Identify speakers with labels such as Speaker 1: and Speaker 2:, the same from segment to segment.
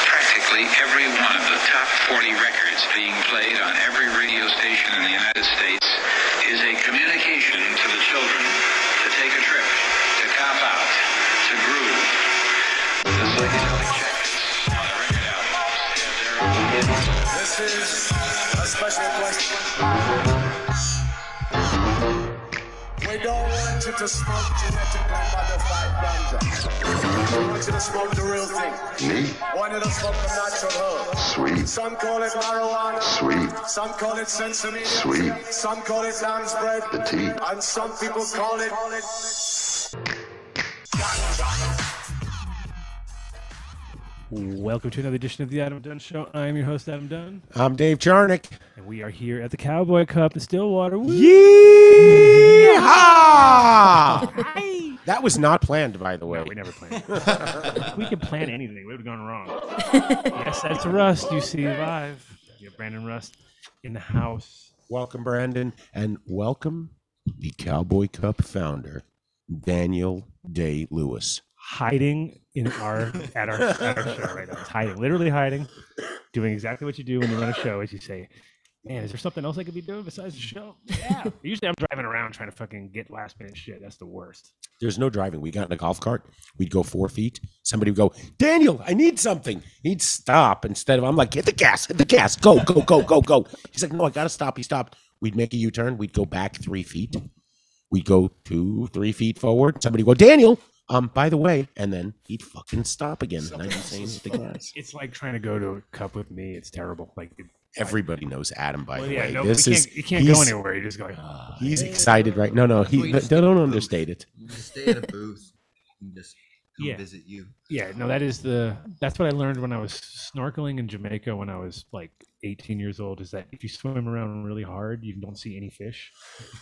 Speaker 1: virtually every one of the top 40 records being played on every radio station in the United States is a communication to the children to take a trip, to cop out, to groove. The psychedelic jackets on the record albums have their own
Speaker 2: This is a special question. We don't want you to smoke genetically modified ganja. We want you to smoke the real thing.
Speaker 3: Me?
Speaker 2: We want you to smoke the natural herb.
Speaker 3: Sweet.
Speaker 2: Some call it marijuana.
Speaker 3: Sweet.
Speaker 2: Some call it sesame.
Speaker 3: Sweet.
Speaker 2: Some call it lamb's bread.
Speaker 3: The tea.
Speaker 2: And some people call it.
Speaker 4: Welcome to another edition of the Adam Dunn Show. I am your host, Adam Dunn,
Speaker 5: I'm Dave Charnick.
Speaker 4: and we are here at the Cowboy Cup in Stillwater. Woo!
Speaker 5: Yeehaw! that was not planned, by the way.
Speaker 4: No, we never planned. If we could plan anything. We would have gone wrong. yes, that's Rust. You see live. Yeah, Brandon Rust in the house.
Speaker 5: Welcome, Brandon, and welcome the Cowboy Cup founder, Daniel Day Lewis.
Speaker 4: hiding in our at our, at our show right now. It's hiding, literally hiding, doing exactly what you do when you run a show. Is you say, "Man, is there something else I could be doing besides the show?" Yeah. Usually, I'm driving around trying to fucking get last minute shit. That's the worst.
Speaker 5: There's no driving. We got in a golf cart. We'd go four feet. Somebody would go, Daniel, I need something. He'd stop instead of, I'm like, hit the gas, hit the gas, go, go, go, go, go. He's like, no, I got to stop. He stopped. We'd make a U turn. We'd go back three feet. We'd go two, three feet forward. Somebody would go, Daniel, um, by the way. And then he'd fucking stop again. And I'd be saying, hit the gas.
Speaker 4: It's like trying to go to a cup with me. It's terrible. Like, it,
Speaker 5: Everybody knows Adam, by
Speaker 4: well,
Speaker 5: the
Speaker 4: yeah,
Speaker 5: way.
Speaker 4: no,
Speaker 5: this
Speaker 4: you
Speaker 5: is,
Speaker 4: can't, you can't go
Speaker 5: he's-
Speaker 4: anywhere. You're just going. "Ah."
Speaker 5: He's excited, right? No, no, he,
Speaker 6: Well, you
Speaker 5: don't
Speaker 6: just stay at
Speaker 5: understate
Speaker 6: a booth.
Speaker 5: it.
Speaker 6: You just stay at a booth and just come
Speaker 4: Yeah.
Speaker 6: visit you.
Speaker 4: Yeah, no, that is the that's what I learned when I was snorkeling in Jamaica when I was like 18 years old is that if you swim around really hard, you don't see any fish.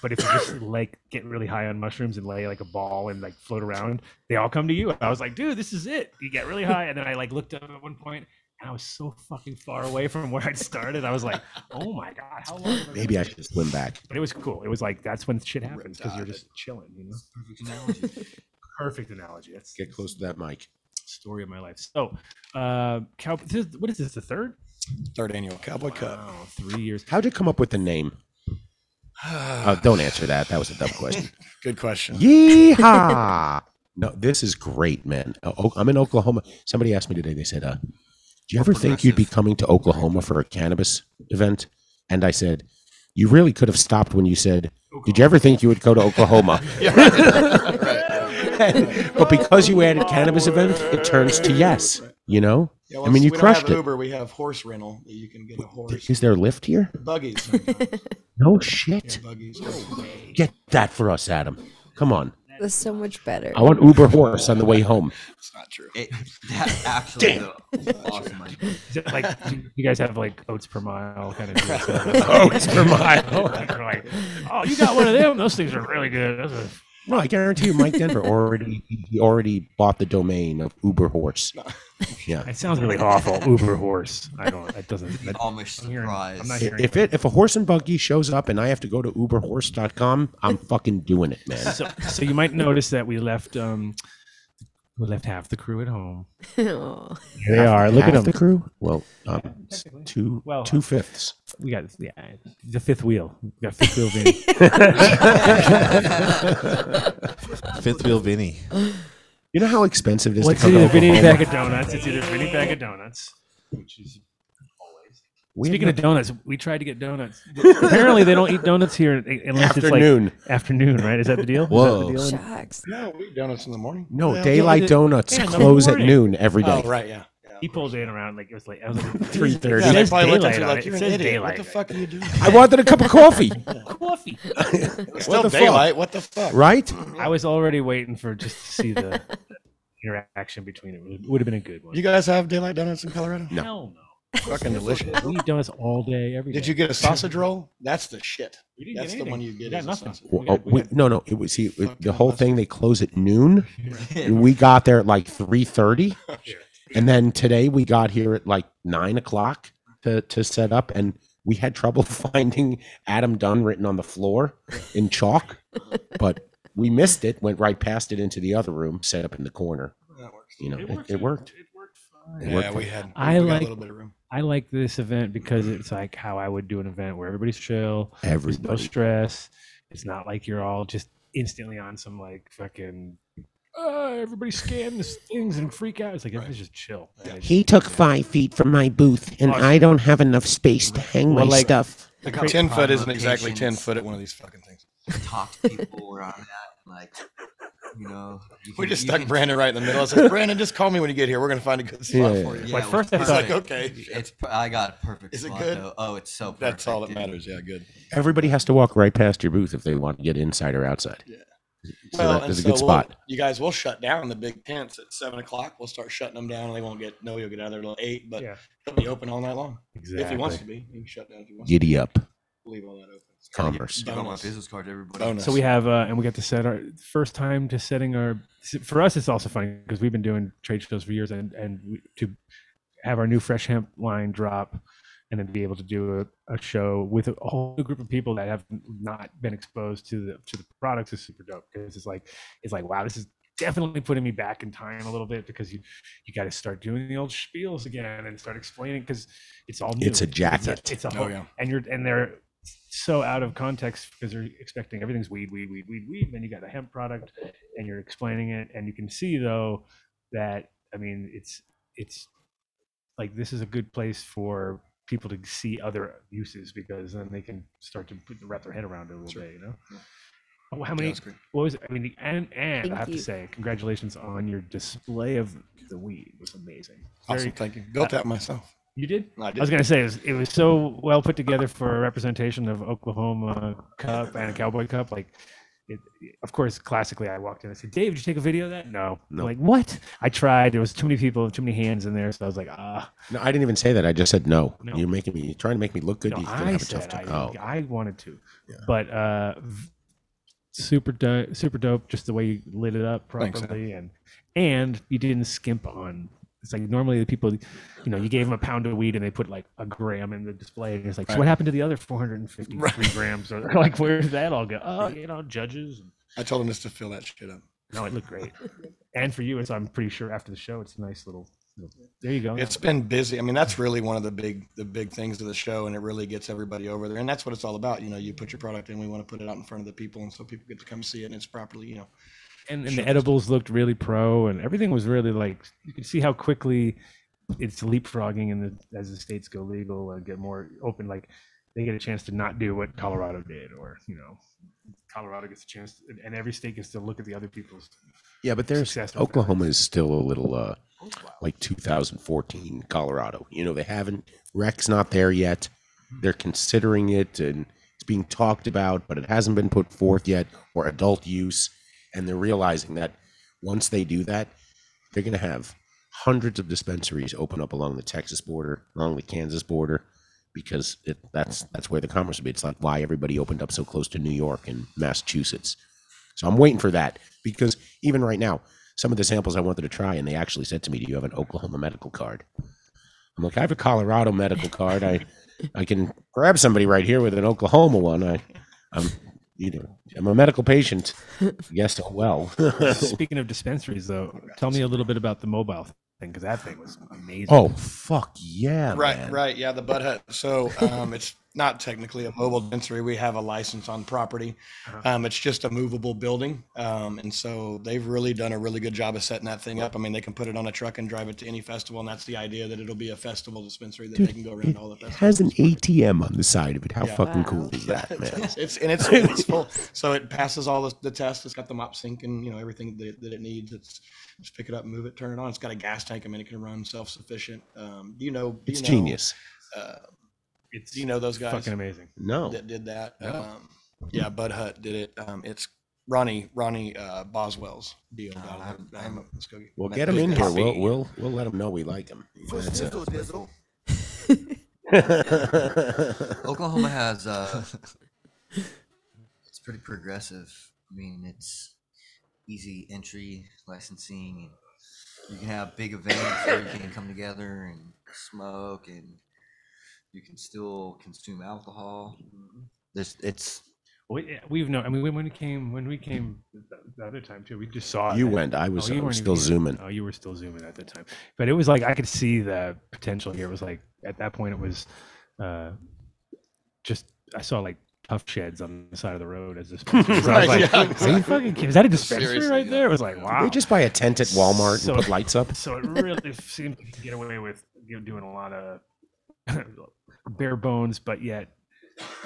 Speaker 4: But if you just like get really high on mushrooms and lay like a ball and like float around, they all come to you. I was like, dude, this is it. You get really high, and then I like looked up at one point and I was so fucking far away from where I'd started. I was like, oh my god, how long? have I been
Speaker 5: Maybe I
Speaker 4: doing
Speaker 5: should
Speaker 4: this?"
Speaker 5: swim back.
Speaker 4: But it was cool. It was like that's when shit happens because you're
Speaker 6: Riptide.
Speaker 4: just chilling. You know,
Speaker 6: Perfect analogy.
Speaker 4: perfect analogy. That's
Speaker 5: Get close to that mic.
Speaker 4: story of my life. So, uh, cow. This is, what is this? The third?
Speaker 7: Third annual Cowboy Cup.
Speaker 4: Wow, three years.
Speaker 5: How'd you come up with the name? Oh, don't answer that. That was a dumb question.
Speaker 7: Good question.
Speaker 5: Yeehaw! No, this is great, man. Uh, oh, I'm in Oklahoma. Somebody asked me today. They said, uh, "Do you ever think you'd be coming to Oklahoma for a cannabis event?" And I said, "You really could have stopped when you said." Did you ever think you would go to Oklahoma? And- but because you added cannabis event, it turns to yes. You know,
Speaker 7: Yeah,
Speaker 5: I mean, you
Speaker 7: we
Speaker 5: crushed
Speaker 7: don't have
Speaker 5: it.
Speaker 7: Uber. We have horse rental that you can get a horse.
Speaker 5: Is there a lift here?
Speaker 7: Buggies. sometimes.
Speaker 5: No
Speaker 7: Yeah,
Speaker 5: shit.
Speaker 7: buggies.
Speaker 5: Get that for us, Adam. Come on.
Speaker 8: That's so much better.
Speaker 5: I want Uber horse on the way home.
Speaker 7: It's not true.
Speaker 6: It, that absolutely is awesome. idea.
Speaker 4: Is it like do you guys have like oats per mile kind of deal?
Speaker 5: Oats per mile.
Speaker 4: You're like, oh, you got one of them. Those things are really good. Those are-
Speaker 5: No, I guarantee you, Mike Denver already he already bought the domain of Uber horse. Yeah.
Speaker 4: It sounds really awful. Uber horse. I don't. That doesn't. That,
Speaker 6: Amish
Speaker 4: I'm hearing-
Speaker 6: surprise.
Speaker 4: I'm not hearing
Speaker 5: If it if a horse and buggy shows up and I have to go to uberhorse.com, I'm fucking doing it, man.
Speaker 4: so, so you might notice that we left um, we left half the crew at home.
Speaker 8: Aw.
Speaker 4: Here they are. Look
Speaker 5: Half
Speaker 4: at them.
Speaker 5: the crew. Well, um, it's two
Speaker 4: Well-
Speaker 5: two fifths.
Speaker 4: we got yeah, the fifth wheel. We got fifth wheel Vinny.
Speaker 7: Fifth wheel Vinny.
Speaker 5: You know how expensive it is
Speaker 4: What's
Speaker 5: to come to
Speaker 4: either Vinny
Speaker 5: Oklahoma?
Speaker 4: bag of donuts? It's either Vinny bag of donuts, which is
Speaker 5: We
Speaker 4: Speaking of
Speaker 5: have
Speaker 4: donuts, we tried to get donuts. Apparently, they don't eat donuts here unless
Speaker 5: afternoon.
Speaker 4: it's like afternoon, right? Is that the deal? Is that the
Speaker 7: Whoa.
Speaker 4: deal?
Speaker 8: Shucks.
Speaker 7: No, we eat donuts in the morning.
Speaker 5: no,
Speaker 7: Yeah,
Speaker 5: daylight
Speaker 4: the-
Speaker 5: donuts
Speaker 4: yeah, in the
Speaker 5: close at
Speaker 4: morning.
Speaker 5: noon every day.
Speaker 7: Oh, right, yeah.
Speaker 4: He pulled in around like it was like I was like,
Speaker 5: Three thirty.
Speaker 4: Yeah,
Speaker 7: they
Speaker 4: says
Speaker 7: probably looked at
Speaker 4: daylight
Speaker 7: you like, you're
Speaker 4: on it. It
Speaker 7: an
Speaker 4: says
Speaker 7: idiot.
Speaker 4: daylight.
Speaker 7: What the fuck are you doing?
Speaker 5: I wanted a cup of coffee.
Speaker 4: coffee.
Speaker 7: It's still
Speaker 5: the fuck?
Speaker 7: daylight. What the fuck?
Speaker 5: Right?
Speaker 4: I was already waiting for just to see the interaction between it. It would have been a good one.
Speaker 7: You guys have daylight donuts in Colorado?
Speaker 5: No.
Speaker 4: Hell
Speaker 7: Fucking delicious.
Speaker 4: no. We eat donuts all day, every day.
Speaker 7: Did you get a sausage roll? That's the shit.
Speaker 4: We didn't get
Speaker 7: That's the
Speaker 4: anything.
Speaker 7: one you get.
Speaker 4: We got
Speaker 7: as a
Speaker 4: nothing.
Speaker 7: sausage.
Speaker 5: Well,
Speaker 4: We
Speaker 5: oh,
Speaker 4: got- we
Speaker 5: we,
Speaker 4: got-
Speaker 5: no, no. It was see, it- the
Speaker 7: Fucking
Speaker 5: whole thing. They close at noon. We got there at like three thirty, and then today we got here at like nine o'clock to to set up, and we had trouble finding Adam Dunn written on the floor in chalk, but we missed it. Went right past it into the other room, set up in the corner.
Speaker 7: That works.
Speaker 5: You know, it,
Speaker 4: worked.
Speaker 5: it worked.
Speaker 4: It worked
Speaker 5: It
Speaker 7: Yeah,
Speaker 5: worked
Speaker 7: we
Speaker 5: for-
Speaker 7: had. we
Speaker 4: I
Speaker 7: got
Speaker 4: like-
Speaker 7: a little bit of room.
Speaker 4: I like this event because it's like how I would do an event where everybody's chill, there's no
Speaker 5: everybody.
Speaker 4: stress. It's not like you're all just instantly on some like fucking. Uh, everybody scan these things and freak out. It's like everybody's just chill.
Speaker 7: Yeah.
Speaker 4: And
Speaker 3: He took five feet from my booth, and I don't have enough space to hang
Speaker 7: Well,
Speaker 3: my
Speaker 7: like-
Speaker 3: stuff.
Speaker 7: The
Speaker 6: Got
Speaker 7: ten
Speaker 6: prime
Speaker 7: foot isn't exactly ten
Speaker 6: locations.
Speaker 7: foot at one of these fucking things.
Speaker 6: talk to people where I'm at, like, you know. You
Speaker 7: We
Speaker 6: can-
Speaker 7: just
Speaker 6: you
Speaker 7: stuck
Speaker 6: can-
Speaker 7: Brandon right in the middle. I said, Brandon, just call me when you get here. We're gonna find a good spot
Speaker 5: Yeah.
Speaker 7: for you.
Speaker 4: Like,
Speaker 6: Yeah, it was
Speaker 4: first I
Speaker 7: It's like
Speaker 6: perfect.
Speaker 7: okay, shit.
Speaker 6: It's per- I got a perfect.
Speaker 7: Is it
Speaker 6: spot,
Speaker 7: good?
Speaker 6: Though. Oh, it's so. Perfect,
Speaker 7: that's all that
Speaker 6: dude.
Speaker 7: matters. Yeah, good.
Speaker 5: Everybody has to walk right past your booth if they want to get inside or outside.
Speaker 7: Yeah.
Speaker 5: So
Speaker 7: well,
Speaker 5: that
Speaker 7: and
Speaker 5: is a
Speaker 7: so
Speaker 5: good
Speaker 7: we'll-
Speaker 5: spot.
Speaker 7: You guys will shut down the big tents at seven o'clock. We'll start shutting them down. They won't get no. You'll get out of there till eight, but
Speaker 4: Yeah.
Speaker 7: they'll be open all night long
Speaker 4: Exactly.
Speaker 7: if he wants to be. He can shut down if he wants. to.
Speaker 5: Giddy up.
Speaker 7: Leave all that open.
Speaker 5: Commerce.
Speaker 6: You got my
Speaker 7: Bonus.
Speaker 6: business card, everybody.
Speaker 5: Oh,
Speaker 7: Bonus.
Speaker 4: So we have, uh, and we got to set our first time to setting our. For us, it's also funny because we've been doing trade shows for years, and and we, to have our new fresh hemp line drop, and then be able to do a, a show with a whole new group of people that have not been exposed to the to the products is super dope because it's like it's like wow, this is definitely putting me back in time a little bit because you you got to start doing the old spiels again and start explaining because it's all new.
Speaker 5: It's a jacket.
Speaker 4: It's a, it's a
Speaker 7: Oh
Speaker 4: whole,
Speaker 7: yeah.
Speaker 4: and you're and they're so out of context because they're expecting everything's weed, weed, weed, weed, weed. And then you got a hemp product, and you're explaining it, and you can see though that I mean it's it's like this is a good place for people to see other uses because then they can start to put, wrap their head around it a little
Speaker 7: Sure.
Speaker 4: bit, you
Speaker 7: Yeah.
Speaker 4: know. Oh, How
Speaker 7: Yeah,
Speaker 4: many?
Speaker 7: that's great.
Speaker 4: What was it? I mean, the- and and I
Speaker 8: Thank
Speaker 4: have
Speaker 8: you.
Speaker 4: to say, congratulations on your display of the weed It was amazing. Very- uh,
Speaker 7: Awesome. Thank you. Built that myself.
Speaker 4: You did?
Speaker 7: I
Speaker 4: I was gonna say it was, it was so well put together for a representation of Oklahoma Cup and a Cowboy Cup. Like, it, of course, classically, I walked in and said, "Dave, did you take a video of that?" No,
Speaker 5: No.
Speaker 4: Like, what? I tried. There was too many people, too many hands in there, so I was like, "Ah."
Speaker 5: No, I didn't even say that. I just said no.
Speaker 4: No.
Speaker 5: You're making me. You're trying to make me look good.
Speaker 4: No,
Speaker 5: you
Speaker 4: I
Speaker 5: have a
Speaker 4: said
Speaker 5: tough
Speaker 4: I,
Speaker 5: time. Oh,
Speaker 4: I wanted to,
Speaker 5: Yeah.
Speaker 4: but uh, v- super dope, super dope. Just the way you lit it up
Speaker 7: Thanks, man.
Speaker 4: properly, and and you didn't skimp on. It's like normally the people, you know, you gave them a pound of weed and they put like a gram in the display, and it's like, so what
Speaker 7: Right.
Speaker 4: happened to the other 453 grams? Or like, where did that all go? Oh, you know, judges.
Speaker 7: I told him just to fill that shit up.
Speaker 4: No, it looked great. and for you, it's I'm pretty sure after the show, it's a nice little. little- There you go.
Speaker 7: It's been busy. I mean, that's really one of the big the big things to the show, and it really gets everybody over there. And that's what it's all about. You know, you put your product in, we want to put it out in front of the people, and so people get to come see it, and it's properly, you know,
Speaker 4: and, and
Speaker 7: Sure.
Speaker 4: the edibles looked really pro and everything was really like you can see how quickly it's leapfrogging and the, as the states go legal and get more open like they get a chance to not do what colorado did or you know colorado gets a chance and- and every state gets to look at the other people's
Speaker 5: yeah, but there's
Speaker 4: success over Oh, there.
Speaker 5: Oklahoma is still a little uh, like 2014 Colorado. You know, they haven't. Rec's not there yet. They're considering it, and it's being talked about, but it hasn't been put forth yet for adult use. And they're realizing that once they do that, they're going to have hundreds of dispensaries open up along the Texas border, along the Kansas border, because it, that's that's where the commerce will be. It's like why everybody opened up so close to New York and Massachusetts. So I'm waiting for that because even right now, some of the samples I wanted to try, and they actually said to me, "Do you have an Oklahoma medical card?" I'm like, "I have a Colorado medical card. I I can grab somebody right here with an Oklahoma one. I I'm you know I'm a medical patient. Yes, oh well.
Speaker 4: speaking of dispensaries
Speaker 7: Oh,
Speaker 4: though tell me a little bit about the mobile thing because that thing was amazing
Speaker 5: Oh fuck yeah!
Speaker 7: Right,
Speaker 5: man.
Speaker 7: right. Yeah, the Bud Hut. So um, it's not technically a mobile dispensary. We have a license on property.
Speaker 4: Uh-huh.
Speaker 7: Um, it's just a movable building. Um, and so they've really done a really good job of setting that thing up. I mean, they can put it on a truck and drive it to any festival. And that's the idea that it'll be a festival dispensary that they can go around
Speaker 5: It,
Speaker 7: all the
Speaker 5: it
Speaker 7: festivals.
Speaker 5: has an ATM on the side of it. How
Speaker 7: Yeah.
Speaker 5: fucking
Speaker 8: Wow.
Speaker 5: cool is that, man?
Speaker 7: It's, it's- and it's, it's full. So it passes all the, the tests. It's got the mop sink and you know everything that it, that it needs. It's just pick it up, move it, turn it on. It's got a gas tank. I mean, it can run self-sufficient. Um, do you know? Do
Speaker 5: It's
Speaker 7: you know,
Speaker 5: genius.
Speaker 7: Uh,
Speaker 4: it's
Speaker 7: do you know those guys?
Speaker 4: fucking amazing
Speaker 5: No,
Speaker 7: that did that.
Speaker 5: Oh.
Speaker 7: Um, yeah, Bud Hutt did it. Um, it's Ronnie Ronnie uh, Boswell's deal. down
Speaker 6: Ah,
Speaker 7: in- down in Muskogee.
Speaker 5: we'll
Speaker 7: That
Speaker 5: get him
Speaker 7: good
Speaker 5: in here.
Speaker 7: coffee.
Speaker 5: We'll we'll we'll let him know we like him. That's it.
Speaker 6: Dizzle, dizzle. Oklahoma has uh it's pretty progressive. I mean, it's easy entry licensing and you can have big events where you can come together and smoke and you can still consume alcohol. There's it's
Speaker 4: We, eh, we've known. I mean, when when we came, when we came th- the other time too, we just saw. it
Speaker 5: You
Speaker 4: then.
Speaker 5: went. I
Speaker 4: Oh,
Speaker 5: was, I
Speaker 4: you
Speaker 5: was
Speaker 4: weren't
Speaker 5: still
Speaker 4: even here.
Speaker 5: zooming.
Speaker 4: Oh, you were still zooming at the time, but it was like I could see the potential here. It was like at that point, it was uh, just I saw like tough sheds on the side of the road as this. Right, I was
Speaker 7: Right,
Speaker 4: like,
Speaker 7: yeah,
Speaker 4: "Are you fucking kidding? Is that a dispensary
Speaker 7: Seriously,
Speaker 4: right
Speaker 7: yeah.
Speaker 4: there? It was like, wow.
Speaker 5: They just buy a tent at Walmart
Speaker 4: So-
Speaker 5: and put lights up.
Speaker 4: So it really seems like you can get away with you know, doing a lot of bare bones, but yet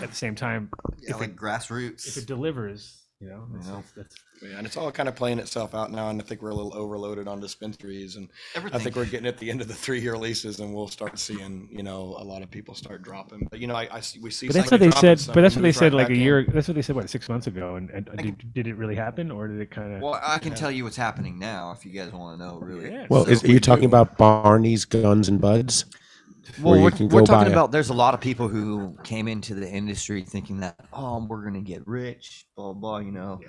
Speaker 4: at the same time,
Speaker 6: Yeah,
Speaker 4: if,
Speaker 6: like
Speaker 4: it, if
Speaker 6: grassroots.
Speaker 4: it delivers, you know, that's,
Speaker 6: Yeah.
Speaker 4: that's-
Speaker 7: Yeah, and it's all kind of playing itself out now, and I think we're a little overloaded on dispensaries, and I
Speaker 6: Everything.
Speaker 7: think we're getting at the end of the three-year leases, and we'll start seeing, you know, a lot of people start dropping. But you know, I, I see we see.
Speaker 4: But that's what
Speaker 7: somebody
Speaker 4: they
Speaker 7: drop and
Speaker 4: said. But that's
Speaker 7: something
Speaker 4: what they
Speaker 7: moves
Speaker 4: said
Speaker 7: right
Speaker 4: like a
Speaker 7: back in.
Speaker 4: year. That's what they said. What six months ago? And, and
Speaker 6: I
Speaker 4: did, did it really happen, or did it kind of?
Speaker 6: Well, I can tell you what's happening now if you guys want to know, really.
Speaker 4: Yeah.
Speaker 5: Well,
Speaker 4: So
Speaker 5: is, are you talking about Barney's Guns and Buds?
Speaker 6: Well,
Speaker 5: you
Speaker 6: we're,
Speaker 5: can
Speaker 6: we're
Speaker 5: go
Speaker 6: talking
Speaker 5: buy a-
Speaker 6: about there's a lot of people who came into the industry thinking that, oh, we're going to get rich, blah, blah, you know.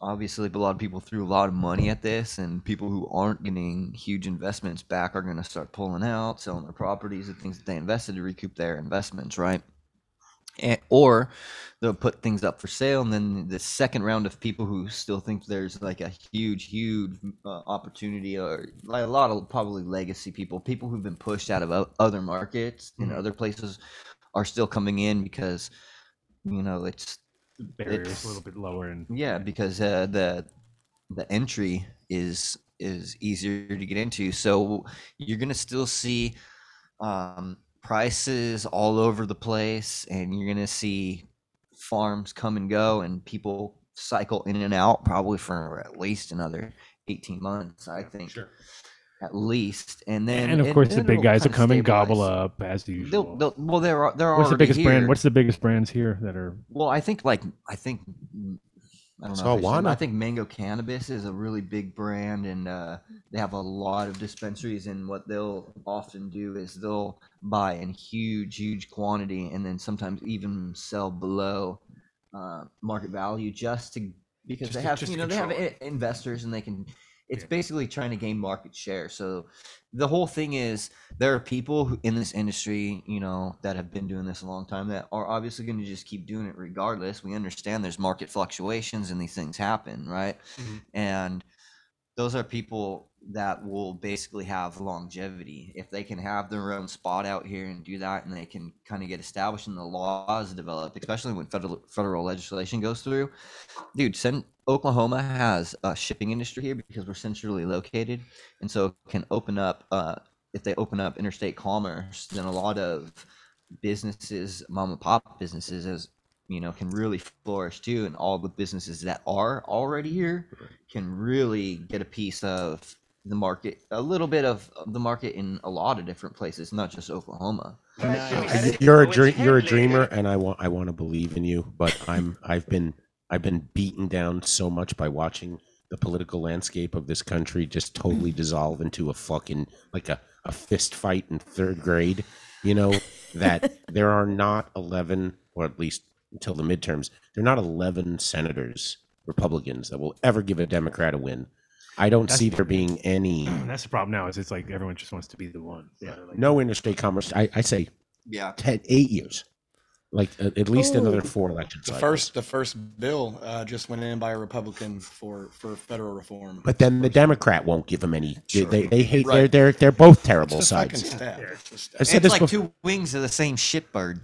Speaker 6: Obviously, a lot of people threw a lot of money at this, and people who aren't getting huge investments back are going to start pulling out, selling their properties and things that they invested to recoup their investments, right? And, Eh, or they'll put things up for sale, and then the second round of people who still think there's like a huge, huge uh, opportunity, or like a lot of probably legacy people, people who've been pushed out of o- other markets
Speaker 4: Mm-hmm.
Speaker 6: and other places, are still coming in because you know it's
Speaker 4: the barrier is
Speaker 6: it's-
Speaker 4: a little bit lower, and
Speaker 6: yeah, because uh, the the entry is is easier to get into. So you're gonna still see um, prices all over the place, and you're gonna see farms come and go, and people cycle in and out probably for at least another 18 months, I think, at least. And then,
Speaker 4: and of course the
Speaker 6: then
Speaker 4: big
Speaker 6: it'll
Speaker 4: guys will
Speaker 6: kinda
Speaker 4: come and gobble
Speaker 6: stabilize.
Speaker 4: up as usual.
Speaker 6: They'll, they'll, well, they're al- they're
Speaker 4: What's the
Speaker 6: already
Speaker 4: biggest brand?
Speaker 6: here.
Speaker 4: What's the biggest brands here that are?
Speaker 6: Well, I think like I think mm, I don't know. if
Speaker 5: all
Speaker 6: they said- I
Speaker 5: Wana.
Speaker 6: think Mango Cannabis is a really big brand, and uh, they have a lot of dispensaries. And what they'll often do is they'll buy in huge, huge quantity, and then sometimes even sell below uh, market value just to because
Speaker 4: Just
Speaker 6: they
Speaker 4: to-
Speaker 6: have
Speaker 4: just
Speaker 6: you
Speaker 4: to
Speaker 6: know they have
Speaker 4: control
Speaker 6: i- investors and they can. It's
Speaker 4: Yeah.
Speaker 6: basically trying to gain market share. So the whole thing is there are people who, in this industry, you know, that have been doing this a long time that are obviously going to just keep doing it regardless. We understand there's market fluctuations and these things happen, right? And those are people that will basically have longevity if they can have their own spot out here and do that, and they can kind of get established and the laws develop, especially when federal federal legislation goes through. Dude, send Oklahoma has a shipping industry here because we're centrally located, and so it can open up. Uh, if they open up interstate commerce, then a lot of businesses, mom and pop businesses, as you know, can really flourish too, and all the businesses that are already here can really get a piece of the market, a little bit of the market in a lot of different places, not just Oklahoma.
Speaker 5: You're a dream, you're a dreamer, and I want I want to believe in you. But I'm I've been I've been beaten down so much by watching the political landscape of this country just totally dissolve into a fucking like a a fist fight in third grade. You know that there are not eleven, or at least until the midterms, there are not eleven senators Republicans that will ever give a Democrat a win. I don't see there being any
Speaker 4: That's the problem now. Is it's like everyone just wants to be the one. Yeah. Like,
Speaker 5: no interstate commerce. I, I say
Speaker 6: Yeah.
Speaker 5: 10, eight years, like a- at least another
Speaker 8: Oh.
Speaker 5: four elections.
Speaker 7: The first, the first bill uh, just went in by a Republican for for federal reform.
Speaker 5: but then the Democrat won't give them any. They- They, they hate.
Speaker 7: Right.
Speaker 5: They're they're they're both
Speaker 7: It's
Speaker 5: terrible
Speaker 7: the fucking
Speaker 5: sides.
Speaker 7: stat. It's the stat.
Speaker 5: I said
Speaker 6: It's
Speaker 5: this
Speaker 6: like
Speaker 5: before.
Speaker 6: two wings of the same shitbird.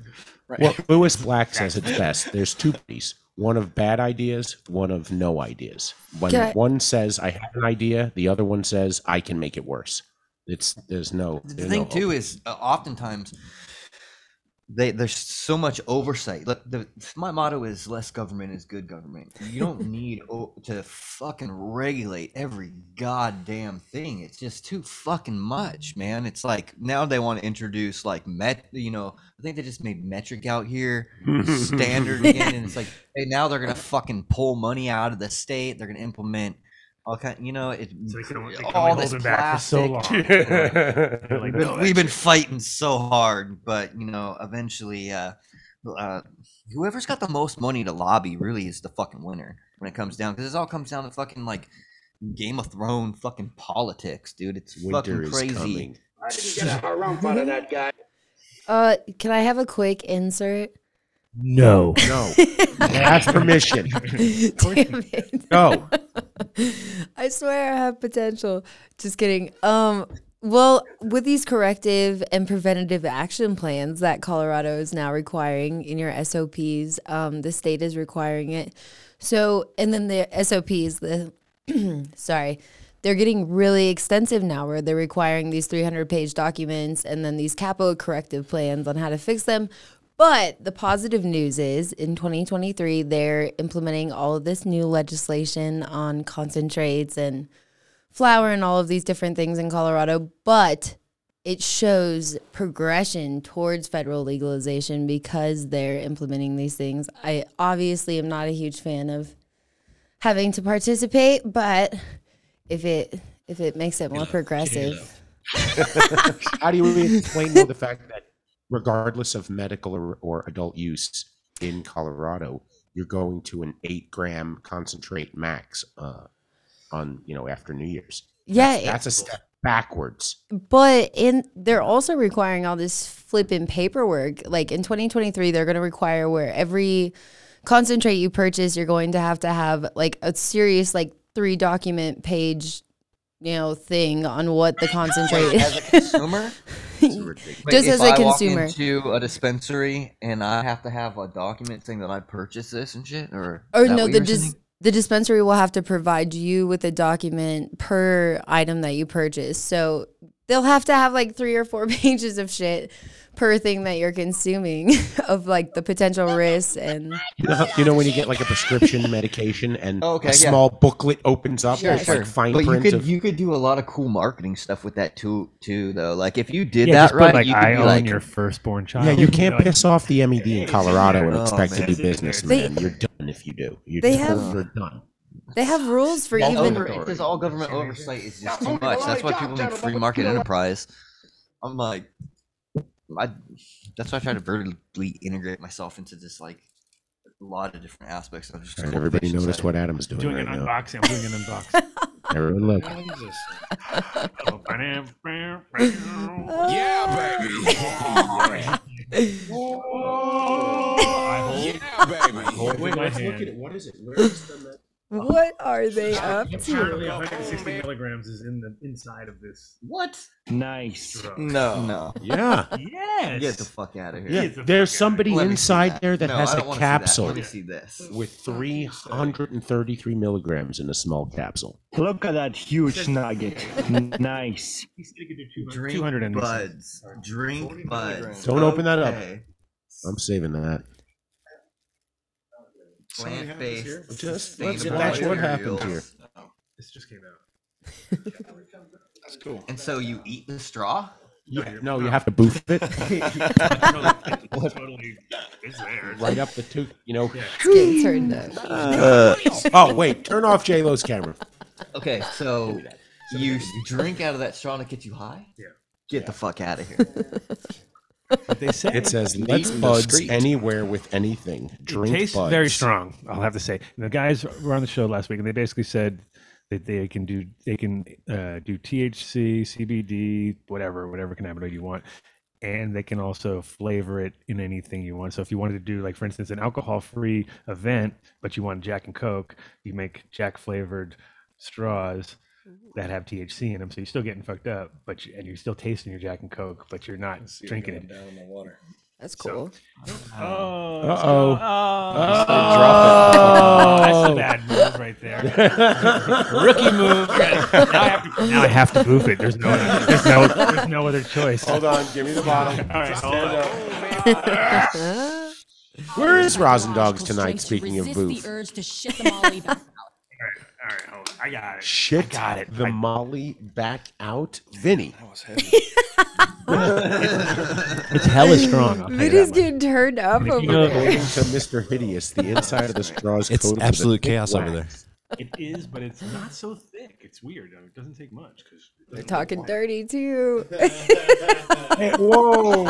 Speaker 5: Well, Lewis Black says it's best. There's two parties. One of bad ideas, one of no ideas. When
Speaker 8: Can I-
Speaker 5: one says I have an idea, the other one says I can make it worse. It's there's no.
Speaker 6: the
Speaker 5: there's
Speaker 6: thing
Speaker 5: no
Speaker 6: too is uh, oftentimes they there's so much oversight. Like the, my motto is less government is good government. You don't need o- to fucking regulate every goddamn thing. It's just too fucking much, man. It's like now they want to introduce like met. You know, I think they just made metric out here standard again, and it's like hey, now they're gonna fucking pull money out of the state. They're gonna implement. all kind. you know, it,
Speaker 4: So they can only, they can
Speaker 6: all
Speaker 4: only
Speaker 6: this
Speaker 4: hold them back for so long.
Speaker 6: plastic.
Speaker 4: They're like- "Oh, they're like,
Speaker 6: We've
Speaker 4: "No,
Speaker 6: been-
Speaker 4: that
Speaker 6: we've been
Speaker 4: shit-
Speaker 6: fighting so hard, but you know, eventually, uh, uh, whoever's got the most money to lobby really is the fucking winner when it comes down. Because it all comes down to fucking like Game of Thrones fucking politics, dude. It's
Speaker 5: winter
Speaker 6: fucking
Speaker 5: is
Speaker 6: crazy.
Speaker 5: coming.
Speaker 2: How did you get a harumph out of that guy?
Speaker 8: Uh, can I have a quick insert?
Speaker 4: No.
Speaker 5: No. Ask permission.
Speaker 8: Damn it.
Speaker 5: Go.
Speaker 8: I swear I have potential. Just kidding. Um, well, with these corrective and preventative action plans that Colorado is now requiring in your SOPs, um, the state is requiring it. So, and then the SOPs, the Mm. sorry, they're getting really extensive now where they're requiring these 300 page documents and then these capital corrective plans on how to fix them. But the positive news is in 2023, they're implementing all of this new legislation on concentrates and flour and all of these different things in Colorado. But it shows progression towards federal legalization because they're implementing these things. I obviously am not a huge fan of having to participate, but if it if it makes it more progressive,
Speaker 5: How do you explain though, the fact that, regardless of medical or, or adult use in Colorado, you're going to an eight gram concentrate max uh, on you know after New Year's?
Speaker 8: yeah, it-
Speaker 5: That's a step backwards.
Speaker 8: But in they're also requiring all this flipping paperwork. Like in 2023, they're going to require where every concentrate you purchase, you're going to have to have like a serious like three document page, you know, thing on what the concentrate
Speaker 6: As
Speaker 8: is.
Speaker 6: a consumer, Wait,
Speaker 8: Just
Speaker 6: if
Speaker 8: as
Speaker 6: I
Speaker 8: a
Speaker 6: walk
Speaker 8: consumer,
Speaker 6: into a dispensary and I have to have a document saying that I purchased this and shit, or
Speaker 8: or
Speaker 6: is that
Speaker 8: no,
Speaker 6: what
Speaker 8: the
Speaker 6: you were
Speaker 8: dis-
Speaker 6: saying?
Speaker 8: the dispensary will have to provide you with a document per item that you purchase. So they'll have to have like three or four pages of shit per thing that you're consuming of like the potential risks and
Speaker 5: You know, you know when you get like a prescription medication and
Speaker 6: Oh, okay,
Speaker 5: a
Speaker 6: yeah.
Speaker 5: small booklet opens up, there's like fine
Speaker 6: but you
Speaker 5: print
Speaker 6: could
Speaker 5: of
Speaker 6: you could do a lot of cool marketing stuff with that too too though. Like if you did
Speaker 4: Yeah,
Speaker 6: that
Speaker 4: just put,
Speaker 6: right,
Speaker 4: like,
Speaker 6: you could
Speaker 4: I
Speaker 6: be
Speaker 4: own
Speaker 6: like,
Speaker 4: your firstborn child.
Speaker 5: Yeah, you
Speaker 4: know,
Speaker 5: can't
Speaker 4: like,
Speaker 5: piss off the MED in Colorado and
Speaker 6: Oh,
Speaker 5: expect to
Speaker 6: man.
Speaker 5: do business,
Speaker 8: They-
Speaker 5: man. You're done if you do. You're
Speaker 8: they
Speaker 5: done.
Speaker 8: have-
Speaker 5: You're done.
Speaker 8: They have rules for
Speaker 6: all
Speaker 8: even.
Speaker 6: over, it says all government oversight is just too much. That's why people make free market enterprise. I'm like, I, that's why I try to vertically integrate myself into this like a lot of different aspects of just
Speaker 5: All right, everybody
Speaker 6: cultivation
Speaker 5: noticed
Speaker 6: side.
Speaker 5: what Adam's doing,
Speaker 4: Doing
Speaker 5: right
Speaker 4: an
Speaker 5: now.
Speaker 4: unboxing. I'm doing an unboxing.
Speaker 5: Everyone look.
Speaker 2: Yeah, baby.
Speaker 4: Oh,
Speaker 2: Yeah, baby.
Speaker 4: Wait, let's look at it.
Speaker 5: What is it? Where is the
Speaker 4: Oh,
Speaker 8: What are they up to?
Speaker 4: Apparently, 160 milligrams is in the inside of this.
Speaker 6: What?
Speaker 4: Nice.
Speaker 7: No.
Speaker 6: No,
Speaker 5: Yeah.
Speaker 4: Yes.
Speaker 6: get the fuck out of here.
Speaker 5: yeah.
Speaker 4: Get the
Speaker 5: There's
Speaker 4: fuck outta
Speaker 5: somebody
Speaker 6: Let me see
Speaker 5: inside
Speaker 6: that.
Speaker 5: there that
Speaker 6: No,
Speaker 5: has
Speaker 6: I
Speaker 5: a
Speaker 6: don't wanna see that.
Speaker 5: capsule
Speaker 6: Let me see this.
Speaker 5: with 333 milligrams in a small capsule.
Speaker 9: Look at that huge nugget. nice.
Speaker 4: He said he could do 200,
Speaker 6: Drink
Speaker 4: 200 and
Speaker 6: buds. Drink buds.
Speaker 5: Don't open that up.
Speaker 6: Okay.
Speaker 5: I'm saving that.
Speaker 6: Plant-based.
Speaker 5: Just let's
Speaker 6: sustainable
Speaker 5: watch what happened here.
Speaker 6: materials.
Speaker 4: This just came out.
Speaker 7: That's cool.
Speaker 6: And so you eat the straw?
Speaker 5: Yeah, no, you have to boof it
Speaker 4: It's totally, it's there.
Speaker 5: right up the tooth, you know.
Speaker 8: It's getting turned up.
Speaker 5: Oh, wait. Turn off J-Lo's camera.
Speaker 6: Okay, so you s- drink out of that straw and it gets you high?
Speaker 4: Yeah.
Speaker 6: Get the fuck out of here.
Speaker 4: They say
Speaker 5: It says, let's buds anywhere with anything. Drink
Speaker 4: tastes
Speaker 5: buds.
Speaker 4: very strong. I'll have to say. And the guys were on the show last week, and they basically said that they can do they can uh, do THC, CBD, whatever, whatever cannabinoid you want, and they can also flavor it in anything you want. So if you wanted to do, like for instance, an alcohol-free event, but you want Jack and Coke, you make Jack-flavored straws that have THC in them, so you're still getting fucked up, but you, and you're still tasting your Jack and Coke, but you're not drinking it.
Speaker 7: Down in the water.
Speaker 8: That's cool.
Speaker 4: Oh,
Speaker 5: Uh-oh. Uh,
Speaker 4: Oh, that's a bad move right there. Rookie move. Now I, have to, now I have to move it. There's no, there's no, there's no other choice. All
Speaker 5: Hold on, give me the bottle.
Speaker 4: right, hold on.
Speaker 5: Where is Rosin Dogs
Speaker 10: Dogs
Speaker 5: tonight? Speaking of booth,
Speaker 4: All right, hold on. I got it.
Speaker 5: shit,
Speaker 4: got it.
Speaker 5: The
Speaker 4: I-
Speaker 5: Molly back out, Vinny.
Speaker 7: That was heavy.
Speaker 4: It's hella strong. I'll tell you
Speaker 8: Vinny's
Speaker 4: that much.
Speaker 8: getting turned up
Speaker 4: if
Speaker 8: over
Speaker 4: you know-
Speaker 8: there.
Speaker 5: According to Mister Hideous, the inside of the straw is coated with a thick wax.
Speaker 4: It is, but it's not so thick. It's weird. It doesn't take much. Cause
Speaker 8: They're talking dirty too.
Speaker 4: Whoa!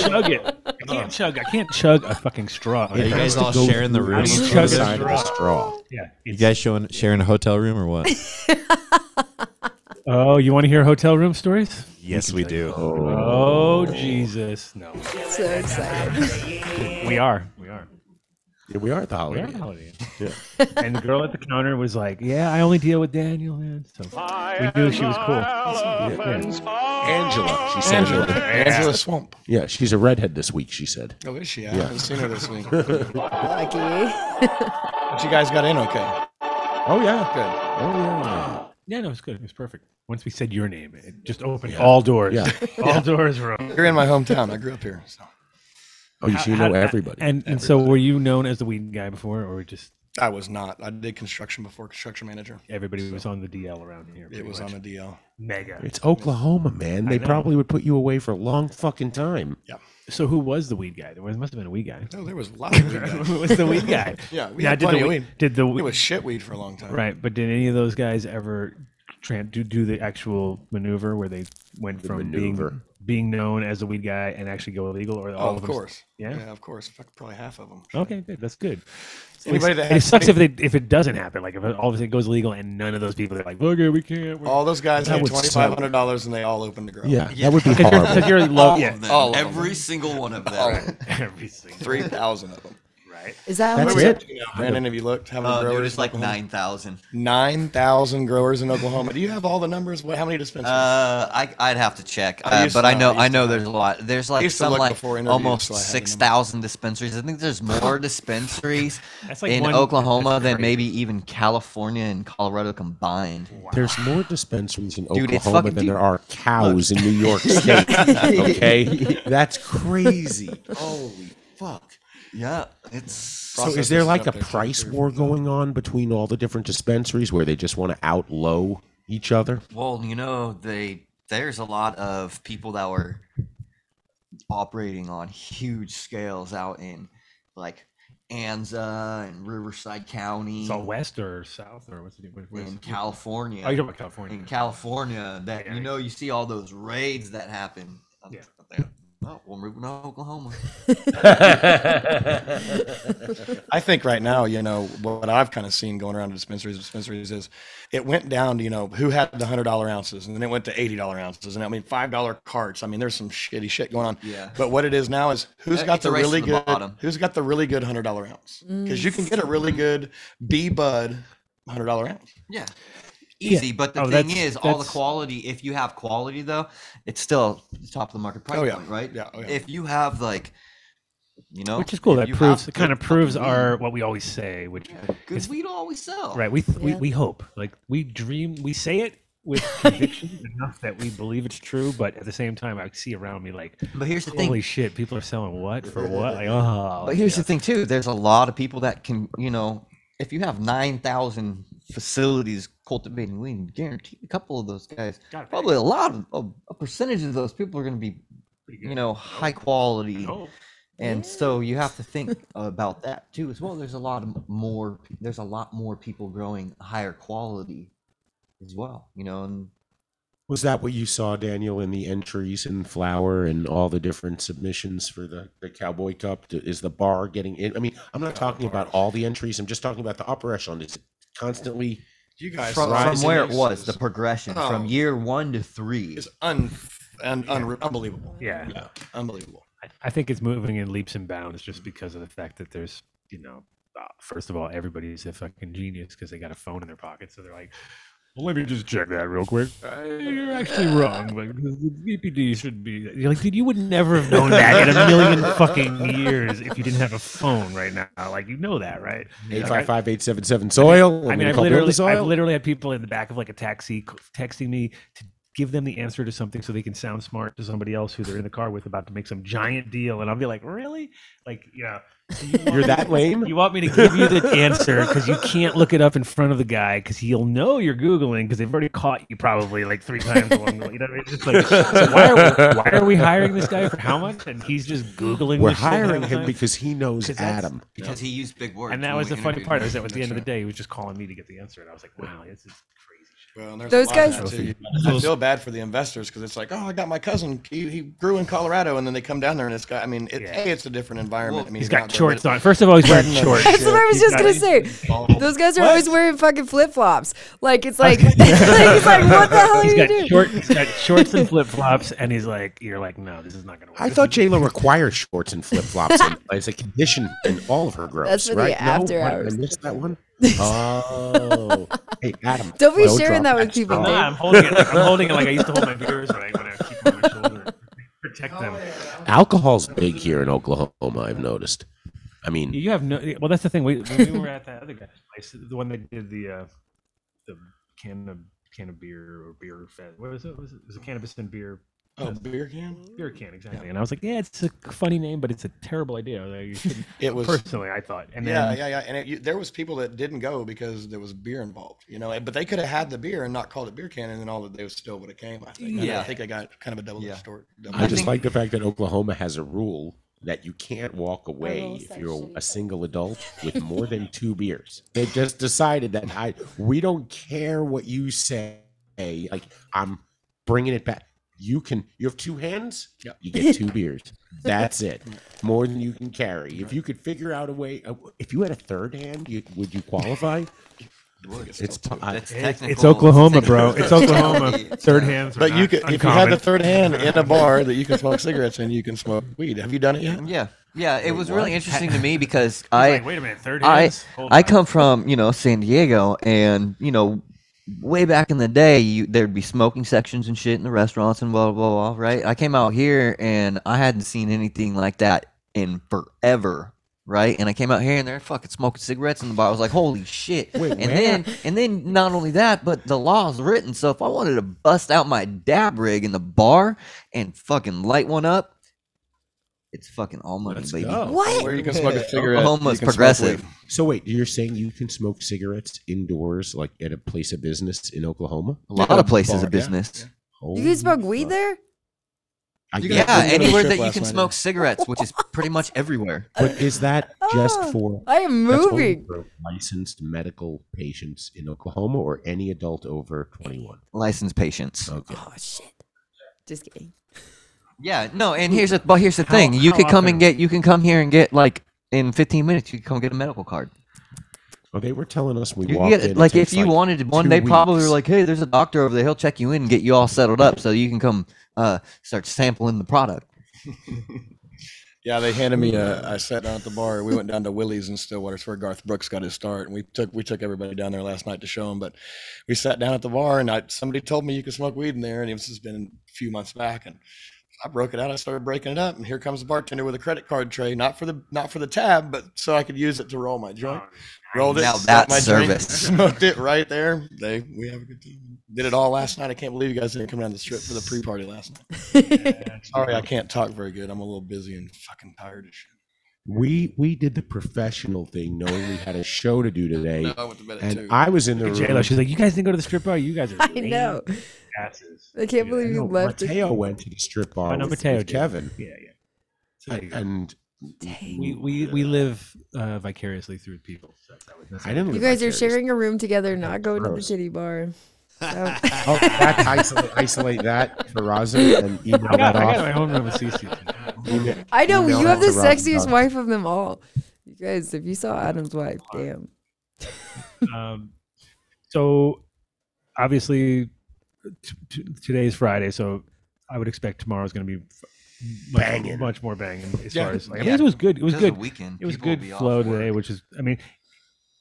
Speaker 4: chug it. I can't chug. I can't chug a fucking straw.
Speaker 11: Are you guys all sharing the room?
Speaker 4: I'm
Speaker 5: It's
Speaker 4: chugging
Speaker 5: inside of the
Speaker 4: straw.
Speaker 5: straw.
Speaker 4: Yeah.
Speaker 11: You
Speaker 4: it's-
Speaker 11: guys showing, sharing a hotel room or what?
Speaker 4: Oh, you want to hear hotel room stories?
Speaker 10: Yes, we do.
Speaker 4: Oh Jesus! No,
Speaker 8: So excited.
Speaker 4: we are. We are.
Speaker 5: Yeah, we are at the
Speaker 4: We
Speaker 5: holiday.
Speaker 4: are the Holiday Inn. and the girl at the counter was like, "Yeah, I only deal with Daniel, man." So we knew she was cool.
Speaker 5: Angela, she said.
Speaker 7: Angela, Angela Swamp.
Speaker 5: Yeah, she's a redhead this week. She said.
Speaker 7: Oh, is she? I haven't seen her this week. But
Speaker 8: Lucky.
Speaker 7: you guys got in okay.
Speaker 5: Oh yeah.
Speaker 7: Good.
Speaker 5: Oh yeah.
Speaker 4: Yeah, no, it's good. It was perfect. Once we said your name, it just opened all doors.
Speaker 5: Yeah.
Speaker 4: all doors were open.
Speaker 7: You're in my hometown. I grew up here. So
Speaker 5: Oh, you, so you
Speaker 4: How-
Speaker 5: know
Speaker 4: how-
Speaker 5: everybody.
Speaker 4: And, and so, were you known as the weed guy before, or just
Speaker 7: I was not. I did construction before construction manager.
Speaker 4: everybody was on the DL around here?
Speaker 7: It
Speaker 4: pretty
Speaker 7: was
Speaker 4: much?
Speaker 7: on a DL.
Speaker 4: mega.
Speaker 5: it's Oklahoma, man. They
Speaker 4: know.
Speaker 5: probably would put you away for a long fucking time.
Speaker 4: So, who was the weed guy? There was, must have been a weed guy.
Speaker 7: No, there was a lot of weed. guys.
Speaker 4: who was the weed guy?
Speaker 7: Yeah, we
Speaker 4: Now,
Speaker 7: had
Speaker 4: did
Speaker 7: plenty
Speaker 4: the
Speaker 7: of
Speaker 4: weed.
Speaker 7: weed.
Speaker 4: Did the
Speaker 7: It
Speaker 4: weed,
Speaker 7: was shit weed for a long time.
Speaker 4: right? But did any of those guys ever tran do do the actual maneuver where they went from being
Speaker 5: maneuver.
Speaker 4: being known as the weed guy and actually go illegal? Or all
Speaker 7: Oh, of
Speaker 4: them s-
Speaker 7: course.
Speaker 4: Yeah?
Speaker 7: of course. Fuck, probably half of them.
Speaker 4: Okay, good. That's good.
Speaker 7: Anybody that
Speaker 4: it
Speaker 7: has-
Speaker 4: sucks if they, if it doesn't happen. Like if it, all of a sudden it goes legal and none of those people are like, okay, we can't. we're-"
Speaker 7: All those guys had
Speaker 5: would
Speaker 7: twenty five hundred dollars and they all opened the grill.
Speaker 5: Yeah,
Speaker 6: Yeah.
Speaker 5: that would be
Speaker 4: Because
Speaker 5: horrible.
Speaker 4: you're
Speaker 6: All
Speaker 4: low. Yeah,
Speaker 6: of them.
Speaker 7: all of them.
Speaker 6: Every single one of them.
Speaker 7: All of them.
Speaker 4: every single.
Speaker 7: Three thousand of them.
Speaker 8: Is that how
Speaker 5: That's
Speaker 8: much?
Speaker 5: it.
Speaker 7: You know, Brandon, have you looked? How many
Speaker 6: Uh,
Speaker 7: growers?
Speaker 6: dude, it's
Speaker 7: in
Speaker 6: like
Speaker 7: Oklahoma?
Speaker 6: nine thousand.
Speaker 7: Nine thousand growers in Oklahoma. Do you have all the numbers? What? How many dispensaries?
Speaker 6: Uh, I I'd have to check,
Speaker 7: I
Speaker 6: uh,
Speaker 7: used
Speaker 6: but
Speaker 7: to
Speaker 6: I
Speaker 7: know,
Speaker 6: know
Speaker 7: I
Speaker 6: I
Speaker 7: used
Speaker 6: know there's a lot. There's like
Speaker 7: used to
Speaker 6: some
Speaker 7: look
Speaker 6: like
Speaker 7: before interviews,
Speaker 6: almost
Speaker 7: so I had the
Speaker 6: six thousand dispensaries. I think there's more dispensaries
Speaker 4: That's like
Speaker 6: in
Speaker 4: one-
Speaker 6: Oklahoma
Speaker 4: that's
Speaker 6: than
Speaker 4: crazy.
Speaker 6: maybe even California and Colorado combined.
Speaker 5: There's more dispensaries in
Speaker 6: Dude, it's
Speaker 5: Oklahoma
Speaker 6: fucking
Speaker 5: than
Speaker 6: deep.
Speaker 5: there are cows in New York State. okay, that's crazy. Holy fuck.
Speaker 6: Yeah, it's
Speaker 5: So is
Speaker 7: processes
Speaker 5: there
Speaker 7: and
Speaker 5: like
Speaker 7: stuff
Speaker 5: a
Speaker 7: there, so
Speaker 5: price
Speaker 7: they're-
Speaker 5: war going on between all the different dispensaries where they just want to outlow each other?
Speaker 6: well, you know, they there's a lot of people that were operating on huge scales out in like Anza and Riverside County
Speaker 4: It's all west or south or what's it? What, where's-
Speaker 6: in California.
Speaker 4: Oh, you're talking about California.
Speaker 6: in California that
Speaker 4: Yeah.
Speaker 6: you know you see all those raids that happen. I'm
Speaker 4: Yeah.
Speaker 6: up there. Oh, we're moving to Oklahoma.
Speaker 7: I think right now, you know, what I've kind of seen going around to dispensaries, dispensaries is it went down to, you know, who had the hundred dollar ounces and then it went to eighty dollar ounces. And I mean five dollar carts. I mean, there's some shitty shit going on.
Speaker 6: Yeah.
Speaker 7: But what it is now is who's
Speaker 6: Uh,
Speaker 7: got
Speaker 6: it's a
Speaker 7: the
Speaker 6: race to
Speaker 7: really
Speaker 6: the
Speaker 7: good
Speaker 6: bottom.
Speaker 7: who's got the really good hundred dollar ounce?
Speaker 4: Mm.
Speaker 7: Because you can get a really good B bud hundred dollar ounce.
Speaker 6: Yeah. Easy, but the
Speaker 4: Oh,
Speaker 6: thing
Speaker 4: that's-
Speaker 6: is, all the
Speaker 4: that's-
Speaker 6: quality. If you have quality, though, it's still the top of the market price
Speaker 7: Oh, yeah.
Speaker 6: point, right?
Speaker 7: Yeah, oh, yeah.
Speaker 6: If you have like, you know,
Speaker 4: which is cool.
Speaker 6: if
Speaker 4: That
Speaker 6: you have
Speaker 4: proves it
Speaker 6: good
Speaker 4: kind of
Speaker 6: fucking
Speaker 4: proves
Speaker 6: weed,
Speaker 4: our what we always say, which
Speaker 6: good
Speaker 4: is
Speaker 6: weed always sell.
Speaker 4: right. We th- we
Speaker 8: Yeah.
Speaker 4: we hope like we dream. We say it with conviction enough that we believe it's true, but at the same time, I see around me like,
Speaker 6: But here's the thing.
Speaker 4: holy shit, people are selling what for what? Like, oh,
Speaker 6: But here's the thing too. There's a lot of people that can, you know, if you have nine thousand facilities cultivating weed, guaranteed a couple of those guys,
Speaker 4: Gotta pay.
Speaker 6: probably a lot of a, a percentage of those people are going to be, you know, high quality.
Speaker 4: Oh,
Speaker 6: And so you have to think about that too as well. There's a lot of more. There's a lot more people growing higher quality, as well. You know, and
Speaker 5: Was that what you saw, Daniel, in the entries and flower and all the different submissions for the, the Cowboy Cup? D- Is the bar getting in? I mean, I'm not talking about all the entries. I'm just talking about the upper echelon. Is it constantly?
Speaker 7: You guys
Speaker 6: from, from
Speaker 7: rise in
Speaker 6: where it
Speaker 7: these
Speaker 6: was,
Speaker 7: is-
Speaker 6: the progression
Speaker 7: Oh.
Speaker 6: from year one to three.
Speaker 7: is un, un, unre- unbelievable.
Speaker 4: yeah.
Speaker 7: Yeah. Unbelievable.
Speaker 4: I- I think it's moving in leaps and bounds just because of the fact that there's, you know, uh, first of all, everybody's a fucking genius because they got a phone in their pocket, so they're like, well, let me just check that real quick. Uh, you're actually wrong. Like, the BPD should be. You're like, dude, you would never have known that in a million fucking years if you didn't have a phone right now. Like, you know that, right?
Speaker 5: Eight
Speaker 4: Like,
Speaker 5: five five eight seven seven soil.
Speaker 4: I mean, I've literally, I've literally had people in the back of like a taxi c- texting me to give them the answer to something so they can sound smart to somebody else who they're in the car with about to make some giant deal, and I'll be like, really? Like, yeah,
Speaker 5: You're that lame.
Speaker 4: you want me to give you the answer because you can't look it up in front of the guy because he'll know you're googling because they've already caught you probably like three times along the way. You know what I mean? It's just like, so why, are we, why are we hiring this guy for how much? And he's just googling.
Speaker 5: We're
Speaker 4: this shit the whole
Speaker 5: hiring him
Speaker 4: time.
Speaker 5: because he knows
Speaker 4: 'Cause that's-
Speaker 5: Adam.
Speaker 6: because he used big words.
Speaker 4: And that
Speaker 6: when
Speaker 4: was the
Speaker 6: we
Speaker 4: funny
Speaker 6: interviewed
Speaker 4: part
Speaker 6: him.
Speaker 4: is that at the end of the day, he was just calling me to get the answer, and I was like, "Wow, this is crazy shit."
Speaker 7: Well, and there's
Speaker 8: Those
Speaker 7: a lot of
Speaker 8: guys-
Speaker 7: that, too. I feel bad for the investors because it's like, oh, I got my cousin. He, he grew in Colorado, and then they come down there, and it's got. I mean, it,
Speaker 4: Yeah.
Speaker 7: a, it's a different environment. I mean,
Speaker 4: He's
Speaker 7: you're
Speaker 4: got
Speaker 7: not
Speaker 4: shorts
Speaker 7: really-
Speaker 4: on. First of all, he's wearing
Speaker 7: That's
Speaker 4: shorts.
Speaker 8: That's what I was
Speaker 4: He's
Speaker 8: just
Speaker 4: got-
Speaker 8: gonna say. Those guys are
Speaker 7: What?
Speaker 8: always wearing fucking flip flops. Like it's like, like it's like what the hell are
Speaker 4: He's
Speaker 8: you
Speaker 4: got,
Speaker 8: doing?
Speaker 4: short, he's got shorts and flip flops, and he's like, "You're like, no, this is not gonna work."
Speaker 5: I thought J Lo requires shorts and flip flops as a condition in all of her growth.
Speaker 8: That's for the
Speaker 5: right? No?
Speaker 8: after
Speaker 5: What,
Speaker 8: hours.
Speaker 5: I missed that one. Oh, hey Adam,
Speaker 8: Don't be
Speaker 5: no
Speaker 8: sharing that
Speaker 5: drawbacks.
Speaker 8: with people,
Speaker 4: Nah,
Speaker 8: Dave.
Speaker 4: I'm holding it. I'm holding it like I used to hold my beers when I, when I keep on my shoulder, protect them.
Speaker 5: Alcohol's big here in Oklahoma. I've noticed. I mean,
Speaker 4: You have no. Well, that's the thing. We when we were at that other guy's place, the one that did the uh, the can of can of beer or beer fest. What was it? Was it, it was a cannabis and beer
Speaker 7: Oh, beer can.
Speaker 4: beer can exactly? And I was like, yeah, it's a funny name, but it's a terrible idea. Like, you shouldn't-
Speaker 7: It was.
Speaker 4: personally, I thought. And
Speaker 7: yeah,
Speaker 4: then,
Speaker 7: yeah, yeah. And it, you, there was people that didn't go because there was beer involved, you know. But they could have had the beer and not called it beer can, and then all that they was still would have came. I think. I-
Speaker 6: Yeah.
Speaker 7: I think I got kind of a double edged
Speaker 6: Yeah.
Speaker 7: sword.
Speaker 5: I just
Speaker 6: think-
Speaker 5: like the fact that Oklahoma has a rule that you can't walk away if you're a single adult with more than two beers. They just decided that I we don't care what you say. Like I'm bringing it back. You can you have two hands.
Speaker 7: Yeah.
Speaker 5: You get two beers. That's it. More than you can carry. If you could figure out a way, uh, if you had a third hand, you, would you qualify? It's I,
Speaker 4: It's,
Speaker 6: That's technical.
Speaker 4: it's Oklahoma, bro.
Speaker 6: technical
Speaker 4: It's Oklahoma.
Speaker 6: terminology.
Speaker 4: Third hands. are
Speaker 7: But you
Speaker 4: not
Speaker 7: could, if you had the
Speaker 4: uncommon.
Speaker 7: third hand in a bar that you can smoke cigarettes and you can smoke weed. Have you done it yet?
Speaker 6: Yeah, yeah. It was really interesting to me because I.
Speaker 4: He's like, wait a minute, third
Speaker 6: I
Speaker 4: hands. Hold
Speaker 6: I
Speaker 4: on."
Speaker 6: come from you know San Diego, and you know, way back in the day, you, there'd be smoking sections and shit in the restaurants and blah blah blah. blah, Right? I came out here and I hadn't seen anything like that in forever. Right? And I came out here and they're fucking smoking cigarettes in the bar. I was like, holy shit!
Speaker 5: Wait,
Speaker 6: and
Speaker 5: where?
Speaker 6: then and then not only that, but the law's written. So if I wanted to bust out my dab rig in the bar and fucking light one up. It's fucking all money,
Speaker 5: let's
Speaker 6: baby.
Speaker 5: go.
Speaker 7: Where
Speaker 8: What?
Speaker 7: you can smoke a cigarette.
Speaker 6: Oklahoma's
Speaker 7: you can smoke
Speaker 6: progressive.
Speaker 7: weed.
Speaker 5: So wait, you're saying you can smoke cigarettes indoors, like at a place of business in Oklahoma?
Speaker 6: A lot
Speaker 7: Yeah,
Speaker 6: of places
Speaker 7: bar,
Speaker 6: of
Speaker 7: yeah,
Speaker 6: business.
Speaker 8: You can smoke weed there?
Speaker 5: I
Speaker 7: You
Speaker 5: guess.
Speaker 7: Yeah,
Speaker 6: Yeah,
Speaker 7: we went to a
Speaker 6: anywhere
Speaker 7: strip
Speaker 6: that you
Speaker 7: last
Speaker 6: can
Speaker 7: night,
Speaker 6: smoke cigarettes, which is pretty much everywhere.
Speaker 5: But is that just
Speaker 8: Oh,
Speaker 5: for
Speaker 8: I am
Speaker 5: that's only
Speaker 8: moving.
Speaker 5: for licensed medical patients in Oklahoma or any adult over 21?
Speaker 6: Licensed patients.
Speaker 5: Okay.
Speaker 8: Oh shit. Just kidding.
Speaker 6: Yeah, no, and here's the but here's the thing:
Speaker 4: How-
Speaker 6: you
Speaker 4: how
Speaker 6: could come
Speaker 4: often?
Speaker 6: and get you can come here and get like in 15 minutes you can come get a medical card.
Speaker 5: Well, they were telling us we
Speaker 6: You can
Speaker 5: walked
Speaker 6: get
Speaker 5: in. it
Speaker 6: like
Speaker 5: takes,
Speaker 6: if you wanted to one,
Speaker 5: two
Speaker 6: they probably were
Speaker 5: weeks.
Speaker 6: like, "Hey, there's a doctor over there. He'll check you in and get you all settled up, so you can come uh, start sampling the product."
Speaker 7: Yeah, they handed me a. I sat down at the bar. We went down to Willie's in Stillwater, it's where Garth Brooks got his start, and we took we took everybody down there last night to show him. But we sat down at the bar, and I, somebody told me you could smoke weed in there, and this has been a few months back, and I broke it out. I started breaking it up, and here comes the bartender with a credit card tray, not for the not for the tab, but so I could use it to roll my joint. Rolled it,
Speaker 6: Now
Speaker 7: smoked
Speaker 6: that's
Speaker 7: my drink,
Speaker 6: service.
Speaker 7: smoked it right there. They we have a good time. Did it all last night. I can't believe you guys didn't come down the strip for the pre-party last night. Sorry, I can't talk very good. I'm a little busy and fucking tired of shit.
Speaker 5: we we did the professional thing, knowing we had a show to do today,
Speaker 7: No, I went to bed at
Speaker 5: and
Speaker 7: two.
Speaker 5: I was in the
Speaker 4: J-Lo,
Speaker 5: room.
Speaker 4: she's like, you guys didn't go to the strip bar. You guys are.
Speaker 8: I know.
Speaker 4: Asses.
Speaker 8: I can't believe you left. it.
Speaker 5: Mateo went to the strip bar
Speaker 4: I know
Speaker 5: with, with
Speaker 4: Mateo did.
Speaker 5: Kevin,
Speaker 4: Yeah, yeah. So there you go.
Speaker 5: and
Speaker 4: we we, we live uh, vicariously through people. So that was, that's
Speaker 5: I didn't.
Speaker 8: You
Speaker 5: live
Speaker 8: guys are
Speaker 5: vicariously.
Speaker 8: sharing a room together, not going to the
Speaker 5: gross.
Speaker 8: titty bar. So-
Speaker 5: Oh, that isolate, isolate that for Raza and email
Speaker 4: I got,
Speaker 5: that
Speaker 4: I
Speaker 5: off.
Speaker 4: got my own room with Cece.
Speaker 5: Email-
Speaker 8: I know
Speaker 5: email
Speaker 8: you have the
Speaker 5: that to Raza.
Speaker 8: sexiest wife of them all. You guys, if you saw Adam's wife, damn.
Speaker 4: um, so obviously t- t- today is Friday, so I would expect tomorrow's going to be f- much,
Speaker 5: Banging.
Speaker 4: much more banging as
Speaker 7: Yeah.
Speaker 4: far as like, I
Speaker 6: Yeah.
Speaker 4: mean, it was good. It was
Speaker 6: Because of
Speaker 4: good.
Speaker 6: the weekend.
Speaker 4: It was
Speaker 6: people will
Speaker 4: good
Speaker 6: be off
Speaker 4: flow today,
Speaker 6: work.
Speaker 4: which is, I mean,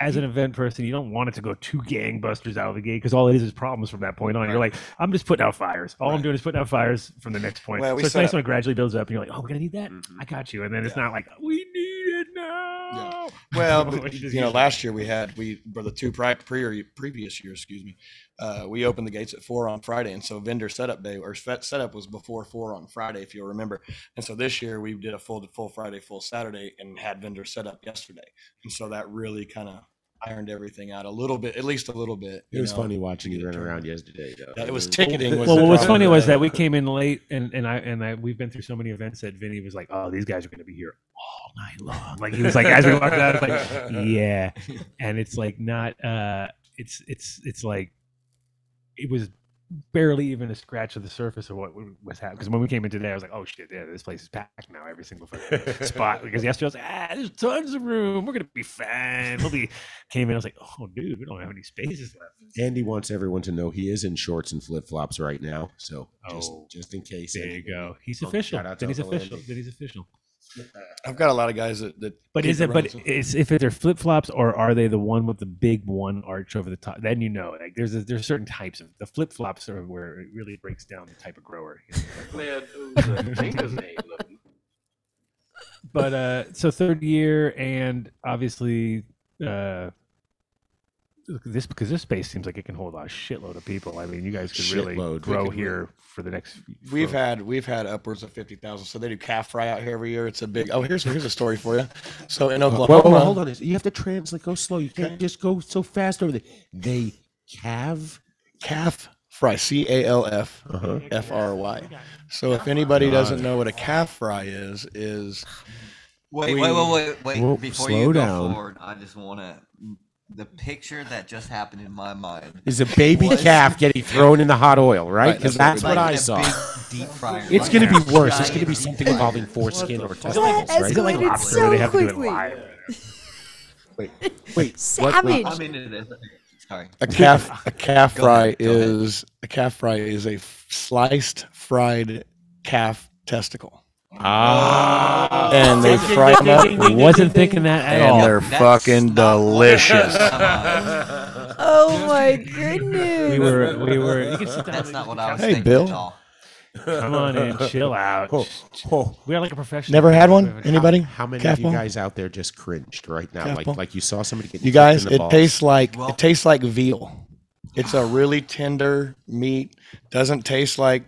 Speaker 4: as an event person, you don't want it to go too gangbusters out of the gate because all it is is problems from that point on. You're like, I'm just putting out fires. All I'm doing is putting out fires from the next point.
Speaker 7: Well, we
Speaker 4: so it's
Speaker 7: set
Speaker 4: nice
Speaker 7: up-
Speaker 4: when it gradually builds up, and you're like, oh, we're gonna need that.
Speaker 7: Mm-hmm.
Speaker 4: I got you. And then it's not like we need it now.
Speaker 7: Well, but,
Speaker 4: Which is
Speaker 7: you know,
Speaker 4: usually-
Speaker 7: last year we had we for the two pri- pre previous year, excuse me, uh, we opened the gates at four on Friday, and so vendor setup day or set, setup was before four on Friday, if you'll remember. And so this year we did a full full Friday, full Saturday, and had vendor setup yesterday, and so that really kind of ironed everything out a little bit, at least a little bit.
Speaker 5: It
Speaker 7: you
Speaker 5: was
Speaker 7: know.
Speaker 5: funny watching you run around yesterday. Though.
Speaker 7: Yeah, it was ticketing. Was
Speaker 4: well,
Speaker 7: the
Speaker 4: what was
Speaker 7: problem
Speaker 4: funny was
Speaker 7: today.
Speaker 4: that we came in late, and, and I and I we've been through so many events that Vinny was like, "Oh, these guys are going to be here all night long." Like he was like, as we walked out, I was like, "Yeah," and it's like not. uh It's it's it's like it was barely even a scratch of the surface of what w- was happening. Because when we came in today, I was like, oh shit, yeah, this place is packed now, every single fucking spot. Because yesterday I was like, ah, there's tons of room. We're gonna be fine. We'll be. Came in, I was like, oh dude, we don't have any spaces left.
Speaker 5: Andy wants everyone to know he is in shorts and flip flops right now. So just
Speaker 4: Oh.
Speaker 5: just in case.
Speaker 4: There you
Speaker 5: anyone-
Speaker 4: go. He's
Speaker 5: Oh,
Speaker 4: official.
Speaker 5: shout out
Speaker 4: Then
Speaker 5: to
Speaker 4: he's
Speaker 5: Uncle
Speaker 4: official.
Speaker 5: Andy.
Speaker 4: Then he's official.
Speaker 7: I've got a lot of guys that. that
Speaker 4: But
Speaker 7: keep
Speaker 4: is it? But
Speaker 7: running.
Speaker 4: it's if they're flip flops or are they the one with the big one arch over the top? Then you know, like there's a, there's certain types of the flip flops are where it really breaks down the type of grower. you know, like,
Speaker 10: Man, who's the Dingus name?
Speaker 4: but uh, so third year and obviously uh, look, this because this space seems like it can hold a shitload of people. I mean, you guys could really
Speaker 5: Shitload. We
Speaker 4: grow
Speaker 5: could really-
Speaker 4: here for the next.
Speaker 7: We've
Speaker 4: for-
Speaker 7: had we've had upwards of fifty thousand. So they do calf fry out here every year. It's a big. Oh, here's here's a story for you. So
Speaker 4: Uh,
Speaker 7: in
Speaker 5: Whoa, whoa,
Speaker 7: Oklahoma,
Speaker 5: whoa, hold on. You have to translate. Go slow. You can't
Speaker 7: Okay.
Speaker 5: just go so fast over there. They calve.
Speaker 7: calf fry, C A L F
Speaker 5: Uh-huh.
Speaker 7: F R Y. So if
Speaker 4: Oh,
Speaker 7: anybody doesn't know what a calf fry is, is
Speaker 6: Wait,
Speaker 7: We-
Speaker 6: wait, wait, wait, wait.
Speaker 5: Whoa,
Speaker 6: Before
Speaker 5: slow
Speaker 6: you go
Speaker 5: down.
Speaker 6: forward, I just want to. The picture that just happened in my mind.
Speaker 5: Is a baby
Speaker 6: What?
Speaker 5: calf getting thrown in the hot oil, right?
Speaker 7: Right,
Speaker 5: Because
Speaker 7: that's
Speaker 5: that's,
Speaker 7: what
Speaker 5: what I
Speaker 6: like a
Speaker 5: saw.
Speaker 6: big deep fryer.
Speaker 5: It's
Speaker 6: right
Speaker 5: going to
Speaker 6: there.
Speaker 5: be worse. It's going to be
Speaker 6: Giant
Speaker 5: something
Speaker 6: deep
Speaker 5: involving
Speaker 6: fryer.
Speaker 5: foreskin or
Speaker 8: That
Speaker 5: testicles, right?
Speaker 4: like
Speaker 8: escalated
Speaker 4: lobster where they
Speaker 8: so
Speaker 4: have to do it
Speaker 8: quickly.
Speaker 4: live?
Speaker 5: Wait, what-
Speaker 8: Savage.
Speaker 5: wait,
Speaker 6: I'm into this. Sorry.
Speaker 7: a calf a calf
Speaker 6: Go
Speaker 7: fry
Speaker 6: ahead, go ahead.
Speaker 7: is a calf fry is a f- sliced fried calf testicle,
Speaker 5: Ah.
Speaker 7: and they fry them up,
Speaker 4: Wasn't thinking that at
Speaker 7: and
Speaker 4: all.
Speaker 7: they're
Speaker 6: That's
Speaker 7: fucking
Speaker 6: not-
Speaker 7: delicious.
Speaker 6: Come on.
Speaker 8: Oh my goodness.
Speaker 4: We were, we were. You can sit down.
Speaker 6: That's not what I was
Speaker 7: Hey,
Speaker 6: thinking
Speaker 7: Bill.
Speaker 6: at all.
Speaker 4: Come on in, chill out.
Speaker 5: Oh, oh.
Speaker 4: We are like a professional.
Speaker 7: Never had one.
Speaker 4: How-
Speaker 7: Anybody?
Speaker 5: How many
Speaker 7: Calf
Speaker 5: of you
Speaker 7: ball?
Speaker 5: guys out there just cringed right now?
Speaker 7: Calf
Speaker 5: Like,
Speaker 7: ball.
Speaker 5: like you saw somebody get
Speaker 7: You guys,
Speaker 5: in the
Speaker 7: it
Speaker 5: balls.
Speaker 7: tastes like
Speaker 6: Well-
Speaker 7: it tastes like veal. It's a really tender meat. Doesn't taste like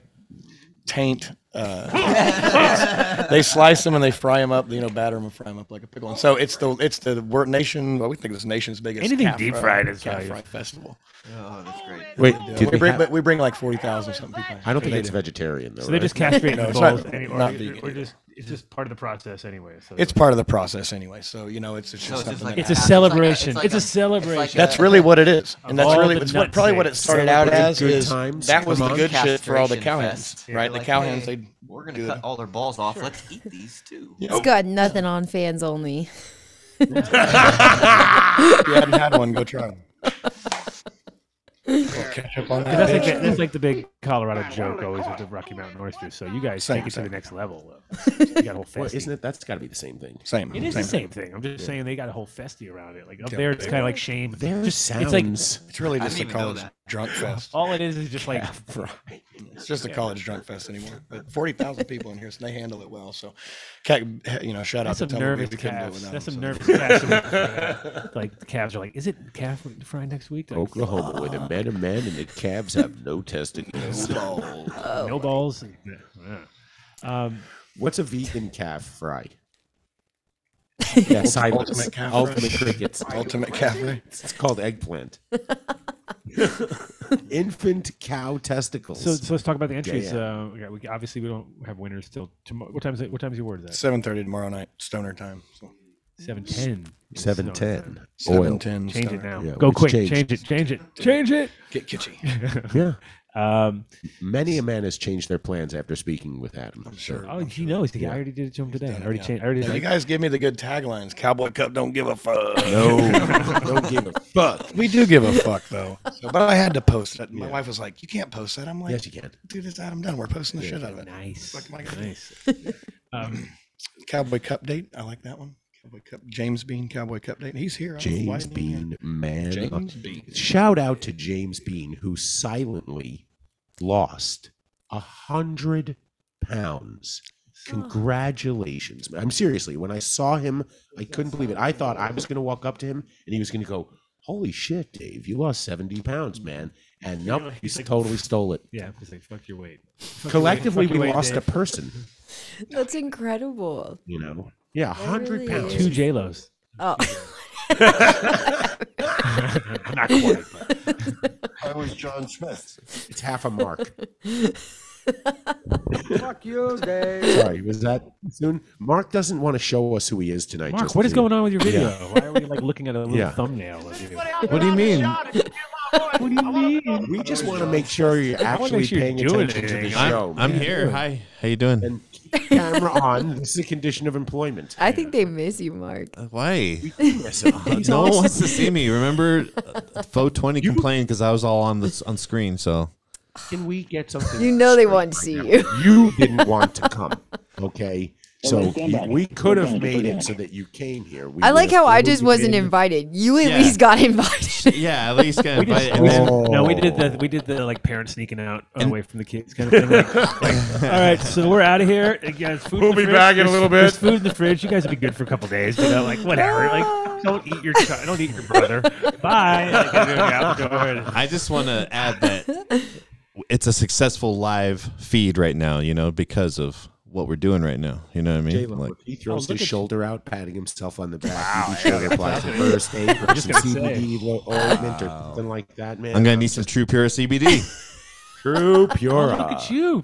Speaker 7: taint. Uh, they slice them and they fry them up. You know, batter them and fry them up like a pickle. And so it's the it's the wor- nation. Well, we think this nation's biggest
Speaker 4: Anything
Speaker 7: calf
Speaker 4: deep
Speaker 7: fry-
Speaker 4: fried is
Speaker 7: calf
Speaker 4: value.
Speaker 7: fry festival.
Speaker 6: Oh, that's great.
Speaker 5: Wait,
Speaker 7: we
Speaker 5: did they
Speaker 7: bring
Speaker 5: have-
Speaker 7: but we bring like forty thousand something people.
Speaker 5: I don't think it's vegetarian though.
Speaker 4: So they
Speaker 5: right?
Speaker 4: just castrate
Speaker 7: No,
Speaker 4: the
Speaker 7: it's not-
Speaker 4: balls, any- or,
Speaker 7: not
Speaker 4: or
Speaker 7: vegan.
Speaker 4: just it's just part of the process anyway. So
Speaker 7: It's part of the process anyway. So you know, it's, it's
Speaker 6: So
Speaker 7: just
Speaker 6: it's just
Speaker 7: something.
Speaker 6: like
Speaker 7: that-
Speaker 4: It's a
Speaker 6: like
Speaker 4: celebration.
Speaker 6: like
Speaker 4: It's a
Speaker 6: it's
Speaker 4: celebration.
Speaker 6: like
Speaker 7: that's really what it is, and that's
Speaker 4: all
Speaker 7: really
Speaker 4: the
Speaker 7: it's what, probably what it
Speaker 4: nutsays.
Speaker 7: started out
Speaker 5: Celebrating
Speaker 7: as
Speaker 5: good
Speaker 7: is
Speaker 5: times.
Speaker 7: that was
Speaker 5: Come
Speaker 7: the
Speaker 5: on.
Speaker 7: good shit for all the
Speaker 6: Castration
Speaker 7: cowhands,
Speaker 6: fest.
Speaker 7: right?
Speaker 6: They're
Speaker 7: the
Speaker 6: like,
Speaker 7: cowhands,
Speaker 6: hey,
Speaker 7: they
Speaker 6: We're gonna
Speaker 7: do
Speaker 6: cut
Speaker 7: that.
Speaker 6: all their balls off. Let's eat these too.
Speaker 8: It's got nothing on fans only.
Speaker 7: If you hadn't had one, go try one. Little ketchup on that
Speaker 4: That's like,
Speaker 7: bitch.
Speaker 4: the, that's like the big Colorado joke always with the Rocky Mountain oysters. So you guys
Speaker 7: Same,
Speaker 4: take it to the
Speaker 7: same.
Speaker 4: next level. You got a whole
Speaker 5: Well,
Speaker 4: festy.
Speaker 5: isn't it? That's got to be the same thing.
Speaker 7: Same.
Speaker 4: it is
Speaker 7: same.
Speaker 4: the same thing. I'm just saying they got a whole festy around it. Like up
Speaker 7: Yeah.
Speaker 4: there, it's kind of like shame.
Speaker 5: Their
Speaker 4: just
Speaker 5: sounds.
Speaker 4: it's like
Speaker 7: It's really
Speaker 6: I
Speaker 7: just a
Speaker 6: didn't even know
Speaker 7: college
Speaker 6: that.
Speaker 7: drunk fest.
Speaker 4: all it is is just like
Speaker 7: It's just a college drunk fest anymore. But forty thousand people in here, so they handle it well. So, cat, you know, shout
Speaker 4: that's
Speaker 7: out to
Speaker 4: some
Speaker 7: Tumbleweed,
Speaker 4: nervous
Speaker 7: we couldn't do it
Speaker 4: calves.
Speaker 7: without
Speaker 4: That's
Speaker 7: them,
Speaker 4: some
Speaker 7: so.
Speaker 4: nervous calves. like the calves are like, is it calf fried next week? Like,
Speaker 5: Oklahoma, where the men are men and the calves have no testicles.
Speaker 4: no balls. Yeah. Um,
Speaker 5: What's a vegan calf fry? Yeah, silence.
Speaker 7: ultimate calf fry.
Speaker 5: Ultimate crickets.
Speaker 7: Ultimate cafe.
Speaker 5: It's called eggplant. Infant cow testicles.
Speaker 4: so, so let's talk about the entries.
Speaker 5: yeah.
Speaker 4: Uh, we got- we, obviously, we don't have winners till tomorrow. What time's it? What time's your word? Is that
Speaker 7: Seven thirty tomorrow night, stoner time. So,
Speaker 4: seven ten.
Speaker 5: Seven ten.
Speaker 7: Seven ten.
Speaker 4: Change it
Speaker 7: stoner.
Speaker 4: now.
Speaker 5: Yeah,
Speaker 4: Go
Speaker 5: it's
Speaker 4: quick.
Speaker 5: changed.
Speaker 4: Change it. Change it. Change it.
Speaker 7: Get kitschy.
Speaker 5: Yeah.
Speaker 4: Um,
Speaker 5: Many a man has changed their plans after speaking with Adam. I'm
Speaker 7: sure.
Speaker 4: oh, he knows. I already did it to him today. I already changed. I already.
Speaker 7: Yeah, you guys give me the good taglines. Cowboy Cup don't give a fuck.
Speaker 5: No, don't give a fuck.
Speaker 7: We do give a fuck though. So, but I had to post it. My wife was like, "You can't post that." I'm like,
Speaker 5: Yes, you can.
Speaker 7: "Dude, it's Adam Dunn. We're posting the shit out of it."
Speaker 4: nice.
Speaker 7: Fuck my God.
Speaker 4: nice. um,
Speaker 7: Cowboy Cup date. I like that one. Cowboy Cup. James Bean. Cowboy Cup date. He's here. I don't know why
Speaker 5: James
Speaker 7: he didn't
Speaker 5: Bean, man.
Speaker 7: get-
Speaker 5: of-
Speaker 7: James Bean.
Speaker 5: Shout out to James Bean, who silently lost a hundred pounds. Congratulations. I'm seriously, when I saw him, I couldn't believe it. I thought I was going to walk up to him and he was going to go, Holy shit, Dave, you lost 70 pounds, man. And nope, he totally stole it.
Speaker 4: yeah. It's like fuck your weight.
Speaker 5: Collectively,
Speaker 4: fuck your
Speaker 5: we
Speaker 4: weight,
Speaker 5: lost a
Speaker 4: Dave.
Speaker 5: person,
Speaker 8: That's incredible.
Speaker 5: you know? Yeah, 100
Speaker 8: really
Speaker 5: pounds.
Speaker 4: Two J Los.
Speaker 8: Oh,
Speaker 4: Not quite. But
Speaker 2: I was John Smith.
Speaker 5: It's half a mark.
Speaker 2: Fuck you, Dave.
Speaker 5: Sorry, was that soon? Mark doesn't want to show us who he is tonight.
Speaker 4: Mark, what is going on with your video?
Speaker 5: Yeah.
Speaker 4: Why are we like looking at a little
Speaker 5: Yeah.
Speaker 4: thumbnail? Of you?
Speaker 2: What do you mean?
Speaker 4: What do you mean?
Speaker 5: We just want to make sure you're
Speaker 4: wanna make
Speaker 5: actually
Speaker 4: sure you're
Speaker 5: paying
Speaker 4: doing
Speaker 5: attention to the
Speaker 4: anything.
Speaker 5: show.
Speaker 11: I'm, I'm
Speaker 5: man.
Speaker 11: here. Hi. How you doing?
Speaker 5: And keep camera on. This is a condition of employment.
Speaker 8: I think they miss you, Mark.
Speaker 11: Uh, Why? Uh,
Speaker 5: He's
Speaker 11: no one
Speaker 5: awesome.
Speaker 11: wants to see me. Remember, uh, Fo Twenty complained because I was all on the on screen. So
Speaker 5: Can we get something?
Speaker 8: You know they
Speaker 5: straight
Speaker 8: want to
Speaker 5: right
Speaker 8: see
Speaker 5: now?
Speaker 8: you.
Speaker 5: You didn't want to come. Um, Okay. So
Speaker 9: stand
Speaker 5: you-
Speaker 9: by.
Speaker 5: we could have
Speaker 9: Stand by.
Speaker 5: made it so that you came here. We
Speaker 8: I
Speaker 5: would
Speaker 8: like
Speaker 5: have
Speaker 8: how I
Speaker 5: filled
Speaker 8: just
Speaker 5: you
Speaker 8: wasn't
Speaker 5: in.
Speaker 8: invited. You at
Speaker 11: Yeah.
Speaker 8: least got invited.
Speaker 11: yeah, at least got
Speaker 4: We just-
Speaker 11: invited. And then
Speaker 5: Oh.
Speaker 4: No, we did the we did the like parents sneaking out away from the kids kind of thing. Like, like, all right, so we're out of here. You guys, food
Speaker 5: We'll
Speaker 4: in the
Speaker 5: be
Speaker 4: fridge.
Speaker 5: back in a
Speaker 4: There's-
Speaker 5: little
Speaker 4: There's
Speaker 5: bit.
Speaker 4: food in the fridge. You guys will be good for a couple days. You know, like whatever. Like don't eat your chi- don't eat your brother. Bye. Like, and then we're out the door and-
Speaker 11: I just want to add that it's a successful live feed right now. You know, because of what we're doing right now. You know what I mean?
Speaker 5: J-Lo,
Speaker 11: Like,
Speaker 5: he throws
Speaker 4: Oh, look
Speaker 5: his
Speaker 4: at you.
Speaker 5: shoulder out, patting himself on the back. Wow, sugar applies the first aid, or some
Speaker 4: gonna
Speaker 5: CBD lo- ointment or something like that, man.
Speaker 11: I'm gonna need some True Pure CBD.
Speaker 5: true pure.
Speaker 4: Oh, Look at you.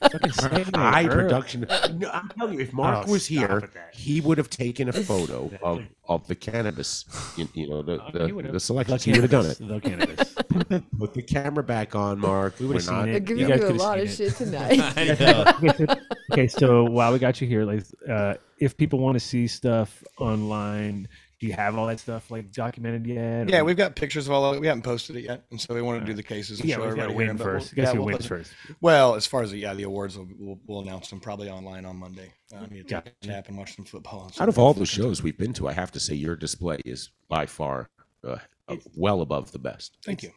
Speaker 4: Fucking saving
Speaker 5: high
Speaker 4: her.
Speaker 5: production. No, I'm telling you, if Mark
Speaker 4: Oh,
Speaker 5: was
Speaker 4: stop
Speaker 5: here,
Speaker 4: with that.
Speaker 5: he would have taken a photo of, of the cannabis, you, you know, the,
Speaker 4: Oh, He
Speaker 5: the,
Speaker 4: would've-
Speaker 5: the selection.
Speaker 4: the
Speaker 5: He would have done
Speaker 4: cannabis,
Speaker 5: it.
Speaker 4: The cannabis.
Speaker 5: Put the camera back on, Mark. We
Speaker 4: would've seen
Speaker 8: They're
Speaker 4: it.
Speaker 8: giving
Speaker 4: You
Speaker 8: you,
Speaker 4: guys
Speaker 8: a
Speaker 4: could've
Speaker 8: lot of
Speaker 4: seen
Speaker 8: shit tonight.
Speaker 11: I know.
Speaker 4: okay, so, okay, so while we got you here, like, uh, if people want to see stuff online, do you have all that stuff like documented yet?
Speaker 7: Yeah,
Speaker 4: or-
Speaker 7: we've got pictures of all of it. We haven't posted it yet, and so we want to do the cases. And
Speaker 4: yeah,
Speaker 7: show
Speaker 4: we've got to
Speaker 7: everybody
Speaker 4: win
Speaker 7: here, but we'll-
Speaker 4: first. Guess
Speaker 7: yeah,
Speaker 4: who
Speaker 7: we'll
Speaker 4: wins
Speaker 7: post-
Speaker 4: first?
Speaker 7: Well, as far as the, yeah, the awards, we'll, we'll, we'll announce them probably online on Monday. I need to
Speaker 4: Gotcha.
Speaker 7: take a nap and watch some football. and
Speaker 5: Out of
Speaker 7: stuff.
Speaker 5: all the shows we've been to, I have to say your display is by far uh, well above the best.
Speaker 7: Thank you.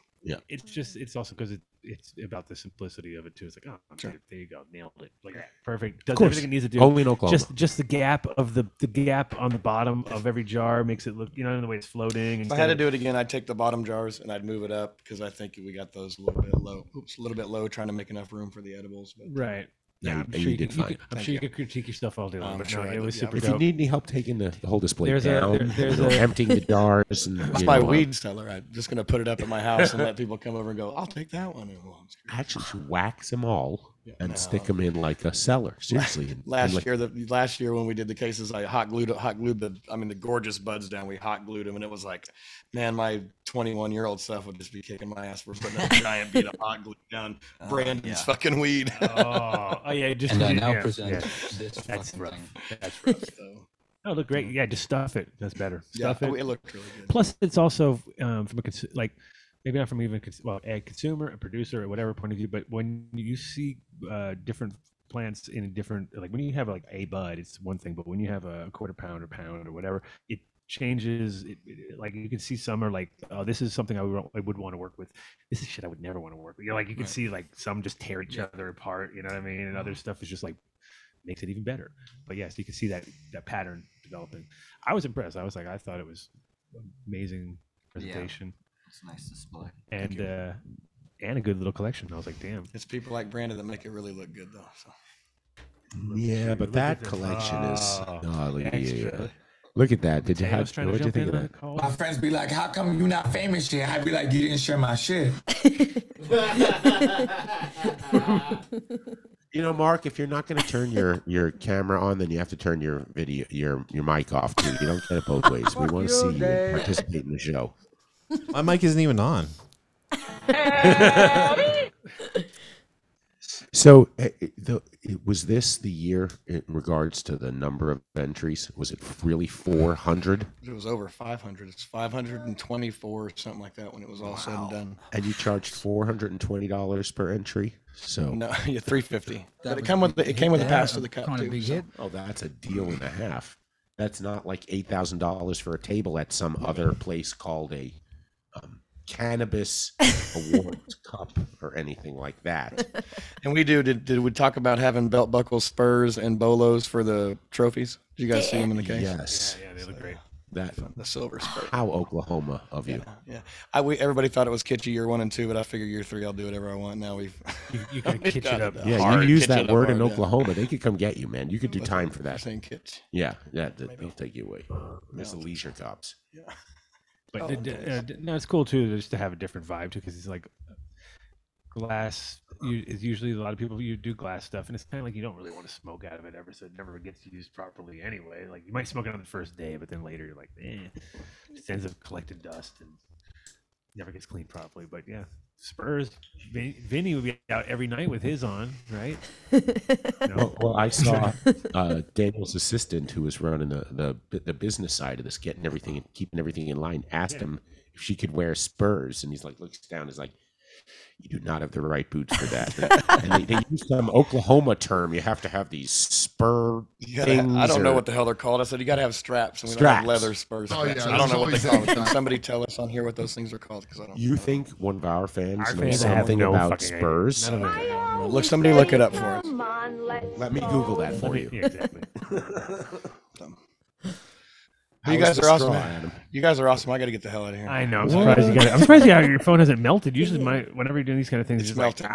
Speaker 4: It's just it's also because it, it's about the simplicity of it too. It's like oh,
Speaker 7: Sure.
Speaker 4: there you go, nailed it, like perfect. Does
Speaker 5: course.
Speaker 4: everything it needs to do.
Speaker 5: Only in Oklahoma.
Speaker 4: just just the gap of the the gap on the bottom of every jar makes it look you know the way it's floating.
Speaker 7: If I had to do it again, I'd take the bottom jars and I'd move it up because I think we got those a little bit low. Oops, a little bit low, trying to make enough room for the edibles. But
Speaker 4: right.
Speaker 5: No,
Speaker 4: Yeah,
Speaker 5: you-
Speaker 4: I'm
Speaker 5: you
Speaker 4: sure you,
Speaker 5: did
Speaker 4: could, you
Speaker 5: fine.
Speaker 4: could- I'm
Speaker 7: Thank
Speaker 4: sure you
Speaker 7: you.
Speaker 4: could critique your stuff all day long.
Speaker 7: I'm
Speaker 4: but
Speaker 7: sure
Speaker 4: no,
Speaker 7: I
Speaker 4: it
Speaker 7: did,
Speaker 4: was
Speaker 7: yeah.
Speaker 4: super
Speaker 5: If you
Speaker 4: dope.
Speaker 5: need any help taking the, the whole display
Speaker 4: There's a-
Speaker 5: down,
Speaker 4: there- there's
Speaker 5: you know,
Speaker 4: a-
Speaker 5: emptying the jars, and
Speaker 7: That's
Speaker 5: you
Speaker 7: my
Speaker 5: know, uh,
Speaker 7: weed seller. I'm just going to put it up at my house and let people come over and go, I'll take that one. And, well, I'm screwed.
Speaker 5: actually to wax them all
Speaker 7: Yeah,
Speaker 5: and
Speaker 7: no.
Speaker 5: stick them in like a cellar. Seriously, and- and
Speaker 7: Last
Speaker 5: like-
Speaker 7: year, the last year when we did the cases, I hot glued hot glued the I mean the gorgeous buds down. We hot glued them, and it was like, man, my 21 year old stuff would just be kicking my ass. We're putting a giant bead of hot glue down
Speaker 6: Oh,
Speaker 7: Brandon's
Speaker 6: yeah.
Speaker 7: fucking weed.
Speaker 4: oh, oh yeah, just
Speaker 10: And I
Speaker 4: yeah,
Speaker 10: now
Speaker 4: yeah,
Speaker 10: present
Speaker 4: yeah.
Speaker 10: this
Speaker 4: That's
Speaker 10: fucking
Speaker 4: rough.
Speaker 10: thing.
Speaker 7: That's rough. So,
Speaker 4: Oh, look great. Yeah, just stuff it. That's better.
Speaker 7: yeah, oh,
Speaker 4: Stuff
Speaker 7: it.
Speaker 4: it.
Speaker 7: looked really good.
Speaker 4: Plus, it's also um, from a cons- like maybe not from even cons- well a consumer, a producer, or whatever point of view. But when you see uh, different plants in a different like when you have like a bud, it's one thing. But when you have a quarter pound or pound or whatever, it changes. It, it- like you can see some are like, oh, this is something I would, I would want to work with. This is shit I would never want to work with. You're like you can see like some just tear each other apart. You know what I mean? And
Speaker 7: Uh-huh.
Speaker 4: other stuff is just like makes it even better. But yes, you can see that that pattern developing. I was impressed. I was like, I thought it was amazing presentation
Speaker 6: It's a nice display.
Speaker 4: and uh, and a good little collection. I was like, damn.
Speaker 7: It's people like Brandon that make it really look good, though. So.
Speaker 5: yeah, but
Speaker 4: Look at
Speaker 5: that
Speaker 4: this.
Speaker 5: collection is.
Speaker 4: Oh,
Speaker 5: Oh, look, at you.
Speaker 4: extra.
Speaker 5: Look at that. Did you
Speaker 4: Hey, I
Speaker 5: have?
Speaker 4: was trying to
Speaker 5: What did you
Speaker 4: jump
Speaker 5: think of
Speaker 4: in on the
Speaker 5: that?
Speaker 4: call.
Speaker 12: My friends be like, "How come you not famous yet?" I be like, "You didn't share my shit."
Speaker 5: You know, Mark, if you're not going to turn your your camera on, then you have to turn your video your your mic off too. You don't get it both ways. We want to see you participate in the show.
Speaker 11: My mic isn't even on.
Speaker 5: So, uh, uh, the, it- was this the year in regards to the number of entries? Was it really 400?
Speaker 7: It was over 500. It's 524 or something like that when it was all said and done.
Speaker 5: And you charged $420 per entry? So,
Speaker 7: No, yeah, 350.
Speaker 12: That
Speaker 7: but it
Speaker 12: was
Speaker 7: came
Speaker 12: a
Speaker 7: with the,
Speaker 12: big
Speaker 7: it
Speaker 12: hit
Speaker 7: came with a
Speaker 12: there.
Speaker 7: pass to the cup
Speaker 12: Kinda
Speaker 7: too.
Speaker 12: big
Speaker 7: so-
Speaker 12: hit.
Speaker 5: oh, that's a deal and a half. That's not like $8,000 for a table at some other place called a um, cannabis awards cup or anything like that.
Speaker 7: And we do. Did, did we talk about having belt buckles, spurs, and bolos for the trophies? Did you guys see them in the case?
Speaker 5: Yes.
Speaker 4: Yeah, they look great.
Speaker 5: That
Speaker 7: The silver spurs.
Speaker 5: how Oklahoma of you.
Speaker 7: Yeah. I we everybody thought it was kitschy year one and two, but I figure year three I'll do whatever I want. Now we've
Speaker 4: You, you can kitch it up.
Speaker 5: Yeah,
Speaker 7: Hard,
Speaker 5: you use
Speaker 7: kitchen
Speaker 5: that word
Speaker 7: hard,
Speaker 5: in
Speaker 7: yeah.
Speaker 5: Oklahoma, they could come get you, man. You could do time for that.
Speaker 7: saying kitsch.
Speaker 5: Yeah, yeah, th- they'll take you away. There's the leisure cops.
Speaker 4: But the- the- uh, d- no, it's cool too, just to have a different vibe too, because it's like glass. You, is usually a lot of people you do glass stuff, and it's kind of like you don't really want to smoke out of it ever, so it never gets used properly anyway. Like you might smoke it on the first day, but then later you're like, eh, it just ends up collecting dust and never gets cleaned properly. But yeah, Spurs. Vin- Vinny would be out every night with his on, right?
Speaker 5: Well, Oh, well, I saw uh, Daniel's assistant, who was running the, the the business side of this, getting everything, keeping everything in line, asked him if she could wear spurs, and he's like, looks down, is like, you do not have the right boots for that. and they, they use some Oklahoma term. You have to have these spur
Speaker 7: You gotta ha-
Speaker 5: things.
Speaker 7: I don't know
Speaker 5: or-
Speaker 7: what the hell they're called. I said you got to have straps, and we don't have
Speaker 5: Straps.
Speaker 7: leather spurs.
Speaker 5: Oh,
Speaker 7: for that,
Speaker 5: yeah,
Speaker 7: so I don't
Speaker 5: that's
Speaker 7: know what they
Speaker 5: always
Speaker 7: call it.
Speaker 5: that.
Speaker 7: Can somebody tell us on here what those things are called? Because I don't.
Speaker 5: You think one of our fans
Speaker 7: Our
Speaker 5: knows
Speaker 7: fans have
Speaker 5: something
Speaker 7: no
Speaker 5: about
Speaker 7: fucking idea.
Speaker 5: Spurs?
Speaker 7: None of them. Look, somebody look it up for us.
Speaker 5: Let me Google that for you.
Speaker 4: exactly.
Speaker 7: you
Speaker 5: How
Speaker 7: guys
Speaker 5: is the
Speaker 7: are awesome.
Speaker 5: straw,
Speaker 7: man.
Speaker 5: Adam?
Speaker 7: You guys are awesome. I got to get the hell out of here.
Speaker 4: I know. I'm surprised you got it. I'm surprised you, your phone hasn't melted. Usually, my whenever you're doing these kind of things, it's, "Ah,
Speaker 7: melting.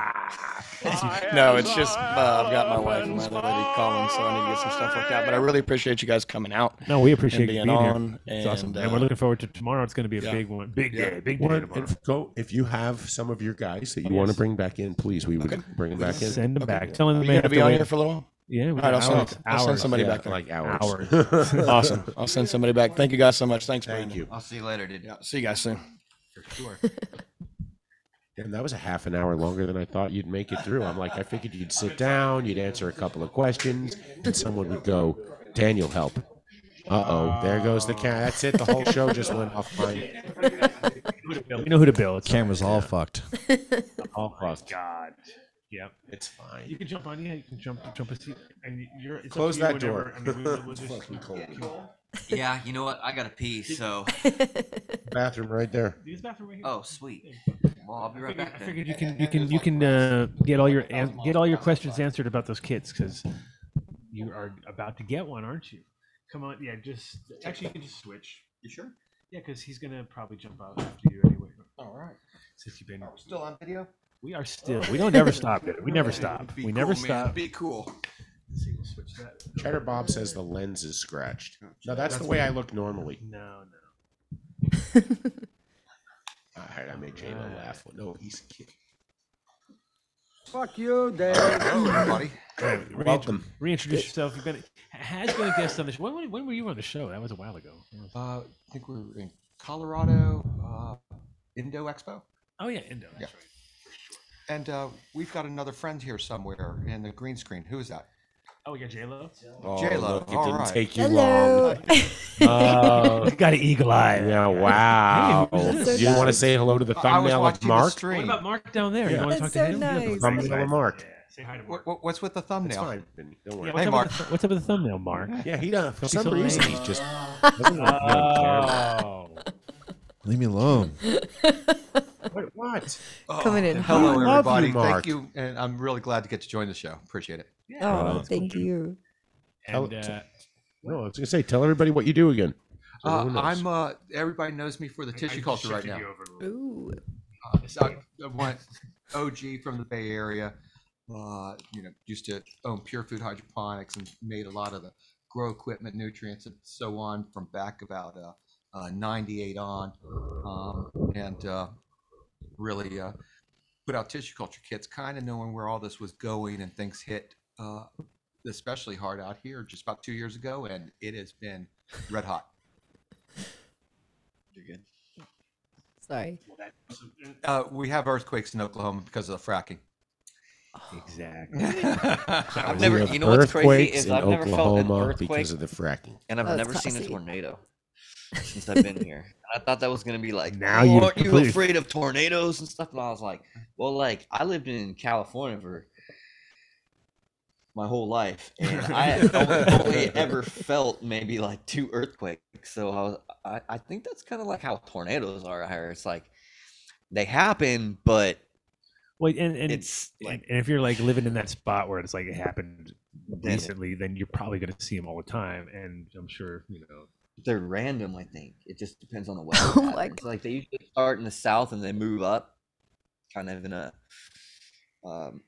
Speaker 7: no, it's just uh, I've got my wife and my other lady calling, so I need to get some stuff worked out. But I really appreciate you guys coming out.
Speaker 4: like, no, we appreciate
Speaker 7: and
Speaker 4: you
Speaker 7: being
Speaker 4: being
Speaker 7: on.
Speaker 4: here. It's
Speaker 7: and,
Speaker 4: awesome,
Speaker 7: uh,
Speaker 4: and we're looking forward to tomorrow. It's going to be a
Speaker 7: yeah.
Speaker 4: big one, big
Speaker 7: Yeah.
Speaker 4: day, big day
Speaker 5: Well,
Speaker 4: tomorrow.
Speaker 5: if, go, if you have some of your guys that you want to
Speaker 4: Yes.
Speaker 5: bring back in, please, we would bring them
Speaker 4: We
Speaker 5: back
Speaker 4: can
Speaker 5: in.
Speaker 4: send 'em Okay. back. Tell 'em
Speaker 7: Are
Speaker 4: they
Speaker 7: you
Speaker 4: may
Speaker 7: gonna
Speaker 4: have
Speaker 7: be
Speaker 4: to
Speaker 7: on
Speaker 4: wait.
Speaker 7: here for a little while?
Speaker 4: Yeah, we
Speaker 7: All right,
Speaker 4: got
Speaker 7: I'll send,
Speaker 4: hours,
Speaker 7: I'll send
Speaker 4: hours.
Speaker 7: somebody
Speaker 4: Yeah,
Speaker 7: back there.
Speaker 4: like hours.
Speaker 7: Hours. awesome. I'll send somebody back. Thank you guys so much. Thanks, Thank
Speaker 13: I'll see you later, dude.
Speaker 7: Yeah, see you guys soon.
Speaker 13: Sure.
Speaker 5: Damn, that was a half an hour longer than I thought you'd make it through. I'm like, I figured you'd sit down, you'd answer a couple of questions, and someone would go, Daniel, help. Uh oh, there goes the cat. That's it. The whole show just went offline.
Speaker 4: We know who to bill. It's
Speaker 11: Camera's all fucked.
Speaker 5: all fucked.
Speaker 4: Oh God. Yep.
Speaker 5: It's fine.
Speaker 4: You can jump on. Yeah, you can jump. Jump a seat. And you're it's up
Speaker 5: Close
Speaker 4: to you
Speaker 5: that door.
Speaker 4: whenever- I mean, we- we'll
Speaker 5: It's
Speaker 4: just-
Speaker 5: fucking cold.
Speaker 13: yeah, you know what? I gotta pee, so.
Speaker 5: Bathroom right there.
Speaker 4: Use bathroom right here.
Speaker 13: Oh, sweet. Well, I'll be right back
Speaker 4: I
Speaker 13: then.
Speaker 4: figured you can you can you can uh, get all your an- get all your questions answered about those kids because you are about to get one, aren't you? Come on, yeah. Just actually, you can just switch.
Speaker 13: You sure?
Speaker 4: Yeah, because he's gonna probably jump out after you anyway.
Speaker 13: All right.
Speaker 4: Since you've been,
Speaker 13: Still on video?
Speaker 4: we are still. We don't ever stop. dude. We never stop.
Speaker 13: Be
Speaker 4: We never
Speaker 13: cool, man.
Speaker 4: stop.
Speaker 13: Be cool.
Speaker 4: Let's see, we'll switch that.
Speaker 5: Cheddar Bob says the lens is scratched. No, that's the way I look normally.
Speaker 4: No, no.
Speaker 5: All right, I made J Lo laugh. No, he's kidding.
Speaker 14: Fuck you, Dave.
Speaker 13: buddy.
Speaker 4: Reintro-
Speaker 5: Welcome.
Speaker 4: Reintroduce yourself. You've been has been a guest on the show. When, when, when were you on the show? That was a while ago.
Speaker 13: Uh, I think we were in Colorado, uh, Indo Expo.
Speaker 4: Oh yeah, Indo. That's
Speaker 13: Yeah. And uh, we've got another friend here somewhere in the green screen. Who is that?
Speaker 4: Oh, we got J Lo.
Speaker 5: Oh,
Speaker 13: J-Lo,
Speaker 5: look, it
Speaker 13: all
Speaker 5: didn't
Speaker 13: right.
Speaker 5: take you
Speaker 13: Hello.
Speaker 5: long. Oh,
Speaker 4: got an eagle eye.
Speaker 5: Yeah, wow.
Speaker 4: Hey, that's so
Speaker 5: you don't want to
Speaker 4: nice.
Speaker 5: say hello to the
Speaker 13: I- I was
Speaker 5: thumbnail of
Speaker 13: watching the
Speaker 5: Mark?
Speaker 13: stream. What
Speaker 4: about Mark down there? You
Speaker 5: Yeah.
Speaker 4: want to talk to
Speaker 8: That's so
Speaker 4: him?
Speaker 8: nice.
Speaker 4: Yeah,
Speaker 5: Thumbnail of Mark.
Speaker 4: Say hi to Mark.
Speaker 13: What, what's with the
Speaker 5: It's
Speaker 13: thumbnail?
Speaker 5: fine. Vinny, Don't
Speaker 4: Yeah,
Speaker 5: worry.
Speaker 4: what's,
Speaker 13: Hey,
Speaker 4: up
Speaker 13: Mark.
Speaker 4: With the, what's up with the thumbnail, Mark?
Speaker 5: Yeah, he doesn't. For
Speaker 4: He's
Speaker 5: some
Speaker 4: so
Speaker 5: reason,
Speaker 4: lame.
Speaker 5: he's just. doesn't want to really care.
Speaker 4: Oh.
Speaker 11: Leave me alone.
Speaker 5: What? what?
Speaker 4: Oh.
Speaker 5: Oh,
Speaker 8: Coming in.
Speaker 13: Hello,
Speaker 5: I love
Speaker 13: everybody.
Speaker 5: you,
Speaker 13: Thank
Speaker 5: Mark.
Speaker 13: you, and I'm really glad to get to join the show. Appreciate it.
Speaker 8: Oh, thank you.
Speaker 5: Tell-
Speaker 4: And, uh,
Speaker 5: No, I was gonna say, tell everybody what you do again. So
Speaker 13: Uh,
Speaker 5: everyone knows.
Speaker 13: I'm. Uh, everybody knows me for the tissue culture right now.
Speaker 8: Ooh.
Speaker 13: Uh, so I, I went OG from the Bay Area. Uh, you know, used to own Pure Food Hydroponics and made a lot of the grow equipment, nutrients, and so on from back about uh, uh, 98 on, um, and uh, really uh, put out tissue culture kits, kind of knowing where all this was going, and things hit uh, especially hard out here just about two years ago, and it has been red hot. You're good.
Speaker 8: Sorry.
Speaker 13: Uh, we have earthquakes in Oklahoma because of the fracking.
Speaker 4: Exactly.
Speaker 6: Oh. I've
Speaker 5: We
Speaker 6: never,
Speaker 5: have
Speaker 6: you know what's crazy
Speaker 5: earthquakes
Speaker 6: is
Speaker 5: in
Speaker 6: I've never felt an
Speaker 5: Oklahoma
Speaker 6: earthquake
Speaker 5: because of the fracking.
Speaker 6: and I've
Speaker 8: Oh, it's
Speaker 6: never seen a
Speaker 8: classy.
Speaker 6: tornado since I've been here. And I thought that was gonna be like,
Speaker 4: Now
Speaker 6: now
Speaker 4: you've
Speaker 6: aren't you
Speaker 4: completely-
Speaker 6: afraid of tornadoes and stuff? And I was like, well, like I lived in California for my whole life, and I had only, only ever felt maybe like two earthquakes. So I was, I, I think that's kind of like how tornadoes are out here. It's like they happen, but
Speaker 4: Wait, and, and
Speaker 6: it's
Speaker 4: and,
Speaker 6: like
Speaker 4: and if you're like living in that spot where it's like it happened
Speaker 6: it.
Speaker 4: recently, then you're probably going to see them all the time. And I'm sure you know.
Speaker 6: they're random. I think it just depends on the weather. Oh
Speaker 8: my
Speaker 6: Like they usually start in the south and they move up, kind of in a um,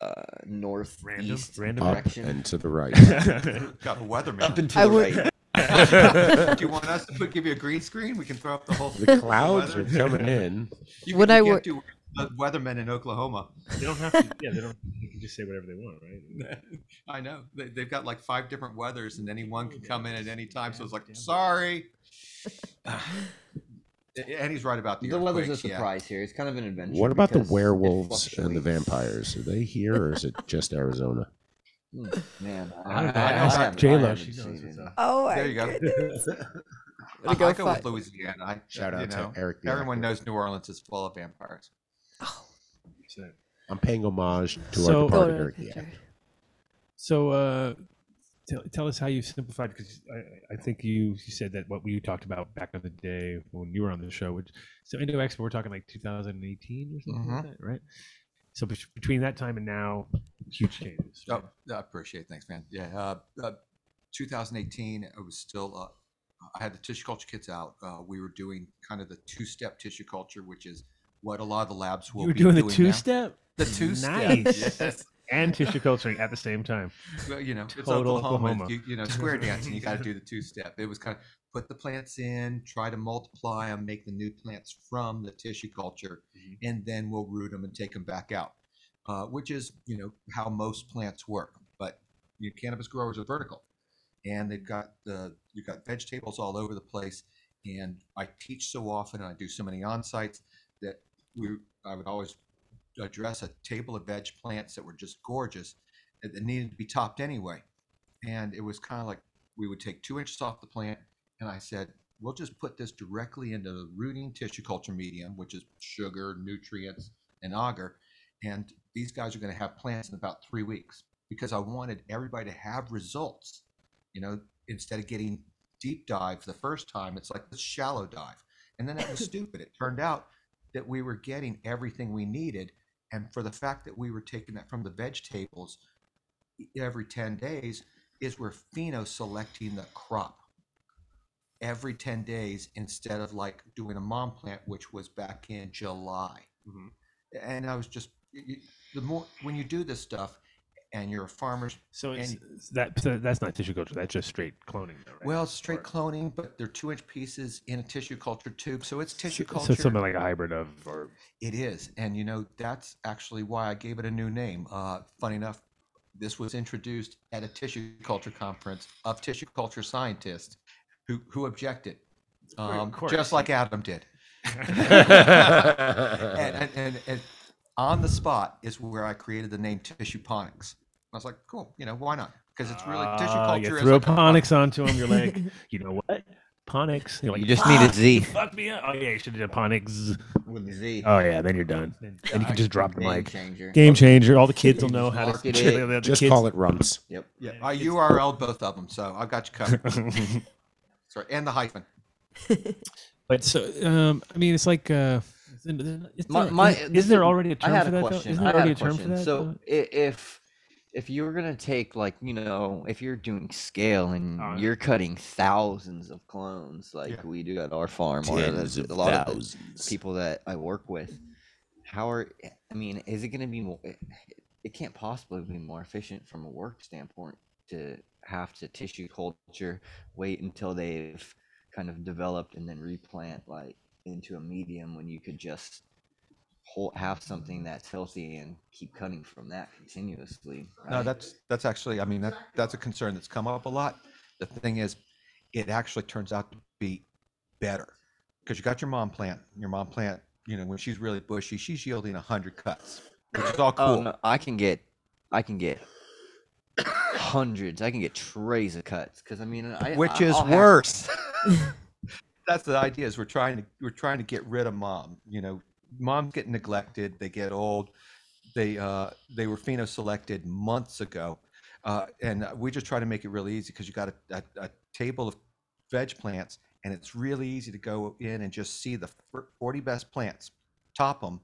Speaker 6: uh, northeast
Speaker 4: random
Speaker 5: Up
Speaker 6: direction.
Speaker 5: and to the right.
Speaker 13: Got the weatherman.
Speaker 6: Up and to
Speaker 8: I
Speaker 6: the
Speaker 8: would-
Speaker 6: right.
Speaker 13: Do you want us to put, give you a green screen? We can throw up the whole.
Speaker 5: The clouds are
Speaker 13: weather.
Speaker 5: coming in.
Speaker 13: You,
Speaker 8: When
Speaker 13: you
Speaker 8: I
Speaker 13: can't
Speaker 8: wor-
Speaker 13: do the weathermen in Oklahoma.
Speaker 4: They don't have to. Yeah, they don't. They can just say whatever they want, right?
Speaker 13: I know they, they've got like five different weathers, and anyone can come in at any time. So it's like, sorry. and he's right about the
Speaker 6: The weather's a
Speaker 13: earthquake, yeah.
Speaker 6: surprise here. It's kind of an adventure.
Speaker 5: What about the
Speaker 6: because it
Speaker 5: werewolves and the vampires? Are they here or is it just Arizona?
Speaker 6: fluctuates. Hmm, Man, I,
Speaker 4: I-
Speaker 6: I,
Speaker 4: I
Speaker 6: I,
Speaker 4: asked
Speaker 6: haven't- I
Speaker 4: J-Lo,
Speaker 6: haven't
Speaker 4: she knows
Speaker 6: seen
Speaker 4: what's
Speaker 6: it.
Speaker 4: up.
Speaker 15: Oh,
Speaker 13: there you go. I,
Speaker 15: Gotta go
Speaker 13: I go with
Speaker 15: fight.
Speaker 13: Louisiana. I,
Speaker 5: Shout
Speaker 13: you
Speaker 5: out to
Speaker 13: know,
Speaker 5: Eric the
Speaker 13: Everyone knows New Orleans is full of vampires.
Speaker 5: I'm paying homage to
Speaker 4: So-
Speaker 5: our departed Eric the Actor.
Speaker 4: So, uh, tell, tell us how you simplified because I, I think you, you said that what we talked about back in the day when you were on the show, which so Indo Expo, we're talking like 2018 or something
Speaker 5: Mm-hmm.
Speaker 4: like that, right? So bet- between that time and now, huge changes.
Speaker 13: Oh, I appreciate it. Thanks, man. Yeah. Uh, uh, 2018, I was still, uh, I had the tissue culture kits out. Uh, we were doing kind of the two step tissue culture, which is what a lot of the labs will
Speaker 4: you were
Speaker 13: be
Speaker 4: doing the
Speaker 13: now.
Speaker 4: two step,
Speaker 13: The two step.
Speaker 4: nice,
Speaker 13: Yes.
Speaker 4: and tissue culturing at the same time.
Speaker 13: Well, you know, it's
Speaker 4: Total
Speaker 13: Oklahoma.
Speaker 4: Oklahoma.
Speaker 13: You, you know, square dancing. You got to do the two step. It was kind of put the plants in, try to multiply them, make the new plants from the tissue culture,
Speaker 4: Mm-hmm.
Speaker 13: and then we'll root them and take them back out, uh, which is you know how most plants work. But you cannabis growers are vertical, and they've got the you've got vegetables all over the place. And I teach so often, and I do so many on sites that we I would always address a table of veg plants that were just gorgeous that that needed to be topped anyway. And it was kind of like we would take two inches off the plant, and I said, we'll just put this directly into the rooting tissue culture medium, which is sugar, nutrients, and agar. And these guys are going to have plants in about three weeks because I wanted everybody to have results. You know, instead of getting deep dive the first time, it's like the shallow dive. And then that was stupid. It turned out that we were getting everything we needed. And for the fact that we were taking that from the veg tables, every 10 days is we're pheno selecting the crop every 10 days instead of like doing a mom plant which was back in july
Speaker 4: Mm-hmm.
Speaker 13: and i was just y- y- the more when you do this stuff and you're a farmer
Speaker 4: So it's,
Speaker 13: and,
Speaker 4: it's that so that's not tissue culture. That's just straight cloning. Though, right?
Speaker 13: well it's straight cloning but they're two inch pieces in a tissue culture tube so it's tissue
Speaker 4: So-
Speaker 13: culture
Speaker 4: So it's something like a hybrid of or
Speaker 13: It is, and you know that's actually why I gave it a new name. Uh, funny enough, this was introduced at a tissue culture conference of tissue culture scientists who who objected,
Speaker 6: Right, of
Speaker 13: um,
Speaker 6: course.
Speaker 13: just like Adam did. and, and, and, and on the spot is where I created the name tissue ponics. I was like, cool, you know, why not? Because it's really tissue
Speaker 4: Ah,
Speaker 13: culture.
Speaker 4: You
Speaker 13: is
Speaker 4: throw
Speaker 13: like a-
Speaker 4: ponics onto him. You're like, you know what? Ponics. You're like,
Speaker 6: You just need a
Speaker 4: "Fuck,
Speaker 6: Z."
Speaker 4: you Fucked me up. Oh yeah, you should have done ponics.
Speaker 6: With a Z.
Speaker 4: Oh yeah, then you're done. Then you can just drop the
Speaker 6: Game
Speaker 4: mic.
Speaker 6: changer.
Speaker 4: Game changer. All the kids will know how to.
Speaker 6: Market
Speaker 4: the
Speaker 6: it.
Speaker 4: other
Speaker 5: Just
Speaker 4: kids-
Speaker 5: call it rumps.
Speaker 6: Yep.
Speaker 13: Yeah, I URL both of them, so I've got you covered. Sorry, and the hyphen.
Speaker 4: But so, um, I mean, it's like, uh, isn't, is
Speaker 6: My,
Speaker 4: there-
Speaker 6: my,
Speaker 4: is- is there already a
Speaker 6: I
Speaker 4: term
Speaker 6: had
Speaker 4: for
Speaker 6: a
Speaker 4: that? though?
Speaker 6: Question.
Speaker 4: Isn't
Speaker 6: I
Speaker 4: there
Speaker 6: had
Speaker 4: already
Speaker 6: a
Speaker 4: a term for
Speaker 6: question.
Speaker 4: that?
Speaker 6: So i- if if you were gonna take like you know if you're doing scale and
Speaker 4: Uh,
Speaker 6: you're cutting thousands of clones like we do at our farm or
Speaker 16: Tens
Speaker 6: that's
Speaker 16: of
Speaker 6: a lot of the
Speaker 16: thousands.
Speaker 6: people that I work with, how are I mean is it gonna be more? It, it can't possibly be more efficient from a work standpoint to have to tissue culture wait until they've kind of developed and then replant like into a medium when you could just whole, have something that's healthy and keep cutting from that continuously.
Speaker 13: No,
Speaker 6: right?
Speaker 13: that's that's actually. I mean, that that's a concern that's come up a lot. The thing is, it actually turns out to be better because you got your mom plant. Your mom plant, you know, when she's really bushy, she's yielding hundred cuts, which is all cool.
Speaker 6: Oh, no, I can get, I can get hundreds. I can get trays of cuts because I mean, I,
Speaker 13: which
Speaker 6: I-
Speaker 13: is
Speaker 6: I'll have-
Speaker 13: worse. That's the idea is we're trying to we're trying to get rid of mom. You know, moms get neglected. They get old. They uh, they were pheno selected months ago, uh, and we just try to make it really easy because you got a, a, a table of veg plants, and it's really easy to go in and just see the fir- forty best plants, top them,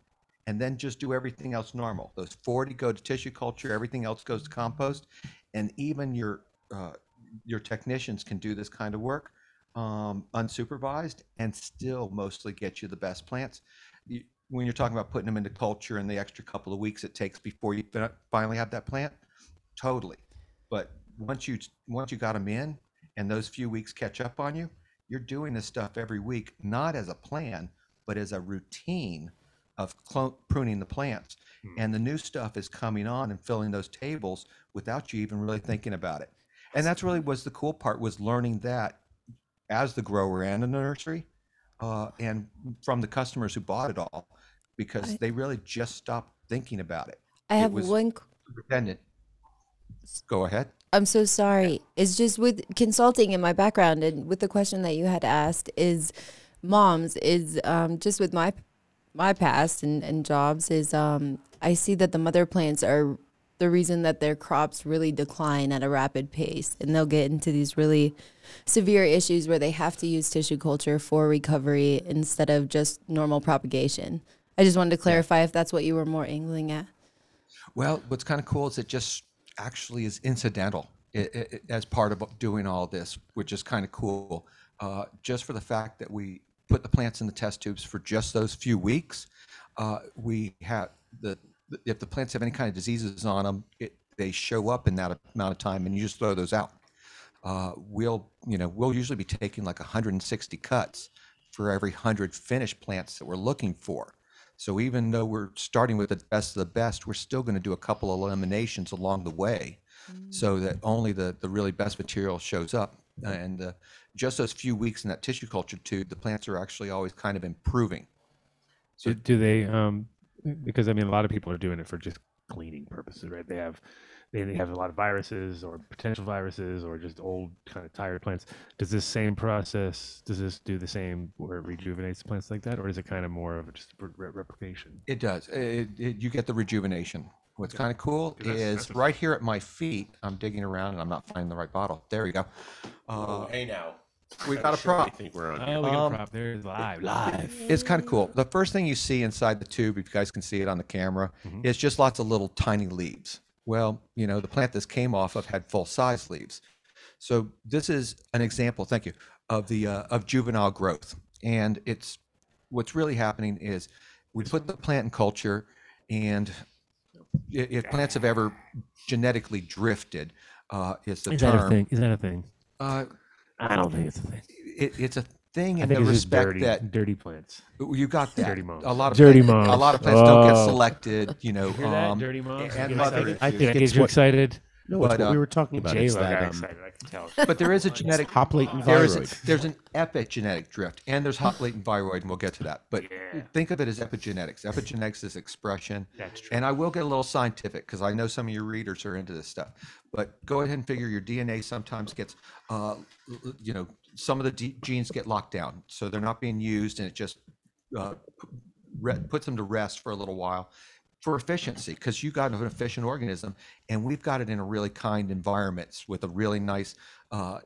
Speaker 13: and then just do everything else normal. Those 40 go to tissue culture, everything else goes to compost, and even your uh, your technicians can do this kind of work um, unsupervised and still mostly get you the best plants. You, when you're talking about putting them into culture and the extra couple of weeks it takes before you fin- finally have that plant, totally. But once you once you got them in and those few weeks catch up on you, you're doing this stuff every week, not as a plan, but as a routine of clone, pruning the plants. And the new stuff is coming on and filling those tables without you even really thinking about it. And that's really was the cool part was learning that as the grower and the nursery, uh, and from the customers who bought it all because they really just stopped thinking about it.
Speaker 8: I
Speaker 13: It
Speaker 8: have
Speaker 13: was
Speaker 8: one qu-
Speaker 13: Dependent. Go ahead.
Speaker 8: I'm so sorry. It's just with consulting in my background and with the question that you had asked is moms is um, just with my my past and, and jobs is um, I see that the mother plants are the reason that their crops really decline at a rapid pace and they'll get into these really severe issues where they have to use tissue culture for recovery instead of just normal propagation. I just wanted to clarify if that's what you were more angling at.
Speaker 13: Well, what's kind of cool is it just actually is incidental i- i- i- as part of doing all this, which is kind of cool. Uh, just for the fact that we put the plants in the test tubes for just those few weeks, uh, we have the the- if the plants have any kind of diseases on them, it, they show up in that amount of time, and you just throw those out. Uh, we'll you know we'll usually be taking like 160 cuts for every 100 finished plants that we're looking for. So even though we're starting with the best of the best, we're still going to do a couple eliminations along the way, so that only the the really best material shows up. And uh, just those few weeks in that tissue culture tube, the plants are actually always kind of improving.
Speaker 4: So do they? Um, because I mean, a lot of people are doing it for just cleaning purposes, right? They have they, they have a lot of viruses or potential viruses or just old kind of tired plants. Does this same process? Does this do the same where it rejuvenates the plants like that, or is it kind of more of just re- re- replication?
Speaker 13: It does. It, it, you get the rejuvenation. What's kind of cool
Speaker 4: Dude, that's-
Speaker 13: is
Speaker 4: that's
Speaker 13: right here at my feet. I'm digging around and I'm not finding the right bottle. There we go. Uh,
Speaker 5: hey now.
Speaker 13: we got a prop.
Speaker 4: Oh, we got
Speaker 13: Um,
Speaker 4: a prop. There it is live, live.
Speaker 13: It's kind of cool. The first thing you see inside the tube, if you guys can see it on the camera,
Speaker 4: Mhm.
Speaker 13: is just lots of little tiny leaves. Well, you know, the plant this came off of had full size leaves. So this is an example, thank you, of the uh, of juvenile growth. And it's what's really happening is we put the plant in culture and i- if plants have ever genetically drifted, uh, is the
Speaker 4: Is
Speaker 13: term.
Speaker 4: that a thing? Is that a thing?
Speaker 13: Uh,
Speaker 4: I don't think it's a thing.
Speaker 13: It, it's a thing
Speaker 4: I
Speaker 13: in
Speaker 4: think
Speaker 13: the
Speaker 4: it's just
Speaker 13: respect
Speaker 4: dirty-
Speaker 13: that
Speaker 4: dirty plants.
Speaker 13: You got that.
Speaker 4: Dirty moms.
Speaker 13: A lot of
Speaker 4: Dirty
Speaker 13: plant- A
Speaker 4: moms.
Speaker 13: lot of plants don't get
Speaker 4: Oh.
Speaker 13: selected. You know,
Speaker 4: You hear that?
Speaker 13: um,
Speaker 4: Dirty moms?
Speaker 13: and
Speaker 4: You get
Speaker 13: mother
Speaker 4: excited? I
Speaker 13: issues.
Speaker 4: think I get you excited.
Speaker 5: No, it's
Speaker 13: But,
Speaker 5: what
Speaker 13: uh,
Speaker 5: we were talking about. It's
Speaker 4: J-Lo
Speaker 5: that,
Speaker 4: got
Speaker 5: um,
Speaker 4: excited. I can tell.
Speaker 13: But there is a genetic
Speaker 5: hot latent
Speaker 13: there is-
Speaker 5: thyroid.
Speaker 13: there's an epigenetic drift, and there's hot latent thyroid, and we'll get to that. But think of it as epigenetics. Epigenetics is expression.
Speaker 4: That's true.
Speaker 13: And I will get a little scientific because I know some of your readers are into this stuff. But go ahead and figure your DNA sometimes gets, uh, l- l- you know, some of the d- genes get locked down, so they're not being used, and it just uh, p- re- puts them to rest for a little while for efficiency because you got an efficient organism and we've got it in a really kind environments with a really nice uh,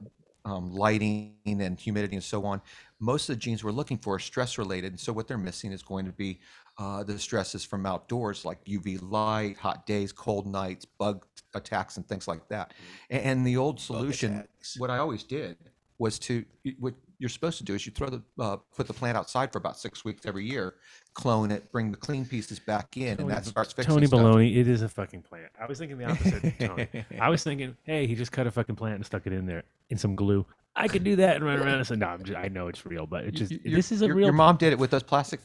Speaker 13: um, lighting and humidity and so on most of the genes we're looking for are stress related and so what they're missing is going to be uh, the stresses from outdoors like uv light hot days cold nights bug attacks and things like that
Speaker 4: Mm-hmm.
Speaker 13: A- and, the old solution what i always did was to y- what you're supposed to do is you throw the uh, put the plant outside for about six weeks every year clone it bring the clean pieces back in and
Speaker 4: Tony
Speaker 13: that
Speaker 4: B-
Speaker 13: starts fixing
Speaker 4: Tony
Speaker 13: stuff.
Speaker 4: Baloney, it is a fucking plant. I was thinking the opposite. Tony. I was thinking, hey, he just cut a fucking plant and stuck it in there in some glue. I could do that and run around and say, no, I'm just, I know it's real, but it just
Speaker 13: Your-
Speaker 4: this is a
Speaker 13: your,
Speaker 4: real.
Speaker 13: Your mom did it with those plastic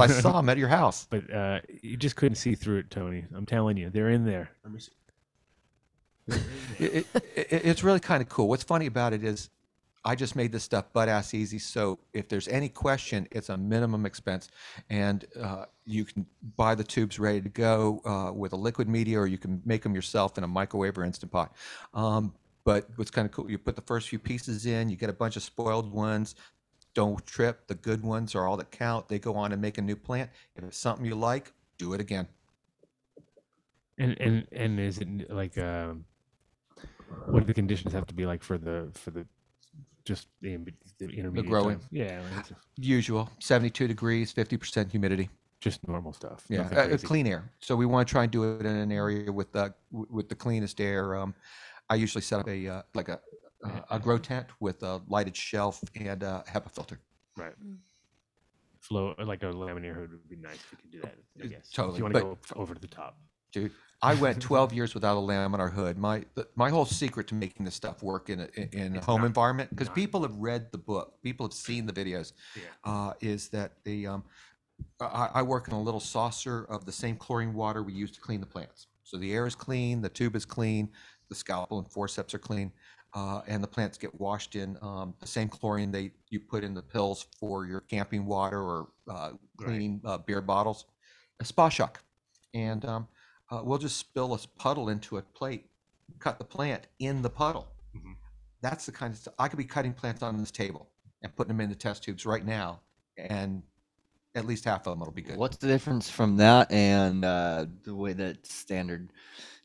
Speaker 13: I saw them at your house.
Speaker 4: But uh, you just couldn't see through it, Tony. I'm telling you, they're in there.
Speaker 5: Let me see.
Speaker 13: It, it- it- it's really kind of cool. What's funny about it is, I just made this stuff butt ass easy. So if there's any question, it's a minimum expense, and uh, you can buy the tubes ready to go uh, with a liquid media, or you can make them yourself in a microwave or instant pot. Um, but what's kind of cool, you put the first few pieces in, you get a bunch of spoiled ones. Don't trip. The good ones are all that count. They go on and make a new plant. If it's something you like, do it again.
Speaker 4: And and and is it like um, what do the conditions have to be like for the for the just the, in- the intermediate
Speaker 13: The growing.
Speaker 4: time? Yeah, like,
Speaker 13: Usual, 72 degrees, 50% humidity.
Speaker 4: Just normal stuff.
Speaker 13: Yeah,
Speaker 4: nothing
Speaker 13: uh, uh,
Speaker 4: crazy.
Speaker 13: clean air. So we want to try and do it in an area with the w- with the cleanest air. Um, I usually set up a uh, like a uh, a grow tent with a lighted shelf and a HEPA filter.
Speaker 4: right. Flow like a laminar hood would be nice. if We could do that. I guess. If
Speaker 13: totally,
Speaker 4: you want to
Speaker 13: but-
Speaker 4: go over to the top.
Speaker 13: Dude, I went 12 years without a laminar hood. My th- my whole secret to making this stuff work in a, in- in a home environment because people have read the book, people have seen the videos, uh, is that the um, I- I, I work in a little saucer of the same chlorine water we use to clean the plants. So the air is clean, the tube is clean, the scalpel and forceps are clean. uh, and the plants get washed in um, the same chlorine they you put in the pills for your camping water or uh, cleaning uh, beer bottles, a spa shock, and um, uh, we'll just spill a puddle into a plate, cut the plant in the puddle. That's the kind of stuff I could be cutting plants on this table and putting them in the test tubes right now, and at least half of them will be good.
Speaker 17: What's the difference from that and uh, the way that standard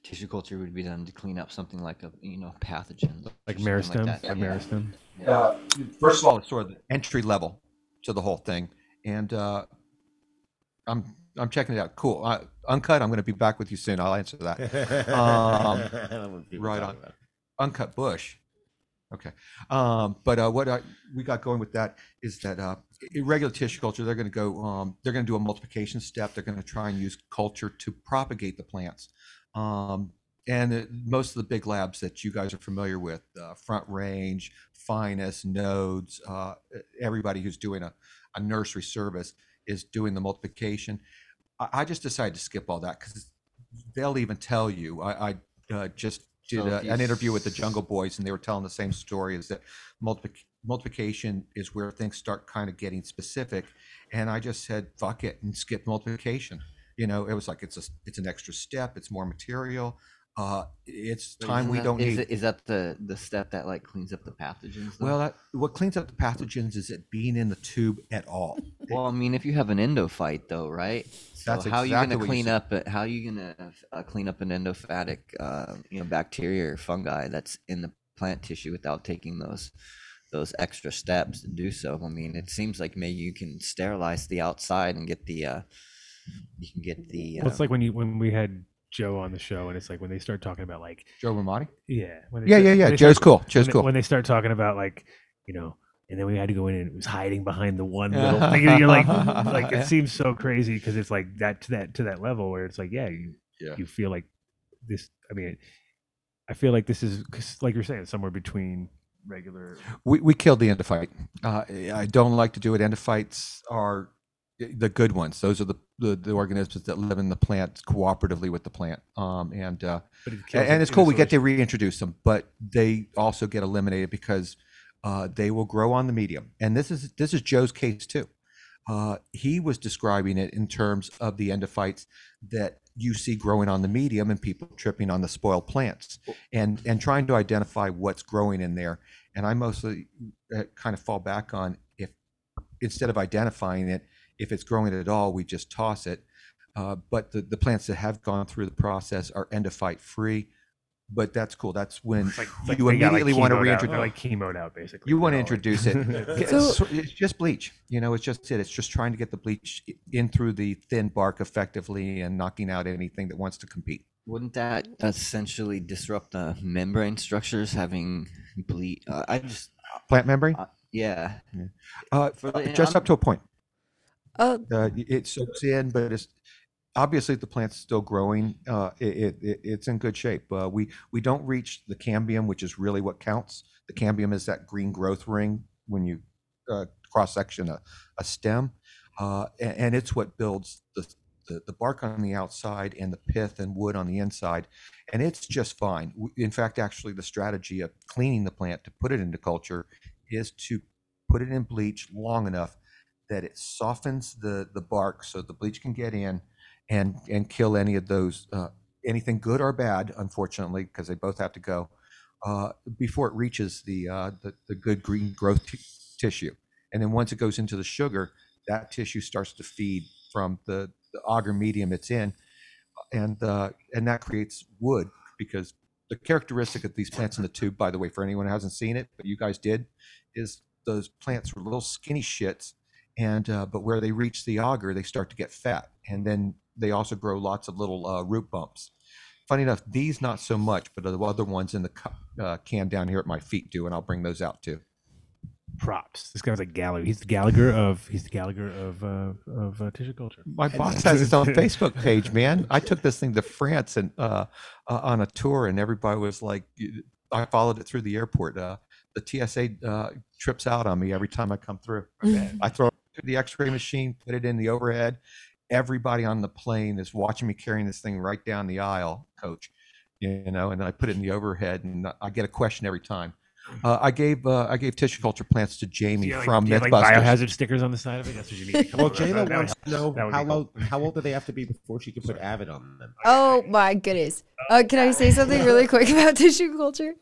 Speaker 17: tissue culture would be done to clean up something like a you know pathogen or
Speaker 4: Like
Speaker 17: something
Speaker 4: meristem,
Speaker 17: that?
Speaker 4: like
Speaker 17: Yeah.
Speaker 4: meristem.
Speaker 17: Yeah.
Speaker 13: Uh, first of all, it's sort of the entry level to the whole thing, and uh, I'm I'm checking it out. Cool, uh, uncut. I'm going to be back with you soon. I'll answer that. Um,
Speaker 5: I don't want people
Speaker 13: right on,
Speaker 5: talking
Speaker 13: uncut bush. Okay, um, but uh, what I, we got going with that is that uh, irregular tissue culture. They're going to go. Um, they're going to do a multiplication step. They're going to try and use culture to propagate the plants. Um, and it- most of the big labs that you guys are familiar with, uh, Front Range, Finest, Nodes, uh, everybody who's doing a, a nursery service is doing the multiplication. I, I just decided to skip all that because they'll even tell you. I, I uh, just did
Speaker 17: So
Speaker 13: a,
Speaker 17: if you
Speaker 13: an interview with the Jungle Boys, and they were telling the same story: is that multiplic- multiplication is where things start kind of getting specific. And I just said, "Fuck it," and skip multiplication. You know, it was like it's a it's an extra step. It's more material. Uh, it's
Speaker 17: But
Speaker 13: time
Speaker 17: isn't
Speaker 13: we
Speaker 17: that-
Speaker 13: don't
Speaker 17: is,
Speaker 13: need.
Speaker 17: it- Is that the the step that like cleans up the pathogens? though?
Speaker 13: well, that, what cleans up the pathogens is it being in the tube at all.
Speaker 17: Well, I mean, if you have an endophyte, though, right? So
Speaker 13: That's
Speaker 17: how are you
Speaker 13: exactly
Speaker 17: going to
Speaker 13: what you
Speaker 17: clean
Speaker 13: said.
Speaker 17: up? A, how are you going to uh, clean up an endophatic, uh, you know, bacteria or fungi that's in the plant tissue without taking those those extra steps to do so? I mean, it seems like maybe you can sterilize the outside and get the uh, you can get the. Uh,
Speaker 4: Well, it's like when you when we had Joe on the show, and it's like when they start talking about like
Speaker 13: Joe Romani.
Speaker 4: Yeah. when they
Speaker 13: Yeah,
Speaker 4: start-
Speaker 13: yeah, yeah.
Speaker 4: they
Speaker 13: Joe's
Speaker 4: start-
Speaker 13: cool.
Speaker 4: when
Speaker 13: Joe's
Speaker 4: they-
Speaker 13: cool.
Speaker 4: When they start talking about like, you know, and then we had to go in and it was hiding behind the one little thing. and You're like, like
Speaker 13: Yeah.
Speaker 4: it seems so crazy because it's like that to that to that level where it's like, yeah, you
Speaker 13: Yeah.
Speaker 4: you feel like this. I mean, I feel like this is 'cause like you're saying somewhere between regular.
Speaker 13: We, we killed the endophyte. Uh, I don't like to do it. Endophytes are the good ones. Those are the, the, the organisms that live in the plant cooperatively with the plant. Um, and uh,
Speaker 4: But it kills
Speaker 13: and,
Speaker 4: it
Speaker 13: and it's
Speaker 4: in
Speaker 13: cool. We get to
Speaker 4: isolation.
Speaker 13: reintroduce them, but they also get eliminated because uh, they will grow on the medium. And this is this is Joe's case too. Uh, he was describing it in terms of the endophytes that you see growing on the medium and people tripping on the spoiled plants and and trying to identify what's growing in there and i mostly uh, kind of fall back on if instead of identifying it if it's growing at all we just toss it uh, but the, the plants that have gone through the process are endophyte free but that's cool that's when
Speaker 4: It's like, it's like
Speaker 13: you
Speaker 4: they got, like,
Speaker 13: immediately want to
Speaker 4: chemoed out. They're,
Speaker 13: reintroduce
Speaker 4: like chemoed out basically.
Speaker 13: you want to
Speaker 4: They're all, like-
Speaker 13: introduce it Yeah,
Speaker 4: So-
Speaker 13: it's, sor- it's just bleach you know it's just it it's just trying to get the bleach i- in through the thin bark effectively and knocking out anything that wants to compete
Speaker 17: wouldn't that essentially disrupt the membrane structures having bleed? Uh, I just
Speaker 13: plant membrane
Speaker 17: uh, yeah.
Speaker 13: uh,
Speaker 17: For the-
Speaker 13: uh, just up to a point
Speaker 8: uh,
Speaker 13: it soaks in but it's obviously the plant's still growing uh, it, it, it- it's in good shape uh, we we don't reach the cambium which is really what counts the cambium is that green growth ring when you uh, cross section a, a stem uh, a- and, it's what builds the, the the bark on the outside and the pith and wood on the inside and it's just fine W- in fact actually the strategy of cleaning the plant to put it into culture is to put it in bleach long enough that it softens the the bark so the bleach can get in and and kill any of those uh, anything good or bad unfortunately because they both have to go uh, before it reaches the, uh, the the good green growth t- tissue and then once it goes into the sugar that tissue starts to feed from the, the auger medium it's in and uh, and that creates wood because the characteristic of these plants in the tube, by the way, for anyone who hasn't seen it, but you guys did, is those plants were little skinny shits, and uh, but where they reach the auger, they start to get fat, and then they also grow lots of little uh, root bumps. Funny enough, these not so much, but the other ones in the cu- uh, can down here at my feet do, and I'll bring those out too.
Speaker 4: props. This guy's like Gallagher. He's the Gallagher of he's the Gallagher of uh, of uh, tissue culture.
Speaker 13: My boss has his own Facebook page, man. I took this thing to France and uh, uh, on a tour, and everybody was like, I followed it through the airport. Uh, the TSA uh, trips out on me every time I come through.
Speaker 4: Mm-hmm.
Speaker 13: I throw it through the X-ray machine, put it in the overhead. Everybody on the plane is watching me carrying this thing right down the aisle, coach. You know, and I put it in the overhead, and I get a question every time. Uh, I gave uh, I gave tissue culture plants to Jamie
Speaker 4: Yeah, like-
Speaker 13: from
Speaker 4: yeah, like
Speaker 13: Mythbusters.
Speaker 4: biohazard stickers on the side of it. That's what you need. to come
Speaker 5: Well,
Speaker 4: up with.
Speaker 5: Jayla
Speaker 4: That would
Speaker 5: wants to know
Speaker 4: help. That would
Speaker 5: how,
Speaker 4: be
Speaker 5: low, how old do they have to be before she can put Avid on them?
Speaker 8: Oh my goodness. Uh, can I say something really quick about tissue culture?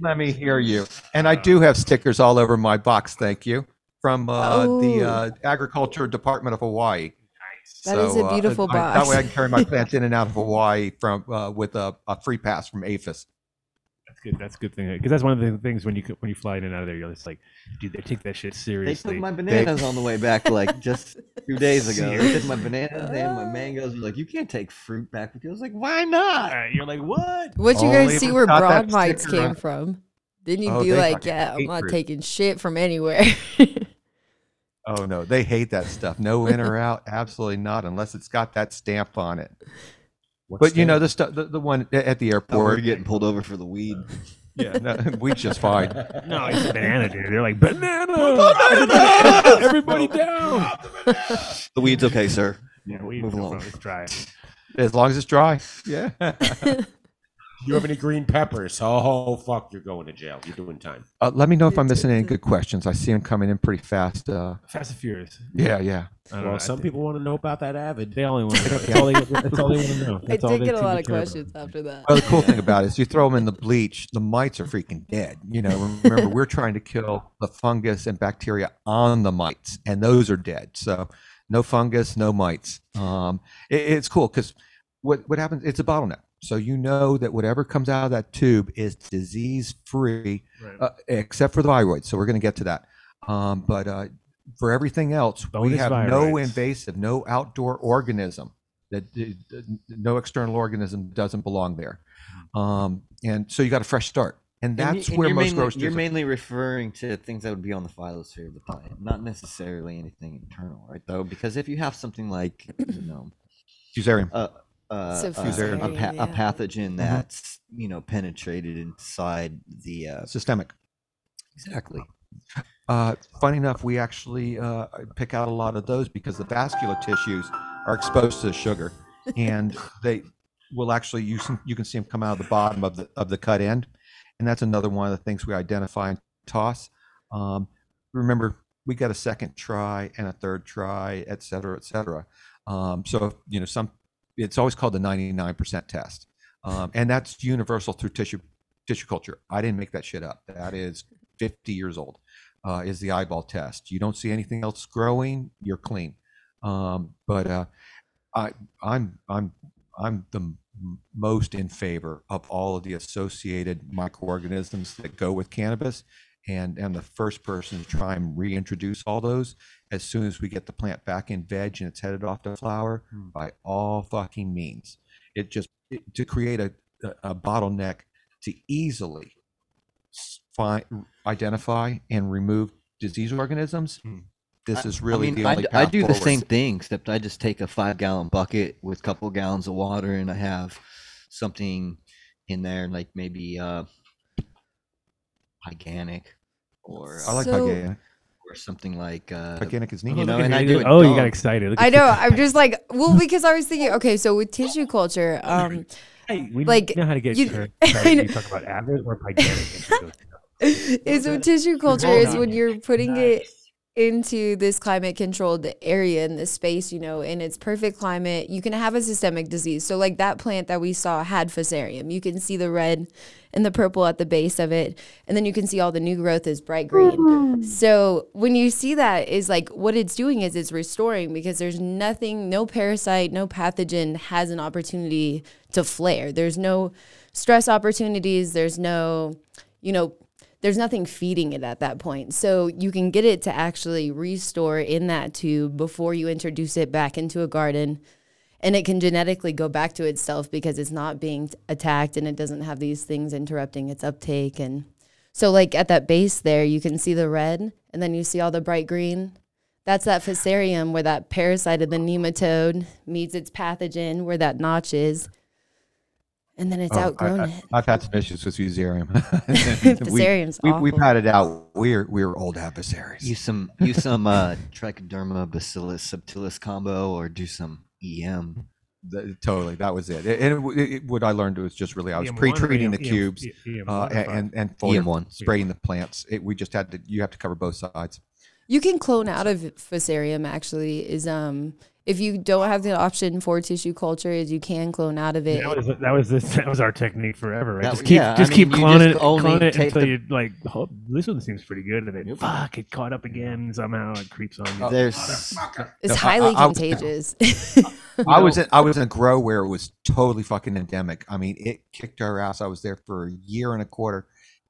Speaker 13: Let me hear you. And I do have stickers all over my box. Thank you from uh, the
Speaker 8: Oh.
Speaker 13: uh, Agriculture Department of Hawaii.
Speaker 8: That is a
Speaker 13: uh,
Speaker 8: beautiful
Speaker 13: I- That way I
Speaker 8: box.
Speaker 13: can carry my plants in and out of Hawaii from uh, with a, a free pass from APHIS.
Speaker 4: That's good. That's a good thing because that's one of the things when you c- when you fly in and out of there, you're just like, dude, they take that shit
Speaker 17: They
Speaker 4: seriously.
Speaker 17: took my bananas on the way back, like just two days ago. They took my bananas, they had my
Speaker 8: Ah.
Speaker 17: mangoes. They're like, you can't take fruit back with you. I was like, why not?
Speaker 4: You're like, what?
Speaker 8: What you
Speaker 17: Only
Speaker 8: guys
Speaker 17: if
Speaker 8: see
Speaker 17: it's
Speaker 8: where
Speaker 17: got that
Speaker 8: broad mites
Speaker 17: sticker on
Speaker 8: came
Speaker 17: it.
Speaker 8: from? Didn't you
Speaker 13: Oh,
Speaker 8: be
Speaker 13: they
Speaker 8: like,
Speaker 13: fucking
Speaker 8: yeah, I'm
Speaker 13: hate
Speaker 8: not
Speaker 13: fruit.
Speaker 8: taking shit from anywhere.
Speaker 13: Oh no, they hate that stuff. No in or out, absolutely not, unless it's got that stamp on it.
Speaker 11: What
Speaker 13: but you know
Speaker 11: stamp?
Speaker 13: the stuff, the, the one a- at the
Speaker 17: Oh,
Speaker 13: airport.
Speaker 17: we're getting pulled over for the weed.
Speaker 13: yeah, no, we just fine.
Speaker 4: No, it's a banana, dude. They're like banana. Everybody down.
Speaker 17: The weed's okay, sir.
Speaker 4: Yeah, we
Speaker 17: Move
Speaker 4: no
Speaker 17: along.
Speaker 4: problem. It's dry.
Speaker 13: As long as it's dry. Yeah.
Speaker 5: You have any green peppers? Oh fuck, you're going to jail. You're doing time.
Speaker 13: Uh, let me know if I'm missing any good questions. I see them coming in pretty fast. Uh,
Speaker 4: Fast and Furious.
Speaker 13: Yeah, yeah.
Speaker 4: I don't know, I
Speaker 5: Well, some
Speaker 4: think-
Speaker 5: people want to know about that Avid.
Speaker 4: They only want. That's all they. That's all they want to know.
Speaker 8: I
Speaker 4: That's all
Speaker 8: did
Speaker 4: they
Speaker 8: get a
Speaker 4: seem
Speaker 8: lot
Speaker 4: to
Speaker 8: of
Speaker 4: care about.
Speaker 8: questions uh, after that.
Speaker 13: Well, the cool thing about it is you throw them in the bleach, the mites are freaking dead. You know, remember we're trying to kill the fungus and bacteria on the mites, and those are dead. So no fungus, no mites. Um, it- it's cool because what what happens? It's a bottleneck. So you know that whatever comes out of that tube is disease free,
Speaker 4: Right.
Speaker 13: uh, except for the viroids. So we're going to get to that. Um, but uh, for everything else, we
Speaker 4: Bonus
Speaker 13: have no
Speaker 4: viroids.
Speaker 13: invasive, no outdoor organism that that- that no external organism doesn't belong there. Um, and so you got a fresh start.
Speaker 17: And
Speaker 13: And
Speaker 17: you-
Speaker 13: that's
Speaker 17: and
Speaker 13: where
Speaker 17: you're
Speaker 13: most
Speaker 17: mainly,
Speaker 13: growers
Speaker 17: You're mainly referring to things that would be on the phylosphere of the plant, not necessarily anything internal, right? Though, because if you have something like, you know,
Speaker 13: Fusarium.
Speaker 17: a, a, a,
Speaker 13: Fusarium.
Speaker 17: a pa- a
Speaker 13: yeah.
Speaker 17: pathogen
Speaker 13: Mhm.
Speaker 17: that's you know penetrated inside the uh,
Speaker 13: systemic.
Speaker 17: Exactly.
Speaker 13: Uh, funny enough, we actually uh, pick out a lot of those because the vascular tissues are exposed to sugar, and they will actually you can, you can see them come out of the bottom of the of the cut end, and that's another one of the things we identify and toss. Um, remember, we got a second try and a third try, et cetera, et cetera. Um, so you know, some it's always called the ninety nine percent test, um, and that's universal through tissue tissue culture. I didn't make that shit up. That is 50 years old. Uh, is the eyeball test? You don't see anything else growing, you're clean. Um, but uh, I, I'm I'm I'm the m- most in favor of all of the associated microorganisms that go with cannabis, and am the first person to try and reintroduce all those as soon as we get the plant back in veg and it's headed off to flower
Speaker 17: Hmm.
Speaker 13: by all fucking means. It just it, to create a, a, a bottleneck to easily find, identify, and remove disease organisms. This
Speaker 17: Hmm. I-
Speaker 13: is really
Speaker 17: I mean,
Speaker 13: the
Speaker 17: I,
Speaker 13: only
Speaker 17: d- I
Speaker 13: path
Speaker 17: do the
Speaker 13: forward.
Speaker 17: same thing, except I just take a five gallon bucket with a couple gallons of water, and I have something in there, like maybe uh, organic or
Speaker 13: I like
Speaker 17: uh,
Speaker 13: So- organic.
Speaker 17: or something like uh,
Speaker 13: Organic is neat.
Speaker 17: You
Speaker 13: Oh,
Speaker 17: know,
Speaker 13: look
Speaker 17: and
Speaker 13: at
Speaker 17: I
Speaker 13: you.
Speaker 17: do it
Speaker 4: Oh, you got
Speaker 17: dunk.
Speaker 4: excited. Look
Speaker 8: I
Speaker 4: at
Speaker 8: know. I'm just like, well, because I was thinking, okay, so with tissue culture, um,
Speaker 4: Hey, we
Speaker 8: like
Speaker 4: know how to get
Speaker 8: you-
Speaker 4: her
Speaker 8: I
Speaker 4: excited.
Speaker 8: know.
Speaker 4: You talk about avid or pyganic.
Speaker 8: is with tissue culture
Speaker 4: Hold
Speaker 8: is
Speaker 4: on.
Speaker 8: when you're putting it into this climate controlled area in this space, you know, in its perfect climate, you can have a systemic disease. So like that plant that we saw had fusarium. You can see the red and the purple at the base of it. And then you can see all the new growth is bright
Speaker 5: Mm-hmm.
Speaker 8: green. So when you see that is like what it's doing is it's restoring because there's nothing, no parasite, no pathogen has an opportunity to flare. There's no stress opportunities. There's no, you know, there's nothing feeding it at that point. So you can get it to actually restore in that tube before you introduce it back into a garden. And it can genetically go back to itself because it's not being t- attacked and it doesn't have these things interrupting its uptake. And so, like at that base there, you can see the red and then you see all the bright green. That's that fusarium where that parasite of the nematode meets its pathogen, where that notch is. And then it's
Speaker 13: Oh, I-
Speaker 8: outgrown
Speaker 13: I,
Speaker 8: it.
Speaker 13: have had some issues with fusarium.
Speaker 8: Fusarium's
Speaker 13: we, we,
Speaker 8: awful.
Speaker 13: have had it out. We're we're old adversaries.
Speaker 17: Use some use some uh, trichoderma bacillus subtilis combo, or do some EM.
Speaker 13: Th- totally, that was it. And it, w- it- what I learned was just really I was
Speaker 11: EM1 or
Speaker 13: pre-treating the
Speaker 11: EM-
Speaker 13: cubes
Speaker 11: EM-
Speaker 13: uh,
Speaker 11: EM1,
Speaker 13: and and
Speaker 11: fine.
Speaker 13: fully
Speaker 11: EM1.
Speaker 13: spraying the plants. It, we just had to. You have to cover both sides.
Speaker 8: You can clone out of fusarium actually is um if you don't have the option for tissue culture is you can clone out of it.
Speaker 4: That was that was this that was our technique forever, right?
Speaker 8: That
Speaker 4: just
Speaker 8: was-
Speaker 4: keep
Speaker 8: yeah, I
Speaker 4: just
Speaker 8: mean,
Speaker 4: keep
Speaker 8: you just
Speaker 4: cloning it,
Speaker 8: only
Speaker 4: clone it
Speaker 8: take
Speaker 4: until
Speaker 8: the-
Speaker 4: you like oh, this one seems pretty good, and then fuck, it caught up again somehow. It creeps on you.
Speaker 13: There's-
Speaker 8: it's
Speaker 13: No, Oh. I-
Speaker 8: highly
Speaker 13: I- I-
Speaker 8: contagious.
Speaker 13: I was in, I was in a grow where it was totally fucking endemic. I mean, it kicked our ass. I was there for a year and a quarter,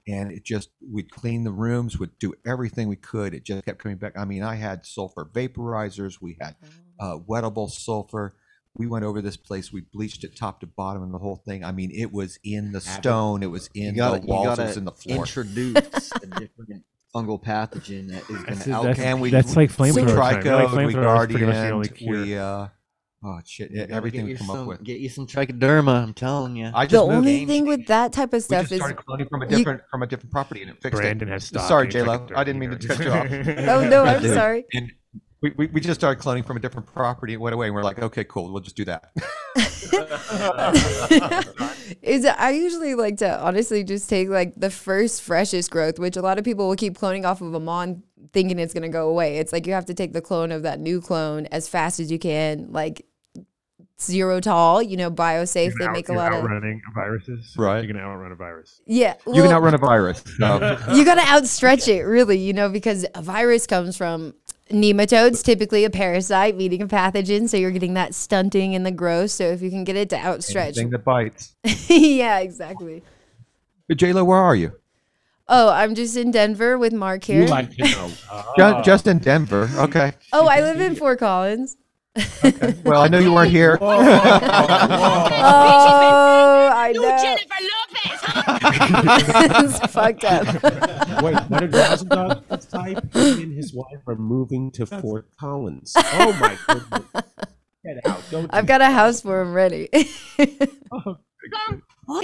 Speaker 13: and it just we'd clean the rooms, would do everything we could. It just kept coming back. I mean, I had sulfur vaporizers, we had
Speaker 8: Oh.
Speaker 13: uh, wettable sulfur. We went over this place. We bleached it top to bottom and the whole thing. I mean, it was in the stone. It was in the walls. It was in the floor.
Speaker 17: Introduce a different fungal pathogen that is going
Speaker 4: That's-
Speaker 17: to
Speaker 4: that's-
Speaker 17: outcome.
Speaker 13: and we
Speaker 4: that's like flamethrower
Speaker 13: We
Speaker 4: time. Like
Speaker 13: Trico, we
Speaker 4: flamethrower is pretty much the
Speaker 13: Guardian,
Speaker 4: only cure.
Speaker 13: we uh, oh shit,
Speaker 17: You gotta
Speaker 13: everything
Speaker 17: get
Speaker 13: we
Speaker 17: you
Speaker 13: come up
Speaker 17: some-
Speaker 13: with.
Speaker 17: Get you some trichoderma. I'm telling you.
Speaker 13: I
Speaker 8: the
Speaker 13: just moved.
Speaker 8: only thing with that type of stuff
Speaker 13: just
Speaker 8: is
Speaker 13: started cloning from a
Speaker 8: you-
Speaker 13: different from a different property and it fixed
Speaker 4: Brandon
Speaker 13: it.
Speaker 4: has stock
Speaker 13: Sorry,
Speaker 4: in
Speaker 13: J Lo,
Speaker 4: fucking
Speaker 13: I didn't mean to
Speaker 4: dirty
Speaker 13: cut you off.
Speaker 4: dirty. Oh, no, I'm
Speaker 13: Dude,
Speaker 8: sorry.
Speaker 13: And we, we, we just started cloning from a different property. It went away, and we're like, okay, cool, we'll just do that.
Speaker 8: is I usually like to honestly just take like the first freshest growth, which a lot of people will keep cloning off of a mon thinking it's gonna go away. It's like you have to take the clone of that new clone as fast as you can, like zero tall, you know, biosafe. They
Speaker 4: Out-
Speaker 8: make a
Speaker 4: you're
Speaker 8: lot of
Speaker 4: outrunning viruses.
Speaker 13: Right.
Speaker 4: you can outrun a virus.
Speaker 8: yeah.
Speaker 13: you can
Speaker 8: well-
Speaker 13: outrun a virus. so-
Speaker 4: Uh-huh.
Speaker 8: you got to outstretch it, really, you know, because a virus comes from nematodes, typically a parasite meeting a pathogen. So you're getting that stunting in the growth. So if you can get it to outstretch.
Speaker 13: Anything that bites.
Speaker 8: yeah, exactly.
Speaker 13: J Lo, where are you?
Speaker 8: Oh, I'm just in Denver with Mark here.
Speaker 13: to know?
Speaker 4: Ah.
Speaker 13: Ju- Just in Denver. Okay.
Speaker 8: oh, I live in Fort Collins.
Speaker 13: Well, I know you weren't here.
Speaker 8: Oh, I know. it's fucked up.
Speaker 5: Wait, what did Rosendahl type? He and his wife are moving to Fort Collins. Oh my goodness! Get out! Don't
Speaker 8: I've got a house for him ready.
Speaker 18: Pretty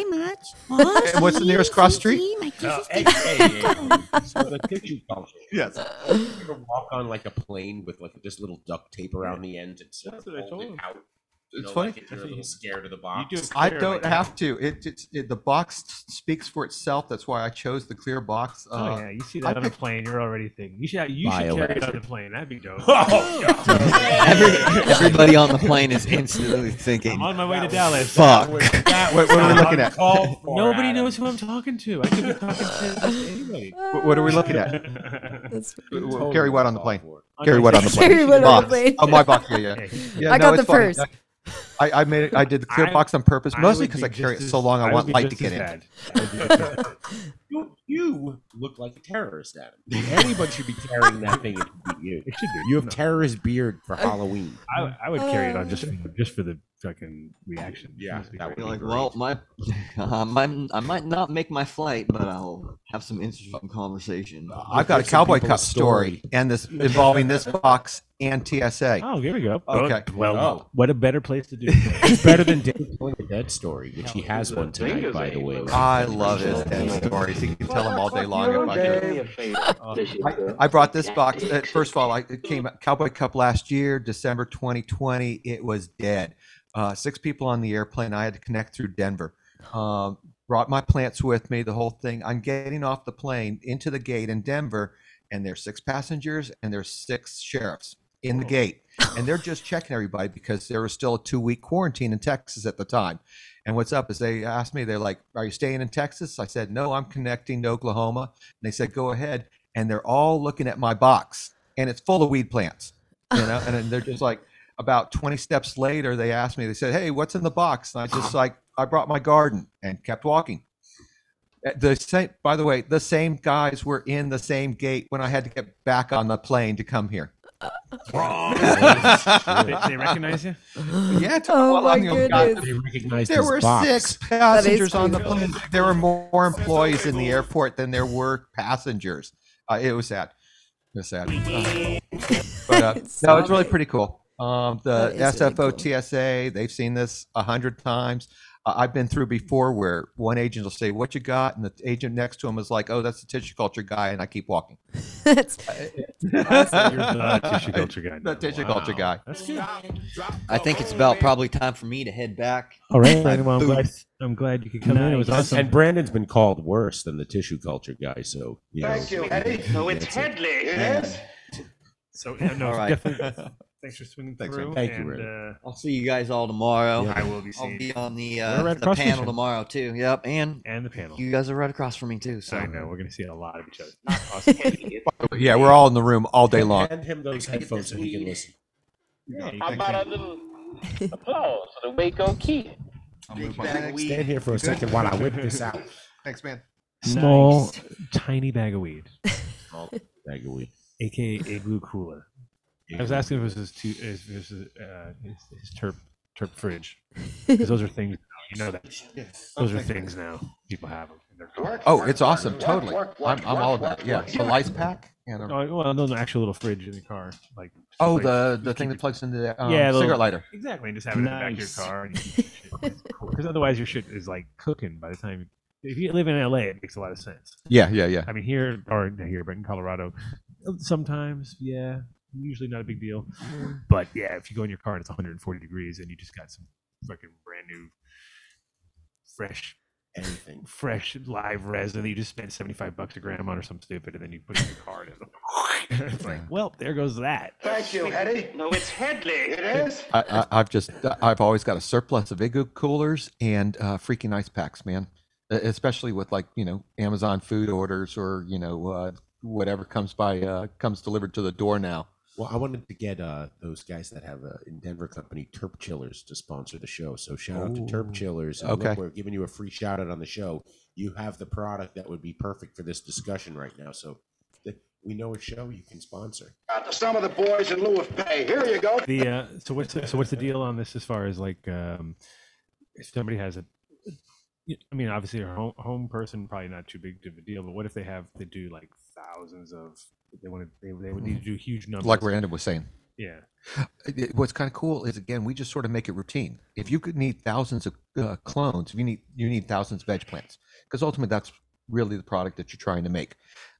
Speaker 18: much.
Speaker 13: And what's the nearest cross street?
Speaker 5: Uh, yes. walk on like a plane with like just little duct tape around the end and sort of hold it out. You
Speaker 13: It's
Speaker 5: know,
Speaker 13: funny.
Speaker 5: Like if you're a little scared of the box.
Speaker 13: I don't have to. It, it's it, the box speaks for itself. That's why I chose the clear box.
Speaker 4: Oh
Speaker 13: Uh,
Speaker 4: yeah, you see
Speaker 13: I
Speaker 4: that on a
Speaker 13: picked-
Speaker 4: plane, you're already thinking. You should you should carry it on the
Speaker 13: Bioelectric.
Speaker 4: plane. That'd be dope.
Speaker 5: Oh,
Speaker 13: Oh,
Speaker 17: Every- everybody on the plane is instantly thinking.
Speaker 4: I'm on my way to Dallas.
Speaker 17: Fuck.
Speaker 13: What- what are we looking at?
Speaker 4: Nobody knows who I'm talking to. I could be talking to anybody.
Speaker 13: What, what are we looking at?
Speaker 8: That's
Speaker 13: W- w-
Speaker 4: Totally
Speaker 13: Carry what on the plane?
Speaker 4: Okay.
Speaker 13: Carry what on the plane?
Speaker 4: Carry what on the
Speaker 13: Box.
Speaker 4: plane.
Speaker 13: Oh, my box. Yeah, yeah. yeah
Speaker 8: I got the
Speaker 13: it's funny.
Speaker 8: purse.
Speaker 13: I, I made it, I did the clear
Speaker 4: I-
Speaker 13: box on purpose,
Speaker 4: I
Speaker 13: mostly
Speaker 4: would
Speaker 13: because
Speaker 4: be
Speaker 13: I carry it
Speaker 4: just
Speaker 13: so
Speaker 4: as-
Speaker 13: long.
Speaker 4: I
Speaker 13: I
Speaker 4: would
Speaker 13: want
Speaker 4: be
Speaker 13: light to
Speaker 4: just
Speaker 13: get
Speaker 4: as
Speaker 13: in.
Speaker 4: bad.
Speaker 5: You, you look like a terrorist, Adam. Anyone should be carrying that thing. It should be you. It should be. You have terrorist beard for Halloween.
Speaker 4: I, I would carry it on
Speaker 8: Uh.
Speaker 4: just for, just for the fucking reaction. Yeah, that
Speaker 17: You're like, well, my, um, I'm, I might not make my flight, but I'll have some interesting conversation.
Speaker 13: Uh, I've got a cowboy cup story, and this involving this box and TSA.
Speaker 4: Oh, here we go.
Speaker 13: Okay. Oh.
Speaker 4: Well, what a better place to do.
Speaker 5: It's better than Dave telling a dead story, which he has one tonight, by the way.
Speaker 13: I love his dead stories. He can tell them all day long if I could.
Speaker 5: I-
Speaker 13: I brought this box. Uh, first of all, I, it came out Cowboy Cup last year, December 2020. It was dead. Uh, six people on the airplane. I had to connect through Denver. Um, brought my plants with me, the whole thing. I'm getting off the plane into the gate in Denver, and there's six passengers and there's six sheriffs in the gate. And they're just checking everybody because there was still a two week quarantine in Texas at the time. And what's up is they asked me, they're like, Are you staying in Texas? I said, No, I'm connecting to Oklahoma. And they said, Go ahead. And they're all looking at my box and it's full of weed plants, you know? and then they're just like, about 20 steps later, they asked me, they said, Hey, what's in the box? And I just like, I brought my garden and kept walking. Uh, The same, by the way, the same guys were in the same gate when I had to get back on the plane to come here.
Speaker 4: they, they recognize you?
Speaker 13: Yeah, it's all
Speaker 8: Oh
Speaker 13: on
Speaker 8: my
Speaker 13: the- God,
Speaker 8: goodness.
Speaker 13: they
Speaker 5: recognized
Speaker 13: there
Speaker 5: his
Speaker 13: were
Speaker 5: box.
Speaker 13: six
Speaker 8: That is
Speaker 13: passengers on the
Speaker 8: crazy.
Speaker 13: plane. There were more employees in the airport than there were passengers. Uh, it was sad. It was sad. Uh, but uh, no, it's
Speaker 8: Stop
Speaker 13: really
Speaker 8: it.
Speaker 13: pretty cool. Um,
Speaker 8: That
Speaker 13: the
Speaker 8: is really
Speaker 13: SFO TSA, they've seen this a hundred times. I- I've been through before where one agent will say, "What you got?" and the agent next to him is like, "Oh, that's the tissue culture guy," and I keep walking.
Speaker 8: that's
Speaker 17: awesome. You're the tissue culture guy now.
Speaker 13: The tissue
Speaker 17: Wow.
Speaker 13: culture guy.
Speaker 17: I think it's about probably time for me to head back.
Speaker 4: All right,
Speaker 17: My
Speaker 4: Brandon. Well, I'm glad,
Speaker 17: booth.
Speaker 4: I'm glad you could come in. It was
Speaker 5: And-
Speaker 4: awesome.
Speaker 5: And Brandon's been called worse than the tissue culture guy, so you
Speaker 10: Thank
Speaker 5: know,
Speaker 10: you, Eddie. No, it's
Speaker 5: that's it.
Speaker 10: Headley. Yes.
Speaker 4: So, yeah, no,
Speaker 17: All right.
Speaker 4: definitely. Thanks for swinging
Speaker 17: Thanks,
Speaker 4: through.
Speaker 17: man. Thank you,
Speaker 4: and, uh,
Speaker 17: Brandon. I'll see you guys all tomorrow.
Speaker 4: Yeah. I will be
Speaker 17: I'll
Speaker 4: seeing
Speaker 17: be
Speaker 4: you.
Speaker 17: on the
Speaker 4: We're
Speaker 17: uh,
Speaker 4: right
Speaker 17: the
Speaker 4: across the
Speaker 17: panel
Speaker 4: street.
Speaker 17: tomorrow too. Yep, and
Speaker 4: and the panel.
Speaker 17: You guys are right across from me too. So
Speaker 4: I know we're gonna see a lot of each other.
Speaker 13: Yeah, we're all in the room all day long.
Speaker 5: Hand him those headphones so he can listen.
Speaker 10: How about a little applause for the Waco Kid?
Speaker 5: Stand here for a second while I whip this out.
Speaker 13: Thanks, man.
Speaker 4: Small, tiny bag of weed.
Speaker 5: Small bag of weed.
Speaker 4: AKA igloo cooler. I was
Speaker 5: Igloo
Speaker 4: asking if this is too, if this is uh, his, his terp terp fridge. 'Cause those are things you know that those are things now people have them. and they're cool.
Speaker 13: Oh, it's awesome. Totally. I'm, I'm all about it. Yeah. The lice pack. Yeah, they're-
Speaker 4: Oh, well, no, the actual little fridge in the car, like
Speaker 13: Oh,
Speaker 4: like-
Speaker 13: the the thing that plugs into the um,
Speaker 4: yeah, the little-
Speaker 13: cigarette lighter.
Speaker 4: Exactly, and just have it in the back of your car. Because otherwise, your shit is like cooking by the time. If you live in LA, it makes a lot of sense.
Speaker 13: Yeah, yeah, yeah.
Speaker 4: I mean, here or not here, but in Colorado, sometimes, yeah, usually not a big deal. But yeah, if you go in your car and it's 140 degrees and you just got some fucking brand new, fresh,
Speaker 5: anything,
Speaker 4: fresh live resin that you just spent 75 bucks a gram on or something stupid, and then you put it in your car and it's like, it's like, well, there goes that.
Speaker 10: Thank you, Eddie. No, it's Headley. It is.
Speaker 13: I, I, I've just I've always got a surplus of igloo coolers and uh, freaking ice packs, man. E- Especially with like you know Amazon food orders or you know uh, whatever comes by uh, comes delivered to the door now.
Speaker 5: Well, I wanted to get uh, those guys that have uh, in Denver company Terp Chillers to sponsor the show. So shout out to
Speaker 13: Oh,
Speaker 5: Terp Chillers. And
Speaker 13: okay.
Speaker 5: look, we're giving you a free shout out on the show. You have the product that would be perfect for this discussion right now. So th- we know a show you can sponsor.
Speaker 10: Out to some of the boys in lieu of pay. Here you go.
Speaker 4: the uh, so what's the, so what's the deal on this as far as like um, if somebody has a I mean obviously a home, home person probably not too big of a deal but what if they have they do like thousands of they want to they, they would need to do huge numbers
Speaker 13: Like Random was saying.
Speaker 4: yeah
Speaker 13: It- it- What's kind of cool is again we just sort of make it routine. If you could need thousands of uh, clones, you need you need thousands of veg plants because ultimately that's really the product that you're trying to make.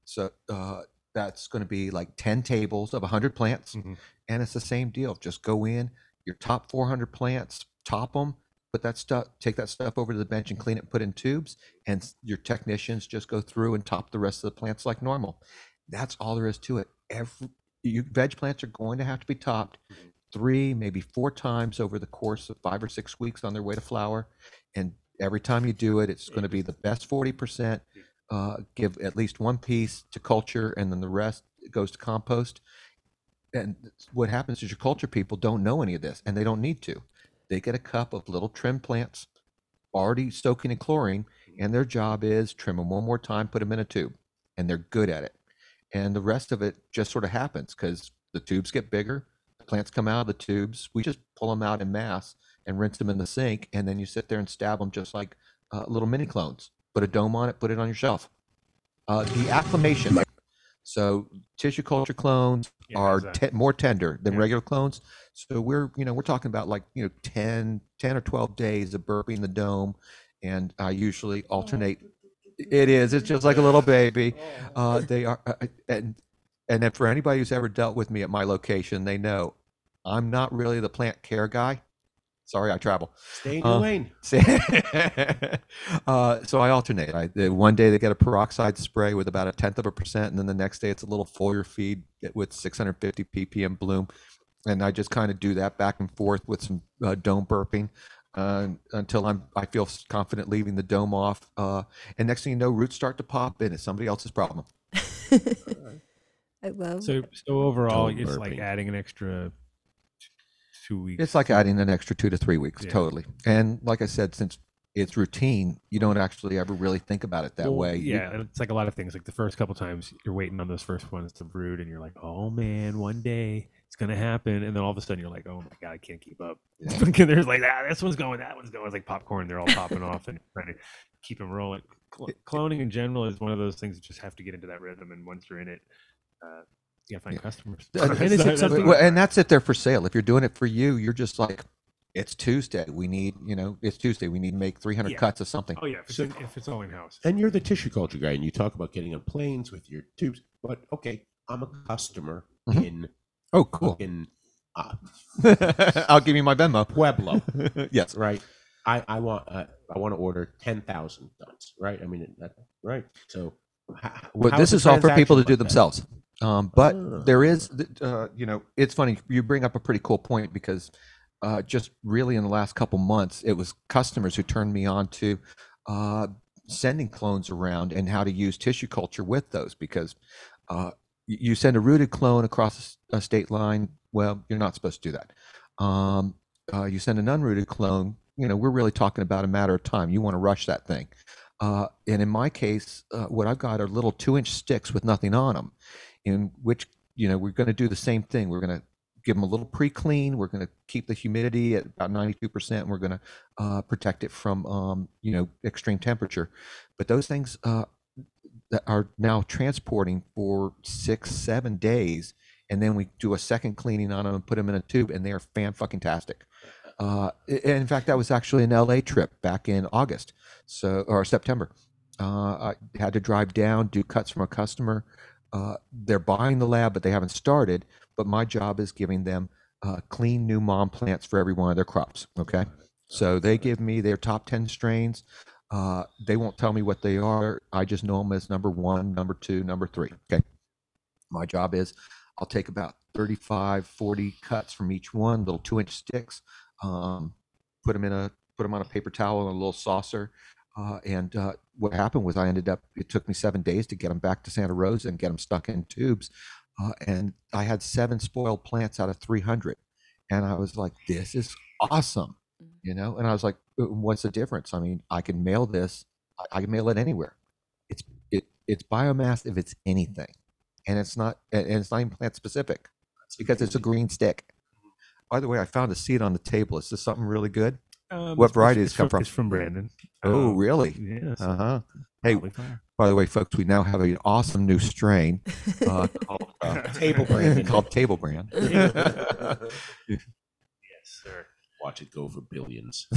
Speaker 13: So uh, that's going to be like ten tables of hundred plants, and it's the same deal. Just go in your top 400 plants, top them, put that stuff, take that stuff over to the bench and clean it, and put in tubes, and s- your technicians just go through and top the rest of the plants like normal. That's all there is to it. Every you, veg plants are going to have to be topped three, maybe four times over the course of five or six weeks on their way to flower, and every time you do it, it's going to be the best 40 percent. Uh, give at least one piece to culture, and then the rest goes to compost and it's- what happens is your culture people don't know any of this and they don't need to they get a cup of little trim plants already soaking in chlorine and their job is trim them one more time put them in a tube and they're good at it and the rest of it just sort of happens because the tubes get bigger the plants come out of the tubes we just pull them out in mass and rinse them in the sink and then you sit there and stab them just like uh, little mini clones put a dome on it put it on your shelf uh, the acclimation so tissue culture clones
Speaker 4: Yeah,
Speaker 13: are
Speaker 4: how's that?
Speaker 13: te- more tender than regular clones. So we're, you know, we're talking about like, you know, 10, 10 or 12 days of burping the dome. And I usually alternate. It is. It's just like a little baby. Uh, they are. uh, And, and then for anybody who's ever dealt with me at my location, they know I'm not really the plant care guy. Sorry, I travel.
Speaker 5: Stay in your lane.
Speaker 13: so- uh, so I alternate. I, the- one day they get a peroxide spray with about a tenth of a percent, and then the next day it's a little foliar feed that- with 650 ppm bloom, and I just kind of do that back and forth with some uh, dome burping uh, until I'm I feel s- confident leaving the dome off. Uh, and next thing you know, roots start to pop in. It's somebody else's problem.
Speaker 8: I love
Speaker 4: so so overall
Speaker 13: Don't
Speaker 4: it's
Speaker 13: burp
Speaker 4: like
Speaker 13: me.
Speaker 4: adding an extra t- two weeks
Speaker 13: It's like adding an extra two to three weeks,
Speaker 4: Yeah.
Speaker 13: totally. And like I said, since it's routine, you don't actually ever really think about it that
Speaker 4: Well,
Speaker 13: way. You-
Speaker 4: yeah and it's like a lot of things like the first couple times you're waiting on those first ones to brood and you're like oh man one day it's gonna happen and then all of a sudden you're like oh my god I can't keep up there's like ah, this one's going that one's going it's like popcorn they're all popping off and trying to keep them rolling Cl- cloning in general is one of those things you just have to get into that rhythm and once you're in it uh, you gotta find customers
Speaker 13: Uh,
Speaker 4: and is it something
Speaker 13: well, and that's if they're for sale. If you're doing it for you, you're just like, It's Tuesday. We need, you know, it's Tuesday. We need to make 300
Speaker 4: Yeah.
Speaker 13: cuts of something.
Speaker 4: Oh yeah, if it's, in, if it's all in house.
Speaker 5: And you're the tissue culture guy, and you talk about getting on planes with your tubes. But okay, I'm a customer
Speaker 13: Mhm.
Speaker 5: in.
Speaker 13: Oh, cool.
Speaker 5: In, uh,
Speaker 13: I'll give you my Venmo.
Speaker 5: Pueblo.
Speaker 13: yes.
Speaker 5: Right. I I want uh, I want to order ten thousand guns. Right. I mean, it- that, right. So. h- h-
Speaker 13: Well,
Speaker 5: how
Speaker 13: this
Speaker 5: a
Speaker 13: is all for
Speaker 5: transaction
Speaker 13: people to do
Speaker 5: like that?
Speaker 13: themselves. Um, but
Speaker 5: Ah.
Speaker 13: there is, th- uh, you know, it's funny. You bring up a pretty cool point because uh, just really in the last couple months, it was customers who turned me on to uh, sending clones around and how to use tissue culture with those because uh, y- you send a rooted clone across a s- a state line. Well, you're not supposed to do that. Um, uh, you send an unrooted clone. You know, we're really talking about a matter of time. You want to rush that thing. Uh, and in my case, uh, what I've got are little two-inch sticks with nothing on them, in which you know we're going to do the same thing. We're going to give them a little pre-clean. We're going to keep the humidity at about 92%. And we're going to uh, protect it from um, you know extreme temperature. But those things uh, that are now transporting for six, seven days, and then we do a second cleaning on them and put them in a tube, and they are fan fucking tastic. Uh, a- and in fact, that was actually an LA trip back in August, so or September. Uh, I had to drive down, do cuts from a customer. Uh, they're buying the lab, but they haven't started. But my job is giving them uh, clean new mom plants for every one of their crops. Okay, so they give me their top ten strains. Uh, they won't tell me what they are. I just know them as number one, number two, number three. Okay. My job is I'll take about 35, 40 cuts from each one, little two inch sticks, um, put them in a, put them on a paper towel and a little saucer. Uh, and uh, what happened was I ended up, it took me seven days to get them back to Santa Rosa and get them stuck in tubes. Uh, and I had seven spoiled plants out of 300. And I was like, this is awesome. You know, and I was like, "Uh, what's the difference? I mean, I can mail this, I, I can mail it anywhere. It's it it's biomass if it's anything. And it's not and and it's not even plant specific. It's because it's a green stick. By the way, I found a seed on the table. Is this something really good?
Speaker 4: Um,
Speaker 13: what
Speaker 4: it's-
Speaker 13: variety
Speaker 4: it's
Speaker 13: has come
Speaker 4: from-
Speaker 13: from?
Speaker 4: it's from Brandon.
Speaker 13: Oh,
Speaker 4: Um,
Speaker 13: really?
Speaker 4: yes.
Speaker 13: Uh huh. Hey,
Speaker 4: Probably fire.
Speaker 13: by the way, folks, we now have an awesome new strain uh,
Speaker 4: Oh,
Speaker 13: called uh,
Speaker 5: Table Brand.
Speaker 13: Called Table Brand.
Speaker 4: Yes, sir.
Speaker 5: Watch it go for billions.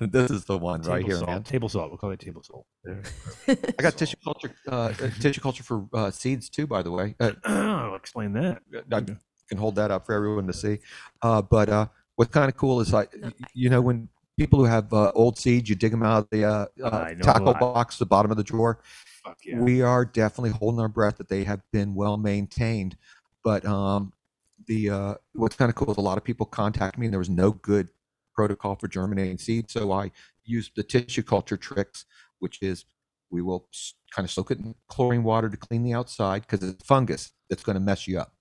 Speaker 13: this is the one right
Speaker 4: Table
Speaker 13: here,
Speaker 4: salt.
Speaker 13: man.
Speaker 4: Table salt. We'll call it table salt. There.
Speaker 13: I got tissue culture, uh, uh, tissue culture for uh, seeds too. By the way, uh,
Speaker 4: I'll explain that.
Speaker 13: I can hold that up for everyone to see. Uh, but uh, what's kind of cool is like, y- you know, when people who have uh, old seeds, you dig them out of the uh, uh,
Speaker 4: I know a
Speaker 13: tackle
Speaker 4: lot.
Speaker 13: box, the bottom of the drawer.
Speaker 4: yeah.
Speaker 13: We are definitely holding our breath that they have been well maintained. But um, the uh, what's kind of cool is a lot of people contact me, and there was no good protocol for germinating seeds, so I used the tissue culture tricks, which is we will kind of soak it in chlorine water to clean the outside because it's fungus that's going to mess you up.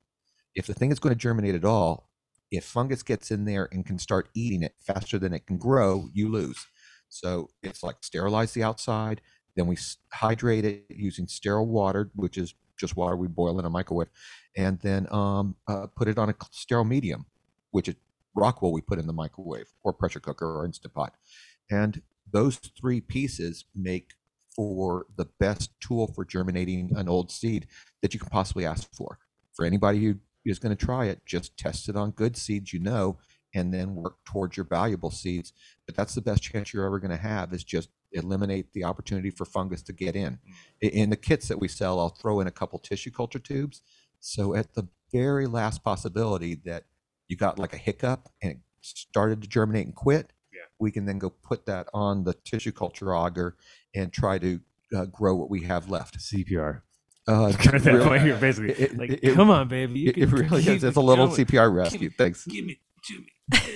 Speaker 13: If the thing is going to germinate at all, if fungus gets in there and can start eating it faster than it can grow, you lose. So it's like sterilize the outside, then we s- hydrate it using sterile water, which is just water we boil in a microwave, and then um, uh, put it on a cl- sterile medium, which is rock wool we put in the microwave or pressure cooker or instant pot. And those three pieces make for the best tool for germinating an old seed that you can possibly ask for. For anybody who is going to try it, just test it on good seeds you know, and then work towards your valuable seeds. But that's the best chance you're ever going to have is just eliminate the opportunity for fungus to get in. I- In the kits that we sell, I'll throw in a couple tissue culture tubes. So at the very last possibility that you got like a hiccup and it started to germinate and quit, we can then go put that on the tissue culture auger and try to uh, grow what we have left.
Speaker 4: CPR.
Speaker 13: Uh,
Speaker 4: At that
Speaker 13: really-
Speaker 4: point, you're basically
Speaker 13: it-
Speaker 4: like,
Speaker 13: it-
Speaker 4: "Come on, baby, you
Speaker 13: It,
Speaker 4: can
Speaker 13: it really
Speaker 4: keep
Speaker 13: is. It's
Speaker 4: it
Speaker 13: a little
Speaker 4: going.
Speaker 13: CPR rescue. Thanks.
Speaker 4: Give me to me.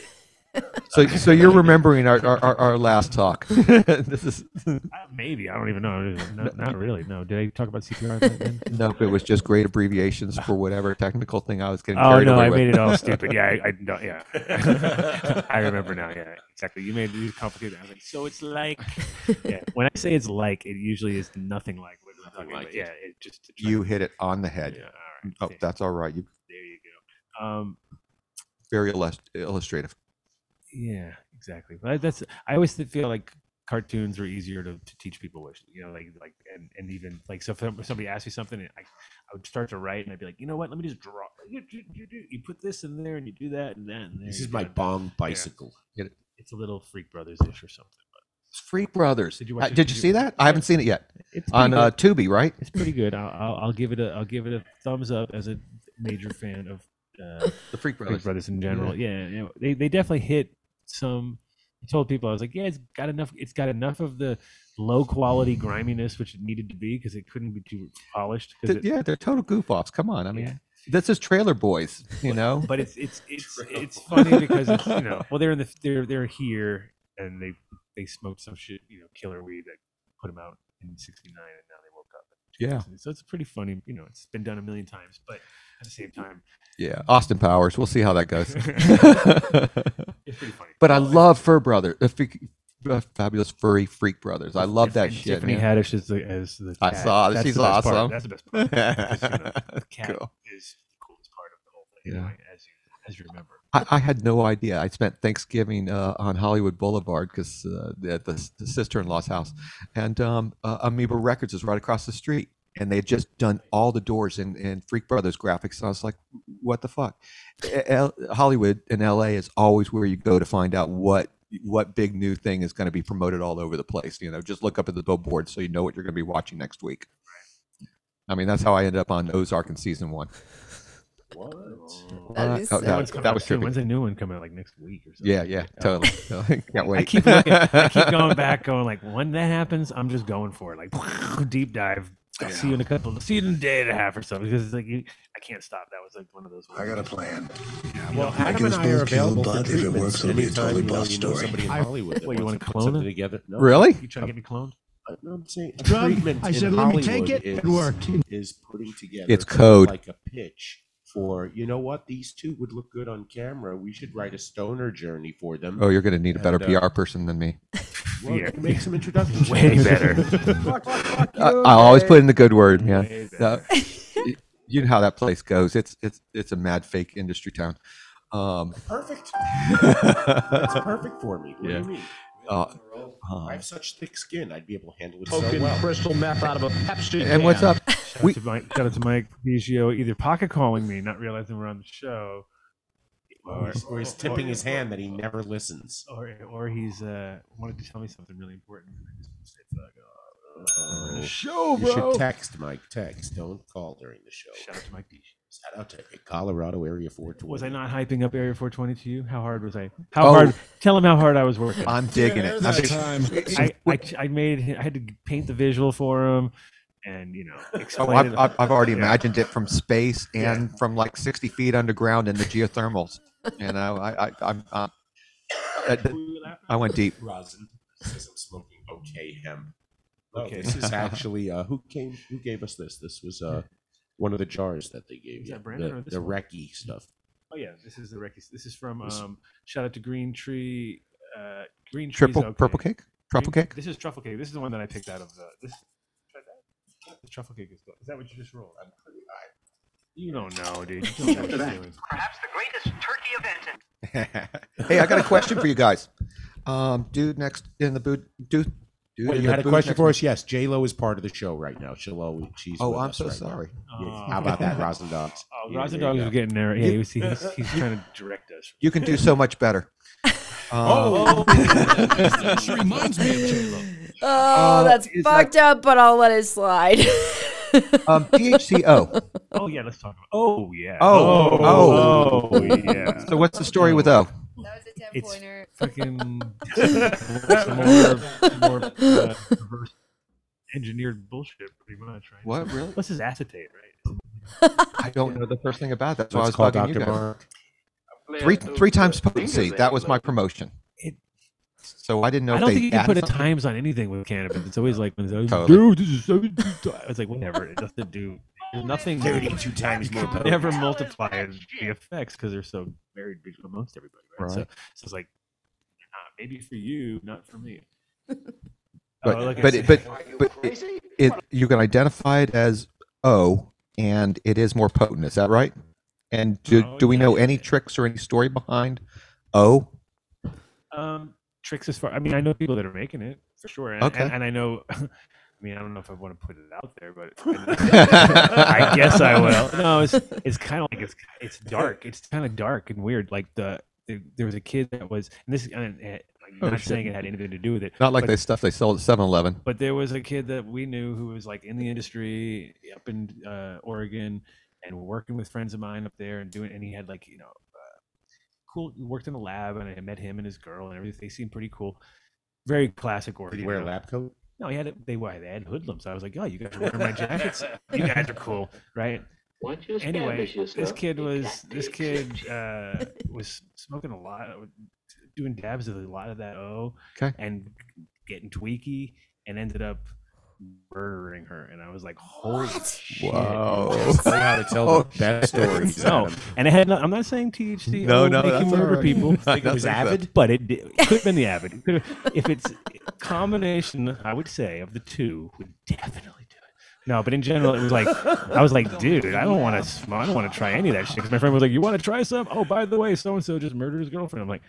Speaker 13: So, so you're remembering our, our, our, our last talk. this is
Speaker 4: Uh, Maybe I don't even know. No, not really. No. Did I talk about CPR? back then?
Speaker 13: nope. It was just great abbreviations for whatever technical thing I was getting.
Speaker 4: oh
Speaker 13: carried
Speaker 4: no,
Speaker 13: away
Speaker 4: I
Speaker 13: with.
Speaker 4: made it all stupid. Yeah, I, I no, yeah. I remember now. Yeah, exactly. You made it complicated. I mean, so it's like. Yeah. When I say it's like, it usually is nothing like what we're talking about. Yeah. It just to try to-
Speaker 13: you hit it on the head. oh, that's all right. You
Speaker 4: There you go. Um,
Speaker 13: very illus- illustrative.
Speaker 4: Yeah, exactly. But that's I always th- feel like cartoons are easier to, to teach people, which you know, like like and, and even like so if somebody asks you something, and I I would start to write and I'd be like, you know what? Let me just draw. You, you, you, do- you put this in there and you do that and that and there.
Speaker 5: This
Speaker 4: you
Speaker 5: is my
Speaker 4: kinda-
Speaker 5: bong
Speaker 4: yeah.
Speaker 5: bicycle. Get it?
Speaker 4: It's a little Freak Brothers ish or something.
Speaker 13: Freak Brothers.
Speaker 4: Did
Speaker 13: Uh, Did
Speaker 4: you
Speaker 13: you,
Speaker 4: watch it? Did you-
Speaker 13: see that? I haven't seen it yet.
Speaker 4: It's
Speaker 13: on
Speaker 4: pretty
Speaker 13: uh,
Speaker 4: good.
Speaker 13: Tubi, right?
Speaker 4: It's pretty good. I'll, I'll, I'll give it a I'll give it a thumbs up as a major fan of uh,
Speaker 13: The Freak Brothers.
Speaker 4: in general. Yeah, you know, they they definitely hit some. I told people I was like, yeah, it's got enough. It's got enough of the low quality griminess which it needed to be because it couldn't be too polished. 'cause
Speaker 13: Th-
Speaker 4: it,
Speaker 13: yeah, they're total goof offs. Come on. I mean, this is Trailer Boys, you know?
Speaker 4: but it's it's it's it's funny because it's, you know well they're in the they're they're here and they they smoked some shit you know killer weed that put them out in '69 and now they woke up. in
Speaker 13: Yeah.
Speaker 4: 2000. so it's pretty funny. You know, it's been done a million times, but at the same time,
Speaker 13: Yeah, Austin Powers. We'll see how that goes.
Speaker 4: It's pretty funny.
Speaker 13: But I love Fur Brother, the freak, uh, fabulous furry freak brothers. I love that shit.
Speaker 4: Tiffany
Speaker 13: man.
Speaker 4: Haddish is the as the
Speaker 13: I
Speaker 4: cat.
Speaker 13: saw.
Speaker 4: That's
Speaker 13: She's
Speaker 4: the best
Speaker 13: awesome.
Speaker 4: part. That's the best part. Because, you know, the cat
Speaker 13: cool.
Speaker 4: is the coolest part of the whole thing, right, as you as you remember.
Speaker 13: I, I had no idea. I spent Thanksgiving uh, on Hollywood Boulevard because uh, at the, the sister-in-law's house, and um, uh, Amoeba Records is right across the street, and they had just done all the doors and, and Freak Brothers graphics. And I was like, "What the fuck?" L- Hollywood and L.A. is always where you go to find out what what big new thing is going to be promoted all over the place. You know, just look up at the billboard so you know what you're going to be watching next week. I mean, that's how I ended up on Ozark in season one.
Speaker 5: What?
Speaker 13: That is Oh, that-
Speaker 4: When's it come
Speaker 13: that
Speaker 4: out
Speaker 13: was
Speaker 4: soon?
Speaker 13: trippy.
Speaker 4: When's the new one coming out? Like next week or something?
Speaker 13: Yeah, yeah, totally. totally. Can't wait.
Speaker 4: I keep looking, I keep going back, going like, when that happens, I'm just going for it. Like deep dive. I'll see you in a couple. See you in a day and a half or something. Because it's like you, I can't stop. That was like one of those. I got a plan.
Speaker 5: Well, Adam and I are available for treatments anytime you know you know somebody in Hollywood. that
Speaker 4: What you
Speaker 5: wants
Speaker 4: want to
Speaker 5: put
Speaker 4: clone
Speaker 5: something
Speaker 4: it?
Speaker 5: together. No.
Speaker 13: Really?
Speaker 4: You trying to get me cloned?
Speaker 5: I'm saying a
Speaker 4: Drug,
Speaker 5: treatment
Speaker 4: I
Speaker 5: in
Speaker 4: said, let me take
Speaker 5: Hollywood
Speaker 4: it, it
Speaker 5: is-
Speaker 4: worked.
Speaker 5: Is putting together
Speaker 13: It's code.
Speaker 5: like a pitch for you know what these two would look good on camera. We should write a stoner journey for them.
Speaker 13: Oh, you're going to need a better
Speaker 5: And, uh,
Speaker 13: PR person than me.
Speaker 5: Well, you can make some introductions.
Speaker 13: Way better.
Speaker 5: Fuck, fuck, fuck
Speaker 13: I,
Speaker 5: you,
Speaker 13: I always
Speaker 5: man.
Speaker 13: put in the good word,
Speaker 5: Way
Speaker 13: man.
Speaker 5: better.
Speaker 13: Uh, y- you know how that place goes. It's it's it's a mad fake industry town. Um,
Speaker 5: Perfect. That's perfect for me. What
Speaker 13: Yeah.
Speaker 5: do you mean?
Speaker 13: Uh,
Speaker 5: I have such thick skin. I'd be able to handle it so
Speaker 4: Poking
Speaker 5: well.
Speaker 4: crystal meth out of a Pepsi
Speaker 13: And what's up?
Speaker 4: Shout, out, to Mike, shout out to Mike Vigio, either pocket calling me, not realizing we're on the show,
Speaker 5: Or, or he's tipping his hand that he never listens.
Speaker 4: or or he's uh, wanted to tell me something really important. and I just said, "Fuck off." We're on the
Speaker 13: uh,
Speaker 4: show,
Speaker 5: Oh, You
Speaker 4: bro.
Speaker 5: should text Mike. Text. Don't call during the show. Shout
Speaker 4: out to Mike
Speaker 5: Shout out to Colorado Area 420.
Speaker 4: Was I not hyping up Area 420 to you? How hard was I? How
Speaker 5: Oh.
Speaker 4: hard? Tell him how hard I was working.
Speaker 13: I'm digging it. I'm digging-
Speaker 4: I, I, I made. him- I had to paint the visual for him, and you know,
Speaker 13: Oh,
Speaker 4: explain
Speaker 13: I've,
Speaker 4: it.
Speaker 13: I've, I've already
Speaker 4: Yeah.
Speaker 13: imagined it from space
Speaker 4: Yeah.
Speaker 13: and from like 60 feet underground in the geothermals. You know, I, I, I'm, I'm, I, Uh, I went deep.
Speaker 5: Rosin says I'm smoking okay hemp. No,
Speaker 4: Okay.
Speaker 5: this is actually uh, who came? Who gave us this? This was uh, one of the jars that they gave
Speaker 4: Is
Speaker 5: you.
Speaker 4: that Brandon
Speaker 5: the,
Speaker 4: or this
Speaker 5: the
Speaker 4: one?
Speaker 5: recce stuff.
Speaker 4: Oh yeah, this is the Ricky. This is from
Speaker 5: This-
Speaker 4: um, shout out to Green Tree. Uh, Green Tree's
Speaker 13: Triple-
Speaker 4: okay.
Speaker 13: purple cake? Truffle
Speaker 4: Green-
Speaker 13: cake?
Speaker 4: This is truffle cake. This is the one that I picked out of the. This, try that. The truffle cake is good. Is that what you just rolled? I'm pretty high. You don't know, dude. You don't know what you're doing.
Speaker 13: hey, I got a question for you guys. Um, dude next in the boot. Dude, dude
Speaker 5: Wait,
Speaker 13: in
Speaker 5: you
Speaker 13: the
Speaker 5: had a
Speaker 13: booth
Speaker 5: question
Speaker 13: next-
Speaker 5: for us? Yes, J Lo is part of the show right now. She'll always. She's
Speaker 13: Oh,
Speaker 5: with
Speaker 13: I'm
Speaker 5: us
Speaker 13: so
Speaker 5: right now.
Speaker 13: sorry.
Speaker 5: Yeah, How about that, Rosin Dogs?
Speaker 4: Oh,
Speaker 5: Yeah,
Speaker 4: Rosin
Speaker 5: there you
Speaker 4: Dogs
Speaker 5: go.
Speaker 4: is getting there. Oh, Yeah, you see, he's, he's trying to direct us.
Speaker 13: You can do so much better. Um,
Speaker 4: Oh. She reminds me of J-Lo.
Speaker 8: Oh,
Speaker 11: Um,
Speaker 13: Uh,
Speaker 8: that's
Speaker 13: is
Speaker 8: fucked up, but I'll let it slide.
Speaker 13: um, DHCO.
Speaker 4: Oh yeah, let's talk about. Oh yeah.
Speaker 13: Oh,
Speaker 4: oh,
Speaker 13: oh.
Speaker 4: yeah.
Speaker 13: So what's the story with O?
Speaker 4: It's fucking some more, some more uh, reverse engineered bullshit, pretty much, right?
Speaker 13: What, really?
Speaker 4: This is acetate, right?
Speaker 13: I don't know the first thing about that. So I
Speaker 5: Let's
Speaker 13: was
Speaker 5: call
Speaker 13: bugging you
Speaker 5: Dr.
Speaker 13: guys.
Speaker 5: Mark.
Speaker 13: Three, three times potency. That was my promotion. So I didn't know
Speaker 4: I
Speaker 13: if
Speaker 4: don't
Speaker 13: they
Speaker 4: think you can
Speaker 13: added
Speaker 4: put a
Speaker 13: something.
Speaker 4: times on anything with cannabis. It's always like when it's always,
Speaker 13: Totally.
Speaker 4: dude, this is seventy-two times. It's like whatever. It doesn't do there's nothing.
Speaker 5: Thirty-two times more potent.
Speaker 4: Never multiply the effects because they're so varied be- amongst everybody, right? So,
Speaker 13: Right.
Speaker 4: so it's like uh, maybe for you, not for me.
Speaker 13: But
Speaker 4: Oh, look,
Speaker 13: but
Speaker 4: it's-
Speaker 13: it, but but it, it, you can identify it as O, and it is more potent. Is that right? And do,
Speaker 4: Oh,
Speaker 13: do we know any tricks or any story behind O?
Speaker 4: um tricks as far i mean i know people that are making it for sure and,
Speaker 13: Okay.
Speaker 4: and, and i know I mean, I don't know if I want to put it out there, but I guess I will. No, it's it's kind of like it's it's dark. It's kind of dark and weird. Like the, the there was a kid that was, and this and, and, like,
Speaker 11: Oh,
Speaker 4: not
Speaker 11: shit.
Speaker 4: saying it had anything to do with it.
Speaker 11: Not like
Speaker 4: but-
Speaker 11: they stuff they sold at 7-Eleven.
Speaker 4: But there was a kid that we knew who was like in the industry up in uh, Oregon and working with friends of mine up there and doing, and he had like, you know, uh, cool, he worked in a lab and I met him and his girl and everything. They seemed pretty cool. Very classic Oregon.
Speaker 5: Did he wear a
Speaker 4: you know?
Speaker 5: lab coat?
Speaker 4: No, he had it. They were they had hoodlums. I was like, oh, you guys are wearing my jackets. you guys are cool, right?
Speaker 10: Once you
Speaker 4: Anyway,
Speaker 10: establish
Speaker 4: this
Speaker 10: yourself,
Speaker 4: kid
Speaker 10: you
Speaker 4: was
Speaker 10: got
Speaker 4: this
Speaker 10: the
Speaker 4: kid uh, was smoking a lot, of- doing dabs of a lot of that O,
Speaker 11: Okay.
Speaker 4: and getting tweaky, and ended up murdering her. And I was like, holy shit!
Speaker 11: Whoa.
Speaker 4: That's
Speaker 11: How to tell
Speaker 13: Oh.
Speaker 11: the best stories,
Speaker 4: Oh, No,
Speaker 11: Adam.
Speaker 4: and I had. Not, I'm not saying THC.
Speaker 11: No,
Speaker 4: will
Speaker 11: no,
Speaker 4: make you
Speaker 11: that's all
Speaker 4: murder
Speaker 11: right.
Speaker 4: people.
Speaker 11: I Think it don't was think so. Avid?
Speaker 4: but it, did- it could have been the avid. It could have- if it's a combination, I would say of the two would definitely do it. No, but in general, it was like I was like, dude, I don't want to. I don't want to try any of that shit. Because my friend was like, you want to try some? Oh, by the way, so and so just murdered his girlfriend. I'm like,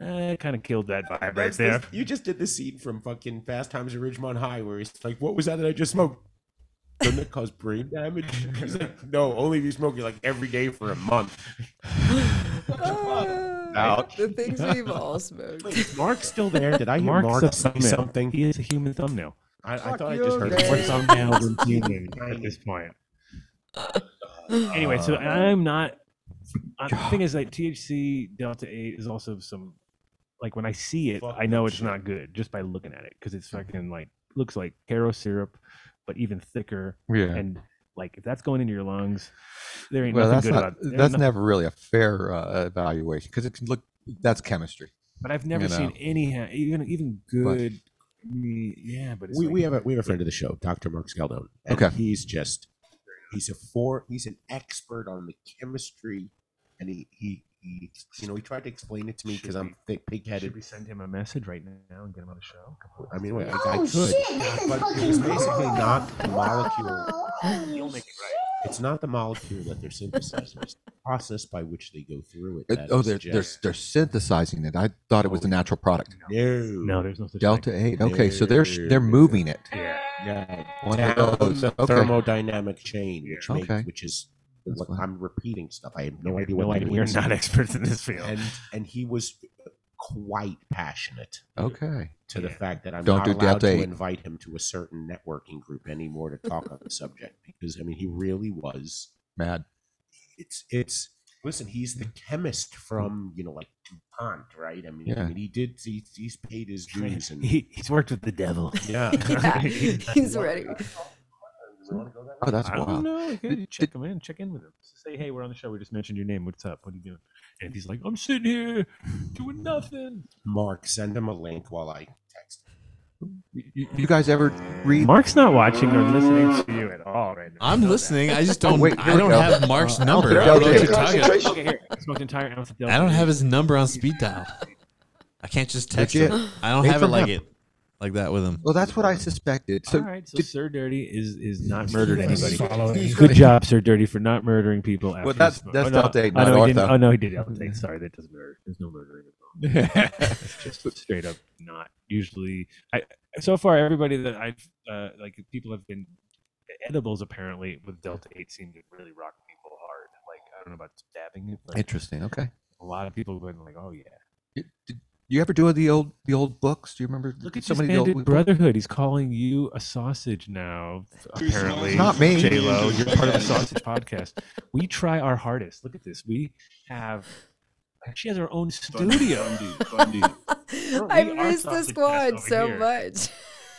Speaker 4: eh, kind of killed that vibe right
Speaker 5: That's
Speaker 4: there.
Speaker 5: this- you just did the scene from fucking Fast Times at Ridgemont High where he's like, "What was that that I just smoked?" Doesn't it cause brain damage? He's like, "No, only if you smoke it like every day for a month."
Speaker 11: Ouch.
Speaker 8: The things we've all smoked.
Speaker 5: Wait, is Mark still there? Did I hear
Speaker 4: Mark's
Speaker 5: Mark
Speaker 4: a
Speaker 5: say
Speaker 4: thumbnail.
Speaker 5: something?
Speaker 4: He is a human thumbnail.
Speaker 5: I, I
Speaker 4: Fuck
Speaker 5: thought I
Speaker 4: you,
Speaker 5: just heard
Speaker 4: man. More thumbnail than human
Speaker 5: Tiny.
Speaker 4: at this point. anyway,
Speaker 5: Uh,
Speaker 4: so I'm not. I, the thing is, like THC delta eight is also some, like when I see it, I know it's not good just by looking at it because it's fucking like looks like caro syrup, but even thicker.
Speaker 11: Yeah.
Speaker 4: And like if that's going into your lungs, there ain't
Speaker 11: Well, that's
Speaker 4: nothing good
Speaker 11: not,
Speaker 4: about. there ain't
Speaker 11: that's
Speaker 4: nothing-
Speaker 11: never really a fair uh, evaluation because it can look that's chemistry.
Speaker 4: But I've never
Speaker 11: you know?
Speaker 4: seen any ha- even even
Speaker 11: But-
Speaker 4: good. mm, Yeah, but it's
Speaker 5: we,
Speaker 4: like,
Speaker 5: we have a we have a friend of the show, Dr. Mark Skeldon.
Speaker 11: Okay.
Speaker 5: he's just he's a four he's an expert on the chemistry and he he, he you know he tried to explain it to me because I'm thick pig
Speaker 4: Should
Speaker 5: headed.
Speaker 4: we send him a message right now and get him on the show?
Speaker 5: I mean wait, I, I
Speaker 4: Oh,
Speaker 5: could.
Speaker 4: shit, this is
Speaker 5: but it
Speaker 4: fucking Oh,
Speaker 5: was basically not the
Speaker 4: cool.
Speaker 5: molecule. It's not the molecule that they're synthesizing, it's the process by which they go through it.
Speaker 11: It-
Speaker 5: that
Speaker 11: oh,
Speaker 5: is
Speaker 11: they're, they're
Speaker 5: just-
Speaker 11: they're synthesizing it. I thought it was a natural product.
Speaker 5: No,
Speaker 4: no, there's no such
Speaker 11: Delta eight. Okay, so they're sh- they're moving it.
Speaker 4: Yeah.
Speaker 5: Yeah.
Speaker 11: One of
Speaker 5: Down
Speaker 11: those.
Speaker 5: the
Speaker 11: Okay.
Speaker 5: thermodynamic chain, which
Speaker 11: Yeah.
Speaker 5: makes,
Speaker 11: Okay.
Speaker 5: which is what I'm repeating stuff. I have no
Speaker 4: You have
Speaker 5: idea
Speaker 4: no
Speaker 5: what that
Speaker 4: idea. We are
Speaker 5: means.
Speaker 4: not experts in this field.
Speaker 5: And and he was quite passionate.
Speaker 11: Okay.
Speaker 5: To the fact that I'm
Speaker 11: Don't
Speaker 5: not
Speaker 11: do
Speaker 5: allowed
Speaker 11: Delta
Speaker 5: to
Speaker 11: eight.
Speaker 5: invite him to a certain networking group anymore to talk on the subject because I mean he really was
Speaker 11: Mad.
Speaker 5: It's it's listen. He's the chemist from you know like DuPont, right? I mean, I
Speaker 11: Yeah.
Speaker 5: mean he did he, he's paid his dues and
Speaker 4: He, he's worked with the devil.
Speaker 5: Yeah.
Speaker 8: Yeah, he's ready.
Speaker 11: Oh, that's
Speaker 4: I don't
Speaker 11: wild.
Speaker 4: know. You could check him in. Check in with him. Just say, hey, we're on the show. We just mentioned your name. What's up? What are you doing? And if he's like, I'm sitting here doing nothing.
Speaker 5: Mark, send him a link while I text.
Speaker 11: You, you guys ever read?
Speaker 4: Mark's not watching or listening to you at all right now.
Speaker 18: I'm listening. I just
Speaker 11: Oh,
Speaker 18: don't.
Speaker 11: wait,
Speaker 18: I
Speaker 11: here we
Speaker 18: don't
Speaker 11: go.
Speaker 18: have Mark's
Speaker 4: Uh,
Speaker 11: Oh,
Speaker 18: number.
Speaker 11: okay.
Speaker 18: I don't know what you're talking about.
Speaker 4: Okay, here. I smoked an entire ounce of Delta.
Speaker 18: I don't have his
Speaker 4: eight.
Speaker 18: number on speed dial. I can't just text
Speaker 11: Legit.
Speaker 18: him. I don't
Speaker 11: They
Speaker 18: have it
Speaker 11: don't
Speaker 18: like
Speaker 11: have-
Speaker 18: it, like that with him.
Speaker 11: Well, that's what I suspected. So
Speaker 4: All right, so Sir Dirty is is not murdered
Speaker 11: He's
Speaker 4: anybody.
Speaker 11: following- he's
Speaker 4: Good
Speaker 11: gonna-
Speaker 4: job, Sir Dirty, for not murdering people. After
Speaker 11: Well, that's-
Speaker 4: smoke.
Speaker 11: that's
Speaker 4: oh, no,
Speaker 11: Delta eight,
Speaker 4: oh,
Speaker 11: not
Speaker 4: no, he didn't.
Speaker 11: Ortho.
Speaker 4: Oh no, he did. Delta eight. Sorry, that doesn't matter. There's no murdering involved. it's just straight up not usually. I so far everybody that I've uh, like people have been edibles apparently with Delta eight seem to really rock people hard. Like I don't know about stabbing it. But
Speaker 11: Interesting. Okay.
Speaker 4: A lot of people have been like, oh yeah.
Speaker 11: You ever do the old the old books? Do you remember
Speaker 4: Look at
Speaker 11: so many of the
Speaker 4: disbanded
Speaker 11: old-
Speaker 4: Brotherhood. He's calling you a sausage now. Apparently,
Speaker 11: Not me.
Speaker 4: J Lo. You're part of the sausage podcast. We try our hardest. Look at this. We have. She has her own studio.
Speaker 8: I missed the squad so much.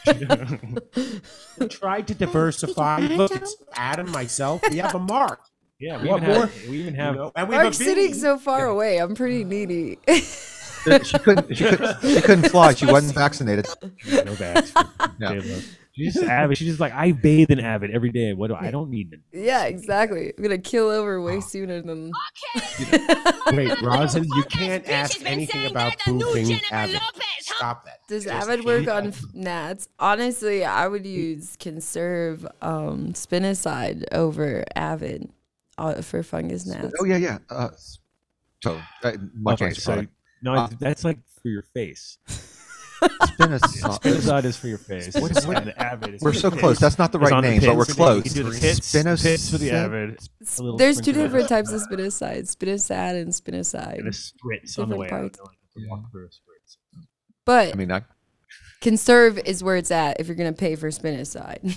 Speaker 5: We tried to diversify. Look, it's Adam, myself. We have a Mark.
Speaker 4: Yeah,
Speaker 8: we
Speaker 5: What
Speaker 4: even
Speaker 5: more?
Speaker 4: have- we even have-
Speaker 5: and we have
Speaker 8: Mark's
Speaker 5: a
Speaker 8: sitting
Speaker 5: bee.
Speaker 8: so far away. I'm pretty needy.
Speaker 11: she couldn't. She couldn't. She couldn't fly. She wasn't vaccinated.
Speaker 4: No bags.
Speaker 11: No.
Speaker 4: J-Lo. She's just avid. She's just like I bathe in avid every day. What do I don't need? to-
Speaker 8: yeah, exactly. I'm gonna kill over way sooner than.
Speaker 5: Wait, Rosin, you can't ask anything about boofing Abbott. Stop that.
Speaker 8: Does
Speaker 5: Just
Speaker 8: Avid work
Speaker 5: keep-
Speaker 8: on f- gnats? Honestly, I would use conserve um, spinicide over Avid uh, for fungus gnats.
Speaker 11: Oh yeah, yeah. Uh, so uh, much
Speaker 4: Okay,
Speaker 11: nicer
Speaker 4: so
Speaker 11: product.
Speaker 4: no,
Speaker 11: Uh,
Speaker 4: that's like for your face.
Speaker 13: Spinosad.
Speaker 4: Spinosad is for your face.
Speaker 13: What is- what-
Speaker 4: And the avid is
Speaker 13: we're
Speaker 4: for
Speaker 13: so
Speaker 4: the
Speaker 13: close.
Speaker 4: tits.
Speaker 13: That's not the
Speaker 4: It's
Speaker 13: right
Speaker 4: on the
Speaker 13: name, but
Speaker 4: tits.
Speaker 13: we're
Speaker 4: You
Speaker 13: close.
Speaker 4: do the tits- tits for the
Speaker 13: Spinosad?
Speaker 4: avid. It's a little
Speaker 8: There's two
Speaker 4: sprinkle.
Speaker 8: different types of spinosad: spinosad and spinoside.
Speaker 4: And a spritz on the
Speaker 8: Different
Speaker 4: way
Speaker 8: parts.
Speaker 4: out. Like, walk through a spritz.
Speaker 8: But
Speaker 13: I mean, I,
Speaker 8: conserve is where it's at if you're gonna pay for spinosad.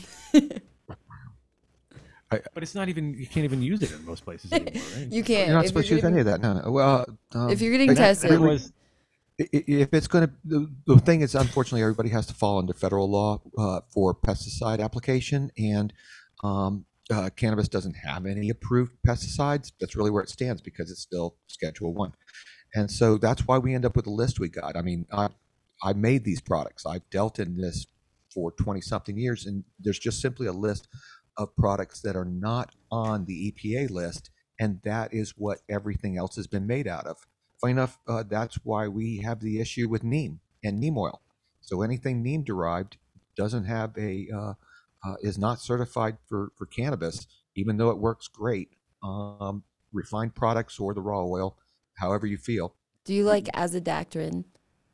Speaker 4: But it's not even you can't even use it in most places anymore, right?
Speaker 8: You can't.
Speaker 13: You're not
Speaker 8: If
Speaker 13: supposed to
Speaker 8: you're
Speaker 13: use
Speaker 8: gonna
Speaker 13: any
Speaker 8: be-
Speaker 13: of that. No, no. Well, um,
Speaker 8: If you're getting
Speaker 13: it-
Speaker 8: tested-
Speaker 13: really-
Speaker 8: It was-
Speaker 13: i- i- if it's going to, the, the thing is, unfortunately, everybody has to fall under federal law uh, for pesticide application, and um, uh, cannabis doesn't have any approved pesticides. That's really where it stands because it's still Schedule One, and so that's why we end up with the list we got. I mean, I I made these products. I've dealt in this for 20 something years and there's just simply a list of products that are not on the EPA list and that is what everything else has been made out of. Funny enough, uh, that's why we have the issue with neem and neem oil. So anything neem derived doesn't have a uh, uh, is not certified for for cannabis, even though it works great. Um, refined products or the raw oil, however you feel,
Speaker 8: Do you like azadactrin?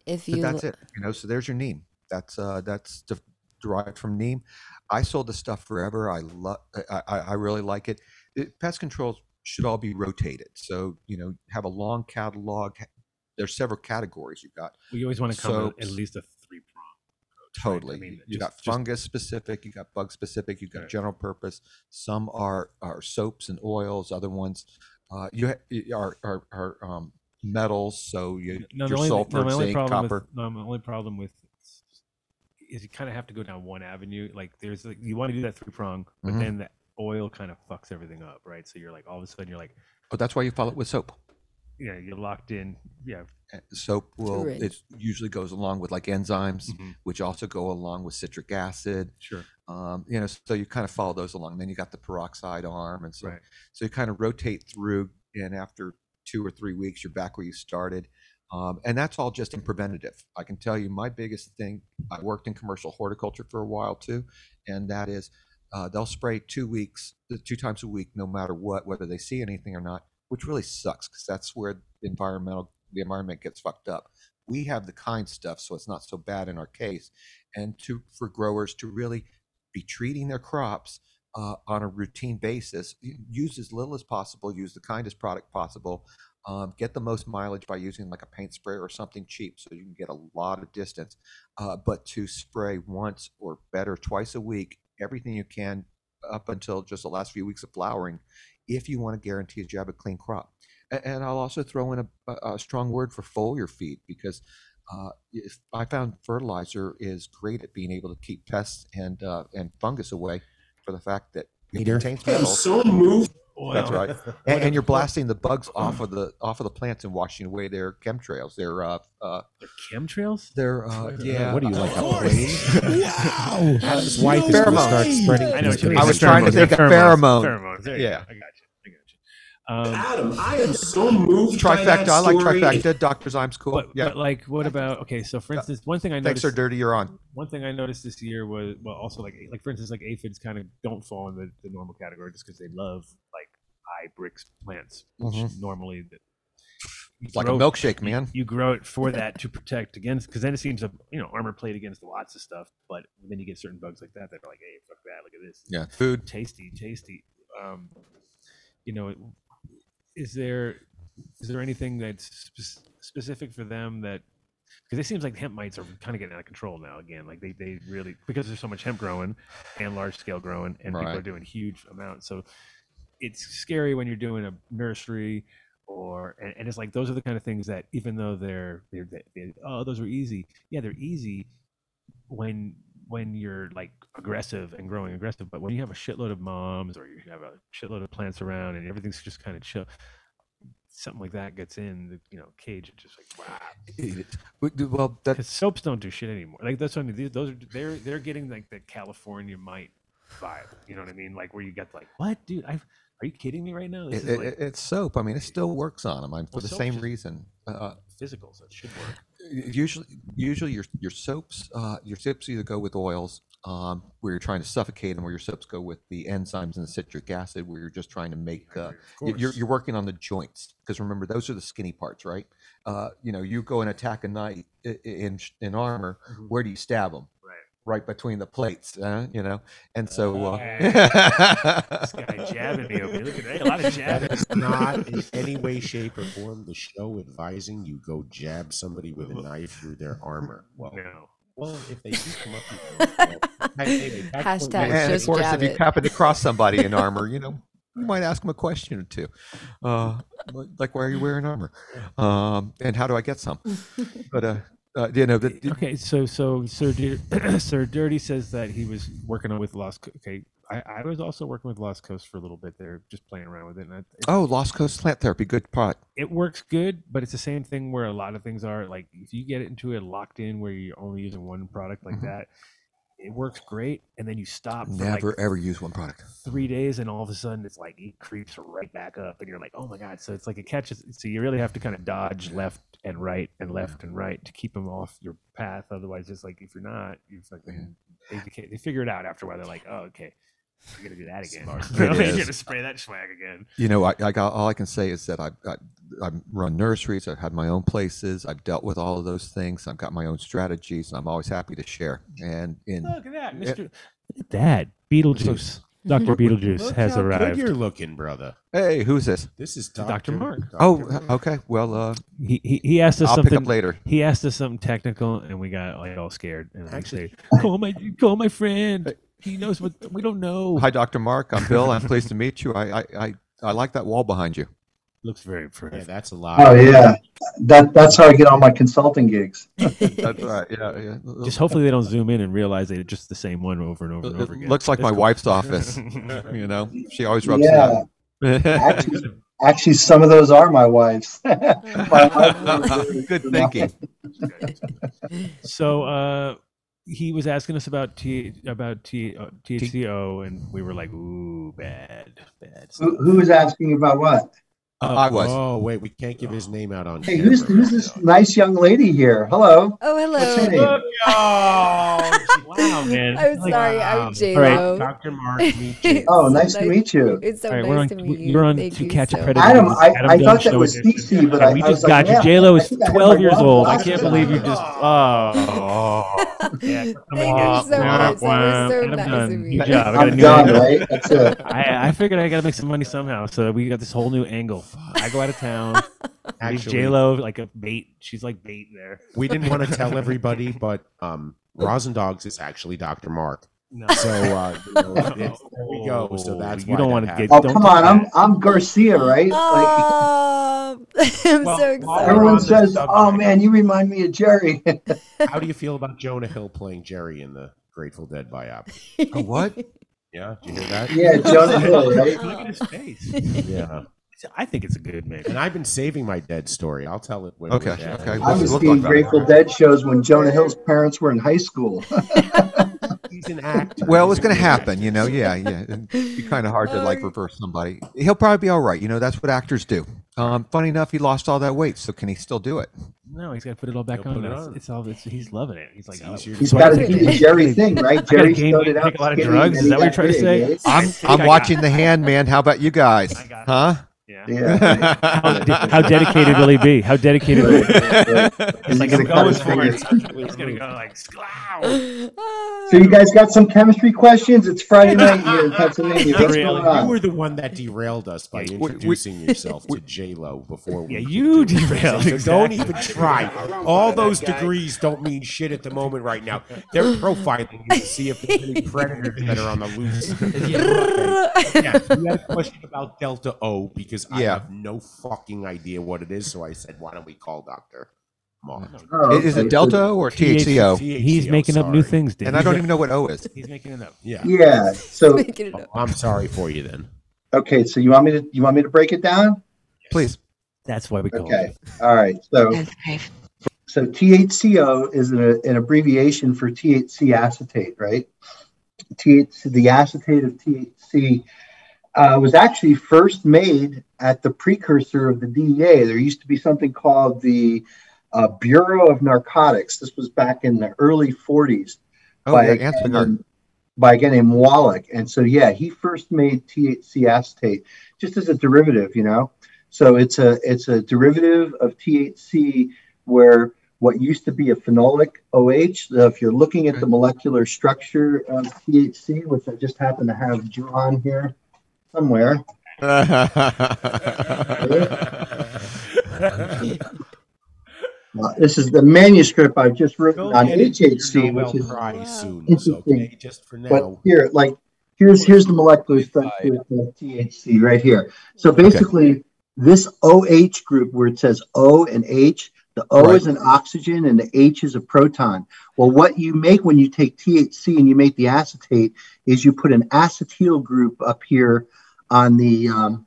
Speaker 8: If
Speaker 13: but
Speaker 8: you
Speaker 13: that's it you know so there's your neem that's uh that's de- derived from neem i sold this stuff forever i love I, I i really like it. it pest controls should all be rotated so you know have a long catalog there's several categories you've got
Speaker 4: Well, you always want to come
Speaker 13: Soaps.
Speaker 4: at least a three prong.
Speaker 13: Totally. you got fungus specific, you got bug specific, you got
Speaker 4: Right.
Speaker 13: general purpose. Some are are soaps and oils. Other ones, uh, you ha- y- are are, are um, metals. So you
Speaker 4: No, the
Speaker 13: your
Speaker 4: only,
Speaker 13: sulfur,
Speaker 4: no, my only
Speaker 13: zinc,
Speaker 4: problem
Speaker 13: copper.
Speaker 4: With, no, my only problem with is you kind of have to go down one avenue. Like there's like you want to do that three prong, but
Speaker 13: Mhm.
Speaker 4: then the oil kind of fucks everything up, right? So you're like all of a sudden you're like,
Speaker 13: oh, that's why you follow it with soap.
Speaker 4: yeah, you're locked in. Yeah,
Speaker 13: Eh, soap will
Speaker 4: Correct.
Speaker 13: it usually goes along with like enzymes
Speaker 4: Mhm.
Speaker 13: which also go along with citric acid
Speaker 4: Sure.
Speaker 13: um, you know so you kind of follow those along then you got the peroxide arm and so
Speaker 4: Right.
Speaker 13: so you kind of rotate through and after two or three weeks you're back where you started um, and that's all just in preventative i can tell you my biggest thing i worked in commercial horticulture for a while too and that is uh, they'll spray two weeks two times a week no matter what whether they see anything or not which really sucks because that's where the environmental the environment gets fucked up. We have the kind stuff, so it's not so bad in our case. And to for growers to really be treating their crops uh, on a routine basis, u- use as little as possible, use the kindest product possible, um, get the most mileage by using like a paint spray or something cheap, so you can get a lot of distance. Uh, but to spray once or better twice a week, everything you can up until just the last few weeks of flowering, if you want to guarantee that you have a clean crop. A- And I'll also throw in a, a- a strong word for foliar feed because uh, if I found fertilizer is great at being able to keep pests and uh, and fungus away for the fact that it
Speaker 5: Peter.
Speaker 13: contains
Speaker 5: I'm
Speaker 13: metals.
Speaker 5: so moved.
Speaker 13: That's
Speaker 5: Wow.
Speaker 13: right.
Speaker 5: What
Speaker 13: And,
Speaker 5: a-
Speaker 13: and you're blasting the bugs off of the off of the plants and washing away their chemtrails. Their uh, uh,
Speaker 4: chemtrails.
Speaker 13: They're uh, yeah.
Speaker 5: What do you like?
Speaker 13: uh,
Speaker 5: A plane? wow. His wife is going to
Speaker 13: Pheromones.
Speaker 5: start spreading.
Speaker 4: I know what
Speaker 5: this
Speaker 4: you mean.
Speaker 5: disease.
Speaker 13: I was trying to
Speaker 4: Pheromones.
Speaker 13: think of
Speaker 4: Pheromones.
Speaker 13: pheromone.
Speaker 4: Pheromones. There you
Speaker 13: Yeah.
Speaker 4: go. I got you. I got you. I got you. Um,
Speaker 5: Adam, I am so moved. by
Speaker 13: Trifecta.
Speaker 5: that
Speaker 13: I like
Speaker 5: story.
Speaker 13: trifecta. Dr. Zime's cool.
Speaker 4: But,
Speaker 13: yeah.
Speaker 4: but like, what about okay? So for instance, one thing I
Speaker 13: Thanks
Speaker 4: noticed.
Speaker 13: are dirty. You're on.
Speaker 4: One thing I noticed this year was well, also like like for instance, like aphids kind of don't fall in the, the normal category just because they love like high bricks plants, which
Speaker 13: Mhm.
Speaker 4: normally that you
Speaker 13: It's like a
Speaker 4: grow-
Speaker 13: milkshake,
Speaker 4: you-
Speaker 13: man.
Speaker 4: You, grow it for that to protect against because then it seems to you know armor plate against lots of stuff, but then you get certain bugs like that that are like, hey, fuck that, look at this.
Speaker 13: Yeah, food.
Speaker 4: tasty, tasty. Um, you know, is there is there anything that's spec- specific for them that because it seems like hemp mites are kind of getting out of control now again. Like they, they really because there's so much hemp growing and large scale growing, and people are
Speaker 13: Right.
Speaker 4: doing huge amounts. So it's scary when you're doing a nursery or and, and it's like those are the kind of things that even though they're they're they, they, oh those are easy yeah they're easy when when you're like aggressive and growing aggressive but when you have a shitload of moms or you have a shitload of plants around and everything's just kind of chill something like that gets in the you know cage it's just like wow
Speaker 13: Well, that
Speaker 4: soaps don't do shit anymore. Like that's what I mean. These- Those are they're they're getting like the California mite vibe. You know what I mean? Like where you got like, what, dude? I are you kidding me right now? This is
Speaker 13: It, it,
Speaker 4: like
Speaker 13: it- it's soap. I mean, it still works on them. I'm for
Speaker 4: Well,
Speaker 13: the
Speaker 4: soap
Speaker 13: same
Speaker 4: just-
Speaker 13: reason. Uh,
Speaker 4: physical, so it should work.
Speaker 13: usually, usually your your soaps, uh, your soaps either go with oils um, where you're trying to suffocate them, where your soaps go with the enzymes and the citric acid, where you're just trying to make. Uh, you- you're,
Speaker 5: course.
Speaker 13: you're working on the joints because remember those are the skinny parts, right? Uh, you know, you go and attack a knight i- i- in sh- in armor.
Speaker 4: Mm-hmm.
Speaker 13: Where do you stab them? Right. Right between the plates, uh, you know, and so uh,
Speaker 4: This guy jabbing me over here. Look at that. A lot of jabbing.
Speaker 5: That is not in any way, shape, or form the show advising you go jab somebody with a knife through their armor. Well, well, if they do come up, with one, well, hey, hey, that's what
Speaker 8: Hashtag
Speaker 5: we're-
Speaker 13: and of course, if you happen to cross somebody in armor, you know, you might ask them a question or two, uh, li- like why are you wearing armor, um, and how do I get some? But uh, uh, you know, the,
Speaker 4: okay, so so Sir Dir- Sir Dirty says that he was working on with Lost. Co- Okay, I, I was also working with Lost Coast for a little bit there, just playing around with it. And I,
Speaker 13: oh, Lost Coast Slant Therapy, good pot.
Speaker 4: it works good, but it's the same thing where a lot of things are like if you get into it locked in where you're only using one product like
Speaker 13: Mhm.
Speaker 4: that, it works great, and then you stop. for, like,
Speaker 13: Never ever use one product.
Speaker 4: three days and all of a sudden it's like it creeps right back up and you're like oh my god so it's like it catches so you really have to kind of dodge left and right and left and right to keep them off your path otherwise it's like if you're not you're like they, beca- they figure it out after a while they're like oh okay we're gonna do that again you know,
Speaker 13: It
Speaker 4: you're
Speaker 13: is.
Speaker 4: gonna spray that swag again
Speaker 13: You know, I, I got all I can say is that I've got I've run nurseries, I've had my own places, I've dealt with all of those things, I've got my own strategies, and I'm always happy to share. And in
Speaker 4: look at that
Speaker 13: Yeah.
Speaker 4: mr dad beetlejuice dr beetlejuice
Speaker 5: Look
Speaker 4: has
Speaker 5: how good
Speaker 4: arrived
Speaker 5: You're looking, brother.
Speaker 13: Hey, who's this?
Speaker 5: This is
Speaker 4: Dr.
Speaker 5: Dr.
Speaker 4: Mark.
Speaker 13: Oh, okay. Well, uh,
Speaker 4: he, he, he asked us
Speaker 13: I'll
Speaker 4: something
Speaker 13: pick up later.
Speaker 4: He asked us something technical, and we got like all scared. And
Speaker 5: Actually-
Speaker 4: actually, call my call my friend. He knows what we don't know.
Speaker 13: Hi, Dr. Mark. I'm Bill. I'm pleased to meet you. I, I, I, I like that wall behind you.
Speaker 4: Looks very pretty.
Speaker 5: Yeah, that's a lot.
Speaker 19: Oh yeah, that that's how I get all my consulting gigs.
Speaker 13: That's right. Yeah, yeah.
Speaker 4: Just hopefully they don't zoom in and realize they just the same one over and over and
Speaker 13: It
Speaker 4: over again.
Speaker 13: looks like
Speaker 4: That's
Speaker 13: my
Speaker 4: cool.
Speaker 13: wife's office. you know, she always rubs
Speaker 19: Yeah.
Speaker 13: it out.
Speaker 19: Actually, actually, some of those are my wife's. My wife-
Speaker 13: Good thinking.
Speaker 4: So uh, he was asking us about T about T, uh, THCO, and we were like, "Ooh, bad, bad."
Speaker 19: Who, who was asking about what?
Speaker 13: I was.
Speaker 5: Oh wait, we can't give his name out on.
Speaker 19: Hey, who's, who's this nice young lady here? Hello.
Speaker 8: Oh,
Speaker 19: What's her
Speaker 8: hello.
Speaker 19: name?
Speaker 4: wow, man.
Speaker 8: I'm sorry, I'm J Lo.
Speaker 5: All right, Dr. Mark, meet you.
Speaker 19: Oh, nice to meet you.
Speaker 8: It's so
Speaker 4: All right, we're
Speaker 8: nice
Speaker 4: on-
Speaker 8: to meet you.
Speaker 4: you're on
Speaker 8: Thank
Speaker 4: To
Speaker 8: you
Speaker 4: Catch a
Speaker 8: so
Speaker 4: Predator.
Speaker 19: Adam,
Speaker 4: This is
Speaker 19: I,
Speaker 4: Adam
Speaker 19: I
Speaker 4: Dunn
Speaker 19: thought that
Speaker 4: show
Speaker 19: was
Speaker 4: edition.
Speaker 19: Stixie, but
Speaker 4: And
Speaker 19: I,
Speaker 4: we
Speaker 19: I was
Speaker 4: just
Speaker 19: like,
Speaker 4: got you.
Speaker 19: man,
Speaker 4: J Lo
Speaker 19: I
Speaker 4: is
Speaker 19: think I had
Speaker 4: 12
Speaker 19: my
Speaker 4: years
Speaker 19: wife
Speaker 4: old. I
Speaker 19: last
Speaker 4: can't
Speaker 19: time.
Speaker 4: believe you just. Oh. yeah.
Speaker 8: Thank you so much. That was so
Speaker 4: Adam
Speaker 8: nice
Speaker 4: Dunn,
Speaker 8: of you.
Speaker 4: Good job. I got
Speaker 19: I'm
Speaker 4: a new
Speaker 19: done,
Speaker 4: angle.
Speaker 19: right? That's it.
Speaker 4: I, I figured I got to make some money somehow, so we got this whole new angle. I go out of town.
Speaker 5: Actually-
Speaker 4: J Lo like a bait. She's like bait there.
Speaker 5: We didn't want to tell everybody, but um, Rosin Dogs is actually Dr. Mark.
Speaker 4: No. Oh,
Speaker 5: So uh, you know, it's- there we go. So that's
Speaker 4: you
Speaker 5: why
Speaker 4: don't
Speaker 5: that
Speaker 4: wanna
Speaker 5: happened.
Speaker 4: get-
Speaker 19: Oh,
Speaker 4: Don't
Speaker 19: come
Speaker 4: do
Speaker 19: on. I'm,
Speaker 4: that.
Speaker 19: I'm Garcia, right? Like,
Speaker 8: Um, I'm so excited.
Speaker 19: everyone
Speaker 5: this
Speaker 19: says,
Speaker 5: subject.
Speaker 19: oh, man, you remind me of Jerry.
Speaker 5: How do you feel about Jonah Hill playing Jerry in the Grateful Dead biopic?
Speaker 13: A what?
Speaker 5: Yeah, did you hear that?
Speaker 19: yeah, Jonah Hill, right?
Speaker 4: Look at his face.
Speaker 5: Yeah.
Speaker 4: I think it's a good mix.
Speaker 5: And I've been saving my dead story. I'll tell it when
Speaker 13: Okay,
Speaker 5: we're dead.
Speaker 13: okay.
Speaker 19: I
Speaker 13: We'll
Speaker 19: was
Speaker 13: talk
Speaker 19: seeing
Speaker 13: about it.
Speaker 19: Grateful Dead shows when Jonah Hill's parents were in high school.
Speaker 5: He's an actor.
Speaker 13: Well,
Speaker 5: He's
Speaker 13: it's
Speaker 5: a
Speaker 13: going to
Speaker 5: good
Speaker 13: happen,
Speaker 5: actor.
Speaker 13: you know. Yeah, yeah. It'd be kind of hard to like reverse somebody. He'll probably be all right. You know, that's what actors do. Um, funny enough, he lost all that weight, so can he still do it?
Speaker 4: No, he's got to put it all back
Speaker 5: He'll
Speaker 4: on.
Speaker 5: put it
Speaker 4: It's,
Speaker 5: on.
Speaker 4: it's all. It's, he's loving it. He's like, oh,
Speaker 5: easier to
Speaker 19: He's
Speaker 5: do
Speaker 19: got to
Speaker 5: it.
Speaker 19: do the Jerry thing, right?
Speaker 4: I gotta
Speaker 19: Jerry
Speaker 4: gain
Speaker 19: started
Speaker 4: weight,
Speaker 19: out
Speaker 4: take a lot of
Speaker 19: skinny,
Speaker 4: drugs.
Speaker 19: then
Speaker 4: Is
Speaker 19: he
Speaker 4: that what you're
Speaker 19: got
Speaker 4: trying to
Speaker 19: big, eh?
Speaker 4: say?
Speaker 13: I'm
Speaker 4: I
Speaker 13: I'm
Speaker 4: got
Speaker 13: watching the hand, man. How about you guys?
Speaker 4: I got it.
Speaker 13: Huh?
Speaker 4: yeah.
Speaker 19: Oh Yeah.
Speaker 4: How, de- how dedicated will he be? How dedicated will he be? He's like,
Speaker 19: He's gonna
Speaker 4: I'm
Speaker 19: cut
Speaker 4: going
Speaker 19: his
Speaker 4: for it.
Speaker 19: fingers.
Speaker 4: He's gonna go like, "Sklow."
Speaker 19: So you guys got some chemistry questions? It's Friday night here in Pennsylvania. What's
Speaker 4: Really?
Speaker 19: going
Speaker 5: You
Speaker 19: on?
Speaker 5: were the one that derailed us by
Speaker 13: we-
Speaker 5: introducing yourself to J Lo before we.
Speaker 4: Yeah,
Speaker 5: could
Speaker 4: you
Speaker 5: do anything.
Speaker 4: derailed,
Speaker 5: So Don't
Speaker 4: exactly.
Speaker 5: even try. All those degrees don't mean shit at the moment right now. They're profiling you to see if there's any predators that are on the loose. yeah, you had a question about Delta O because I
Speaker 13: Yeah.
Speaker 5: have no fucking idea what it is. So I said, why don't we call Doctor Mark?
Speaker 19: Oh,
Speaker 13: I- Is
Speaker 19: okay,
Speaker 13: it Delta or THCO?
Speaker 4: He's making up new
Speaker 5: sorry.
Speaker 4: things, dude.
Speaker 13: And I don't even know what O is.
Speaker 4: He's making it up.
Speaker 5: Yeah.
Speaker 19: so- Yeah. So
Speaker 8: Making it up.
Speaker 5: I'm sorry for you then.
Speaker 19: okay. So you want me to you want me to break it down?
Speaker 13: Please.
Speaker 4: That's why we call
Speaker 19: Okay.
Speaker 4: it.
Speaker 19: All right. So so THCO is an, an abbreviation for THC acetate, right? THC, the acetate of THC uh, was actually first made at the precursor of the DEA. There used to be something called the uh, Bureau of Narcotics. This was back in the early 40s.
Speaker 13: Oh,
Speaker 19: by
Speaker 13: yeah,
Speaker 19: a guy
Speaker 13: Anslinger.
Speaker 19: named by a guy named Wallach. And so, yeah, he first made THC acetate just as a derivative, you know. So it's a it's a derivative of THC where what used to be a phenolic OH. uh, If you're looking at the molecular structure of THC, which I just happen to have drawn here somewhere. Uh, this is the manuscript I've just written
Speaker 5: Don't
Speaker 19: on
Speaker 5: get into
Speaker 19: HHC,
Speaker 5: your Nobel
Speaker 19: which is
Speaker 5: Prize soon,
Speaker 19: interesting.
Speaker 5: okay? Just for
Speaker 19: But
Speaker 5: now.
Speaker 19: here, like, here's here's the molecular structure of THC right here. So basically, this OH group where it says O and H, the O is an oxygen and the H is a proton. Well, what you make when you take THC and you make the acetate is you put an acetyl group up here on the um,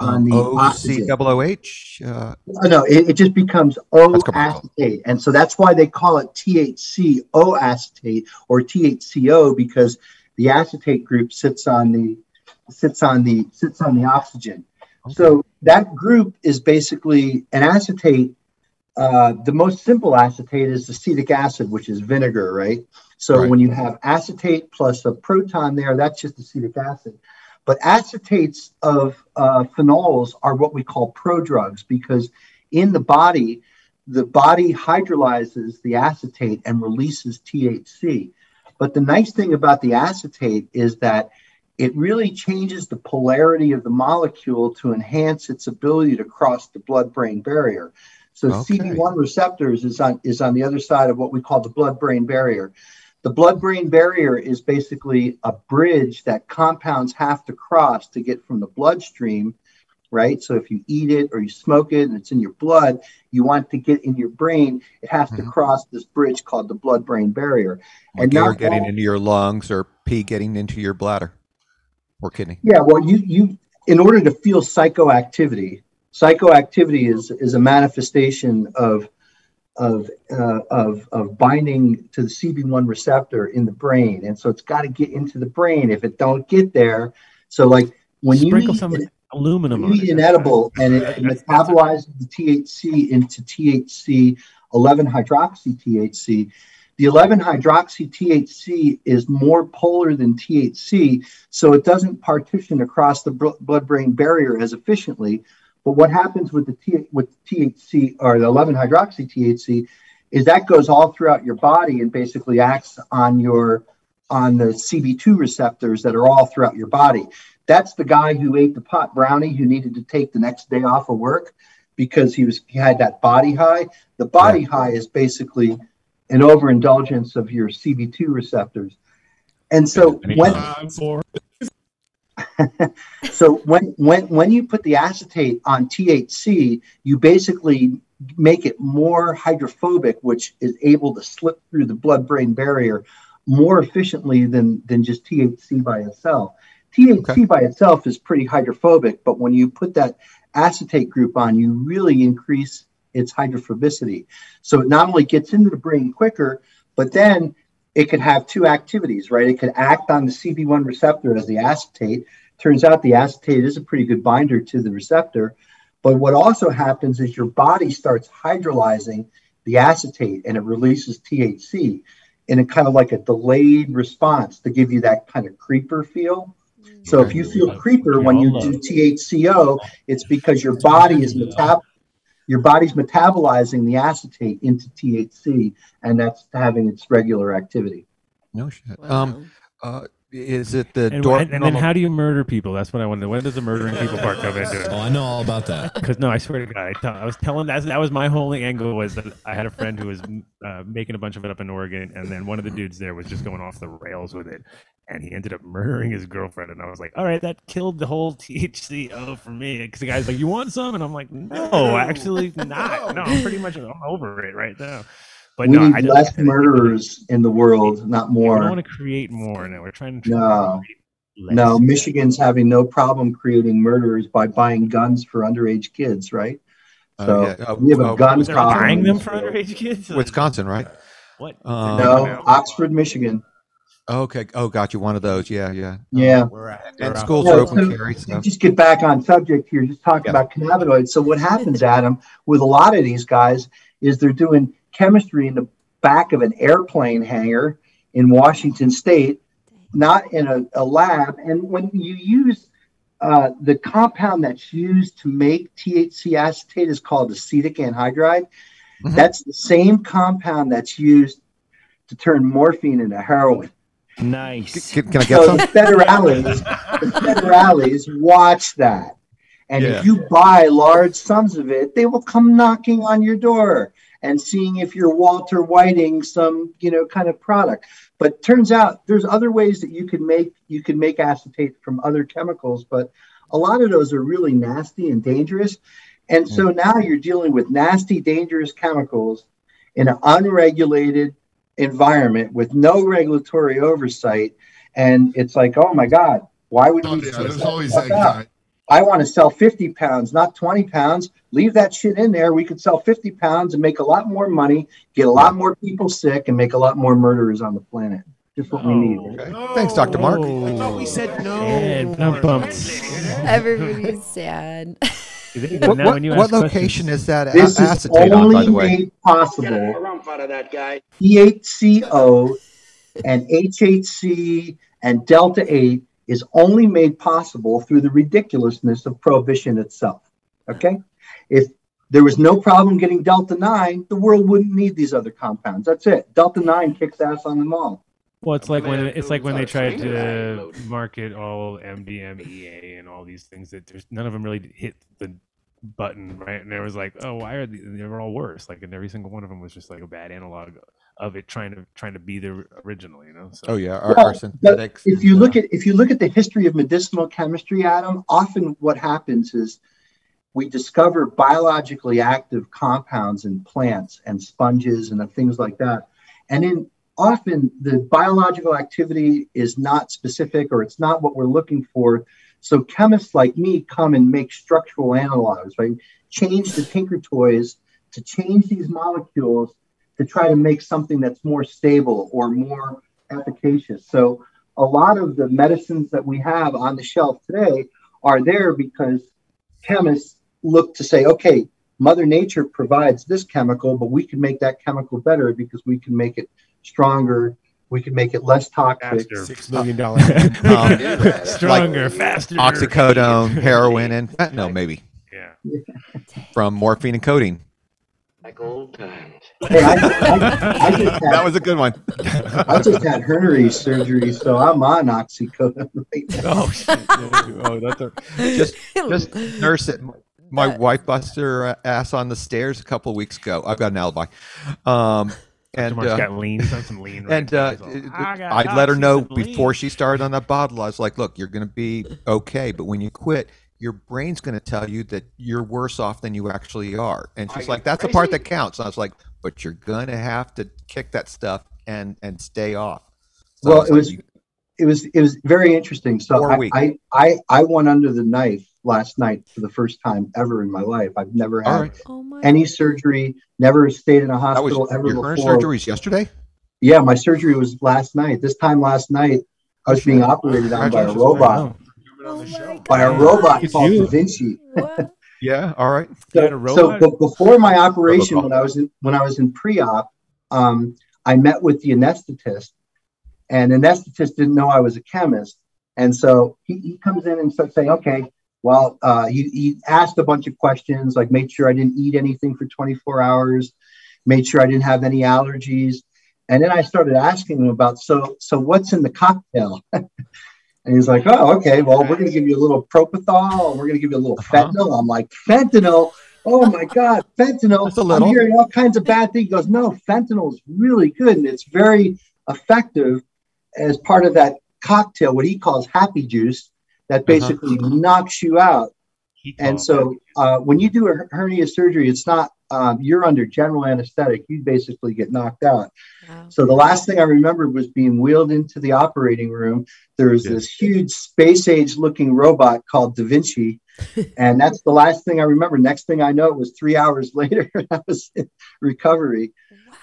Speaker 13: Uh,
Speaker 19: on the oxygen.
Speaker 13: OCOOH. Uh,
Speaker 19: Oh, No, it, it just becomes O acetate. And so that's why they call it THC O acetate or THCO because the acetate group sits on the sits on the sits on the oxygen. So that group is basically an acetate. Uh, the most simple acetate is acetic acid, which is vinegar, right? So when you have acetate plus a proton there, that's just acetic acid. But acetates of uh, phenols are what we call prodrugs because in the body, the body hydrolyzes the acetate and releases THC. But the nice thing about the acetate is that it really changes the polarity of the molecule to enhance its ability to cross the blood-brain barrier. So
Speaker 13: Okay.
Speaker 19: CD1 receptors is on is on the other side of what we call the blood-brain barrier. The blood-brain barrier is basically a bridge that compounds have to cross to get from the bloodstream right? So if you eat it or you smoke it and it's in your blood, you want to get in your brain, it has
Speaker 4: Mm-hmm.
Speaker 19: to cross this bridge called the blood brain barrier.
Speaker 13: and
Speaker 19: not
Speaker 13: air getting
Speaker 19: all-
Speaker 13: into your lungs or pee getting into your bladder or kidney.
Speaker 19: Yeah, well, you you in order to feel psychoactivity, psychoactivity is is a manifestation of of uh, of of binding to the CB1 receptor in the brain, and so it's got to get into the brain. If it don't get there, so like when
Speaker 4: Sprinkle
Speaker 19: you eat
Speaker 4: some
Speaker 19: an-
Speaker 4: aluminum
Speaker 19: when
Speaker 4: on
Speaker 19: you
Speaker 4: it.
Speaker 19: eat an edible and it metabolizes the THC into THC 11 hydroxy THC. The 11 hydroxy THC is more polar than THC, so it doesn't partition across the blood brain barrier as efficiently. But what happens with the T- with THC or the 11 hydroxy THC is that goes all throughout your body and basically acts on your on the CB2 receptors that are all throughout your body. That's the guy who ate the pot brownie who needed to take the next day off of work because he was he had that body high. The body high is basically an overindulgence of your CB2 receptors. And so when so when when when you put the acetate on THC, you basically make it more hydrophobic, which is able to slip through the blood-brain barrier more efficiently than than just THC by itself. THC by itself is pretty hydrophobic, but when you put that acetate group on, you really increase its hydrophobicity. So it not only gets into the brain quicker, but then it could have two activities, right? It could act on the CB1 receptor as the acetate. Turns out the acetate is a pretty good binder to the receptor. But what also happens is your body starts hydrolyzing the acetate and it releases THC in a kind of like a delayed response to give you that kind of creeper feel.
Speaker 4: Mm.
Speaker 19: So if you feel creeper when you do THCO, it's because your body is metab- your body's metabolizing the acetate into THC, and that's having its regular activity.
Speaker 13: No shit. Um, uh, is it the
Speaker 4: And,
Speaker 13: door?
Speaker 4: and, and then how do you murder people? That's what I wanted. When does the murdering people part come into it?
Speaker 18: Oh, I know all about that.
Speaker 4: Because no, I swear to God, I, tell, I was telling that that was my only angle was that I had a friend who was uh, making a bunch of it up in Oregon, and then one of the dudes there was just going off the rails with it, and he ended up murdering his girlfriend, and I was like, "Oh." all right, that killed the whole THCO for me. Because the guy's like, you want some? And I'm like, no, actually not. No, I'm pretty much I'm over it right now. But
Speaker 19: we
Speaker 4: no,
Speaker 19: need
Speaker 4: I just,
Speaker 19: less murderers in the world, not
Speaker 4: we
Speaker 19: more.
Speaker 4: don't want to create more. No, we're trying to.
Speaker 19: No. No, Michigan's having no problem creating murderers by buying guns for underage kids, right?
Speaker 13: Uh,
Speaker 19: So
Speaker 13: yeah, uh,
Speaker 19: we have a
Speaker 13: uh,
Speaker 19: gun
Speaker 13: they're
Speaker 19: problem.
Speaker 13: buying
Speaker 19: in
Speaker 13: them
Speaker 19: this
Speaker 13: for
Speaker 19: world.
Speaker 4: underage kids?
Speaker 13: Wisconsin, right?
Speaker 4: What?
Speaker 13: Um,
Speaker 19: no, Oxford, Michigan.
Speaker 13: Okay. Oh, got you. One of those. Yeah, yeah.
Speaker 19: Yeah.
Speaker 13: And schools
Speaker 19: Yeah,
Speaker 13: are open
Speaker 19: so
Speaker 13: carry.
Speaker 19: to
Speaker 13: So.
Speaker 19: Just get back on subject here, just talk about cannabinoids. So what happens, Adam, with a lot of these guys is they're doing chemistry in the back of an airplane hangar in Washington State. not in a, a lab. And when you use uh, the compound that's used to make THC acetate is called acetic anhydride.
Speaker 13: Mm-hmm.
Speaker 19: That's the same compound that's used to turn morphine into heroin.
Speaker 9: Nice.
Speaker 13: Can, can I
Speaker 19: So
Speaker 13: get some?
Speaker 19: the federales, the federales watch that. And
Speaker 13: Yeah.
Speaker 19: if you buy large sums of it, they will come knocking on your door and seeing if you're Walter Whiting some, you know, kind of product. But turns out there's other ways that you can make you can make acetate from other chemicals, but a lot of those are really nasty and dangerous. And so
Speaker 14: Hmm.
Speaker 19: now you're dealing with nasty, dangerous chemicals in an unregulated environment with no regulatory oversight. And it's like, oh my God, why would we?
Speaker 14: Oh, yeah,
Speaker 19: put
Speaker 14: there's
Speaker 19: that
Speaker 14: always
Speaker 19: stuff
Speaker 14: that
Speaker 19: out?
Speaker 14: guy.
Speaker 19: I want to sell 50 pounds, not 20 pounds. Leave that shit in there. We could sell 50 pounds and make a lot more money, get a lot more people sick, and make a lot more murderers on the planet. Just what we
Speaker 14: Oh,
Speaker 19: need.
Speaker 13: Thanks, Dr. Mark.
Speaker 5: I
Speaker 19: Oh,
Speaker 5: thought we said no.
Speaker 4: Oh,
Speaker 8: Everybody's sad.
Speaker 13: What, what- what location is that a-
Speaker 19: This is
Speaker 13: acetate on, by
Speaker 19: only
Speaker 13: the way?
Speaker 19: made possible. EHCO and HHC and Delta 8 is only made possible through the ridiculousness of prohibition itself. Okay? If there was no problem getting Delta 9, the world wouldn't need these other compounds. That's it. Delta 9 kicks ass on them all.
Speaker 4: Well, it's like when it's like when they tried to market all MDM, EA, E and all these things that there's none of them really hit the button right, and it was like, oh, why are they, they were all worse? Like, and every single one of them was just like a bad analog of it trying to trying to be the original, you know? So.
Speaker 13: Oh, yeah, our-
Speaker 19: Well,
Speaker 13: our
Speaker 19: but
Speaker 13: synthetics
Speaker 19: If you look at if you look at the history of medicinal chemistry, Adam, often what happens is we discover biologically active compounds in plants and sponges and things like that. And in often the biological activity is not specific or it's not what we're looking for. So chemists like me come and make structural analogs, right? Change the tinker toys to change these molecules to try to make something that's more stable or more efficacious. So a lot of the medicines that we have on the shelf today are there because chemists look to say, okay, Mother Nature provides this chemical, but we can make that chemical better because we can make it stronger. We can make it less toxic.
Speaker 4: Faster. Six
Speaker 5: million
Speaker 13: dollars.
Speaker 19: Um,
Speaker 4: Stronger, faster.
Speaker 13: Oxycodone, heroin, and fentanyl, maybe.
Speaker 4: Yeah.
Speaker 13: From morphine and codeine.
Speaker 10: Like old times.
Speaker 19: Hey, I- I- I just had-
Speaker 13: that was a good one.
Speaker 19: I just had hernia surgery, so I'm on oxycodone right now.
Speaker 13: Oh, shit. oh, that's a, just just nurse it. My wife busted her ass on the stairs a couple of weeks ago. I've got an alibi. Um, and
Speaker 4: Mark's
Speaker 13: uh,
Speaker 4: got lean. He's on some lean right
Speaker 13: and
Speaker 4: now.
Speaker 13: uh,
Speaker 4: He's all,
Speaker 13: it- it-
Speaker 4: "I got
Speaker 13: I let her
Speaker 4: toxic
Speaker 13: know
Speaker 4: and lean."
Speaker 13: before she started on that bottle. I was like, "Look, you're going to be okay, but when you quit." Your brain's going to tell you that you're worse off than you actually are, and she's
Speaker 14: you
Speaker 13: like, "That's the part that counts." And I was like, "But you're going to have to kick that stuff and and stay off." So I
Speaker 19: well, it
Speaker 13: like,
Speaker 19: was it was it was very interesting. So
Speaker 13: Or
Speaker 19: I,
Speaker 13: weak.
Speaker 19: I I I went under the knife last night for the first time ever in my life. I've never
Speaker 13: All
Speaker 19: had
Speaker 13: right.
Speaker 19: any surgery, never stayed in a
Speaker 13: that was
Speaker 19: hospital ever
Speaker 13: your current
Speaker 19: before.
Speaker 13: surgery is yesterday.
Speaker 19: Yeah, my surgery was last night. This time last night, I was being operated on by a
Speaker 13: Congratulations.
Speaker 19: robot, by a robot called Da Vinci.
Speaker 13: Yeah. All right.
Speaker 19: So, so be- before my operation, when I was in, when I was in pre-op, um, I met with the anesthetist, and anesthetist didn't know I was a chemist, and so he, he comes in and starts saying, "Okay, well, uh, he, he asked a bunch of questions, like made sure I didn't eat anything for 24 hours, made sure I didn't have any allergies, and then I started asking him about so so what's in the cocktail." And he's like, oh, okay, well, we're going to give you a little propofol. and We're going to give you a little fentanyl. I'm like, fentanyl? Oh my God, fentanyl. I'm hearing all kinds of bad things. He goes, no, fentanyl is really good and it's very effective as part of that cocktail, what he calls happy juice, that basically knocks you out. And so uh, when you do a her- hernia surgery, it's not, um, you're under general anesthetic. You basically get knocked out. So the last thing I remembered was being wheeled into the operating room. There was this huge space age looking robot called Da Vinci. and that's the last thing I remember. Next thing I know, it was three hours later, and I was in recovery.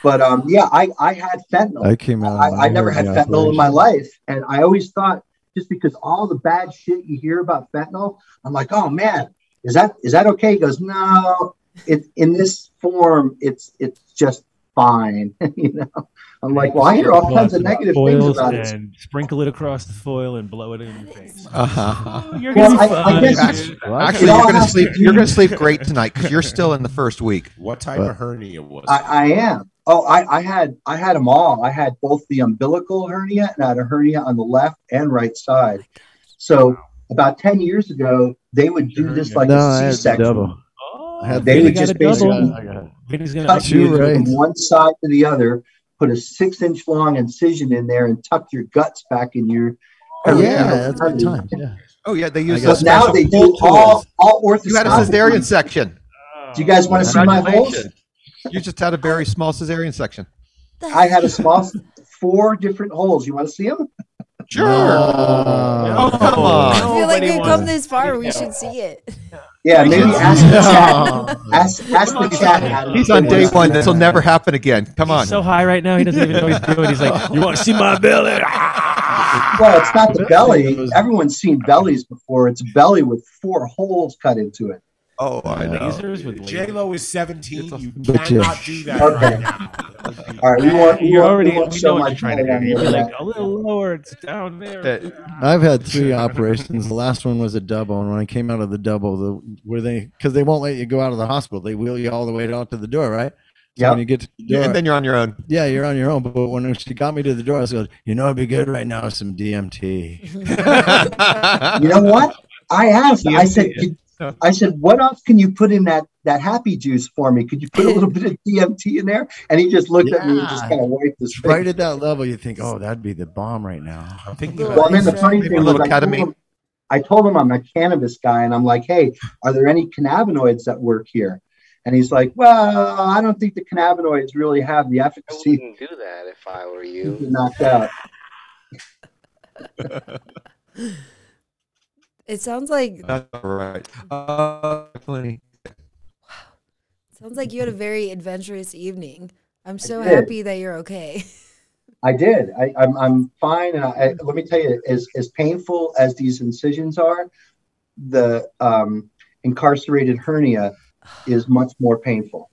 Speaker 19: But um, yeah, I, I had fentanyl.
Speaker 20: I came out.
Speaker 19: I, I Um, never
Speaker 20: heard
Speaker 19: had
Speaker 20: the
Speaker 19: fentanyl in my
Speaker 20: operation.
Speaker 19: life. And I always thought just because all the bad shit you hear about fentanyl, I'm like, oh man, is that is that okay? He goes, no, it in this form, it's it's just fine. you know, I'm like, well, I hear all kinds of negative things
Speaker 4: Foils
Speaker 19: about it.
Speaker 4: and Sprinkle it across the foil and blow it in your face.
Speaker 13: Uh-huh.
Speaker 4: Oh, you're gonna
Speaker 19: Well,
Speaker 4: be
Speaker 19: I- I
Speaker 4: fine.
Speaker 19: guess-
Speaker 4: dude.
Speaker 13: Actually, you're gonna sleep. You're gonna sleep great tonight because you're still in the first week.
Speaker 5: What type of hernia was
Speaker 19: I, I am. Oh, I, I had I had them all. I had both the umbilical hernia and I had a hernia on the left and right side. So about ten years ago, they would do this like a C-section. They would just basically
Speaker 4: Vinny's gonna
Speaker 19: cut you from one side to the other, put a six-inch long incision in there, and tuck your guts back in your.
Speaker 13: Oh, yeah,
Speaker 19: perineal
Speaker 13: that's a good
Speaker 19: hernia.
Speaker 13: Oh yeah, they use.
Speaker 19: But
Speaker 13: those
Speaker 19: now
Speaker 13: special
Speaker 19: they do
Speaker 13: tools.
Speaker 19: all all
Speaker 13: You had a
Speaker 19: orthoscopic.
Speaker 13: cesarean section.
Speaker 19: Do you guys want to see my holes?
Speaker 13: Congratulations. You just had a very small cesarean section.
Speaker 19: I had a small, four different holes. You want to see them?
Speaker 13: Sure. oh come on.
Speaker 8: I feel like
Speaker 19: Nobody
Speaker 8: we've come
Speaker 19: wants-
Speaker 8: this far. We should see it.
Speaker 19: Yeah, maybe ask the chat.
Speaker 13: Oh.
Speaker 19: Ask, ask the chat. Adam.
Speaker 13: He's on day one. This will never happen again. Come on.
Speaker 4: so high right now, he doesn't even know he's doing. He's like, "You want to see my belly?"
Speaker 19: Well, it's not the belly. Everyone's seen bellies before. It's a belly with four holes cut into it.
Speaker 13: Oh, I
Speaker 5: J Lo is 17. You
Speaker 19: But
Speaker 5: cannot
Speaker 19: yes.
Speaker 5: do that
Speaker 19: Okay.
Speaker 5: right now.
Speaker 19: All right, we won't. We
Speaker 4: You're
Speaker 19: won't,
Speaker 4: already.
Speaker 19: We won't
Speaker 4: We
Speaker 19: show
Speaker 4: know what
Speaker 19: my
Speaker 4: you're trying to do.
Speaker 19: belly on
Speaker 4: here. You're
Speaker 19: the
Speaker 4: like
Speaker 19: internet.
Speaker 4: a little lower. It's down there.
Speaker 14: I've had three operations. The last one was a double, and when I came out of the double, the where they because they won't let you go out of the hospital, they wheel you all the way out to the door, right? So
Speaker 13: Yep.
Speaker 14: When you get to the
Speaker 13: Yeah,
Speaker 14: door,
Speaker 13: and then you're on your own.
Speaker 14: Yeah, you're on your own. But when she got me to the door, I said, "You know, it'd be good right now, is some DMT."
Speaker 19: you know what? I asked. I said. "Could- I said, what else can you put in that that happy juice for me? Could you put a little bit of DMT in there? And he just looked at me and just
Speaker 14: Yeah.
Speaker 19: kind of wiped his face.
Speaker 14: right at that level, you think, "Oh, that'd be the bomb right now." I'm
Speaker 5: thinking
Speaker 19: Well, I mean, the funny thing was, I told, him, I told him I'm a cannabis guy, and I'm like, hey, are there any cannabinoids that work here? And he's like, well, I don't think the cannabinoids really have the efficacy
Speaker 10: wouldn't do that if I were
Speaker 19: you
Speaker 10: you.
Speaker 19: can knock out.
Speaker 8: It sounds like it
Speaker 13: That's all right. Uh, Clooney.
Speaker 8: sounds like you had a very adventurous evening. I'm so
Speaker 19: did.
Speaker 8: happy that you're okay.
Speaker 19: I did. I, I'm, I'm fine. And I, I, let me tell you, as, as painful as these incisions are, the um, incarcerated hernia is much more painful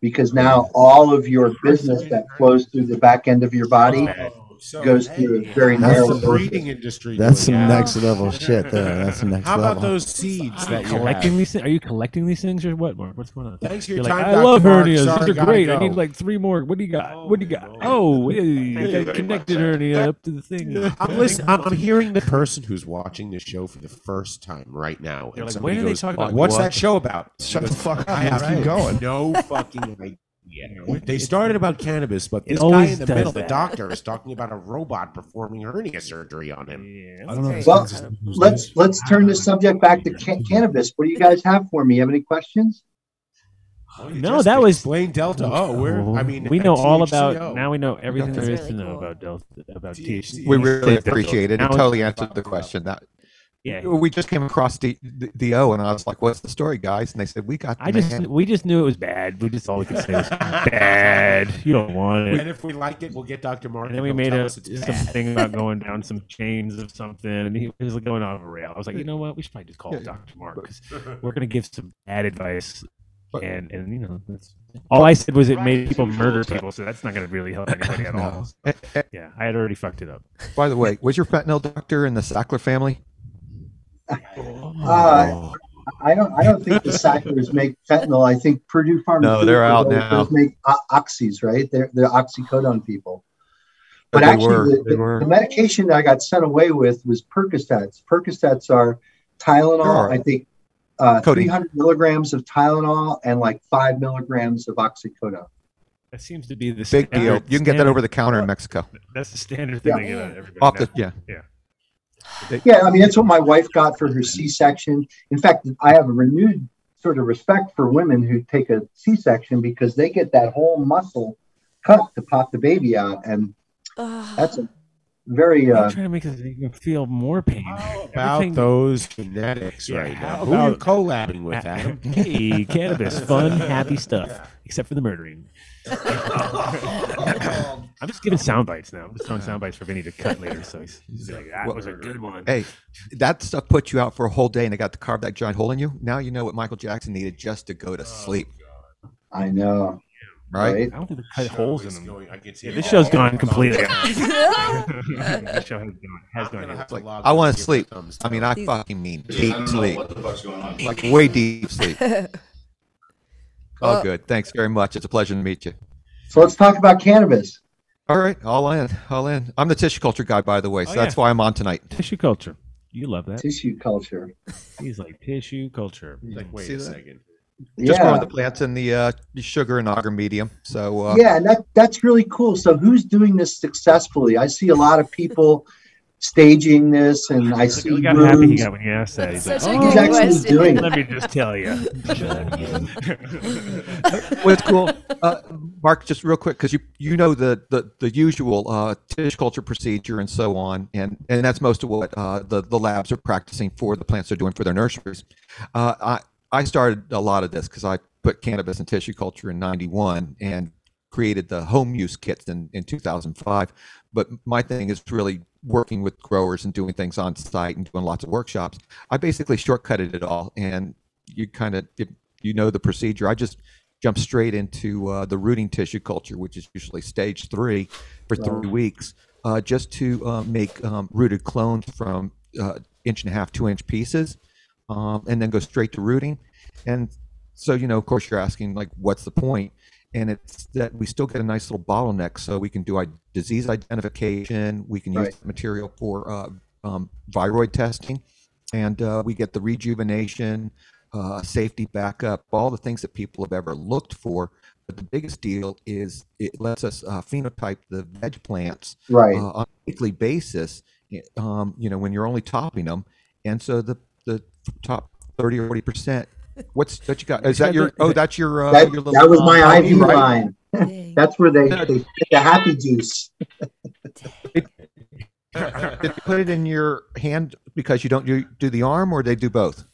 Speaker 19: because now all of your business that flows through the back end of your body
Speaker 5: Oh, So,
Speaker 19: goes through a very
Speaker 5: That's
Speaker 19: narrow
Speaker 5: the
Speaker 19: orifice.
Speaker 5: breeding industry.
Speaker 14: That's
Speaker 5: doing
Speaker 14: some
Speaker 5: that.
Speaker 14: next level shit there. That's some next
Speaker 5: How
Speaker 14: level.
Speaker 5: about those seeds that you
Speaker 4: collecting
Speaker 5: have?
Speaker 4: these things? Are you collecting these things or what? Mark? What's going on?
Speaker 5: Thanks for your
Speaker 4: You're
Speaker 5: time,
Speaker 4: Like, I
Speaker 5: Dr.
Speaker 4: love
Speaker 5: Mark.
Speaker 4: hernias.
Speaker 5: Sorry,
Speaker 4: These are
Speaker 5: gotta
Speaker 4: great. I
Speaker 5: go."
Speaker 4: need like three more. What do you got? what do you got? Oh, hey, connected hernia up to the thing.
Speaker 5: I'm listening. I'm, I'm hearing the person who's watching this show for the first time right now.
Speaker 4: They're
Speaker 5: and
Speaker 4: like,
Speaker 5: somebody
Speaker 4: "When are they
Speaker 5: goes,
Speaker 4: talking about
Speaker 5: What's
Speaker 4: what?"
Speaker 5: that show about?
Speaker 4: Shut
Speaker 5: He
Speaker 4: the
Speaker 5: goes,
Speaker 4: fuck up,
Speaker 5: I have
Speaker 4: right."
Speaker 5: going. No fucking idea. They started about cannabis, but
Speaker 4: It
Speaker 5: this guy
Speaker 4: always
Speaker 5: in the
Speaker 4: does
Speaker 5: middle, the
Speaker 4: that.
Speaker 5: doctor, is talking about a robot performing hernia surgery on him.
Speaker 4: I don't know if
Speaker 19: Well,
Speaker 4: it's-
Speaker 19: let's let's turn the subject back to ca- cannabis. What do you guys have for me? You have any questions?
Speaker 4: No, Oh, that was
Speaker 5: explain Delta. Oh, we're. I mean,
Speaker 4: we know all about.
Speaker 5: THCO.
Speaker 4: Now we know everything
Speaker 5: Delta.
Speaker 4: there is to know about Delta about THC.
Speaker 13: We really appreciate it. It
Speaker 4: Now it's-
Speaker 13: totally answered the question. That
Speaker 4: Yeah.
Speaker 13: we just came across the, the, the O, and I was like, "What's the story, guys?" And they said, "We got." The
Speaker 4: I just
Speaker 13: man."
Speaker 4: we just knew it was bad. We just all we could say was bad. You don't want it.
Speaker 5: And if we like it, we'll get Dr. Mark.
Speaker 4: And then we
Speaker 5: he'll
Speaker 4: made
Speaker 5: tell
Speaker 4: a
Speaker 5: us it's bad.
Speaker 4: something about going down some chains of something, and he was going on a rail. I was like, you know what? We should probably just call Doctor Mark because we're going to give some bad advice, and and you know, that's, all I said was it made people murder people, so that's not going to really help anybody at all. So, yeah, I had already fucked it up.
Speaker 13: By the way, was your fentanyl doctor in the Sackler family?
Speaker 19: Uh, I don't. I don't think the Sacklers make fentanyl. I think Purdue Pharmaceuticals
Speaker 13: they're out
Speaker 19: those-
Speaker 13: now.
Speaker 19: those make o- oxys, right? They're they're oxycodone people. But
Speaker 13: They
Speaker 19: actually,
Speaker 13: were,
Speaker 19: the,
Speaker 13: they
Speaker 19: the-
Speaker 13: were.
Speaker 19: the medication that I got sent away with was Percocets. Percocets are Tylenol.
Speaker 13: Sure.
Speaker 19: I think uh,
Speaker 13: Codeine.
Speaker 19: 300 milligrams of Tylenol and like five milligrams of oxycodone.
Speaker 4: That seems to be the
Speaker 13: Big deal.
Speaker 4: standard-
Speaker 13: You can get that
Speaker 4: standard-
Speaker 13: over the counter in Mexico.
Speaker 4: That's the standard thing.
Speaker 19: Yeah.
Speaker 4: they give out to everybody
Speaker 13: Off the-
Speaker 4: now.
Speaker 13: yeah.
Speaker 4: yeah.
Speaker 19: Yeah, I mean that's what my wife got for her C-section. In fact, I have a renewed sort of respect for women who take a C-section because they get that whole muscle cut to pop the baby out, and that's a very
Speaker 4: I'm
Speaker 19: uh,
Speaker 4: trying to make this make them feel more pain.
Speaker 5: about
Speaker 4: Everything-
Speaker 5: those genetics
Speaker 4: Yeah,
Speaker 5: right now.
Speaker 4: how
Speaker 5: Who are you
Speaker 4: about-
Speaker 5: collabing with, Adam?
Speaker 4: Hey, cannabis, fun, happy stuff, except for the murdering. I'm just giving sound bites now. I'm just throwing sound bites for Vinny to cut later. So he's, he's like, that was a good one.
Speaker 13: Hey, that stuff put you out for a whole day, and it got to carve that giant hole in you. Now you know what Michael Jackson needed just to go to sleep.
Speaker 19: I know.
Speaker 13: right?
Speaker 4: Oh, I don't think they cut holes in them.
Speaker 5: I can see
Speaker 4: yeah,
Speaker 5: it
Speaker 4: this
Speaker 5: all.
Speaker 4: show's gone completely. this show has gone. Has gone.
Speaker 5: gonna have to
Speaker 4: Like,
Speaker 5: log
Speaker 13: I
Speaker 5: in
Speaker 13: want
Speaker 5: and
Speaker 13: to
Speaker 5: see
Speaker 13: sleep.
Speaker 5: what comes
Speaker 13: I mean, I
Speaker 5: up.
Speaker 13: fucking mean
Speaker 5: Yeah, I
Speaker 13: deep
Speaker 5: don't know
Speaker 13: sleep,
Speaker 5: what the fuck's going on.
Speaker 13: like way deep sleep. All good. Thanks very much. It's a pleasure to meet you.
Speaker 19: So let's talk about cannabis.
Speaker 13: All right, all in, all in. I'm the tissue culture guy, by the way, so
Speaker 4: Oh,
Speaker 13: that's
Speaker 4: yeah.
Speaker 13: why I'm on tonight.
Speaker 4: Tissue culture. You love that.
Speaker 19: Tissue culture.
Speaker 4: He's like tissue culture.
Speaker 5: Like, wait
Speaker 13: See
Speaker 5: a
Speaker 13: that?
Speaker 5: second.
Speaker 13: Just
Speaker 19: Yeah.
Speaker 13: growing the plants in the uh, sugar and agar medium. So uh,
Speaker 19: yeah, and that that's really cool. So who's doing this successfully? I see a lot of people staging this, and I see
Speaker 4: Look how happy he
Speaker 19: rooms.
Speaker 4: got when you asked that. He's like, "Oh,
Speaker 19: Such a good He's actually question. doing it."
Speaker 4: Let me just tell you.
Speaker 13: what's cool, uh, Mark, just real quick, because you you know the the, the usual uh, tissue culture procedure and so on, and and that's most of what uh, the the labs are practicing for the plants they're doing for their nurseries. Uh, I I started a lot of this because I put cannabis and tissue culture in '91 and created the home use kits in in 2005. But my thing is really working with growers and doing things on site and doing lots of workshops. I basically shortcutted it all, and you kind of you know the procedure. I just jump straight into uh, the rooting tissue culture, which is usually stage three for
Speaker 19: Wow.
Speaker 13: three weeks, uh, just to uh, make um, rooted clones from uh, inch and a half, two inch pieces, um, and then go straight to rooting. And so, you know, of course, you're asking, like, what's the point? And it's that we still get a nice little bottleneck so we can do I- disease identification, we can use
Speaker 19: Right.
Speaker 13: that material for uh, um, viroid testing, and uh, we get the rejuvenation, uh, safety backup, all the things that people have ever looked for. But the biggest deal is it lets us uh, phenotype the veg plants
Speaker 19: Right.
Speaker 13: uh, on a weekly basis. y- Um, you know, when you're only topping them, and so the the top thirty or forty percent. What's that you got? Is that your? Oh, that's your. Uh,
Speaker 19: that,
Speaker 13: your
Speaker 19: that was my
Speaker 13: uh,
Speaker 19: IV
Speaker 13: right?
Speaker 19: line. that's where they, they put the happy juice.
Speaker 13: Did they put it in your hand because you don't do, do the arm, or they do both?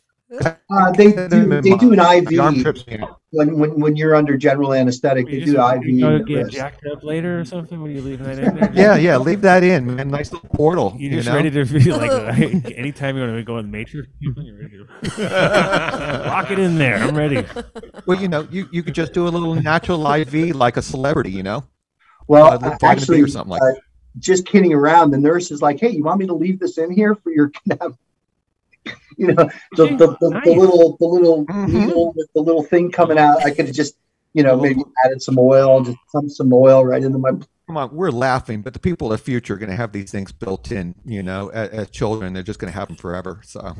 Speaker 19: Uh, they
Speaker 13: They're
Speaker 19: do,
Speaker 13: in
Speaker 19: they
Speaker 13: my-
Speaker 19: do an
Speaker 13: The arm trips
Speaker 19: IV
Speaker 13: me out.
Speaker 19: when, when when you're under general anesthetic. They
Speaker 4: You
Speaker 19: do
Speaker 4: just-
Speaker 19: IV.
Speaker 4: you go
Speaker 19: in the
Speaker 4: get
Speaker 19: wrist.
Speaker 4: jacked up later or something? What are you leaving that in there?
Speaker 13: Yeah, yeah. Leave that in, man. Nice little portal.
Speaker 4: You're
Speaker 13: you
Speaker 4: just
Speaker 13: know?
Speaker 4: ready to be like, like anytime you want to go on matrix, you're ready to lock it in there. I'm ready.
Speaker 13: Well, you know, you, you could just do a little natural IV like a celebrity, you know?
Speaker 19: Well,
Speaker 13: Uh,
Speaker 19: uh,
Speaker 13: vitamin B
Speaker 19: actually,
Speaker 13: or something like
Speaker 19: uh,
Speaker 13: that.
Speaker 19: just kidding around. The nurse is like, "Hey, you want me to leave this in here for your cannabis?" you know, the, the, the, the
Speaker 4: Nice.
Speaker 19: little the little
Speaker 13: Mm-hmm.
Speaker 19: needle with the little thing coming out. I could have just, you know, maybe added some oil, just dump some oil right into my.
Speaker 13: Come on, we're laughing, but the people of the future are going to have these things built in, you know, as, as children. They're just going to have them forever. So,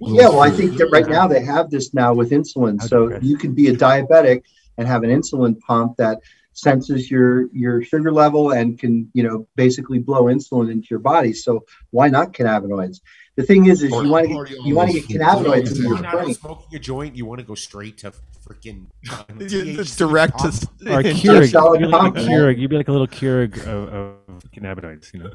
Speaker 19: Yeah, well, I think that right now they have this now with insulin, so you can be a diabetic and have an insulin pump that senses your your sugar level and can you know basically blow insulin into your body. So why not cannabinoids? The thing is, is you want to get you want to get cannabinoids into your
Speaker 5: You're not
Speaker 19: brain.
Speaker 5: smoking a joint. You want to go straight to freaking.
Speaker 13: It's direct to-
Speaker 4: Or a
Speaker 13: It's
Speaker 4: Keurig.
Speaker 19: solid
Speaker 4: You'd be, like a
Speaker 19: compliment.
Speaker 4: Keurig. You'd be like a little Keurig of, of cannabinoids, you know?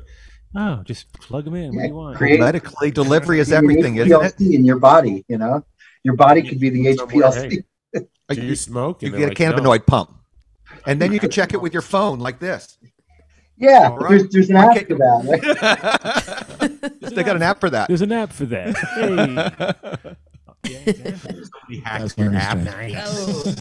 Speaker 4: Oh, just plug them in. What do you want?
Speaker 19: create-
Speaker 13: medically, delivery is
Speaker 19: Be an
Speaker 13: everything, isn't it?
Speaker 19: HPLC in your body, you know, your body could be the HPLC.
Speaker 5: Do you smoke?
Speaker 13: You
Speaker 5: And
Speaker 13: get a
Speaker 5: they're like,
Speaker 13: cannabinoid
Speaker 5: "No."
Speaker 13: pump. And then you can check it with your phone like this.
Speaker 19: Yeah,
Speaker 13: All right.
Speaker 19: there's there's an
Speaker 13: I
Speaker 19: app
Speaker 13: can't-
Speaker 19: for that. right?
Speaker 13: they got an app for that.
Speaker 4: There's an app for that. Hey.
Speaker 5: Somebody hacked your app. Nice.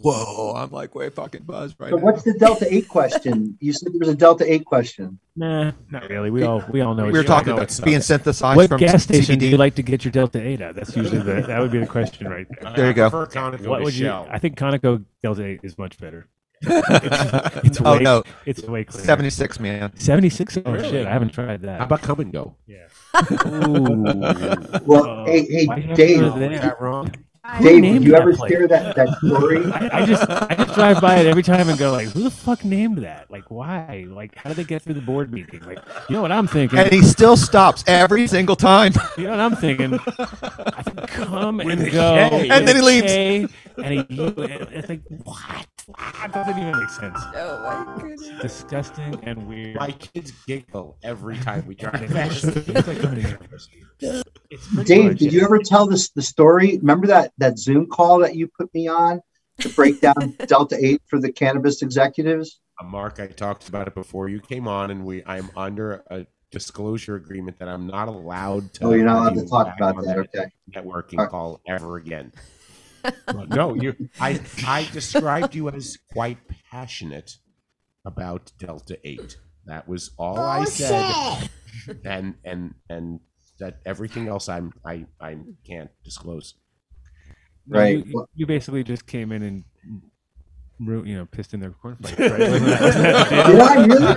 Speaker 13: Whoa, I'm like way fucking buzzed right
Speaker 19: So
Speaker 13: now.
Speaker 19: what's the delta eight question? You said there was a delta eight question.
Speaker 4: Nah, not really. We all we all know.
Speaker 13: We
Speaker 4: each
Speaker 13: were
Speaker 4: other.
Speaker 13: talking
Speaker 4: We all know
Speaker 13: about
Speaker 4: it's
Speaker 13: being
Speaker 4: not-
Speaker 13: synthesized
Speaker 4: What
Speaker 13: from
Speaker 4: gas station do
Speaker 13: CBD?
Speaker 4: you like to get your Delta Eight at? That's usually the that would be the question right there.
Speaker 13: There you go.
Speaker 5: prefer Conoco
Speaker 4: What
Speaker 5: to
Speaker 4: would you?
Speaker 5: Shell.
Speaker 4: I think Conoco Delta Eight is much better. it's, it's
Speaker 13: Oh,
Speaker 4: way,
Speaker 13: no.
Speaker 4: it's way cleaner.
Speaker 13: 76, man.
Speaker 4: Seventy six. Oh
Speaker 5: Really?
Speaker 4: shit! I haven't tried that.
Speaker 5: How about come and go?
Speaker 4: Yeah.
Speaker 19: Well,
Speaker 4: Uh,
Speaker 19: hey, hey,
Speaker 4: why do you have to
Speaker 19: Dave,
Speaker 4: go there?
Speaker 5: Is that wrong?
Speaker 4: Who
Speaker 19: Dave, did
Speaker 4: named
Speaker 19: you
Speaker 4: that
Speaker 19: ever
Speaker 4: place?
Speaker 19: hear that, that story?
Speaker 4: I, I just I just drive by it every time and go like, who the fuck named that? Like, why? Like, how did they get through the board meeting? Like, you know what I'm thinking?
Speaker 13: And he still stops every single time.
Speaker 4: You know what I'm thinking? I think come
Speaker 5: With
Speaker 4: and
Speaker 5: a
Speaker 4: go,
Speaker 5: K.
Speaker 4: with
Speaker 13: And then
Speaker 4: a
Speaker 13: he leaves.
Speaker 4: K, And he, it's like what? That doesn't even make sense.
Speaker 8: Oh my goodness.
Speaker 4: Disgusting and weird.
Speaker 5: My kids giggle every time we drive
Speaker 4: It's
Speaker 5: past.
Speaker 4: like going to university. It's pretty
Speaker 19: Dave,
Speaker 4: much
Speaker 19: did
Speaker 4: it.
Speaker 19: you ever tell this the story? Remember that that Zoom call that you put me on to break down Delta Eight for the cannabis executives?
Speaker 5: Uh, Mark, I talked about it before you came on, and we I'm under a disclosure agreement that I'm not allowed to.
Speaker 19: Oh, you're not allowed to
Speaker 5: be
Speaker 19: talk
Speaker 5: back
Speaker 19: about
Speaker 5: on
Speaker 19: that. Okay.
Speaker 5: networking
Speaker 19: All right.
Speaker 5: call ever again. no, you. I I described you as quite passionate about Delta Eight. That was all I said, and and and that everything else I'm I I can't disclose.
Speaker 4: No,
Speaker 5: Right.
Speaker 4: You, you- you basically just came in and ru- you know pissed in their cornflakes. Right? Wasn't that- wasn't that the deal?
Speaker 19: Did I really?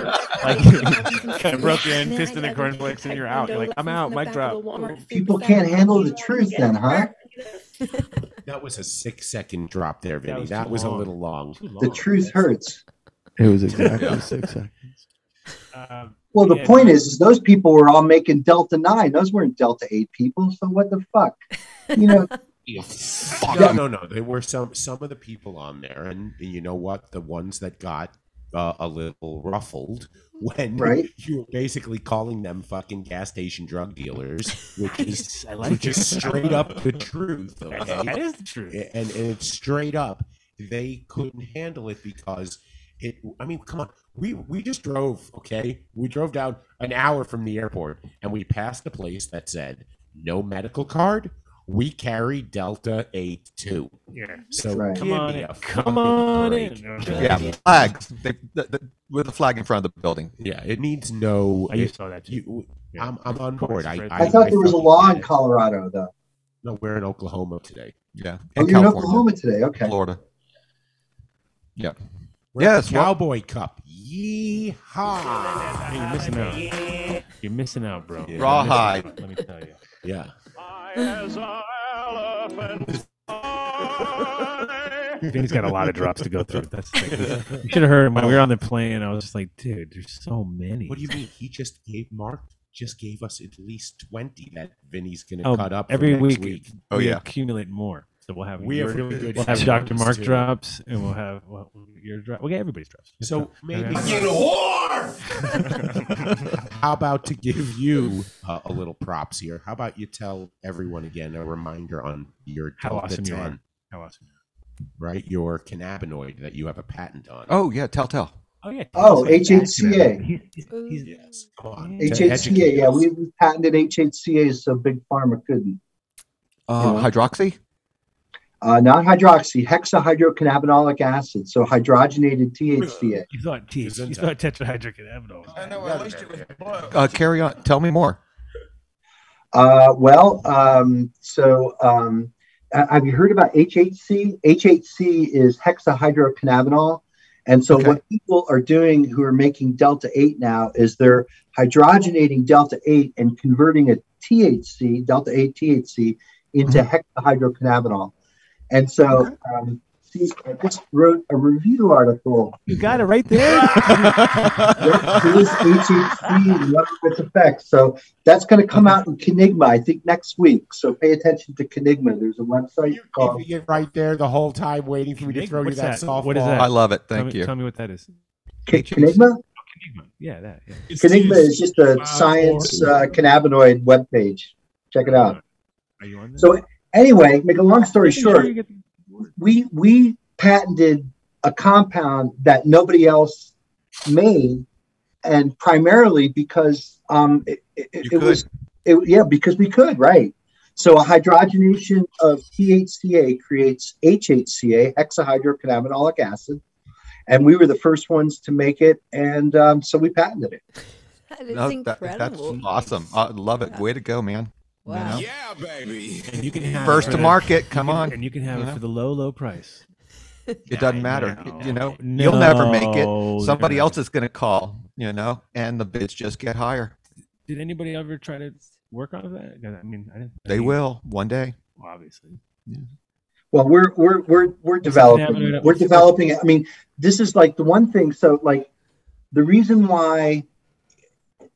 Speaker 4: Like, kind of broke in,
Speaker 19: Man,
Speaker 4: pissed in their cornflakes, and you're out. You're like, I'm out. Mic drop.
Speaker 19: People can't handle the truth then, huh?
Speaker 5: That was a six second drop there, Vinny.
Speaker 4: was
Speaker 5: That
Speaker 4: too
Speaker 5: was, a
Speaker 4: long.
Speaker 5: little long.
Speaker 19: The truth hurts.
Speaker 14: It was exactly six seconds.
Speaker 4: Um,
Speaker 19: Well, the
Speaker 4: yeah,
Speaker 19: point is, is those people were all making Delta Nine. Those weren't Delta Eight people. So what the fuck? You know,
Speaker 5: No, no, no. There were some some of the people on there, and, and you know what? The ones that got uh, a little ruffled when
Speaker 19: Right.
Speaker 5: you were basically calling them fucking gas station drug dealers, which is
Speaker 4: I like
Speaker 5: which
Speaker 4: it.
Speaker 5: is straight up the truth.
Speaker 4: That-
Speaker 5: Okay?
Speaker 4: that is the truth.
Speaker 5: A- and and it's straight up. They couldn't handle it because it. I mean, come on. We we just drove. Okay, we drove down an hour from the airport, and we passed a place that said no medical card. We carry Delta Eight too.
Speaker 4: Yeah.
Speaker 5: So
Speaker 4: Right.
Speaker 5: give
Speaker 4: Come on
Speaker 5: me
Speaker 4: in.
Speaker 5: a
Speaker 4: Come
Speaker 5: fucking
Speaker 4: on
Speaker 5: break.
Speaker 4: in. Okay.
Speaker 13: Yeah, flag. They, the, the, with a flag in front of the building.
Speaker 5: Yeah, it needs no.
Speaker 4: I used
Speaker 5: it-
Speaker 4: to that too.
Speaker 5: you- I'm, I'm on board. I,
Speaker 19: I thought there was a
Speaker 5: fucking
Speaker 19: law
Speaker 5: get
Speaker 19: in
Speaker 5: it.
Speaker 19: Colorado though.
Speaker 5: No, we're in Oklahoma today.
Speaker 13: Yeah.
Speaker 19: Oh, you're in Oklahoma today. Okay.
Speaker 13: Florida. Yeah.
Speaker 5: We're at
Speaker 13: Yes,
Speaker 5: the
Speaker 13: well-
Speaker 5: Cowboy Cup. Yeehaw!
Speaker 4: Hey, you're missing out. You're missing out, bro. You're
Speaker 5: Rawhide.
Speaker 4: missing out, Let me tell you.
Speaker 5: Yeah.
Speaker 4: Vinny's got a lot of drops to go through. That's the thing. You should have heard him when we were on the plane. I was just like, dude, there's so many.
Speaker 5: What do you mean? He just gave Mark just gave us at least twenty that Vinny's gonna
Speaker 4: Oh,
Speaker 5: cut up for
Speaker 4: every
Speaker 5: next
Speaker 4: week.
Speaker 5: week.
Speaker 13: Oh,
Speaker 4: we accumulate more. So we'll have
Speaker 5: We have
Speaker 4: ear-
Speaker 5: really good
Speaker 4: We'll have
Speaker 5: shows,
Speaker 4: Dr. Mark
Speaker 5: too.
Speaker 4: drops, and we'll have well, your drop. We'll get everybody's drops.
Speaker 5: So maybe
Speaker 4: Okay.
Speaker 5: How about to give you uh, a little props here? How about you tell everyone again a reminder on your
Speaker 4: How
Speaker 5: Delta
Speaker 4: awesome you
Speaker 5: 10,
Speaker 4: are! How awesome!
Speaker 5: right? Your cannabinoid that you have a patent on.
Speaker 13: Oh yeah, Telltale.
Speaker 4: Oh yeah.
Speaker 19: Oh, HHCA.
Speaker 5: Yes. Come on.
Speaker 19: HHCA. Yeah, we we patented HHCA so big pharma couldn't.
Speaker 13: Uh, hydroxy.
Speaker 19: Uh, not hydroxy, hexahydrocannabinolic acid, so hydrogenated THCA.
Speaker 4: You thought tea. You thought tetrahydrocannabinol. I know. At least it was
Speaker 13: Uh, carry on. Tell me more.
Speaker 19: Uh, well, um, so um, uh, have you heard about HHC? HHC is hexahydrocannabinol. And so, what people are doing who are making delta 8 now is they're hydrogenating delta 8 and converting a THC, delta 8 THC, into
Speaker 13: Mm-hmm.
Speaker 19: hexahydrocannabinol. And so, um, see, I just wrote a review article
Speaker 4: You got it right there.
Speaker 19: yep, here's HHC and what its E effects. So that's going to come out in Kenigma, I think, next week. So pay attention to Kenigma. There's a website called.
Speaker 5: Keeping it right there the whole time, waiting for me to throw you
Speaker 4: What's
Speaker 5: that, softball.
Speaker 4: What is that?
Speaker 13: I love it.
Speaker 4: Tell
Speaker 13: Thank
Speaker 4: me-
Speaker 13: you.
Speaker 4: Tell me what that is.
Speaker 19: K- Kenigma?
Speaker 4: Yeah, that. Yeah.
Speaker 19: Kenigma is just a science uh, cannabinoid webpage. Check it out.
Speaker 4: Are you on
Speaker 19: So anyway, make a long story
Speaker 4: Making sure
Speaker 19: short,
Speaker 4: you get
Speaker 19: we we patented a compound that nobody else made, and primarily because um it, it, it was it, yeah because we could right. So a hydrogenation of THCA creates HHCA, hexahydrocannabinolic acid, and we were the first ones to make it, and um, so we patented it.
Speaker 8: That
Speaker 13: No, that- that's awesome. I love it. Way to go, man.
Speaker 8: Wow.
Speaker 13: Yeah, baby.
Speaker 4: And you can have it
Speaker 13: First
Speaker 4: for
Speaker 13: to
Speaker 4: the-
Speaker 13: market.
Speaker 4: you
Speaker 13: Come
Speaker 4: can-
Speaker 13: on.
Speaker 4: and you can have
Speaker 13: You
Speaker 4: it
Speaker 13: know?
Speaker 4: for the low, low price.
Speaker 13: It doesn't matter. You know,
Speaker 4: No,
Speaker 13: you'll never make
Speaker 4: they're
Speaker 13: it. Somebody
Speaker 4: gonna-
Speaker 13: else is going to call. You know, and the bids just get higher.
Speaker 4: Did anybody ever try to work on that? I mean, I didn't. I
Speaker 13: They
Speaker 4: mean,
Speaker 13: will one day.
Speaker 4: well, obviously.
Speaker 19: Well, we're we're we're we're
Speaker 4: cannabinoid
Speaker 19: developing.
Speaker 4: at
Speaker 19: We're
Speaker 4: what's-
Speaker 19: developing. it. I mean, this is like the one thing. So, like, the reason why,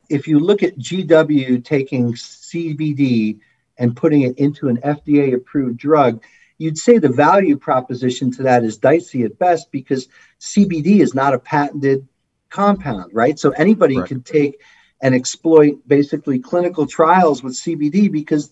Speaker 19: if you look at GW taking CBD and putting it into an FDA-approved drug, you'd say the value proposition to that is dicey at best because CBD is not a patented compound, right? So anybody
Speaker 13: Correct.
Speaker 19: can take and exploit basically clinical trials with CBD because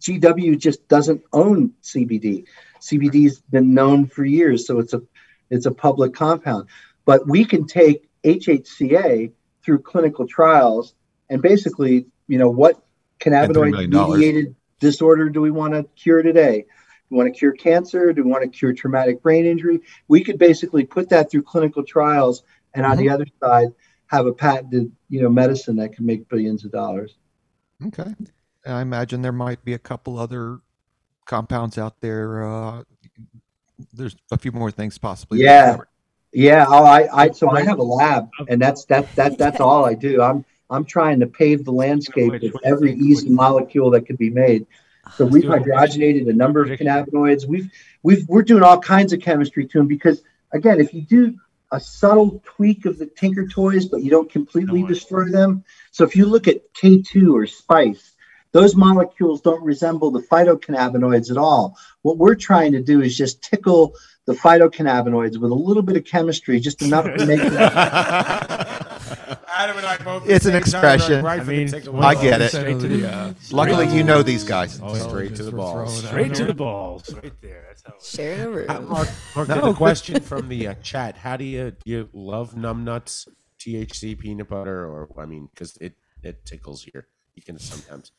Speaker 19: GW just doesn't own CBD. CBD's been known for years, so it's a it's a public compound. But we can take HHCA through clinical trials and basically, you know, what
Speaker 13: $3 million
Speaker 19: cannabinoid mediated disorder do we want to cure today? Do we want to cure cancer? Do we want to cure traumatic brain injury? We could basically put that through clinical trials, and on the
Speaker 13: Mhm.
Speaker 19: other side, have a patented, you know, medicine that can make billions of dollars.
Speaker 13: Okay. And I imagine there might be a couple other compounds out there. Uh, there's a few more things possibly. that we
Speaker 19: Yeah,
Speaker 13: covered.
Speaker 19: yeah. Oh, I, I, so I have a lab, and that's that that that's all I do. I'm I'm trying to pave the landscape with every easy molecule that could be made. So we've hydrogenated a number of cannabinoids. We've we've we're doing all kinds of chemistry to them because again, if you do a subtle tweak of the Tinker Toys, but you don't completely destroy them. So if you look at K2 or spice, those molecules don't resemble the phytocannabinoids at all. What we're trying to do is just tickle the phytocannabinoids with a little bit of chemistry, just enough to make
Speaker 5: Adam and I both.
Speaker 13: It's an
Speaker 5: at the same time,
Speaker 13: expression.
Speaker 5: right
Speaker 13: I
Speaker 5: for the
Speaker 13: mean,
Speaker 5: tickle.
Speaker 13: I get it. Straight to the- uh, Luckily, you know these guys.
Speaker 5: Straight, to the balls.
Speaker 4: Straight to the balls, right there. That's how.
Speaker 8: Share the room.
Speaker 5: Uh, Mark, Mark there's a question from the uh, chat. How do you do you love numb nuts, THC peanut butter, or I mean, because it it tickles here. You can sometimes.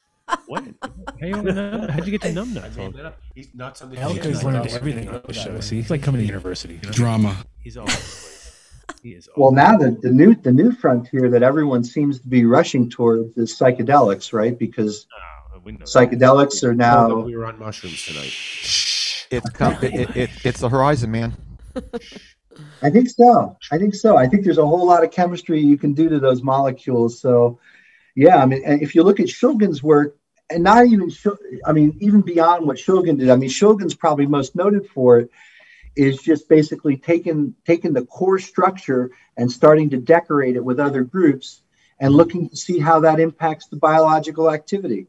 Speaker 4: What? Hey, oh, no, how'd you get to numb nuts?
Speaker 5: I made that up. He's not something.
Speaker 4: Elka's learned everything on the show. See, he's like coming to university. you know?
Speaker 19: Drama.
Speaker 4: He's all over the place. He is.
Speaker 19: Well, now the, the new the new frontier that everyone seems to be rushing towards is psychedelics, right? Because psychedelics are now
Speaker 5: We were on mushrooms tonight.
Speaker 13: It's com- it, it, it, it's the horizon, man.
Speaker 19: I think so. I think so. I think there's a whole lot of chemistry you can do to those molecules. So, yeah, I mean, and if you look at Shulgin's work, and not even, Shul- I mean, even beyond what Shulgin did, I mean, Shulgin's probably most noted for it is just basically taking taking the core structure and starting to decorate it with other groups and looking to see how that impacts the biological activity.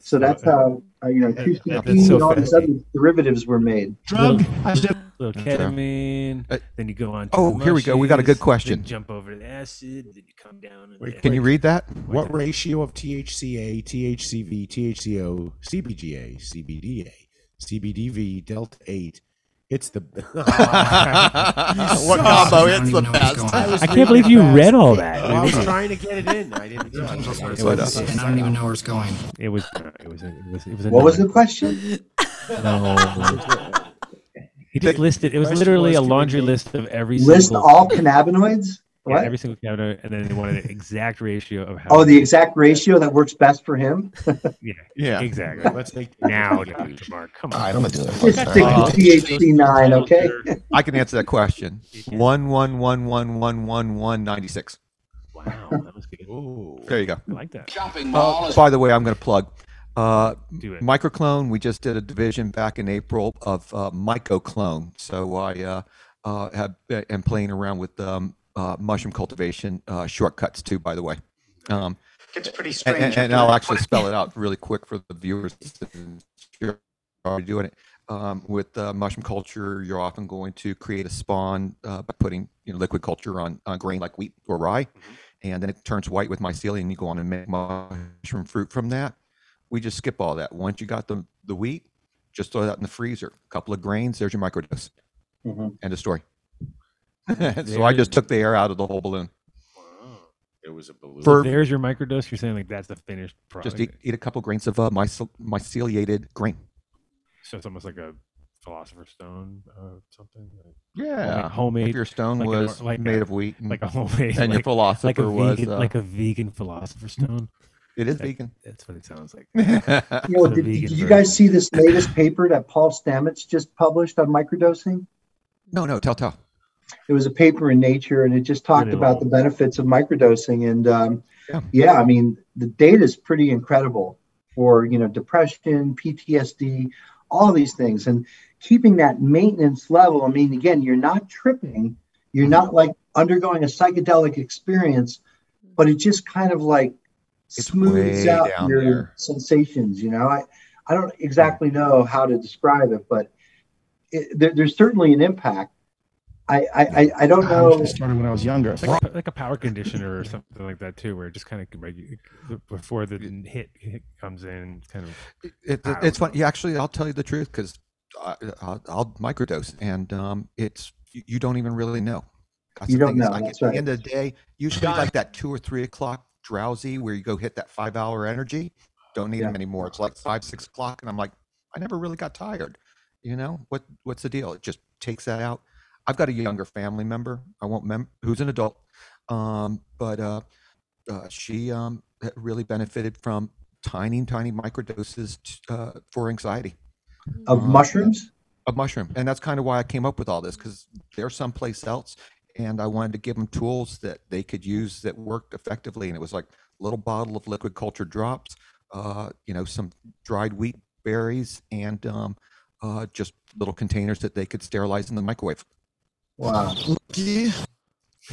Speaker 19: so that's how uh, you know
Speaker 4: that's
Speaker 19: 216
Speaker 4: so
Speaker 19: and all these other derivatives were made.
Speaker 4: Drug.
Speaker 19: Little-
Speaker 4: little
Speaker 19: Okay.
Speaker 4: ketamine. then you go on. To
Speaker 13: Uh, oh,
Speaker 4: the
Speaker 13: here we go. We got a good
Speaker 4: mushies,
Speaker 13: question.
Speaker 4: then Jump over to acid. Then you come down. and-
Speaker 13: Can you read that?
Speaker 5: What ratio of THCA, THCV, THCO, CBGA, CBDA, CBDV, Delta 8? It's the.
Speaker 4: What combo? It's the best. I
Speaker 5: was
Speaker 4: can't
Speaker 5: reading
Speaker 4: believe you
Speaker 5: fast.
Speaker 4: read all that.
Speaker 5: Well, I was trying to get it in. I didn't.
Speaker 4: It was-
Speaker 5: and
Speaker 12: I don't even know where it's going.
Speaker 4: It was. uh, It was. It was. It was a
Speaker 19: What was
Speaker 4: nine.
Speaker 19: the question?
Speaker 4: No. He just listed. It was literally a laundry list of every
Speaker 19: List
Speaker 4: single
Speaker 19: all cannabinoids.
Speaker 4: yeah,
Speaker 19: What?
Speaker 4: every single cabinet, and then they wanted an exact ratio of how.
Speaker 19: Oh, the exact ratio that works best for him.
Speaker 4: Yeah.
Speaker 13: Yeah.
Speaker 4: Exactly. Let's make now, Dr. Mark. Come on.
Speaker 13: All right, I'm gonna do it.
Speaker 19: Just stick with THC nine, okay?
Speaker 13: I can answer that question. One one one one one one one ninety six.
Speaker 4: Wow, that was good.
Speaker 13: There you go.
Speaker 4: I like that.
Speaker 1: Shopping mall
Speaker 13: Uh,
Speaker 1: is
Speaker 13: by the way, I'm going to plug. Uh,
Speaker 4: Do it.
Speaker 13: Microclone. We just did a division back in April of uh, Mycoclone. So I uh, uh, have am playing around with um, uh, mushroom cultivation uh, shortcuts too. By the way, um,
Speaker 1: It's pretty
Speaker 13: and-
Speaker 1: strange
Speaker 13: And, and
Speaker 1: after
Speaker 13: I'll
Speaker 1: that.
Speaker 13: actually spell it out really quick for the viewers. since You're already doing it um, with uh, mushroom culture. You're often going to create a spawn uh, by putting you know liquid culture on on grain like wheat or rye,
Speaker 1: Mm-hmm.
Speaker 13: and then it turns white with mycelium. You go on and make mushroom fruit from that. We just skip all that. Once you got the the wheat, just throw that in the freezer. A couple of grains. There's your microdose.
Speaker 1: Mm-hmm.
Speaker 19: Mhm.
Speaker 13: End of story. so I just took the air out of the whole balloon.
Speaker 5: There was a balloon.
Speaker 13: For-
Speaker 4: there's your microdose. You're saying like that's the finished product.
Speaker 13: Just eat, eat a couple grains of uh, mycel- myceliated grain.
Speaker 4: so it's almost like a philosopher's stone or something. like
Speaker 13: Yeah,
Speaker 4: homemade. homemade
Speaker 13: if your stone
Speaker 4: like an
Speaker 13: was
Speaker 4: or- like a-
Speaker 13: made of wheat, and-
Speaker 4: like a homemade,
Speaker 13: and your
Speaker 4: like- like a
Speaker 13: philosopher was
Speaker 4: vegan,
Speaker 13: uh,
Speaker 4: like a vegan philosopher's stone.
Speaker 13: It is
Speaker 4: That-
Speaker 13: vegan.
Speaker 4: That's what it sounds like.
Speaker 19: You know,
Speaker 4: It's a
Speaker 19: did,
Speaker 4: vegan
Speaker 19: did you
Speaker 4: version.
Speaker 19: guys see this latest paper that Paul Stamets just published on microdosing?
Speaker 13: no, no, tell, tell.
Speaker 19: It was a paper in Nature, and it just talked
Speaker 13: Really
Speaker 19: about the benefits of microdosing. And um, yeah. I mean, the data is pretty incredible for you know depression, PTSD, all these things, and keeping that maintenance level. I mean, again, you're not tripping, you're
Speaker 13: Mm-hmm.
Speaker 19: not like undergoing a psychedelic experience, but it just kind of like smooths
Speaker 13: way
Speaker 19: out
Speaker 13: down
Speaker 19: your
Speaker 13: there.
Speaker 19: sensations. You know, I I don't exactly know how to describe it, but it, there, there's certainly an impact. I I, I, I don't
Speaker 9: I
Speaker 19: know.
Speaker 9: wish I started when I was younger.
Speaker 4: It's like, a, like a power conditioner or something like that too, where it just kind of regu- before the hit, hit comes in, it's kind of
Speaker 13: It,
Speaker 4: I
Speaker 13: it-
Speaker 4: don't
Speaker 13: it's funny. Yeah, actually, I'll tell you the truth because I'll, I'll microdose, and um, it's you, you don't even really know.
Speaker 19: You
Speaker 13: the
Speaker 19: don't
Speaker 13: thing is,
Speaker 19: know,
Speaker 13: I get-
Speaker 19: that's
Speaker 13: At
Speaker 19: right.
Speaker 13: the end of the day, usually like that two or three o'clock drowsy where you go hit that five hour energy. Don't need them anymore. It's like five, six o'clock, and I'm like, I never really got tired. You know what? What's the deal? It just takes that out. I've got a younger family member. I won't mem who's an adult, um, but uh, uh, she um, really benefited from tiny, tiny microdoses t- uh, for anxiety
Speaker 19: Of
Speaker 13: Um,
Speaker 19: mushrooms?
Speaker 13: Of mushroom, and that's kind of why I came up with all this because they're someplace else, and I wanted to give them tools that they could use that worked effectively. And it was like little bottle of liquid culture drops, uh, you know, some dried wheat berries, and um, uh, just little containers that they could sterilize in the microwave.
Speaker 19: Wow.
Speaker 13: Lucky.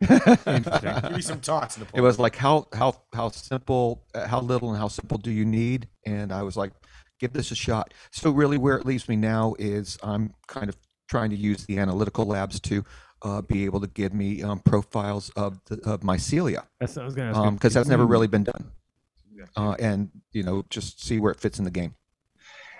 Speaker 5: Give me some tots in the
Speaker 13: It was like how how how simple, uh, how little, and how simple do you need? And I was like, give this a shot. So really, where it leaves me now is I'm kind of trying to use the analytical labs to uh, be able to give me um, profiles of the, of mycelia.
Speaker 4: That's what I was gonna ask
Speaker 13: Because
Speaker 4: you.
Speaker 13: that's never
Speaker 4: Mm.
Speaker 13: really been done. Uh, and you know, just see where it fits in the game.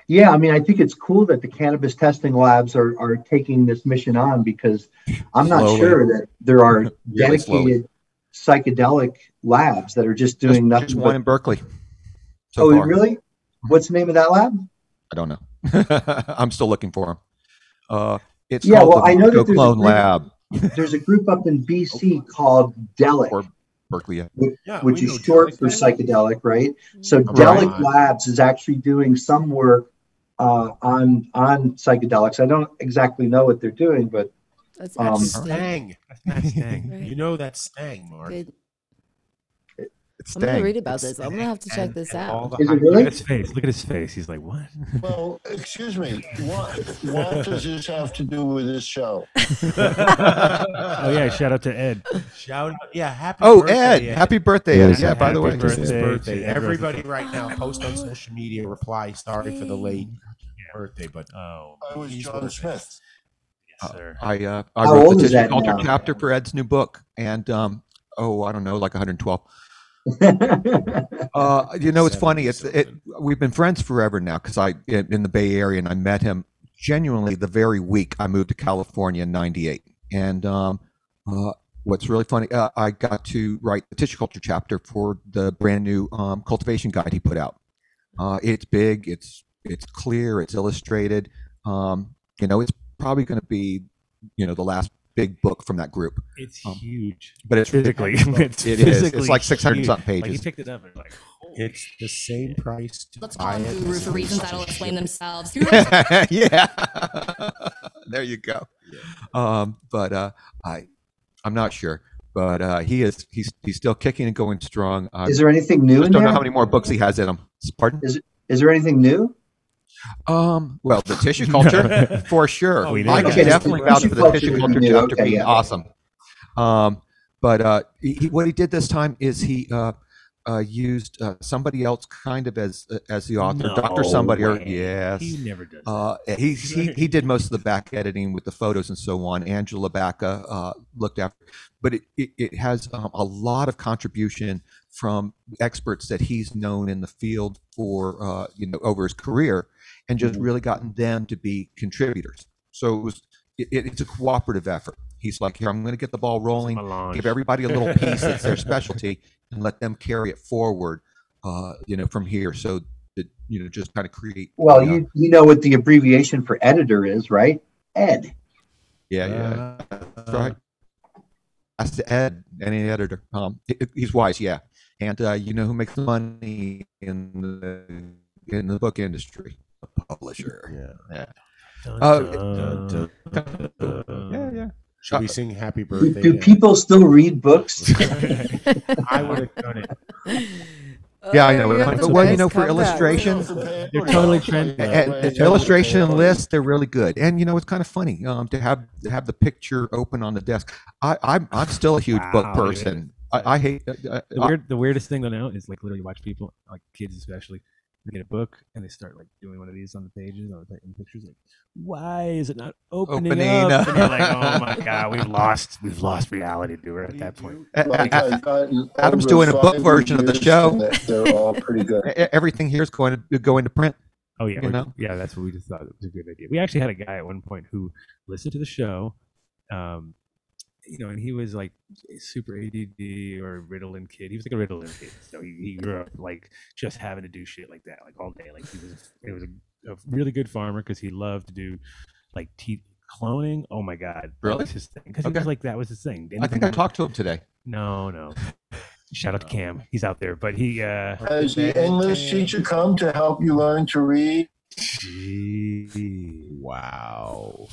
Speaker 19: Yeah, I mean, I think it's cool that the cannabis testing labs are, are taking this mission on because I'm not
Speaker 13: Slowly.
Speaker 19: sure that there are
Speaker 13: Really slowly.
Speaker 19: dedicated psychedelic labs that are just doing nothing.
Speaker 13: Just one
Speaker 19: but-
Speaker 13: in Berkeley. so
Speaker 19: oh,
Speaker 13: far.
Speaker 19: really? What's the name of that lab?
Speaker 13: I don't know. I'm still looking for them. Uh, it's
Speaker 19: yeah,
Speaker 13: called
Speaker 19: well,
Speaker 13: the
Speaker 19: I know that
Speaker 13: Go
Speaker 19: there's a
Speaker 13: Clone
Speaker 19: group-
Speaker 13: Lab,
Speaker 19: there's a group up in BC called Delic.
Speaker 13: Berkeley. yeah.
Speaker 19: which,
Speaker 13: Yeah,
Speaker 19: which
Speaker 13: we
Speaker 19: is
Speaker 13: know
Speaker 19: short
Speaker 13: Delic,
Speaker 19: for
Speaker 13: right?
Speaker 19: psychedelic, right? So
Speaker 13: Right.
Speaker 19: Delic Labs is actually doing some work uh, on on psychedelics. I don't exactly know what they're doing, but
Speaker 8: That's
Speaker 19: um,
Speaker 5: That's Stang. That's Matt Stang.
Speaker 8: Right.
Speaker 5: You know that's Stang, Mark.
Speaker 8: Good.
Speaker 5: It's
Speaker 8: I'm gonna
Speaker 5: Stang.
Speaker 8: read about
Speaker 5: It's
Speaker 8: this. I'm gonna have to check
Speaker 5: Stang
Speaker 8: this
Speaker 5: and all
Speaker 8: out.
Speaker 5: the
Speaker 19: Is it
Speaker 5: hype.
Speaker 19: really?
Speaker 4: Look at his face. Look at his face. He's like, what?
Speaker 2: Well, excuse me. What what does this have to do with this show?
Speaker 4: oh yeah! Shout out to Ed.
Speaker 5: Shout out. Yeah, happy
Speaker 13: Oh,
Speaker 5: birthday,
Speaker 13: Ed. Happy birthday, Ed.
Speaker 5: Yes,
Speaker 13: Yeah, by
Speaker 5: happy
Speaker 13: the way.
Speaker 5: Birthday,
Speaker 4: Birthday.
Speaker 5: birthday. Everybody right now, post on social media, reply, sorry for the late birthday, but oh,
Speaker 2: I was John Smith.
Speaker 4: Yes, sir.
Speaker 13: I uh, I
Speaker 19: How
Speaker 13: wrote
Speaker 19: old
Speaker 13: the
Speaker 19: is
Speaker 13: Tissue
Speaker 19: that
Speaker 13: Culture
Speaker 19: now?
Speaker 13: chapter for Ed's new book, and um, oh, I don't know, like 112. uh, you know, it's funny. It's it. We've been friends forever now because I in, in the Bay Area, and I met him genuinely the very week I moved to California in '98. And um, uh, what's really funny, uh, I got to write the tissue culture chapter for the brand new um, cultivation guide he put out. Uh, it's big. It's it's clear. It's illustrated. Um, you know, it's probably going to be, you know, the last big book from that group.
Speaker 4: It's
Speaker 13: Um,
Speaker 4: huge.
Speaker 13: but it's
Speaker 4: physically.
Speaker 13: It's,
Speaker 4: it's
Speaker 13: it is.
Speaker 4: physically
Speaker 13: It's like 600
Speaker 4: huge.
Speaker 13: something
Speaker 4: Like, he
Speaker 13: pages.
Speaker 4: picked it up and like,
Speaker 5: it's the same price to
Speaker 20: Let's
Speaker 5: buy
Speaker 20: call
Speaker 5: it.
Speaker 20: him Guru
Speaker 5: as
Speaker 20: for
Speaker 5: it is
Speaker 20: reasons
Speaker 5: to
Speaker 20: that'll explain
Speaker 5: ship
Speaker 20: themselves.
Speaker 5: it.
Speaker 13: yeah. there you go. Um, but uh, I, I'm not sure. But uh, he is he's he's still kicking and going strong. I
Speaker 19: Is there anything new
Speaker 13: just
Speaker 19: in
Speaker 13: don't know
Speaker 19: there?
Speaker 13: how many more books he has in him. Pardon?
Speaker 19: Is is there anything new?
Speaker 13: Um, well, the tissue culture for sure.
Speaker 19: Oh, we did.
Speaker 13: I can
Speaker 19: Okay, that's
Speaker 13: definitely
Speaker 19: the
Speaker 13: vouch
Speaker 19: tissue
Speaker 13: for the
Speaker 19: culture
Speaker 13: tissue
Speaker 19: we
Speaker 13: culture
Speaker 19: knew.
Speaker 13: chapter
Speaker 19: Okay,
Speaker 13: being
Speaker 19: yeah.
Speaker 13: awesome. Um, but uh, he, he- what he did this time is he uh, uh, used uh, somebody else kind of as uh, as the author, Doctor
Speaker 4: No
Speaker 13: somebody. Or,
Speaker 4: way.
Speaker 13: yes,
Speaker 4: He never does
Speaker 13: Uh, he, he he did most of the back editing with the photos and so on. Angela Baca uh, looked after, but it it, it has um, a lot of contribution from experts that he's known in the field for uh, you know over his career, and just
Speaker 4: Mm-hmm.
Speaker 13: really gotten them to be contributors. So it was it, it- it's a cooperative effort. He's like, here, I'm going to get the ball rolling,
Speaker 4: melange.
Speaker 13: give everybody a little piece that's their specialty, and let them carry it forward, uh, you know, from here. So that you know, just kind of create.
Speaker 19: Well, you you know what the abbreviation for editor is, right? Ed.
Speaker 13: Yeah, yeah,
Speaker 5: Uh,
Speaker 13: that's right. That's the Ed, any editor. Um, he- he's wise, yeah. And uh, you know who makes the money in the in the book industry? The publisher. Yeah, yeah.
Speaker 5: Dun,
Speaker 13: Uh,
Speaker 5: dun, dun, dun, dun.
Speaker 13: yeah, yeah. Uh,
Speaker 5: Should we sing happy
Speaker 19: Do,
Speaker 5: birthday?
Speaker 19: do
Speaker 5: Ed?
Speaker 19: people still read books?
Speaker 5: I would have done it.
Speaker 13: Yeah, I know.
Speaker 19: Oh,
Speaker 13: But,
Speaker 19: that's
Speaker 13: well, you
Speaker 19: nice
Speaker 13: know, for
Speaker 19: comeback.
Speaker 13: illustration,
Speaker 4: You're totally trending.
Speaker 13: and- and illustration lists, they're really good. And you know, it's kind of funny um, to have to have the picture open on the desk. I, I'm I'm still a huge book
Speaker 4: Wow, dude.
Speaker 13: person. I, I hate. I,
Speaker 4: The,
Speaker 13: uh, I-
Speaker 4: weird, the weirdest thing though now is like literally watch people, like kids especially, they get a book and they start like doing one of these on the pages or like, in pictures. Like, why is it not opening,
Speaker 13: Opening
Speaker 4: up?
Speaker 13: up.
Speaker 4: And you're like, oh my god, we've lost, we've lost reality, dude. We're at that point.
Speaker 2: Like, I've gotten
Speaker 13: Adam's
Speaker 2: uh, over
Speaker 13: doing a book
Speaker 2: five
Speaker 13: version of the
Speaker 2: years
Speaker 13: show.
Speaker 2: that They're all pretty good.
Speaker 13: E- e- Everything here is going to going to print.
Speaker 4: Oh yeah,
Speaker 13: you
Speaker 4: we-
Speaker 13: know.
Speaker 4: yeah. That's what we just thought it was a good idea. We actually had a guy at one point who listened to the show, um, you know, and he was like super ADD or Ritalin kid. He was like a Ritalin kid, so he, he grew up like just having to do shit like that, like all day. Like he was, it was a, a really good farmer because he loved to do like te- cloning. Oh my god, that
Speaker 13: Really?
Speaker 4: was his thing because
Speaker 13: Okay.
Speaker 4: was like that was his thing.
Speaker 13: I think I talked to him today.
Speaker 4: No, no. Shout out to Cam, he's out there, but he uh,
Speaker 20: Has the English teacher come to help you learn to read?
Speaker 4: Wow.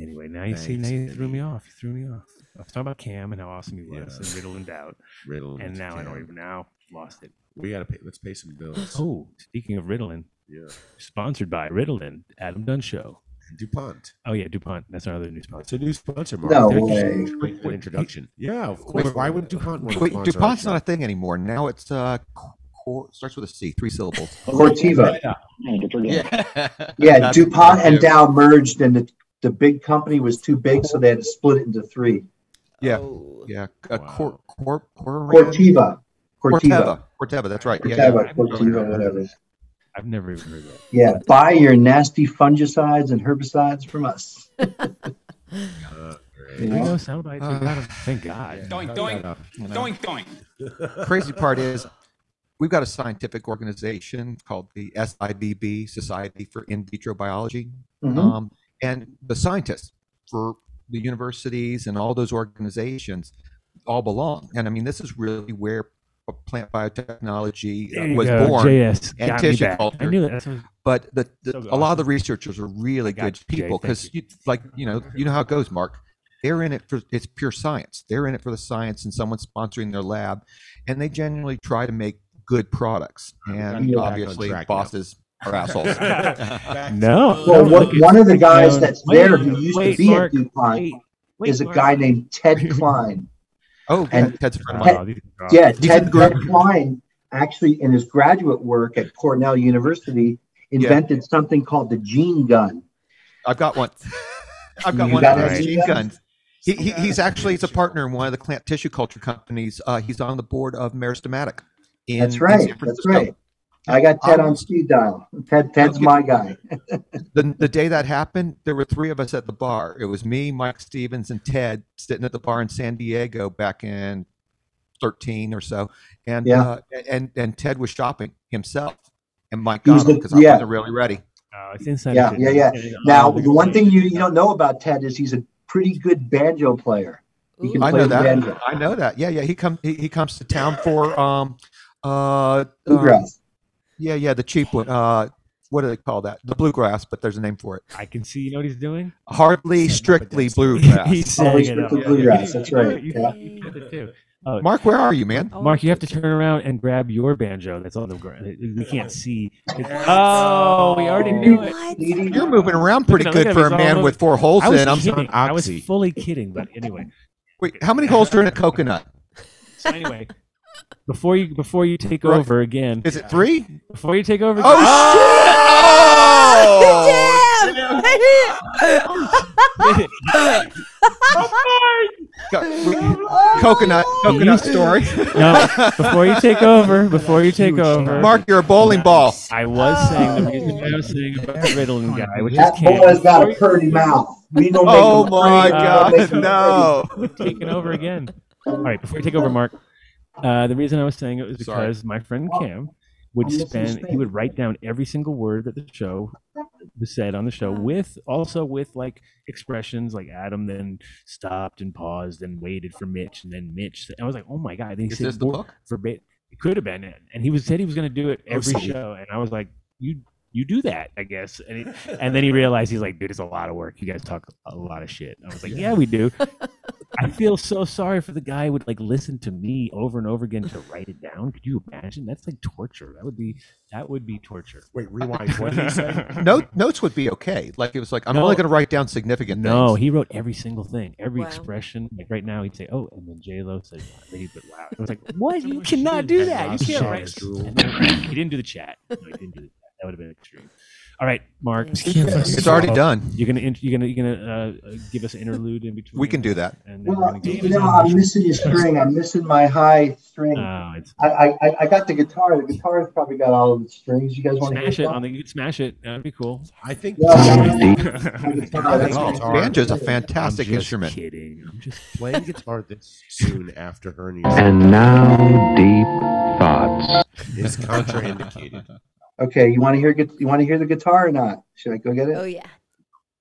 Speaker 4: Anyway, now you see, now you threw me off. You threw me off. I was talking about Cam and how awesome he was, and Riddle and Doubt.
Speaker 5: Riddle
Speaker 4: and
Speaker 5: and
Speaker 4: now I don't
Speaker 5: Cam.
Speaker 4: even now lost it.
Speaker 5: We gotta pay. Let's pay some bills.
Speaker 4: Oh, speaking of Ritalin,
Speaker 5: Yeah.
Speaker 4: sponsored by Ritalin, Adam Dunn Show.
Speaker 5: DuPont.
Speaker 4: Oh yeah, DuPont. That's our other new sponsor. It's
Speaker 5: a new sponsor,
Speaker 13: Mark. No way.
Speaker 5: Quick introduction. Yeah, of course. Why would DuPont want to
Speaker 13: Wait,
Speaker 5: sponsor
Speaker 13: DuPont's
Speaker 5: our
Speaker 13: not a thing anymore. Now it's uh, cor- starts with a C, three syllables.
Speaker 19: Cortiva.
Speaker 13: Yeah.
Speaker 19: Yeah,
Speaker 13: That's-
Speaker 19: DuPont and Dow merged, and the, the big company was too big, so they had to split it into three.
Speaker 13: Yeah, yeah. Uh, cor- cor- Corran?
Speaker 19: Cortiva.
Speaker 13: Corteva. Corteva. That's right. Yeah, yeah.
Speaker 19: Corteva, Cortiva, whatever.
Speaker 4: I've never even heard that.
Speaker 19: Yeah, buy your nasty fungicides and herbicides from us.
Speaker 4: We know sound bites. we got 'em. Thank God.
Speaker 21: Doink, doink, doink, doink.
Speaker 13: Crazy part is we've got a scientific organization called the SIBB, Society for In Vitro Biology.
Speaker 4: Mm-hmm.
Speaker 22: Mhm.
Speaker 13: Um, and the scientists for the universities and all those organizations all belong. And I mean, this is really where plant biotechnology
Speaker 4: There
Speaker 13: uh,
Speaker 4: you
Speaker 13: was
Speaker 4: go,
Speaker 13: born
Speaker 4: JS, got
Speaker 13: and
Speaker 4: me
Speaker 13: tissue
Speaker 4: back. I
Speaker 13: culture.
Speaker 4: knew that. That's what-
Speaker 13: But the, the,
Speaker 4: So
Speaker 13: a lot
Speaker 4: awesome.
Speaker 13: of the researchers are really
Speaker 4: got
Speaker 13: good
Speaker 4: you, Jay.
Speaker 13: people
Speaker 4: Thank
Speaker 13: because you like you know you know how it goes, Mark. They're in it for it's pure science. They're in it for the science, and someone's sponsoring their lab, and they genuinely try to make good products.
Speaker 5: gotta
Speaker 13: And
Speaker 5: get back on
Speaker 13: obviously,
Speaker 5: track now.
Speaker 13: bosses are assholes.
Speaker 5: Back
Speaker 4: No.
Speaker 19: Well,
Speaker 4: look
Speaker 19: one,
Speaker 4: at-
Speaker 19: one of the guys
Speaker 4: no,
Speaker 19: that's
Speaker 4: wait,
Speaker 19: there who used
Speaker 4: wait,
Speaker 19: to be
Speaker 4: Mark,
Speaker 19: at DuPont
Speaker 4: wait, wait,
Speaker 19: is a
Speaker 4: Mark.
Speaker 19: guy named Ted Klein.
Speaker 13: Oh,
Speaker 19: and
Speaker 13: Ted's a friend
Speaker 19: Ted-
Speaker 13: of mine.
Speaker 19: yeah,
Speaker 13: He's in
Speaker 19: Ted,
Speaker 13: the group.
Speaker 19: Ted Klein actually, in his graduate work at Cornell University, invented something called the gene gun.
Speaker 13: I've got one. I've got
Speaker 19: You
Speaker 13: one
Speaker 19: got
Speaker 13: of
Speaker 19: it?
Speaker 13: those machine
Speaker 19: Yeah.
Speaker 13: guns. He, he, he's actually he's a partner in one of the plant tissue culture companies. Uh, he's on the board of Meristomatic. In,
Speaker 19: That's
Speaker 13: in
Speaker 19: right.
Speaker 13: San
Speaker 19: That's
Speaker 13: Francisco.
Speaker 19: right. I got Ted
Speaker 13: Um,
Speaker 19: on speed dial. Ted, Ted's
Speaker 13: Okay.
Speaker 19: my guy.
Speaker 13: The, the day that happened, there were three of us at the bar. It was me, Mike Stevens, and Ted sitting at the bar in San Diego back in 13 or so. And
Speaker 19: Yeah.
Speaker 13: uh, and and Ted was shopping himself. And Mike
Speaker 19: He was
Speaker 13: got him
Speaker 19: the-
Speaker 13: because I
Speaker 19: yeah.
Speaker 13: wasn't really ready.
Speaker 4: Oh, it's inside.
Speaker 19: Yeah, yeah, yeah. Now,
Speaker 13: Oh,
Speaker 19: the one thing you, you don't know about Ted is he's a pretty good banjo player. He can
Speaker 13: I
Speaker 19: play
Speaker 13: know
Speaker 19: the
Speaker 13: that.
Speaker 19: banjo.
Speaker 13: I know that. Yeah, yeah. He comes. He, he comes to town for um, uh, um,
Speaker 19: Bluegrass.
Speaker 13: yeah, yeah. The cheap one. Uh, what do they call that? The bluegrass, but there's a name for it.
Speaker 4: I can see. You know what he's doing?
Speaker 13: Hardly strictly
Speaker 19: Oh,
Speaker 13: bluegrass.
Speaker 4: He's saying it. out. You know, you- you did it too. Oh.
Speaker 13: Mark, where are you, man?
Speaker 4: Mark, you have to turn around and grab your banjo that's on the ground. We can't see.
Speaker 13: Oh, we already knew it. You're moving around pretty
Speaker 4: Look at him,
Speaker 13: good
Speaker 4: look
Speaker 13: for
Speaker 4: at
Speaker 13: a
Speaker 4: him,
Speaker 13: man
Speaker 4: he's
Speaker 13: with four
Speaker 4: all
Speaker 13: holes
Speaker 4: over-
Speaker 13: in.
Speaker 4: I
Speaker 13: I'm
Speaker 4: was kidding. I was fully kidding, but anyway.
Speaker 13: Wait, how many holes are in a coconut?
Speaker 4: So anyway, before you before you take
Speaker 13: Right.
Speaker 4: over again,
Speaker 13: is it three?
Speaker 4: Before you take over,
Speaker 13: Oh,
Speaker 4: Oh,
Speaker 13: shit! Co- coconut, coconut story.
Speaker 4: no, before you take over, before you take over, Oh.
Speaker 13: Mark, you're a bowling ball.
Speaker 4: I was saying the reason why I was saying about the Ritalin guy, which
Speaker 19: That
Speaker 4: is Cam.
Speaker 19: boy's got a pretty mouth. We don't make
Speaker 13: Oh
Speaker 19: him
Speaker 13: my
Speaker 19: pretty, we
Speaker 4: Uh,
Speaker 19: don't make him
Speaker 13: God,
Speaker 19: pretty.
Speaker 4: no. Taking over again. All right, before you take over, Mark, uh, the reason I was saying it was
Speaker 13: Sorry.
Speaker 4: because my friend Cam would
Speaker 13: I'm listening
Speaker 4: spend, he
Speaker 13: straight.
Speaker 4: would write down every single word that the show was said on the show
Speaker 13: Uh-huh.
Speaker 4: with also with like expressions like Adam then stopped and paused and waited for Mitch and then Mitch. said- I was like, oh my God. Then he
Speaker 13: Is
Speaker 4: said,
Speaker 13: this the
Speaker 4: wor-
Speaker 13: book?
Speaker 4: Forbid. It could have been it. And he was, said he was going to do it
Speaker 13: Oh,
Speaker 4: every
Speaker 13: sorry.
Speaker 4: show. And I was like, you you do that, I guess. And, it, and then he realized he's like, dude, it's a lot of work. You guys talk a lot of shit. And I was like, yeah, we do. I feel so sorry for the guy who would like listen to me over and over again to write it down. Could you imagine? That's like torture. That would be that would be torture.
Speaker 5: Wait, rewind. What did he say?
Speaker 13: Note, notes would be okay. Like it was like I'm
Speaker 4: No.
Speaker 13: only going to write down significant.
Speaker 4: No,
Speaker 13: things.
Speaker 4: he wrote every single thing, every
Speaker 13: Wow.
Speaker 4: expression. Like right now, he'd say, "Oh," and then J Lo said, "Wow," then he'd put "Wow." It was like, "What? You cannot do that. You can't write." he didn't do the chat. No, he didn't do the chat. That would have been extreme. All right, Mark.
Speaker 13: It's It's already done.
Speaker 4: You're gonna in- you're gonna you're gonna uh, uh, give us an interlude in between.
Speaker 13: We can do that.
Speaker 4: And then we're
Speaker 19: Well,
Speaker 4: gonna get
Speaker 19: you know, I'm missing a string. I'm missing my high string.
Speaker 4: Oh,
Speaker 19: I, I, I- I got the guitar. The guitar's probably got all of the strings. You guys want to hear
Speaker 4: smash it
Speaker 19: something?
Speaker 4: on the you could smash it. That'd be cool.
Speaker 5: I think.
Speaker 13: Banjo's a fantastic
Speaker 5: I'm just
Speaker 13: instrument.
Speaker 4: Kidding. I'm just
Speaker 5: playing guitar this soon after hernia.
Speaker 19: And now, deep
Speaker 5: thoughts is contraindicated.
Speaker 19: Okay, you want to hear gu- you want to hear the guitar or not? Should I go get it?
Speaker 8: Oh yeah.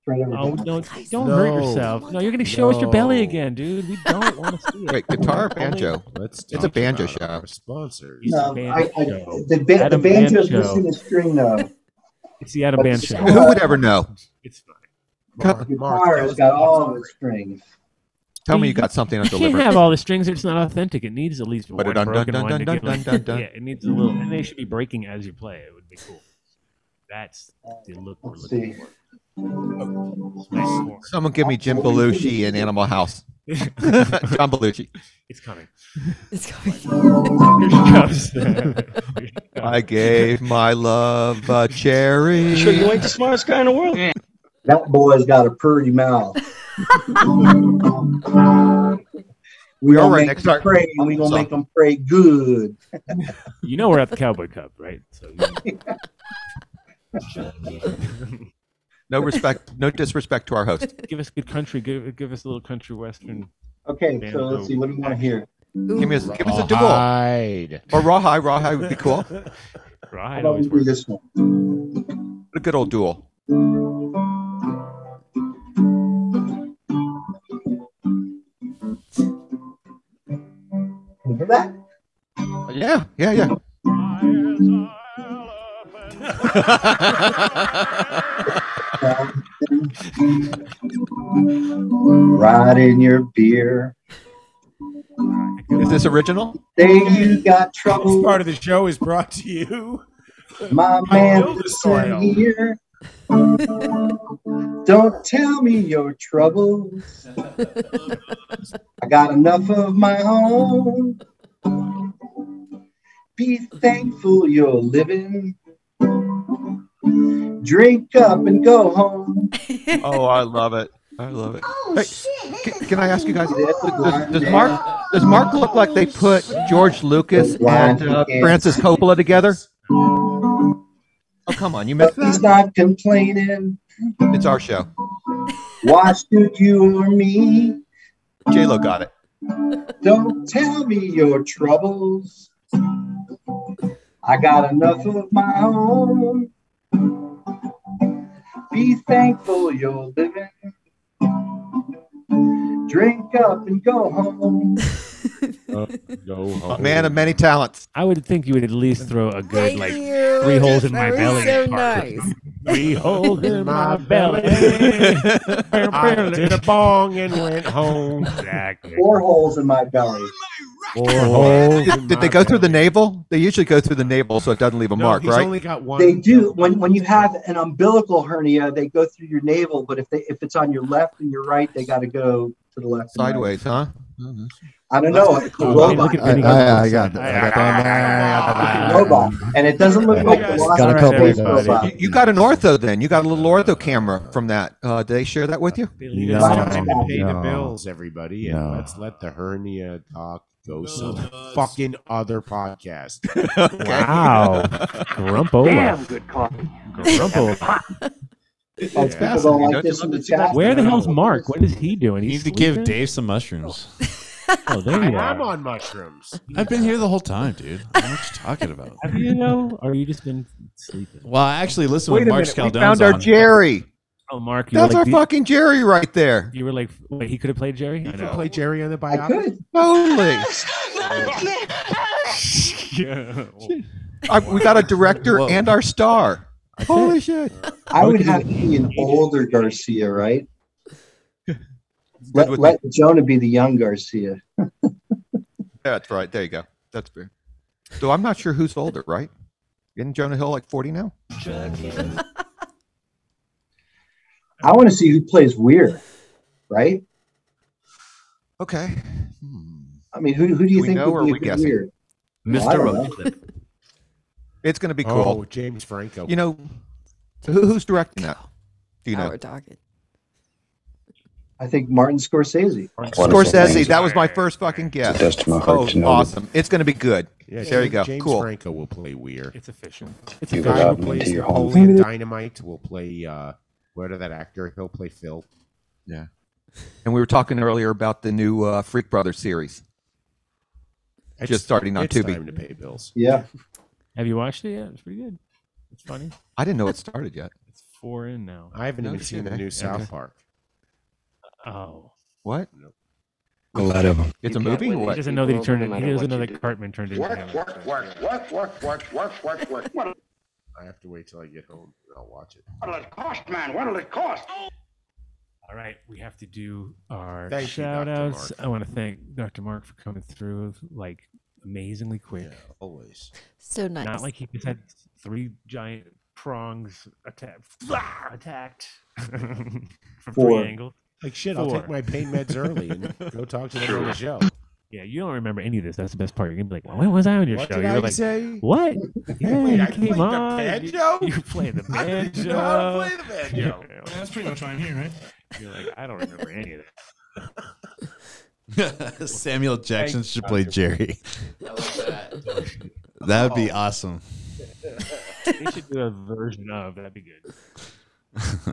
Speaker 19: Right over
Speaker 4: Oh
Speaker 19: there?
Speaker 4: no! Don't hurt
Speaker 5: No.
Speaker 4: yourself. No, you're gonna show us your belly
Speaker 5: No.
Speaker 4: again, dude. We don't want to see it.
Speaker 13: Wait, guitar or banjo?
Speaker 5: Let's
Speaker 13: it's a
Speaker 5: talk
Speaker 13: banjo
Speaker 5: about
Speaker 13: show.
Speaker 5: Sponsors.
Speaker 19: No, I, I,
Speaker 4: Banjo.
Speaker 19: the, ba- the
Speaker 4: Adam
Speaker 19: banjo's
Speaker 4: Banjo.
Speaker 19: missing a string though.
Speaker 4: It's the Adam
Speaker 19: But
Speaker 4: Band
Speaker 19: the
Speaker 4: show.
Speaker 13: Who would ever know?
Speaker 4: It's fine.
Speaker 13: Mark,
Speaker 19: Guitar has got all of the strings.
Speaker 13: Tell me you got something
Speaker 4: You can't
Speaker 13: undelivered.
Speaker 4: have all the strings. It's not authentic. It needs at least one
Speaker 13: dun- dun-
Speaker 4: broken
Speaker 13: dun-
Speaker 4: one. to
Speaker 13: dun-
Speaker 4: get, like-
Speaker 13: dun- dun- dun.
Speaker 4: Yeah, it needs a little, and they should be breaking as you play. It would be cool. That's
Speaker 5: Uh,
Speaker 4: the look we're looking for.
Speaker 13: Someone give me Jim Belushi in Animal House. John Belushi.
Speaker 4: It's coming.
Speaker 8: It's coming.
Speaker 4: Here she comes.
Speaker 13: I gave my love a cherry.
Speaker 19: Sure, you
Speaker 22: ain't the smartest guy in the world.
Speaker 19: That boy's got a pretty mouth. we
Speaker 13: All
Speaker 19: gonna
Speaker 13: right,
Speaker 19: make
Speaker 13: next
Speaker 19: them
Speaker 13: art-
Speaker 19: pray. We gonna
Speaker 13: song.
Speaker 19: make them pray good.
Speaker 4: You know we're at the Cowboy Cup, right? So you-
Speaker 13: No respect, no disrespect to our host.
Speaker 4: give us good country. Give, give us a little country western.
Speaker 19: Okay, so
Speaker 4: banjo.
Speaker 19: let's see. What do we want to hear?
Speaker 13: Give me a, give us a duel
Speaker 5: Rawhide.
Speaker 13: or rawhide. Rawhide would be cool.
Speaker 4: Right.
Speaker 19: How about we do this one?
Speaker 13: A good old duel.
Speaker 19: Remember that?
Speaker 13: Yeah, yeah, yeah.
Speaker 19: Ride in your beer.
Speaker 13: Is this original?
Speaker 19: Say you got
Speaker 5: This
Speaker 19: trouble.
Speaker 5: part of the show is brought to you.
Speaker 19: My
Speaker 5: I
Speaker 19: man
Speaker 5: know this
Speaker 19: is
Speaker 5: story
Speaker 19: in
Speaker 5: already.
Speaker 19: here. Don't tell me your troubles. I got enough of my own. Be thankful you're living. Drink up and go home.
Speaker 13: Oh, I love it. I love it. Hey, ca- can I ask you guys?
Speaker 19: That's a blind
Speaker 13: Does
Speaker 19: man.
Speaker 13: Mark does Mark look like they put George Lucas
Speaker 19: Blind
Speaker 13: and uh,
Speaker 19: man.
Speaker 13: Francis Coppola together? Oh come on, you
Speaker 19: But
Speaker 13: missed
Speaker 19: he's
Speaker 13: that.
Speaker 19: not complaining.
Speaker 13: It's our show.
Speaker 19: Why should you or me?
Speaker 13: J Lo got it.
Speaker 19: Don't tell me your troubles. I got enough of my own. Be thankful you're living. Drink up and go home.
Speaker 5: Go
Speaker 13: A
Speaker 5: home.
Speaker 13: man of many talents.
Speaker 4: Uh, I would think you would at least throw a good
Speaker 8: Thank
Speaker 4: like
Speaker 8: you.
Speaker 4: three holes in my
Speaker 8: That
Speaker 4: belly.
Speaker 8: was So
Speaker 4: part.
Speaker 8: nice.
Speaker 4: Three holes in my belly.
Speaker 5: I did a bong and went home.
Speaker 4: Exactly.
Speaker 19: Four holes in my belly.
Speaker 5: Four holes. in
Speaker 13: Did, did
Speaker 5: my
Speaker 13: they go through
Speaker 5: belly.
Speaker 13: the navel? They usually go through the navel, so it doesn't leave a
Speaker 5: No,
Speaker 13: mark,
Speaker 5: he's
Speaker 13: right?
Speaker 5: only got one.
Speaker 19: They do when when you have an umbilical hernia, they go through your navel. But if they if it's on your left and your right, they got to go to the left. and right.
Speaker 13: Sideways, huh?
Speaker 19: I don't know. It's a robot.
Speaker 14: I, I, I got this. I
Speaker 19: It's
Speaker 14: got
Speaker 19: a robot, and it doesn't look like a
Speaker 14: Got a couple
Speaker 19: velociraptor
Speaker 14: of
Speaker 19: robot.
Speaker 13: You, you got an ortho then. You got a little ortho camera from that. Uh, did they share that with you?
Speaker 4: Believe
Speaker 14: No.
Speaker 4: it or not.
Speaker 5: It's time to pay the
Speaker 14: no.
Speaker 5: bills, everybody, and
Speaker 14: No.
Speaker 5: let's let the hernia talk go some fucking other podcast.
Speaker 4: Wow. Grumpo. Damn good coffee. Grumpo.
Speaker 19: Like, people don't like
Speaker 13: Don't
Speaker 19: this
Speaker 13: you
Speaker 19: in
Speaker 13: love
Speaker 19: the
Speaker 13: to see that?
Speaker 19: chat.
Speaker 4: Where the hell's Mark? What is he doing?
Speaker 18: You
Speaker 4: He's
Speaker 18: need to give
Speaker 4: sleeping?
Speaker 18: Dave some mushrooms.
Speaker 4: Oh, there
Speaker 5: I
Speaker 4: you
Speaker 5: am
Speaker 4: are.
Speaker 5: on mushrooms.
Speaker 18: I've been here the whole time, dude. I don't know what you talking about.
Speaker 4: Have you though? Or you just been sleeping?
Speaker 18: Well, I actually listened
Speaker 13: Wait a
Speaker 18: when Mark
Speaker 13: minute.
Speaker 18: Scaldone's
Speaker 13: We found our
Speaker 18: on.
Speaker 13: Jerry.
Speaker 4: Oh, Mark, you were
Speaker 13: That's
Speaker 4: like
Speaker 13: our
Speaker 4: the-
Speaker 13: fucking Jerry right there.
Speaker 4: You were like, wait, he could have played Jerry. I
Speaker 5: You can
Speaker 4: know.
Speaker 5: play Jerry on the
Speaker 19: I
Speaker 5: biopic.
Speaker 19: could.
Speaker 13: Totally.
Speaker 4: yeah.
Speaker 13: I, we got a director
Speaker 18: Whoa.
Speaker 13: and our star. Holy shit.
Speaker 19: I would have to be an older Garcia, right? Let,
Speaker 13: Good with
Speaker 19: let Jonah be the young Garcia.
Speaker 13: That's right. There you go. That's fair. So I'm not sure who's older, right? Isn't Jonah Hill like 40 now?
Speaker 19: I want to see who plays Weir, right?
Speaker 13: Okay.
Speaker 19: I mean, who, who do you
Speaker 13: We
Speaker 19: think
Speaker 13: know, or
Speaker 19: would be
Speaker 13: we
Speaker 19: a good
Speaker 13: guessing?
Speaker 19: Weir? Well, I
Speaker 18: Mr.
Speaker 19: don't
Speaker 18: Roach.
Speaker 19: know.
Speaker 13: It's going to be
Speaker 5: Oh,
Speaker 13: cool.
Speaker 5: James Franco.
Speaker 13: You know, Who, who's directing that? Do you know?
Speaker 8: Howard Doggett.
Speaker 19: I think Martin Scorsese.
Speaker 13: Scorsese. That was my first fucking guess.
Speaker 19: does to my heart
Speaker 13: oh,
Speaker 19: to know that-
Speaker 13: awesome! It's going to be good.
Speaker 5: Yeah,
Speaker 13: there you
Speaker 5: James-
Speaker 13: go.
Speaker 5: James
Speaker 13: cool.
Speaker 5: Franco will play Weir. It's official.
Speaker 13: It's
Speaker 5: the
Speaker 13: official.
Speaker 5: guy
Speaker 13: Rob
Speaker 5: who
Speaker 13: him
Speaker 5: plays
Speaker 13: into your home.
Speaker 5: Napoleon Dynamite will play uh, where that actor? He'll play Phil.
Speaker 13: Yeah. And we were talking earlier about the new uh, Freak Brothers series. just starting on
Speaker 4: it's
Speaker 13: Tubi.
Speaker 4: time to pay bills.
Speaker 19: Yeah.
Speaker 4: Have you watched it yet? It's pretty good. It's funny.
Speaker 13: I didn't know it started yet.
Speaker 4: It's four in now.
Speaker 5: I haven't
Speaker 4: No
Speaker 5: even seen the
Speaker 4: kidding.
Speaker 5: new South
Speaker 4: Okay.
Speaker 5: Park.
Speaker 4: Oh,
Speaker 13: What?
Speaker 5: A lot of them.
Speaker 13: It's
Speaker 4: You
Speaker 13: a
Speaker 4: can't
Speaker 13: movie.
Speaker 4: win.
Speaker 13: or
Speaker 4: He
Speaker 13: What?
Speaker 4: doesn't know that he turned it. He doesn't know that Cartman turned it.
Speaker 21: Work, work, work, work, work, work, work, work, work. What'll
Speaker 5: I have to wait till I get home. and I'll watch it.
Speaker 21: it cost, man? What'll it cost?
Speaker 4: All right, we have to do our
Speaker 5: Thank you,
Speaker 4: shout
Speaker 5: Dr.
Speaker 4: outs.
Speaker 5: Mark.
Speaker 4: I want to thank Dr. Mark for coming through like amazingly quick.
Speaker 5: always.
Speaker 8: So nice.
Speaker 4: Not like he just had three giant prongs attacked. attacked. From
Speaker 5: Four.
Speaker 4: three angles.
Speaker 5: Like shit, i I'll
Speaker 4: Four.
Speaker 5: take my pain meds early and go talk to them on the show.
Speaker 4: Yeah, you don't remember any of this. That's the best part. You're gonna be like, well, "When was I on your
Speaker 5: What
Speaker 4: show?"
Speaker 5: did
Speaker 4: You're
Speaker 5: I
Speaker 4: like,
Speaker 5: say?
Speaker 4: "What? Yeah,
Speaker 5: Wait,
Speaker 4: you
Speaker 5: I played
Speaker 4: came
Speaker 5: the
Speaker 4: on. you-
Speaker 5: banjo?
Speaker 4: You, played the
Speaker 5: I
Speaker 4: banjo.
Speaker 5: didn't even know how to play the banjo.
Speaker 4: Yeah.
Speaker 21: That's pretty much why I'm here, right?
Speaker 4: You're like, I don't remember any of that.
Speaker 11: Samuel Jackson
Speaker 4: Thank
Speaker 11: should
Speaker 4: you,
Speaker 11: play
Speaker 4: Dr.
Speaker 11: Jerry. That'd be awesome.
Speaker 4: they should do a version of that'd be good.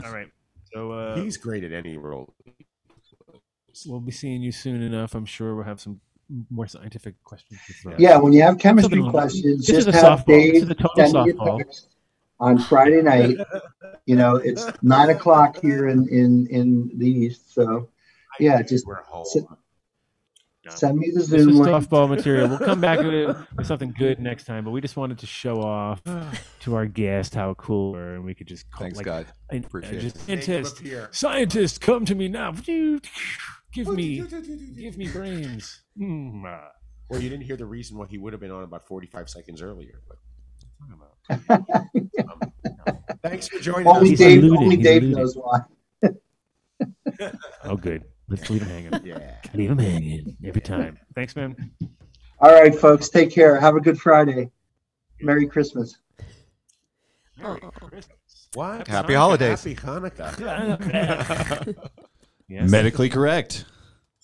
Speaker 4: All right. So uh,
Speaker 5: He's great at any role.
Speaker 4: we'll be seeing you soon enough. I'm sure we'll have some more scientific questions. To throw.
Speaker 19: Yeah, when you have chemistry
Speaker 4: Something like-
Speaker 19: questions,
Speaker 4: this
Speaker 19: just
Speaker 4: is a
Speaker 19: have
Speaker 4: softball. This
Speaker 19: Dave
Speaker 4: is a total
Speaker 19: send me a
Speaker 4: softball.
Speaker 19: text on Friday night. You know, it's nine o'clock here in in in the east, so yeah, just send, send me the
Speaker 4: This
Speaker 19: Zoom
Speaker 4: is
Speaker 19: link.
Speaker 4: softball material. We'll come back with, it, with something good next time, but we just wanted to show off to our guest how cool we are, and we could just call
Speaker 13: Thanks,
Speaker 4: like,
Speaker 13: God.
Speaker 4: an- uh,
Speaker 13: Appreciate
Speaker 4: just
Speaker 13: it.
Speaker 4: scientist, scientist, come to me now. Give me, give me brains. Hmm, uh,
Speaker 5: Well, you didn't hear the reason why he would have been on about 45 seconds earlier. But Um, thanks for joining us.
Speaker 19: Only Dave,
Speaker 4: alluded,
Speaker 19: only
Speaker 4: he's
Speaker 19: Dave
Speaker 4: alluded.
Speaker 19: knows why.
Speaker 4: Oh, good. Let's leave him hanging.
Speaker 5: Yeah.
Speaker 4: Leave him hanging every time. Thanks, man.
Speaker 19: All right, folks, take care. Have a good Friday. Merry Christmas.
Speaker 4: Merry Christmas.
Speaker 5: What?
Speaker 13: Happy holidays.
Speaker 5: Happy Hanukkah.
Speaker 4: Hanukkah.
Speaker 5: Yes.
Speaker 11: Medically correct.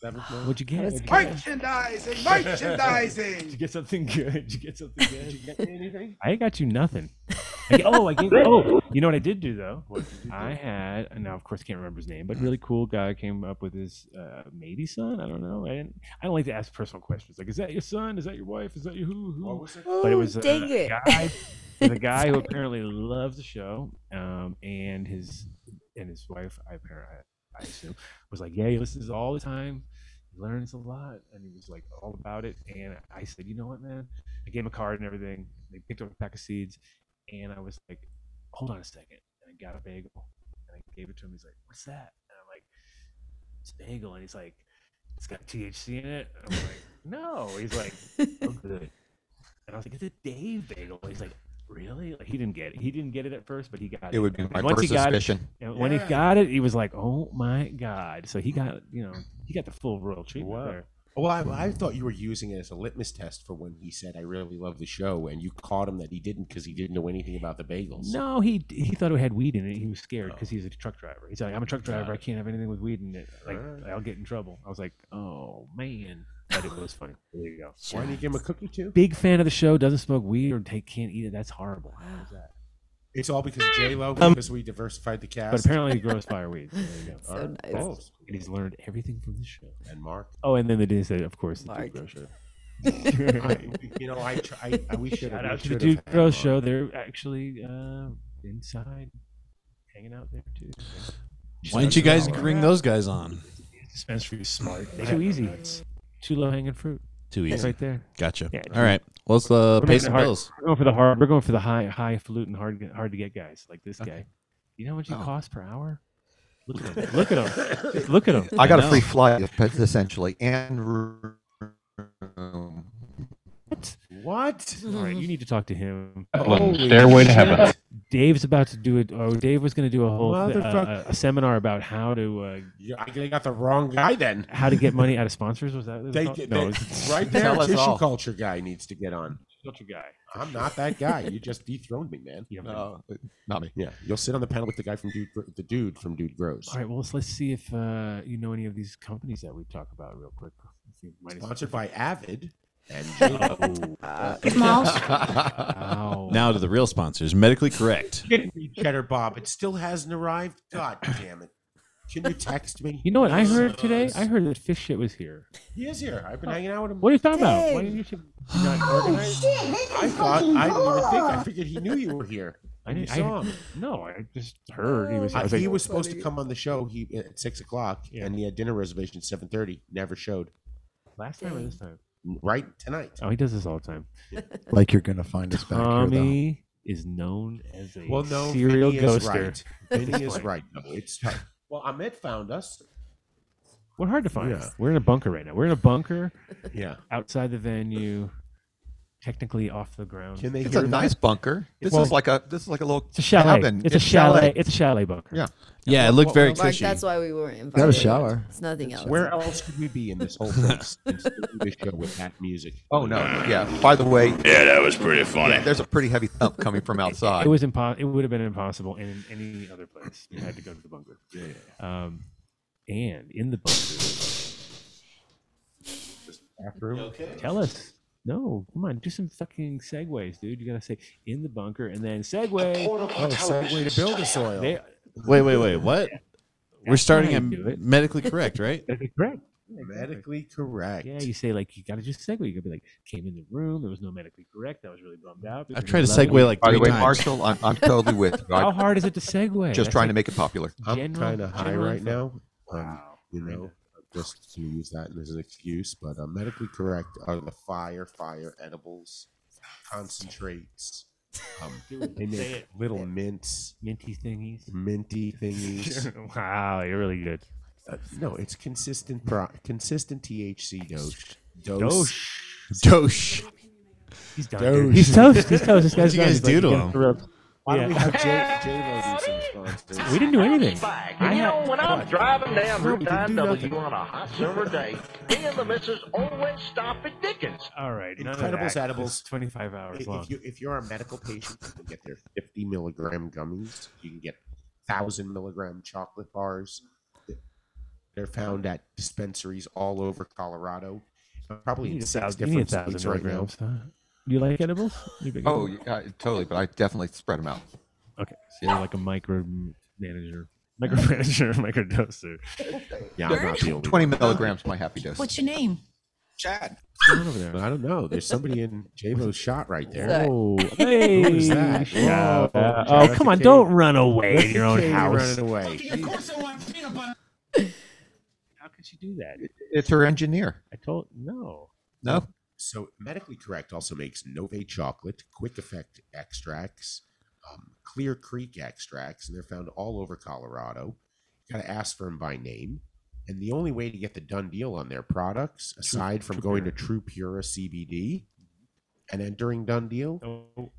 Speaker 4: What'd you get? What'd you get?
Speaker 21: Merchandising, merchandising.
Speaker 4: Did you get something good? Did you get something good? Did you get
Speaker 5: anything?
Speaker 4: I ain't got you nothing. I g- oh, I gave. Oh, you know what I did do though? I had and now, of course, can't remember his name, but really cool guy came up with his uh, maybe son. I don't know. I didn't. I don't like to ask personal questions. Like, is that your son? Is that your wife? Is that your who? who? but it
Speaker 8: Oh,
Speaker 4: was uh,
Speaker 8: dang
Speaker 4: a
Speaker 8: it.
Speaker 4: guy, the guy who apparently loves the show, um, and his and his wife, I apparently, I assume, was like, yeah, he listens all the time, he learns a lot, and he was like all about it. And I said, you know what, man? I gave him a card and everything. They picked up a pack of seeds, and I was like, hold on a second. And I got a bagel and I gave it to him. He's like, what's that? And I'm like, it's a bagel, and he's like, it's got THC in it. And I'm like, no. He's like, oh good. And I was like, it's a Dave bagel. He's like, really? Like he didn't get it. He didn't get it at first, but he got it.
Speaker 13: It would be
Speaker 4: And
Speaker 13: my
Speaker 4: once he
Speaker 13: first
Speaker 4: got it-
Speaker 13: suspicion.
Speaker 4: and when he
Speaker 5: Yeah.
Speaker 4: got it, he was like, oh my god. So he got, you know, he got the full royal treatment
Speaker 5: Wow.
Speaker 4: there.
Speaker 5: Well, I, I thought you were using it as a litmus test for when he said, I really love the show, and you caught him that he didn't because he didn't know anything about the bagels.
Speaker 4: No, he he thought it had weed in it. He was
Speaker 13: Oh.
Speaker 4: scared because he's a truck driver. He's like, I'm a truck driver. I can't have anything with weed in it. Like,
Speaker 5: Alright.
Speaker 4: I'll get in trouble. I was like, oh man, but it was funny. There you go.
Speaker 5: Why didn't you give him a cookie, too?
Speaker 4: Big fan of the show. Doesn't smoke weed or take can't eat it. That's horrible. How is that?
Speaker 5: It's all because of J-Lo,
Speaker 13: Um,
Speaker 5: because we diversified the cast.
Speaker 4: But apparently, he grows fireweed. There you go.
Speaker 5: So Alright. nice.
Speaker 4: Oh, And he's learned everything from the show.
Speaker 5: And Mark.
Speaker 4: Oh, and then the dude said, of course, the
Speaker 5: Mark.
Speaker 4: Dude Grow Show.
Speaker 5: I- you know, I, tr- I, I we should
Speaker 4: Shout
Speaker 5: have.
Speaker 4: out
Speaker 5: we
Speaker 4: to the
Speaker 5: should
Speaker 4: Dude
Speaker 5: have had
Speaker 4: Grow
Speaker 5: Mark.
Speaker 4: Show. They're actually uh, inside, hanging out there too.
Speaker 11: Why didn't you guys bring those guys on?
Speaker 4: Dispensary is smart.
Speaker 5: They
Speaker 4: Too
Speaker 5: have
Speaker 4: easy. Too low hanging fruit.
Speaker 11: Too
Speaker 4: That's
Speaker 11: easy.
Speaker 4: Right there.
Speaker 11: Gotcha.
Speaker 4: Yeah,
Speaker 11: All right. Well, let's uh,
Speaker 4: We're
Speaker 11: pay
Speaker 4: making
Speaker 11: some
Speaker 4: hard-
Speaker 11: bills.
Speaker 4: We're going for the hard. We're going for the high, highfalutin, hard, hard to get guys like this guy. You know what
Speaker 13: Oh.
Speaker 4: you cost per hour? Look at him. Look at him. Just look at him.
Speaker 13: I got
Speaker 4: know.
Speaker 13: a free flight essentially, and room.
Speaker 5: What?
Speaker 4: All right, you need to talk to him.
Speaker 5: Kaplan, Holy Stairway to Heaven. shit.
Speaker 4: Dave's about to do it. Oh, Dave was going to do a whole thi- uh,
Speaker 5: Motherfuck-
Speaker 4: a seminar about how to uh,
Speaker 5: You- I think I got the wrong guy then.
Speaker 4: how to get money out of sponsors. Was that what it was
Speaker 5: They,
Speaker 4: called?
Speaker 5: they,
Speaker 4: No, it was-
Speaker 5: right there,
Speaker 4: Tell us
Speaker 5: tissue
Speaker 4: all.
Speaker 5: culture guy needs to get on.
Speaker 4: such a guy.
Speaker 5: I'm not that guy. You just dethroned me, man. Uh,
Speaker 4: No,
Speaker 5: not me. Yeah, you'll sit on the panel with the guy from Dude, Gro- the dude from Dude Grows.
Speaker 4: All right, well, let's, let's see if uh, you know any of these companies that we talk about real quick. You might as-
Speaker 5: Sponsored by Avid and
Speaker 4: Oh.
Speaker 5: Ow.
Speaker 11: Now to the real sponsors. Medically correct.
Speaker 5: Get me, Cheddar Bob. It still hasn't arrived. God damn it! Can you text me?
Speaker 4: You know what I heard today? I heard that Fish Shit was here.
Speaker 5: He is here. I've been hanging out with him.
Speaker 4: What are you talking about? Why
Speaker 5: Dang.
Speaker 4: didn't you should not
Speaker 5: Oh,
Speaker 4: organize?
Speaker 5: I thought I didn't even think. I figured he knew you were here.
Speaker 4: I
Speaker 5: You
Speaker 4: didn't- I-
Speaker 5: saw him.
Speaker 4: No, I just heard he was.
Speaker 5: Uh,
Speaker 4: I was
Speaker 5: he
Speaker 4: like,
Speaker 5: was supposed to come on the show. He at six o'clock, and he had dinner reservation at seven thirty. Never showed.
Speaker 4: last time or this time.
Speaker 5: Right tonight.
Speaker 4: Oh, he does this all the time.
Speaker 14: Like you're gonna find us back here. Though.
Speaker 4: Tommy is known as a
Speaker 5: Well, no,
Speaker 4: serial
Speaker 5: Vinny is
Speaker 4: ghoster.
Speaker 5: right.
Speaker 4: at
Speaker 5: Vinny
Speaker 4: this
Speaker 5: is
Speaker 4: point.
Speaker 5: right. No, it's well, Ahmed found us.
Speaker 4: We're hard to find.
Speaker 5: Yeah.
Speaker 4: We're in a bunker right now. We're in a bunker.
Speaker 5: Yeah.
Speaker 4: Outside the venue, technically off the ground.
Speaker 5: Can they
Speaker 13: It's a nice bunker. This
Speaker 4: Well,
Speaker 13: is like a this is like a little
Speaker 4: it's a chalet.
Speaker 13: cabin.
Speaker 4: It's a chalet. It's a chalet bunker.
Speaker 13: Yeah.
Speaker 11: Yeah, it looked very
Speaker 8: Mark, that's why we weren't invited. It's nothing else.
Speaker 5: Where else could we be in this whole place? and still do this show with that music.
Speaker 13: Oh no! Yeah. By the way,
Speaker 22: Yeah, that was pretty funny.
Speaker 13: Yeah, there's a pretty heavy thump coming from outside.
Speaker 4: It was impo- It would have been impossible in any other place. You had to go to the bunker.
Speaker 5: Yeah, yeah,
Speaker 4: Um, and in the bunker,
Speaker 5: bathroom.
Speaker 4: tell us. No, come on, do some fucking segues, dude. You gotta say in the bunker and then segue.
Speaker 5: Oh, segue to build a soil.
Speaker 4: They-
Speaker 11: Wait, wait, wait. What? We're starting
Speaker 4: how
Speaker 11: at
Speaker 4: you do it.
Speaker 11: medically correct, right?
Speaker 4: correct.
Speaker 5: Medically correct.
Speaker 4: Yeah, you say like you gotta just segue. You gotta be like, came in the room. There was no medically correct. I was really bummed
Speaker 5: Mm.
Speaker 4: out.
Speaker 11: I've tried to segue like
Speaker 13: By the
Speaker 11: three
Speaker 13: way,
Speaker 11: times.
Speaker 13: Marshall, I'm, I'm totally with you. I-
Speaker 4: How hard is it to segue?
Speaker 13: Just trying to make it popular.
Speaker 5: I'm
Speaker 4: General-
Speaker 5: kind of high
Speaker 4: general
Speaker 5: right now.
Speaker 4: info.
Speaker 5: Um, you know, I'm just to use that as an excuse, but uh, medically correct are the fire, fire edibles, concentrates. Um,
Speaker 4: Dude,
Speaker 5: they
Speaker 4: say
Speaker 5: make
Speaker 4: it.
Speaker 5: little mints,
Speaker 4: minty thingies,
Speaker 5: minty thingies.
Speaker 4: wow, you're really good.
Speaker 5: Uh, no, it's consistent, pro- consistent THC dose.
Speaker 4: Dose.
Speaker 11: Dosh.
Speaker 4: He's
Speaker 5: done.
Speaker 4: dude. He's toast. He's toast. This
Speaker 11: What
Speaker 4: guy's
Speaker 11: did you guys
Speaker 4: done.
Speaker 11: do
Speaker 4: He's like,
Speaker 11: to
Speaker 4: you
Speaker 11: him?
Speaker 4: gotta throw-
Speaker 5: Why don't we
Speaker 4: Yeah.
Speaker 5: have J- J-Lo do some responses?
Speaker 4: We didn't do anything.
Speaker 21: And you know, when
Speaker 4: had- What?
Speaker 21: I'm driving down
Speaker 5: No, we
Speaker 21: Route
Speaker 5: didn't do
Speaker 21: 9W
Speaker 5: nothing.
Speaker 21: on a hot summer day, me and the missus always stop at Dickens.
Speaker 4: All right. none of
Speaker 5: Incredibles
Speaker 4: that.
Speaker 5: edibles.
Speaker 4: It's 25 hours
Speaker 5: If-
Speaker 4: long.
Speaker 5: If, you, if you're a medical patient, you can get their 50 milligram gummies. You can get 1,000 milligram chocolate bars. They're found at dispensaries all over Colorado. Uh, Probably
Speaker 4: You
Speaker 5: in
Speaker 4: need a
Speaker 5: six
Speaker 4: thousand- you need a
Speaker 5: different
Speaker 4: thousand
Speaker 5: states right now.
Speaker 4: milligrams, huh? Do you like edibles? You big
Speaker 13: Oh,
Speaker 4: edible?
Speaker 13: yeah, I- totally. But I definitely spread them out.
Speaker 4: okay. So you're like a micro manager, micromanager, microdose.
Speaker 5: Yeah, I'm not the only
Speaker 13: Twenty
Speaker 5: one.
Speaker 13: milligrams, my happy dose.
Speaker 23: What's your name?
Speaker 21: Chad.
Speaker 5: What's going on over there? I don't know. There's somebody in J-Lo's shot right there.
Speaker 4: Oh,
Speaker 5: Hey,
Speaker 4: hey!
Speaker 5: Who is that? Whoa.
Speaker 4: Yeah. Uh,
Speaker 5: Shout out
Speaker 4: oh,
Speaker 5: to
Speaker 4: come on!
Speaker 5: Katie.
Speaker 4: Don't run away in
Speaker 5: Look
Speaker 4: your
Speaker 5: at
Speaker 4: own
Speaker 5: Katie
Speaker 4: house.
Speaker 5: running away.
Speaker 4: How could she do that?
Speaker 13: It's her engineer.
Speaker 4: I told no. Um,
Speaker 13: No.
Speaker 5: So medically correct also makes Nove chocolate, Quick Effect extracts, um, Clear Creek extracts, and they're found all over Colorado. You got to ask for them by name, and the only way to get the done deal on their products, aside from going to True Pura CBD and entering done deal,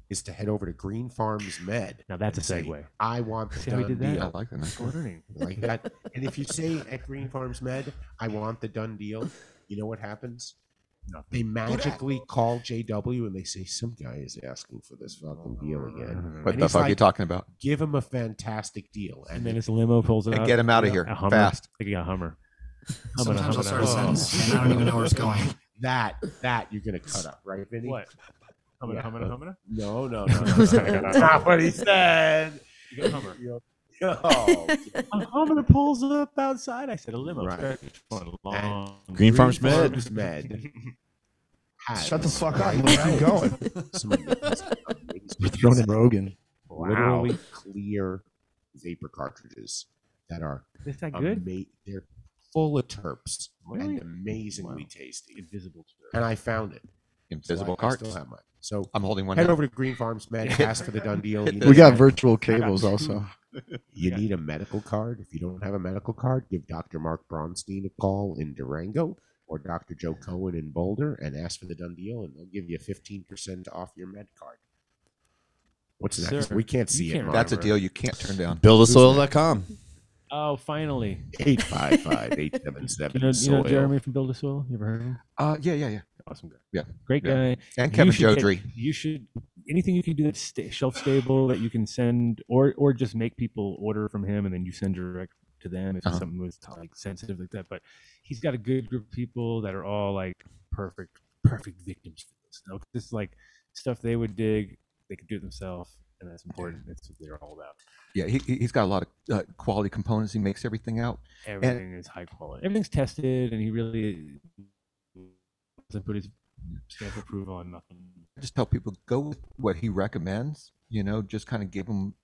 Speaker 5: is to head over to Green Farms Med.
Speaker 4: Oh. Now that's
Speaker 5: and
Speaker 4: a
Speaker 5: say,
Speaker 4: segue.
Speaker 5: I want the
Speaker 4: See how
Speaker 5: done
Speaker 4: we did that?
Speaker 5: deal.
Speaker 4: I like that. That's good. Learning.
Speaker 5: like that. And if you say at Green Farms Med, I want the done deal, you know what happens? They magically call JW and they say, Some guy is asking for this fucking deal
Speaker 4: Mm-hmm.
Speaker 5: again.
Speaker 13: What
Speaker 5: And
Speaker 13: the
Speaker 5: he's
Speaker 13: fuck are you
Speaker 5: like,
Speaker 13: talking about?
Speaker 5: Give him a fantastic deal.
Speaker 4: And then his limo pulls
Speaker 13: And
Speaker 4: out.
Speaker 13: get him outta
Speaker 4: a-
Speaker 13: here,
Speaker 4: a Hummer.
Speaker 13: fast.
Speaker 4: Like a Hummer. Oh. Humming,
Speaker 5: Sometimes I'll
Speaker 4: humming,
Speaker 5: start a
Speaker 4: humming.
Speaker 5: sentence and I don't even know where it's going. That, that you're going to cut up, right, Vinny?
Speaker 4: What? Humana, humana, humana?
Speaker 5: No, no, no. no,
Speaker 4: Sorry, I
Speaker 5: no.
Speaker 4: got
Speaker 5: That's not what he said.
Speaker 4: You got Hummer.
Speaker 5: Oh,
Speaker 4: a Hummer pulls up outside. I said a limo.
Speaker 5: Right.
Speaker 4: Stretch for a long-
Speaker 11: Green Farms Med.
Speaker 5: Farms Med. has-
Speaker 4: Shut the fuck
Speaker 5: right
Speaker 4: up. Keep
Speaker 5: now,
Speaker 4: going.
Speaker 5: some of the-
Speaker 14: We're throwing in Rogan.
Speaker 5: literally clear vapor cartridges that are
Speaker 4: Is that good?
Speaker 5: ama- they're full of terps
Speaker 4: Really?
Speaker 5: and amazingly tasty.
Speaker 4: Invisible terps.
Speaker 5: And I found it.
Speaker 13: Invisible
Speaker 5: so I- I still
Speaker 13: carts.
Speaker 5: have mine. So
Speaker 13: I'm holding one
Speaker 5: Head
Speaker 13: now.
Speaker 5: over to Green Farms Med, ask for the done deal. You
Speaker 14: We
Speaker 5: need-
Speaker 14: got virtual cables also.
Speaker 5: You need a medical card. If you don't have a medical card, give Dr. Mark Bronstein a call in Durango or Dr. Joe Cohen in Boulder and ask for the done deal, and they'll give you 15% off your med card. What's next?
Speaker 4: Sir,
Speaker 5: we can't
Speaker 4: you
Speaker 5: see it.
Speaker 4: can't
Speaker 5: Mark.
Speaker 13: That's a deal you can't turn down.
Speaker 11: Buildasoil.com.
Speaker 4: Oh, finally.
Speaker 5: 855
Speaker 4: You know,
Speaker 5: 877
Speaker 4: you know Jeremy from Build a Soil? You ever heard of him?
Speaker 13: Uh, yeah, yeah, yeah.
Speaker 4: Awesome guy.
Speaker 13: Yeah.
Speaker 4: Great
Speaker 13: Yeah.
Speaker 4: guy.
Speaker 13: And
Speaker 4: You
Speaker 13: Kevin
Speaker 4: should
Speaker 13: Jodry.
Speaker 4: take- you should anything you can do that's sta- shelf stable that you can send or or just make people order from him and then you send direct to them if
Speaker 13: Uh-huh.
Speaker 4: something was like sensitive like that. But he's got a good group of people that are all like perfect perfect victims for this. You know, 'cause This is like stuff they would dig, they could do it themselves, and that's important. That's what they're all about.
Speaker 13: Yeah, he, he- he's got a lot of uh, quality components. He makes everything out. And-
Speaker 4: Everything is high quality. Everything's tested, and he really doesn't put his stamp of approval on nothing.
Speaker 13: I just tell people go with what he recommends. You know, just kind of give them,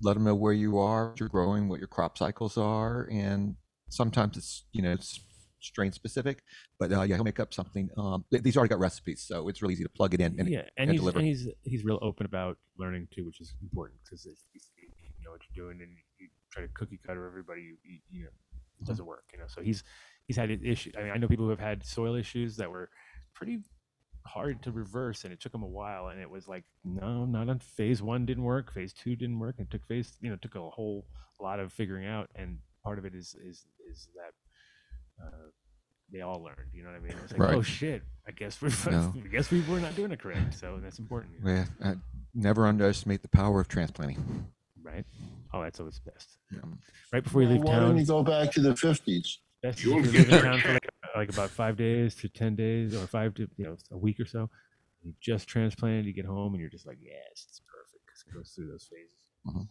Speaker 13: let them know where you are, what you're growing, what your crop cycles are, and sometimes it's you know it's strain specific, but uh, yeah, he'll make up something. Um, th- these already got recipes, so it's really easy to plug it in and,
Speaker 4: yeah, and,
Speaker 13: and
Speaker 4: he's,
Speaker 13: deliver.
Speaker 4: and he's he's real open about learning too, which is important because if if you know what you're doing and you try to cookie cutter everybody, you, you, you know, it doesn't work. You know, so he's he's had issues. I mean, I know people who have had soil issues that were pretty hard to reverse, and it took them a while. And it was like, no, not on phase one didn't work, phase two didn't work, and it took phase you know it took a whole lot of figuring out. And part of it is is is that. Uh, they all learned, you know what I mean? It's like,
Speaker 13: Right.
Speaker 4: oh shit, I guess we're
Speaker 13: No.
Speaker 4: I guess we were not doing it correct, so that's important. you know?
Speaker 13: yeah, uh, never underestimate the power of transplanting.
Speaker 4: Right? Oh, that's always best. Right before you
Speaker 20: Well,
Speaker 4: leave
Speaker 20: why don't
Speaker 4: town,
Speaker 20: you go back to the 50s?
Speaker 4: best is if you're leaving town for like, uh, like about five days to ten days, or five to you know a week or so. You just transplanted, you get home, and you're just like, yes, it's perfect because it goes through those phases.
Speaker 13: Mhm.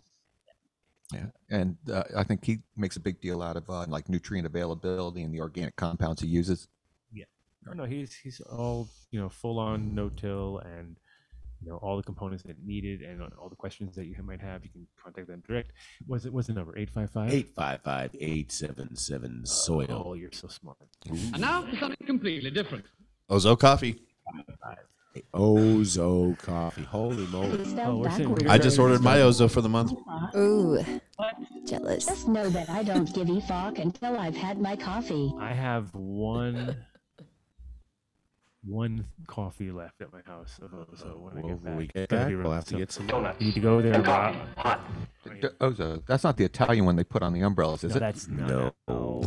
Speaker 13: Yeah, and uh, I think he makes a big deal out of uh, like nutrient availability and the organic compounds he uses.
Speaker 4: Yeah. No, no, he's he's all you know, full on no till and you know all the components that needed and all the questions that you might have. You can contact them direct. Was it was the number eight five five?
Speaker 5: 855 877 soil.
Speaker 4: Oh, you're so smart.
Speaker 22: And now for something completely different.
Speaker 11: Ozo coffee.
Speaker 5: Ozo coffee. Holy moly.
Speaker 22: Oh, we're seeing-
Speaker 11: I just ordered my Ozo for the month.
Speaker 8: Ooh,
Speaker 23: jealous. Just know that I don't give a fuck until I've had my coffee.
Speaker 4: I have one one coffee left at my house. So, so when I
Speaker 5: Well,
Speaker 4: get
Speaker 5: when
Speaker 4: back,
Speaker 5: we get
Speaker 4: gotta
Speaker 5: back,
Speaker 4: be
Speaker 5: we'll
Speaker 4: real-
Speaker 5: have to
Speaker 4: so
Speaker 5: get some
Speaker 4: you
Speaker 5: donuts.
Speaker 4: Need to go there,
Speaker 5: And
Speaker 4: Rob.
Speaker 13: D- Ozo, that's not the Italian one they put on the umbrellas, is
Speaker 4: No,
Speaker 13: it?
Speaker 4: that's not
Speaker 13: no.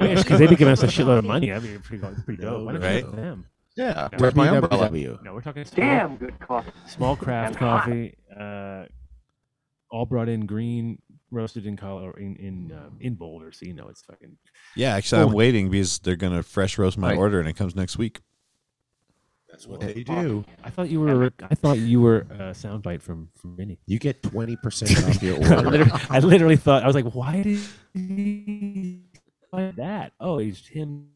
Speaker 13: Okay.
Speaker 4: Because they'd be giving us a shitload of money. That'd be pretty, pretty dope. Why don't you
Speaker 13: Right?
Speaker 4: go to them?
Speaker 13: Yeah,
Speaker 4: No,
Speaker 13: where's my
Speaker 4: BW.
Speaker 13: umbrella?
Speaker 4: No, we're talking small,
Speaker 22: Damn good coffee.
Speaker 4: Small craft
Speaker 22: And hot.
Speaker 4: coffee, uh, all brought in green, roasted in color in in uh, in Boulder, so you know it's fucking.
Speaker 11: Yeah, actually,
Speaker 5: Oh.
Speaker 11: I'm waiting because they're gonna fresh roast my
Speaker 4: Right.
Speaker 11: order, and it comes next week.
Speaker 5: That's what they do.
Speaker 4: I thought you were. I thought you were a soundbite from from Vinny.
Speaker 5: You get 20% off your
Speaker 4: I,
Speaker 5: order.
Speaker 4: literally, I literally thought I was like, why did he find that? Oh, he's him.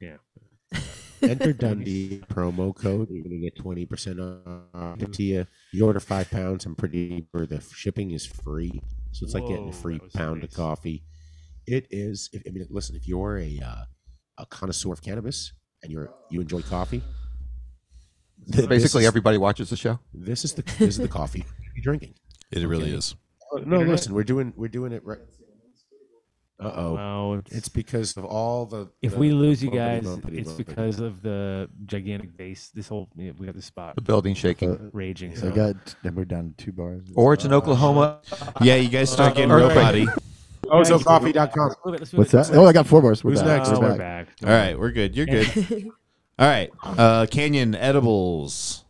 Speaker 4: Yeah.
Speaker 5: Enter Dundee promo code. You're going to get 20% off. Give it to you. You order five pounds. I'm pretty sure the shipping is free. So it's like getting
Speaker 4: Whoa,
Speaker 5: a free
Speaker 4: that was
Speaker 5: pound
Speaker 4: nice.
Speaker 5: of coffee. It is. If, I mean, listen, if you're a, uh, a connoisseur of cannabis and you're you enjoy coffee, th- this
Speaker 13: Basically,
Speaker 5: is-
Speaker 13: everybody watches the show.
Speaker 5: This is the this is the coffee you're drinking.
Speaker 11: It really is.
Speaker 5: No, listen, we're doing we're doing it right. Uh oh. it's because of all the.
Speaker 4: If
Speaker 5: the
Speaker 4: we lose you
Speaker 5: bumpity,
Speaker 4: guys,
Speaker 5: bumpity,
Speaker 4: it's
Speaker 5: bumpity.
Speaker 4: because of the gigantic base. This whole yeah, we got this spot.
Speaker 13: The building shaking.
Speaker 5: Uh,
Speaker 4: raging.
Speaker 14: Uh, So I got then we're down to two bars.
Speaker 13: Or it's in Oklahoma.
Speaker 4: Uh,
Speaker 11: Yeah, you guys start getting real body.
Speaker 4: Oh,
Speaker 5: Ozocoffee.com.
Speaker 14: What's that? Oh, I got four bars. We're
Speaker 5: Who's
Speaker 14: back.
Speaker 5: next?
Speaker 14: We're
Speaker 5: Oh, we're
Speaker 14: back.
Speaker 4: back.
Speaker 11: All right, we're good. You're good. All right, uh, Canyon Edibles.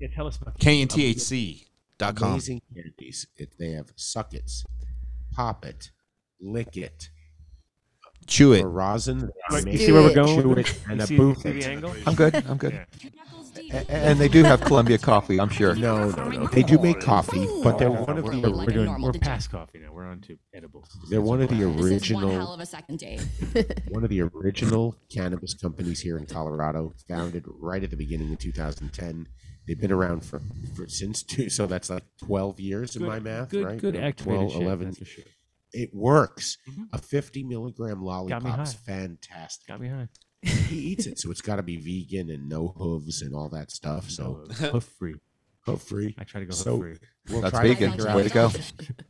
Speaker 4: Yeah, tell us about
Speaker 11: CanyonTHC.com.
Speaker 5: Amazing candies. If they have suckets, pop it, lick it,
Speaker 11: chew it,
Speaker 5: rosin.
Speaker 4: Right, you see where we're going
Speaker 5: Chew
Speaker 4: with
Speaker 5: it
Speaker 4: this?
Speaker 5: and
Speaker 4: You
Speaker 5: a
Speaker 4: see-
Speaker 5: boof.
Speaker 4: see the
Speaker 5: it.
Speaker 4: angle?
Speaker 13: I'm good. I'm good.
Speaker 4: Yeah.
Speaker 13: A- And they do have Columbia coffee, I'm sure.
Speaker 5: No, no, no. Oh, They do make coffee, but they're one of
Speaker 4: we're,
Speaker 5: the
Speaker 4: we're, we're doing
Speaker 5: original.
Speaker 4: we're past coffee now. We're on to edibles.
Speaker 5: They're one of the original.
Speaker 24: of a second date.
Speaker 5: one of the original cannabis companies here in Colorado, founded right at the beginning in 2010. They've been around for, for since two, so that's like 12 years in
Speaker 4: Good-
Speaker 5: my math,
Speaker 4: good-
Speaker 5: right?
Speaker 4: good
Speaker 5: Or
Speaker 4: activated shit, that's for sure. Mm-hmm.
Speaker 5: It works. A 50 milligram lollipop's
Speaker 4: high.
Speaker 5: fantastic.
Speaker 4: Got me high.
Speaker 5: He eats it, so it's got to be vegan and no hooves and all that stuff. So
Speaker 4: hoof free,
Speaker 5: hoof free.
Speaker 4: I try to go
Speaker 5: So
Speaker 4: hoof-free.
Speaker 13: That's
Speaker 5: try to
Speaker 13: vegan.
Speaker 5: figure
Speaker 13: Way
Speaker 5: out-
Speaker 13: to go.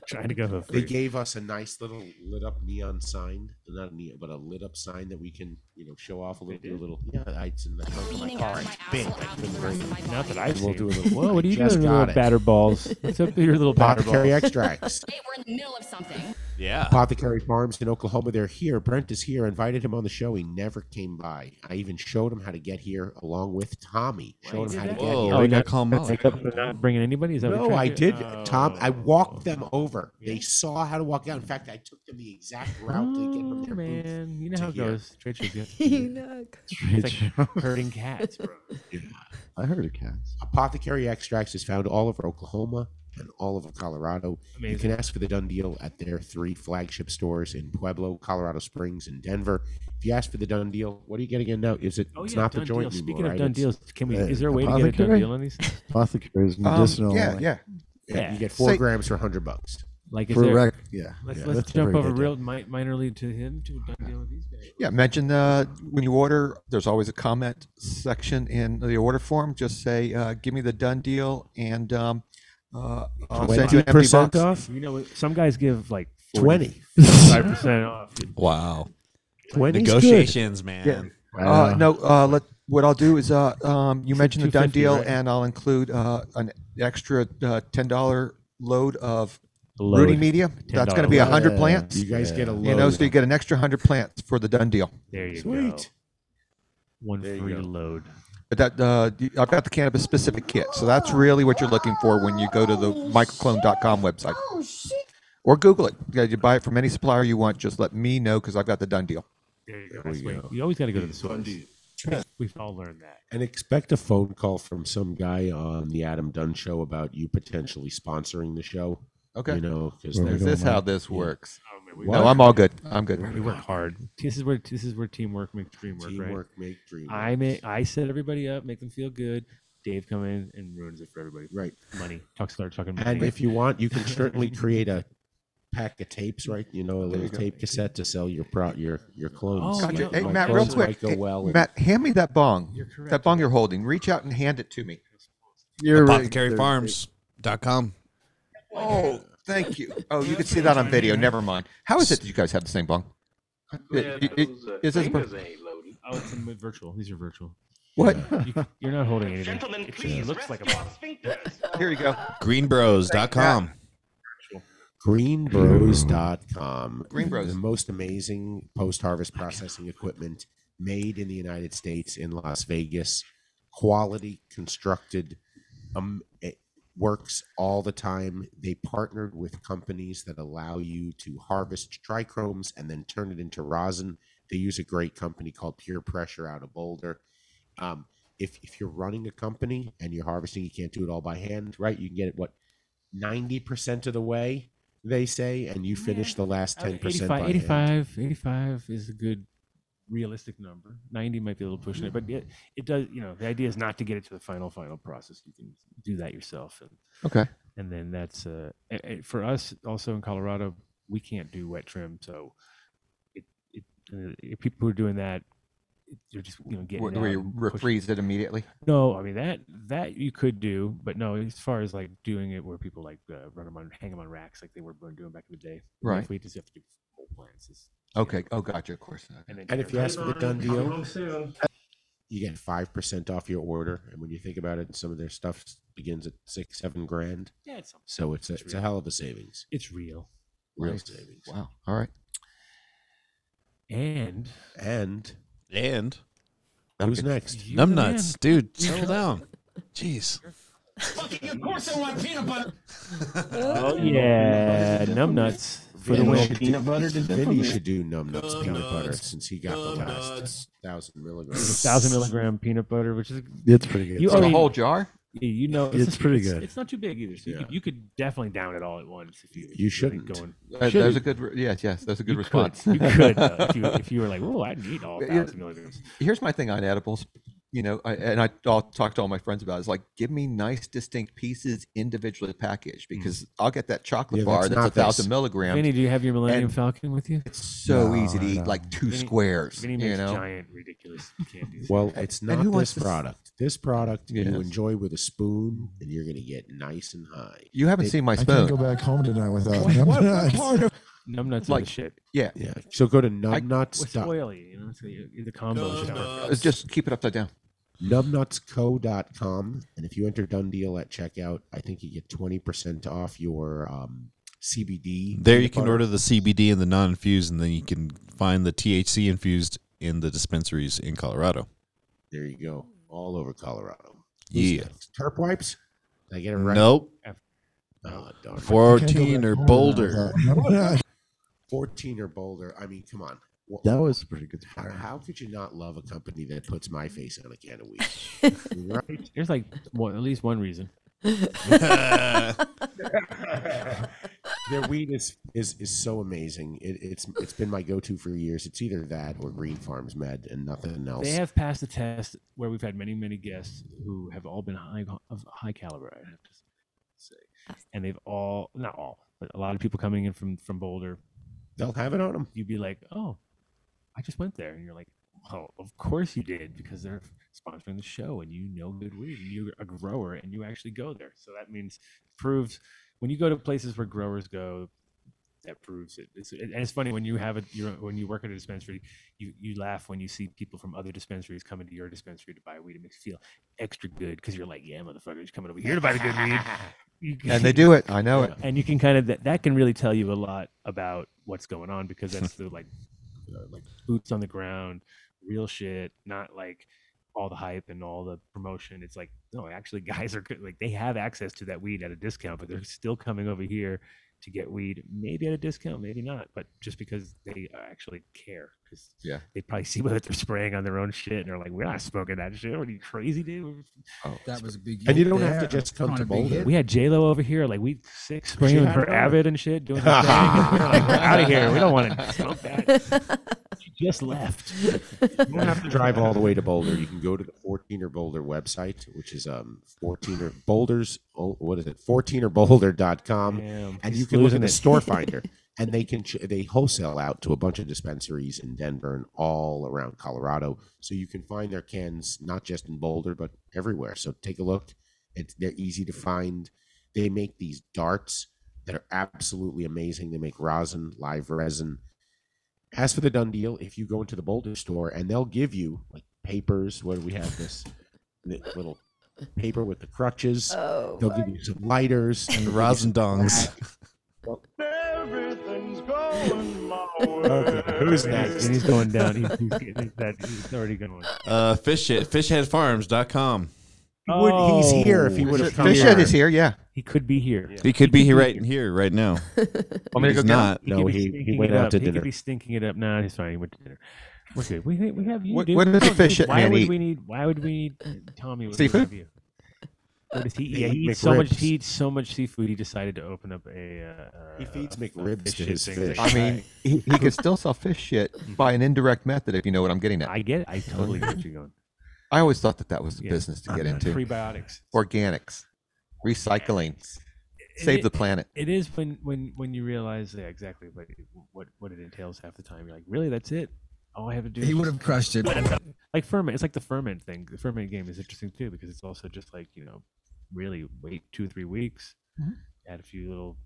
Speaker 4: Trying to go hoof-free.
Speaker 5: They gave us a nice little lit up neon sign, not a neon, but a lit up sign that we can, you know, show off a little. Do a little, yeah, it's in the trunk of my car. It's big. I couldn't bring it.
Speaker 4: Not that I've
Speaker 5: We'll do
Speaker 4: seen.
Speaker 5: a little.
Speaker 4: Whoa, what are
Speaker 5: I
Speaker 4: you
Speaker 5: just
Speaker 4: doing,
Speaker 5: got
Speaker 4: little
Speaker 5: it.
Speaker 4: batter balls? What's up with your little batter
Speaker 5: Apothecary
Speaker 4: balls?
Speaker 5: extracts.
Speaker 24: We're in the middle of something.
Speaker 11: Yeah.
Speaker 5: Apothecary Farms in Oklahoma. They're here. Brent is here. I invited him on the show. He never came by. I even showed him how to get here along with Tommy. Showed him how to get
Speaker 11: Whoa,
Speaker 5: here.
Speaker 11: we gotta call him out.
Speaker 5: That's-
Speaker 4: Not bringing anybody? Is that what
Speaker 5: No,
Speaker 4: you're
Speaker 5: I
Speaker 4: trying to
Speaker 5: did.
Speaker 4: do?
Speaker 5: Tom, I walked them over. They saw how to walk out. In fact, I took them the exact route to get from their booth.
Speaker 4: Oh, Man, you know
Speaker 5: to
Speaker 4: how it
Speaker 5: here.
Speaker 4: goes. Trade shows. You have to
Speaker 8: You
Speaker 4: do that.
Speaker 8: know.
Speaker 4: It's
Speaker 14: Trade
Speaker 4: like
Speaker 14: shows.
Speaker 4: herding cats, bro.
Speaker 14: I heard of cats.
Speaker 5: Apothecary Extracts is found all over Oklahoma and all over Colorado. You
Speaker 4: Amazing.
Speaker 5: can ask for the done deal at their three flagship stores in Pueblo, Colorado Springs, and Denver. If you ask for the done deal, what are you getting in now? Is it?
Speaker 4: Oh,
Speaker 5: it's
Speaker 4: yeah,
Speaker 5: not the
Speaker 4: done
Speaker 5: joint.
Speaker 4: deal.
Speaker 5: anymore,
Speaker 4: Speaking of
Speaker 5: right?
Speaker 4: done
Speaker 5: It's- uh,
Speaker 4: deals, can we- is there a way to get a done deal on these things?
Speaker 14: Apothecary is
Speaker 5: Um,
Speaker 14: medicinal.
Speaker 5: yeah,
Speaker 14: like-
Speaker 5: yeah. Yeah, you get four
Speaker 14: Say-
Speaker 5: grams for hundred bucks.
Speaker 4: Like is
Speaker 14: For
Speaker 4: there-
Speaker 14: rec- yeah,
Speaker 4: Let's,
Speaker 14: yeah,
Speaker 4: let's
Speaker 14: that's a
Speaker 4: jump
Speaker 14: very
Speaker 4: over
Speaker 14: good
Speaker 4: real mi- minor league to him to a done deal with these guys.
Speaker 13: Yeah, mention the when you order. There's always a comment section in the order form. Just say, uh, "Give me the done deal," and um, uh, I'll send you an empty
Speaker 4: 20%
Speaker 13: box.
Speaker 4: off. You know, some guys give like
Speaker 13: 20.
Speaker 4: five percent off.
Speaker 11: Wow.
Speaker 4: 20's
Speaker 11: Negotiations, man.
Speaker 13: Yeah. Uh, no, uh, let, what I'll do is uh, um, you mentioned the done
Speaker 11: 250,
Speaker 13: deal,
Speaker 11: right?
Speaker 13: and I'll include uh, an extra uh, ten dollar load of
Speaker 11: Load.
Speaker 13: Rudy Media. That's going to be
Speaker 11: $10
Speaker 13: hundred
Speaker 11: load.
Speaker 13: plants.
Speaker 11: You guys get a
Speaker 13: You know,
Speaker 11: load.
Speaker 13: so you get an extra hundred plants for the done deal.
Speaker 4: There you go.
Speaker 5: Sweet.
Speaker 4: One free load.
Speaker 13: But that uh, you- I've got the cannabis specific kit, so that's really what you're looking for when you go to the microclone.com website, or Google it. Yeah, you buy it from any supplier you want. Just let me know because I've got the done deal.
Speaker 4: There you go. That's way- You always got to go to the source. We've all learned that.
Speaker 5: And expect a phone call from some guy on the Adam Dunn show about you potentially sponsoring the show.
Speaker 13: Okay.
Speaker 5: You know, because
Speaker 13: Is this how this works?
Speaker 4: Oh,
Speaker 5: What?
Speaker 13: No, I'm all good. I'm good.
Speaker 4: We work hard. This is where this is where teamwork makes dream work.
Speaker 5: Teamwork
Speaker 4: right?
Speaker 5: make dream
Speaker 4: I make I set everybody up, make them feel good. Dave come in and ruins it for everybody.
Speaker 5: Right.
Speaker 4: Money. Talk start talking money.
Speaker 5: And if you want, you can certainly create a pack of tapes, right? You know, a
Speaker 13: you
Speaker 5: little
Speaker 13: go.
Speaker 5: tape cassette to sell your pro your your clones.
Speaker 4: Oh,
Speaker 13: Gotcha.
Speaker 5: You know,
Speaker 13: Hey,
Speaker 5: my
Speaker 13: Matt, real
Speaker 5: clones
Speaker 13: quick.
Speaker 5: might go
Speaker 13: hey,
Speaker 5: well and-
Speaker 13: Matt, hand me that bong. That bong you're holding. Reach out and hand it to me.
Speaker 14: You're right.
Speaker 11: ApothecaryFarms.com.
Speaker 13: Oh, thank you. Oh, you can see that on video. Never mind. How is it that you guys have the same bong?
Speaker 4: Yeah,
Speaker 13: It- it-
Speaker 4: those, uh,
Speaker 13: is this-
Speaker 4: fingers ain't loaded. Oh, it's in virtual. These are virtual.
Speaker 13: What?
Speaker 4: You, you're not holding anything. Gentlemen, please. It looks like a box.
Speaker 13: Here you go.
Speaker 11: Greenbros.com.
Speaker 5: greenbros.com
Speaker 13: Greenbros.
Speaker 5: the most amazing post-harvest processing equipment made in the united states in las vegas quality constructed um, it works all the time they partnered with companies that allow you to harvest trichromes and then turn it into rosin they use a great company called pure pressure out of boulder um, if, if you're running a company and you're harvesting you can't do it all by hand right you can get it what 90% of the way they say and you finish the last
Speaker 4: Uh,
Speaker 5: 10% by
Speaker 4: 85,
Speaker 5: hand.
Speaker 4: 85, 85 is a good realistic number. 90 might be a little pushing it, but it, it does, you know, the idea is not to get it to the final, final process. You can do that yourself. And,
Speaker 13: Okay.
Speaker 4: And then that's, uh, a- a- for us also in Colorado, we can't do wet trim. So it, it, uh, if people are doing that, you're just, you know, getting
Speaker 13: Where
Speaker 4: out
Speaker 13: where you
Speaker 4: and pushing.
Speaker 13: refreeze it immediately.
Speaker 4: No, I mean that that you could do, but no. As far as like doing it where people like uh, run them on, hang them on racks, like they were doing back in the day. Like,
Speaker 13: Right.
Speaker 4: We just have to do full plants. It's-
Speaker 13: Okay. Oh, gotcha. Of course.
Speaker 5: And if you ask for the done deal,
Speaker 4: soon.
Speaker 5: you get five percent off your order. And when you think about it, some of their stuff begins at six, seven grand.
Speaker 4: Yeah, it's something.
Speaker 5: so it's a,
Speaker 4: It's
Speaker 5: it's a
Speaker 4: real.
Speaker 5: hell of a savings.
Speaker 4: It's real.
Speaker 5: Real
Speaker 13: Nice.
Speaker 5: savings.
Speaker 13: Wow. All right.
Speaker 4: And
Speaker 5: And
Speaker 11: And
Speaker 5: who's next?
Speaker 11: Numb nuts, dude. Settle down. Jeez.
Speaker 12: Of course I want peanut butter.
Speaker 4: oh yeah, numb nuts for the
Speaker 5: Vinny
Speaker 4: win.
Speaker 5: should do- Vinny should do numb nuts peanut butter since he got the last thousand milligrams.
Speaker 4: Thousand milligram peanut butter, which is
Speaker 14: It's pretty good.
Speaker 13: For the
Speaker 4: already-
Speaker 13: whole jar?
Speaker 4: Yeah, you know,
Speaker 14: It's pretty good.
Speaker 4: It's not too big either. So you,
Speaker 5: Yeah.
Speaker 4: could, you could definitely down it all at once if you. if
Speaker 5: You
Speaker 4: you're, like,
Speaker 5: shouldn't.
Speaker 4: Going,
Speaker 13: Uh, That's a good. Re- yes, yes. That's a good
Speaker 4: You could.
Speaker 13: response.
Speaker 4: You could, though, Uh, if you- if you were like, "Ooh, I need all
Speaker 13: Yeah,
Speaker 4: 1,000 milligrams."
Speaker 13: Here's my thing on edibles. You know, I, and I, I'll talk to all my friends about it. It's like, give me nice, distinct pieces individually packaged
Speaker 4: Mm.
Speaker 13: because I'll get that chocolate
Speaker 5: Yeah, that's
Speaker 13: bar that's,
Speaker 5: not
Speaker 13: a thousand
Speaker 5: this.
Speaker 13: milligrams.
Speaker 4: Vinny, do you have your Millennium
Speaker 13: and
Speaker 4: Falcon with you?
Speaker 13: It's so
Speaker 5: No,
Speaker 13: easy to
Speaker 5: I
Speaker 13: eat
Speaker 5: don't.
Speaker 13: like two
Speaker 4: Vinny-
Speaker 13: squares.
Speaker 4: Vinny
Speaker 13: you
Speaker 4: makes
Speaker 13: know,
Speaker 4: giant, ridiculous candies.
Speaker 5: Well, it's
Speaker 13: And
Speaker 5: not
Speaker 13: who wants
Speaker 5: this
Speaker 13: this?
Speaker 5: product. This product you
Speaker 13: Yes.
Speaker 5: enjoy with a spoon, and you're gonna get nice and high.
Speaker 13: you haven't seen my
Speaker 12: I can't go
Speaker 13: spoon.
Speaker 12: back home tonight without
Speaker 5: What- what
Speaker 12: nuts.
Speaker 5: part of-
Speaker 4: Numb nuts are
Speaker 13: Like,
Speaker 4: the shit.
Speaker 13: yeah,
Speaker 5: Yeah. So go to
Speaker 4: What's
Speaker 5: numbnuts.com.
Speaker 4: oily? You know, it's the, the combo is perfect.
Speaker 13: It's Uh, just keep it upside down.
Speaker 5: numbnutsco.com and if you enter done deal at checkout i think you get 20% off your um, CBD.
Speaker 11: There
Speaker 5: kind
Speaker 11: you
Speaker 5: of
Speaker 11: can
Speaker 5: part.
Speaker 11: order the CBD and the non-infused, and then you can find the THC infused in the dispensaries in Colorado.
Speaker 5: There you go. All over Colorado.
Speaker 11: Yeah.
Speaker 5: Turp wipes. Did I get it right?
Speaker 11: Nope.
Speaker 5: Oh, darn.
Speaker 11: 14 or bolder.
Speaker 5: Fourteen or bolder. I mean, come on. Wha-
Speaker 14: That was pretty good.
Speaker 5: How, how could you not love a company that puts my face on a can of weed? right?
Speaker 4: There's like one, at least one reason.
Speaker 5: Their weed is is, is so amazing. It, it's it's been my go to for years. It's either that or Green Farms Med and nothing else.
Speaker 4: They have passed the test where we've had many, many guests who have all been high of high caliber. I have to say, and they've all not all, but a lot of people coming in from from Boulder.
Speaker 5: They'll have it on them.
Speaker 4: You'd be like, oh, I just went there, and you're like, oh, of course you did because they're sponsoring the show, and you know good weed, and you're a grower, and you actually go there. So that means proves when you go to places where growers go, that proves it. It's, and it's funny when you have a your, when you work at a dispensary, you you laugh when you see people from other dispensaries coming to your dispensary to buy weed. It makes you feel extra good because you're like, yeah, motherfuckers coming over here to buy the good weed. You can-
Speaker 13: And they do it. I know it.
Speaker 4: And you can kind of that, that can really tell you a lot about what's going on because that's the like uh, like boots on the ground, real shit, not like all the hype and all the promotion. It's like no, actually, guys are good. like they have access to that weed at a discount, but they're still coming over here to get weed, maybe at a discount, maybe not, but just because they actually care. Because
Speaker 13: Yeah.
Speaker 4: they probably see what they're spraying on their own shit, and they're like, "We're not smoking that shit. What are you crazy, dude?"
Speaker 5: Oh,
Speaker 3: that was a big.
Speaker 5: And you
Speaker 3: hit
Speaker 5: don't have
Speaker 3: there.
Speaker 5: to just come
Speaker 3: Kind
Speaker 5: to
Speaker 3: of big
Speaker 5: Boulder.
Speaker 3: hit.
Speaker 4: We had J Lo over here, like we six spraying
Speaker 5: had
Speaker 4: for
Speaker 5: it on.
Speaker 4: Avid and shit, doing her thing. and we're like, we're out of here. We don't want to smoke that. She just left.
Speaker 5: You don't have to drive all the way to Boulder. You can go to the 14 or Boulder website, which is um 14 or Boulders. Oh, what is it? 14 or Boulder.com.
Speaker 4: Damn,
Speaker 5: Um, And
Speaker 4: he's
Speaker 5: you can look
Speaker 4: losing
Speaker 5: in the
Speaker 4: it.
Speaker 5: store finder and they can, ch- they wholesale out to a bunch of dispensaries in Denver and all around Colorado. So you can find their cans, not just in Boulder, but everywhere. So take a look. It's, they're easy to find. They make these darts that are absolutely amazing. They make rosin, live resin. As for the done deal, if you go into the Boulder store and they'll give you like papers, what do we have this li- little paper with the crutches?
Speaker 2: Oh,
Speaker 5: they'll give you some lighters and rosin dongs.
Speaker 2: Everything's going my way.
Speaker 5: Okay, who's next?
Speaker 4: And he's going down. He's, he's getting that. He's already going.
Speaker 11: Uh, fish it, fishheadfarms.com.
Speaker 5: he's here if he would have come.
Speaker 11: Fishhead is here, yeah.
Speaker 4: He could be here.
Speaker 11: He could be here right here, right now.
Speaker 5: Want me to
Speaker 11: He's
Speaker 5: go get him?
Speaker 11: not.
Speaker 5: No,
Speaker 4: could be
Speaker 5: he- he
Speaker 4: stinking
Speaker 5: went
Speaker 4: it
Speaker 5: out
Speaker 4: up.
Speaker 5: to
Speaker 4: he
Speaker 5: dinner.
Speaker 4: could be stinking it up. Nah, he's fine. He went to dinner. We're good. We, we have you.
Speaker 13: What-
Speaker 4: dude.
Speaker 13: what does a fish head
Speaker 4: Why
Speaker 13: man
Speaker 4: would
Speaker 13: eat?
Speaker 4: we need? Why would we need Tommy? when we
Speaker 13: Seafood?
Speaker 4: have you? What does he eat?
Speaker 5: They
Speaker 4: Yeah, he
Speaker 5: eat
Speaker 4: eats so much.
Speaker 5: McRibs.
Speaker 4: He eats so much seafood. He decided to open up a. Uh,
Speaker 5: He feeds
Speaker 4: a-
Speaker 5: McRibs
Speaker 4: a
Speaker 5: to
Speaker 4: shit
Speaker 5: his
Speaker 4: thing.
Speaker 5: fish.
Speaker 13: I mean, he, he could still sell fish shit by an indirect method if you know what I'm getting at.
Speaker 4: I get it. I totally get what you're going.
Speaker 13: I always thought that that was the
Speaker 4: Yeah. Uh,
Speaker 13: business to get into.
Speaker 4: Prebiotics.
Speaker 13: organics, recycling,
Speaker 4: And
Speaker 13: save
Speaker 4: it-
Speaker 13: the planet.
Speaker 4: It is when when when you realize yeah, exactly what it- what what it entails half the time. You're like, really, that's it. All I have to do.
Speaker 3: He
Speaker 4: is
Speaker 3: would
Speaker 4: just-
Speaker 3: have crushed it.
Speaker 4: Like ferment, it's like the ferment thing. The ferment game is interesting too because it's also just like you know, really wait two three weeks,
Speaker 3: Mm-hmm.
Speaker 13: Mhm.
Speaker 4: add a few little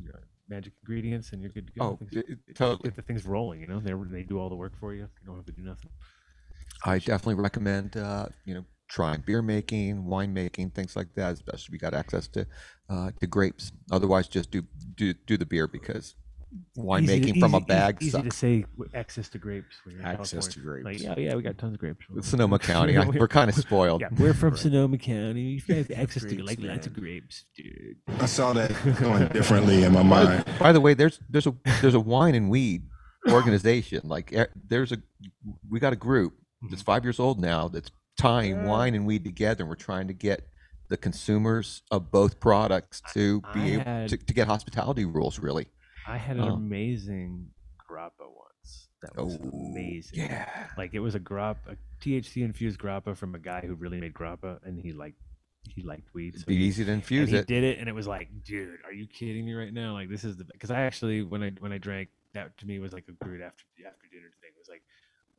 Speaker 4: you know, magic ingredients, and you're good to go.
Speaker 13: Oh,
Speaker 4: Things-
Speaker 13: it- it- totally.
Speaker 4: Get the things rolling. You know, they they do all the work for you. You don't have to do nothing.
Speaker 13: I definitely recommend uh, you know trying beer making, wine making, things like that. Especially if you got access to uh, to grapes. Otherwise, just do do do the beer because wine
Speaker 4: Easy to-
Speaker 13: making from a
Speaker 4: easy- easy-
Speaker 13: bag
Speaker 4: Easy to
Speaker 13: sucks.
Speaker 4: say w- access to grapes. When you're in
Speaker 5: Access to
Speaker 4: California.
Speaker 5: grapes.
Speaker 4: Like, yeah, yeah, we got tons of grapes.
Speaker 13: It's Sonoma County. I- we're kinda spoiled.
Speaker 4: Yeah, we're from
Speaker 13: Right.
Speaker 4: Sonoma County. You should have access to
Speaker 13: Grapes,
Speaker 4: like lots
Speaker 13: man.
Speaker 4: of grapes, dude.
Speaker 13: I saw that
Speaker 4: going
Speaker 20: differently in my mind.
Speaker 13: By the way, there's there's a there's a wine and weed organization. Like eh, there's a we got a group
Speaker 4: Mm-hmm.
Speaker 13: that's five years old now that's tying wine and weed together, and we're trying to get the consumers of both products to be
Speaker 4: I
Speaker 13: able
Speaker 4: had-
Speaker 13: to, to get hospitality rules. Really,
Speaker 4: I had an
Speaker 13: Oh.
Speaker 4: amazing grappa once. That was amazing.
Speaker 13: yeah.
Speaker 4: Like it was a grappa, a THC infused grappa from a guy who really made grappa, and he liked he liked weed.
Speaker 13: It'd
Speaker 4: so
Speaker 13: be
Speaker 4: he-
Speaker 13: easy to
Speaker 4: and
Speaker 13: infuse
Speaker 4: he
Speaker 13: it.
Speaker 4: did it, and it was like, dude, are you kidding me right now? Like this is the because I actually when I when I drank that to me was like a great after after dinner thing. It was like.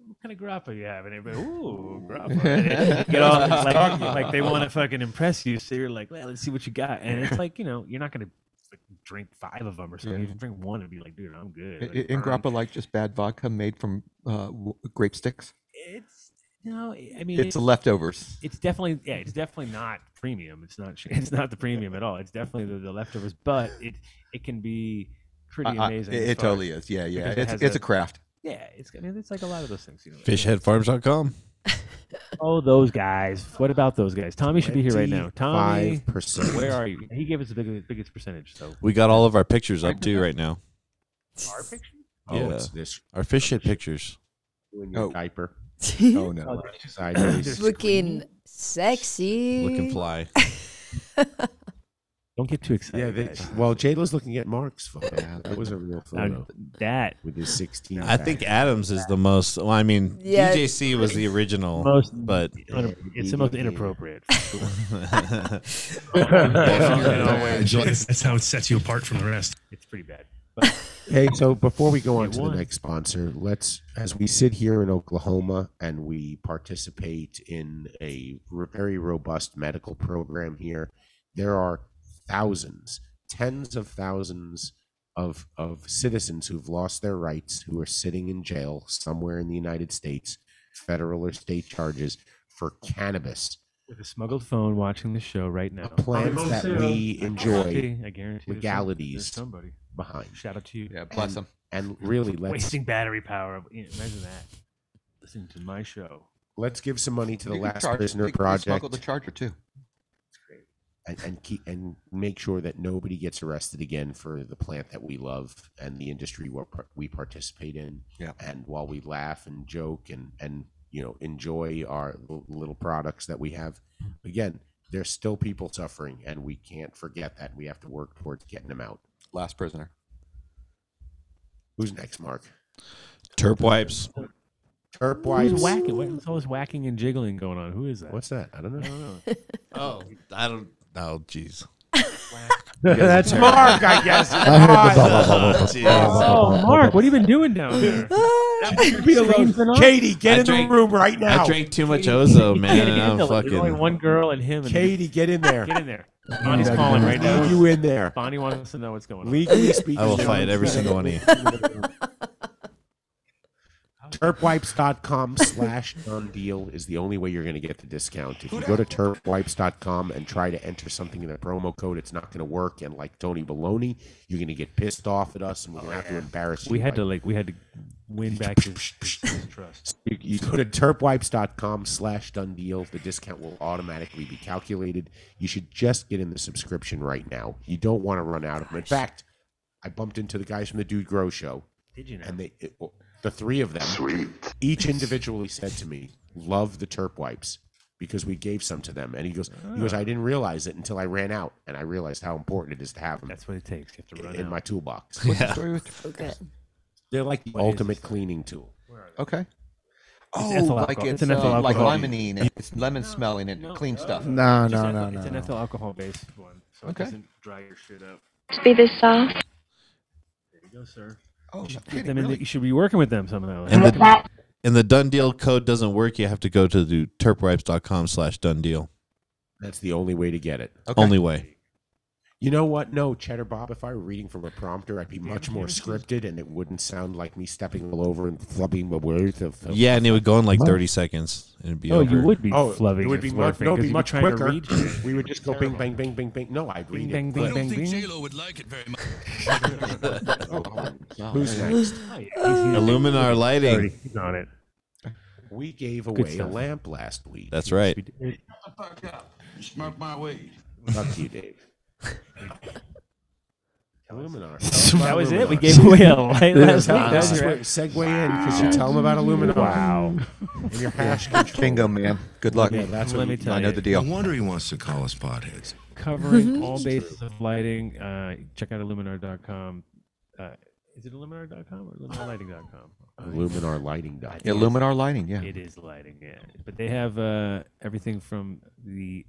Speaker 4: What kind of grappa you have? And everybody, ooh, grappa. And Get all, like, like they want to fucking impress you. So you're like, well, let's see what you got. And it's like, you know, you're not going to like, drink five of them or something.
Speaker 13: Yeah.
Speaker 4: You just drink one and be like, dude, I'm good.
Speaker 13: I-
Speaker 4: Like,
Speaker 13: i- in
Speaker 4: burn.
Speaker 13: grappa like just bad vodka made from uh, w- grape sticks.
Speaker 4: It's No, I mean
Speaker 13: It's the leftovers.
Speaker 4: It's definitely yeah, it's definitely not premium. It's not sh- it's not the premium at all. It's definitely the, the leftovers, but it it can be pretty
Speaker 13: Uh, uh,
Speaker 4: amazing.
Speaker 13: it-
Speaker 4: as
Speaker 13: it
Speaker 4: far as-
Speaker 13: totally is. Yeah, yeah.
Speaker 4: because it
Speaker 13: It's-
Speaker 4: has
Speaker 13: it's a craft.
Speaker 4: Yeah, it's I mean it's like a lot of those things. You know,
Speaker 11: Fishheadfarms.com.
Speaker 4: Oh, those guys! What about those guys? Tommy should be here right now. Tommy,
Speaker 11: 25%.
Speaker 4: where are you? He gave us the biggest, biggest percentage. So
Speaker 11: We got all of our pictures up too right now.
Speaker 4: our picture.
Speaker 5: Oh, it's this.
Speaker 11: Our fish shit pictures.
Speaker 5: In your diaper.
Speaker 8: Oh
Speaker 5: no. I
Speaker 8: Looking sexy.
Speaker 11: Looking fly.
Speaker 4: Don't get too excited.
Speaker 5: Yeah, they, well, Jayla's looking at Mark's photo. that was a real photo.
Speaker 4: that
Speaker 5: with his sixteen.
Speaker 11: I think Adams is the most. Well, I mean,
Speaker 4: Yeah.
Speaker 11: DJC was the original,
Speaker 4: Most-
Speaker 11: but
Speaker 4: It's the most inappropriate.
Speaker 3: That's how it sets you apart from the rest.
Speaker 4: It's pretty bad.
Speaker 5: Hey, so before we go on
Speaker 4: It
Speaker 5: to the
Speaker 4: won.
Speaker 5: next sponsor, let's, as we sit here in Oklahoma and we participate in a r- very robust medical program here, there are thousands, tens of thousands of, of citizens who've lost their rights, who are sitting in jail somewhere in the United States, federal or state charges for cannabis.
Speaker 4: With a smuggled phone, watching the show right now.
Speaker 5: Plants that we enjoy,
Speaker 4: I guarantee there's some- there's
Speaker 5: legalities
Speaker 4: somebody.
Speaker 5: behind.
Speaker 4: Shout out to you. Yeah,
Speaker 13: bless
Speaker 5: And- 'em. and really, let's-
Speaker 4: wasting battery power. You know, Imagine that. Listening to my show.
Speaker 5: Let's give some money to the
Speaker 13: You can
Speaker 5: Last
Speaker 13: charge-
Speaker 5: Prisoner
Speaker 13: you can smuggle
Speaker 5: Project.
Speaker 13: the charger too.
Speaker 5: and, and keep and make sure that nobody gets arrested again for the plant that we love and the industry where par- we participate in.
Speaker 13: Yeah.
Speaker 5: And while we laugh and joke and and you know enjoy our l- little products that we have, again, there's still people suffering, and we can't forget that. We have to work towards getting them out.
Speaker 13: Last prisoner.
Speaker 5: Who's next, Mark?
Speaker 11: Terp wipes.
Speaker 5: Terp
Speaker 4: Who's
Speaker 5: wipes.
Speaker 4: whacking? What- There's always whacking and jiggling going on. Who is that?
Speaker 5: What's that? I don't know.
Speaker 11: Oh, I don't. Oh, jeez.
Speaker 5: That's Mark, I guess.
Speaker 11: I heard the blah, blah, blah, blah, blah,
Speaker 4: oh,
Speaker 11: blah, blah, blah,
Speaker 4: jeez. Oh, Mark, what have you been doing down there?
Speaker 5: Be alone. Katie, get
Speaker 11: I
Speaker 5: in
Speaker 11: drank-
Speaker 5: the room right now.
Speaker 11: I drank too much Ozo, man.
Speaker 4: can't
Speaker 11: and I'm
Speaker 4: handle it. There's only
Speaker 11: fucking.
Speaker 4: one girl and him. And
Speaker 5: Katie, get in there.
Speaker 4: Get in there. Bonnie's calling right now.
Speaker 5: Leave you in there.
Speaker 4: Bonnie wants to know what's going on.
Speaker 5: Legally speaking,
Speaker 11: I will fight every single one of you.
Speaker 5: Terpwipes.com slash done deal is the only way you're going to get the discount. If you go to terpwipes.com and try to enter something in the promo code, it's not going to work. And like Tony Baloney, you're going to get pissed off at us and we're going to have to embarrass you.
Speaker 4: Oh, We had
Speaker 5: by
Speaker 4: to like we had to win back his, his trust.
Speaker 5: you, you go to terpwipes.com slash done deal the discount will automatically be calculated you should just get in the subscription right now you don't want to run out of them in fact i bumped into the guys from the dude grow show
Speaker 4: Did you know?
Speaker 5: and they it- the three of them each individually said to me love the terp wipes because we gave some to them and he goes he
Speaker 4: Ah.
Speaker 5: goes i didn't realize it until i ran out and i realized how important it is to have them
Speaker 4: that's what it takes you have to run
Speaker 5: in
Speaker 4: out.
Speaker 5: my toolbox
Speaker 13: What's the Yeah. story with the
Speaker 8: So good.
Speaker 5: they're like the
Speaker 13: What is
Speaker 5: ultimate cleaning tool
Speaker 13: Okay.
Speaker 4: It's
Speaker 13: Oh,
Speaker 4: ethyl
Speaker 13: like
Speaker 4: alcohol.
Speaker 13: it's,
Speaker 4: It's an ethyl
Speaker 13: uh, like
Speaker 4: alcohol.
Speaker 13: limonene. and It's lemon smelling and clean stuff.
Speaker 14: No,
Speaker 4: It's
Speaker 14: no,
Speaker 4: an-
Speaker 14: no, no,
Speaker 4: It's an
Speaker 14: no.
Speaker 4: ethyl alcohol based one, so
Speaker 13: Okay.
Speaker 4: it doesn't dry your shit up.
Speaker 23: Be this soft.
Speaker 4: There you go, sir.
Speaker 13: Oh,
Speaker 4: you should,
Speaker 13: kidding,
Speaker 4: get them in the- you should be working with them somehow.
Speaker 11: And the, and the done deal code doesn't work. You have to go to the terpwipes.com slash done deal.
Speaker 5: that's the only way to get it
Speaker 11: Only way.
Speaker 5: You know what? No, Cheddar Bob, if I were reading from a prompter, I'd be much more scripted and it wouldn't sound like me stepping all over and flubbing the words of. of-
Speaker 11: Yeah, and it would go in like
Speaker 5: Huh?
Speaker 11: 30 seconds. And it'd be
Speaker 4: Oh,
Speaker 11: over.
Speaker 4: you would be
Speaker 5: Oh,
Speaker 4: flubbing.
Speaker 5: it would be
Speaker 4: and
Speaker 5: much,
Speaker 4: flurfing
Speaker 5: no, it'd
Speaker 4: 'cause
Speaker 5: be
Speaker 4: you'd
Speaker 5: much
Speaker 4: trying to
Speaker 5: quicker.
Speaker 4: read shit.
Speaker 5: We would just go bing, bang, bang, bang, bang. No, I'd read
Speaker 4: Bing,
Speaker 5: it.
Speaker 4: bang, bang,
Speaker 5: quick.
Speaker 4: bang, bing.
Speaker 5: Oh, Who's next?
Speaker 4: Oh, yeah.
Speaker 11: Illuminar lighting.
Speaker 4: Already, He's on it.
Speaker 5: We gave
Speaker 4: Good
Speaker 5: away a
Speaker 4: stuff.
Speaker 5: lamp last week.
Speaker 11: That's right.
Speaker 21: You smoke my weed.
Speaker 5: Fuck you, Dave. Illuminar.
Speaker 4: That was it? We gave away a light last week? That was your-
Speaker 5: Segue in because you tell them about Illuminar.
Speaker 4: Ah, Wow.
Speaker 5: And your hash
Speaker 13: Bingo, man. Good luck.
Speaker 5: Yeah, that's
Speaker 4: Let
Speaker 5: what
Speaker 4: me
Speaker 5: we-
Speaker 4: tell
Speaker 13: I know
Speaker 4: you.
Speaker 13: the deal.
Speaker 21: No wonder he wants to call us potheads.
Speaker 11: Mm-hmm.
Speaker 4: Covering all bases of lighting. Uh, check out Illuminar.com. Uh, is it Illuminar.com or IlluminarLighting.com?
Speaker 5: IlluminarLighting.com.
Speaker 13: Illuminar lighting, yeah.
Speaker 4: It is lighting, yeah. But they have uh, everything from the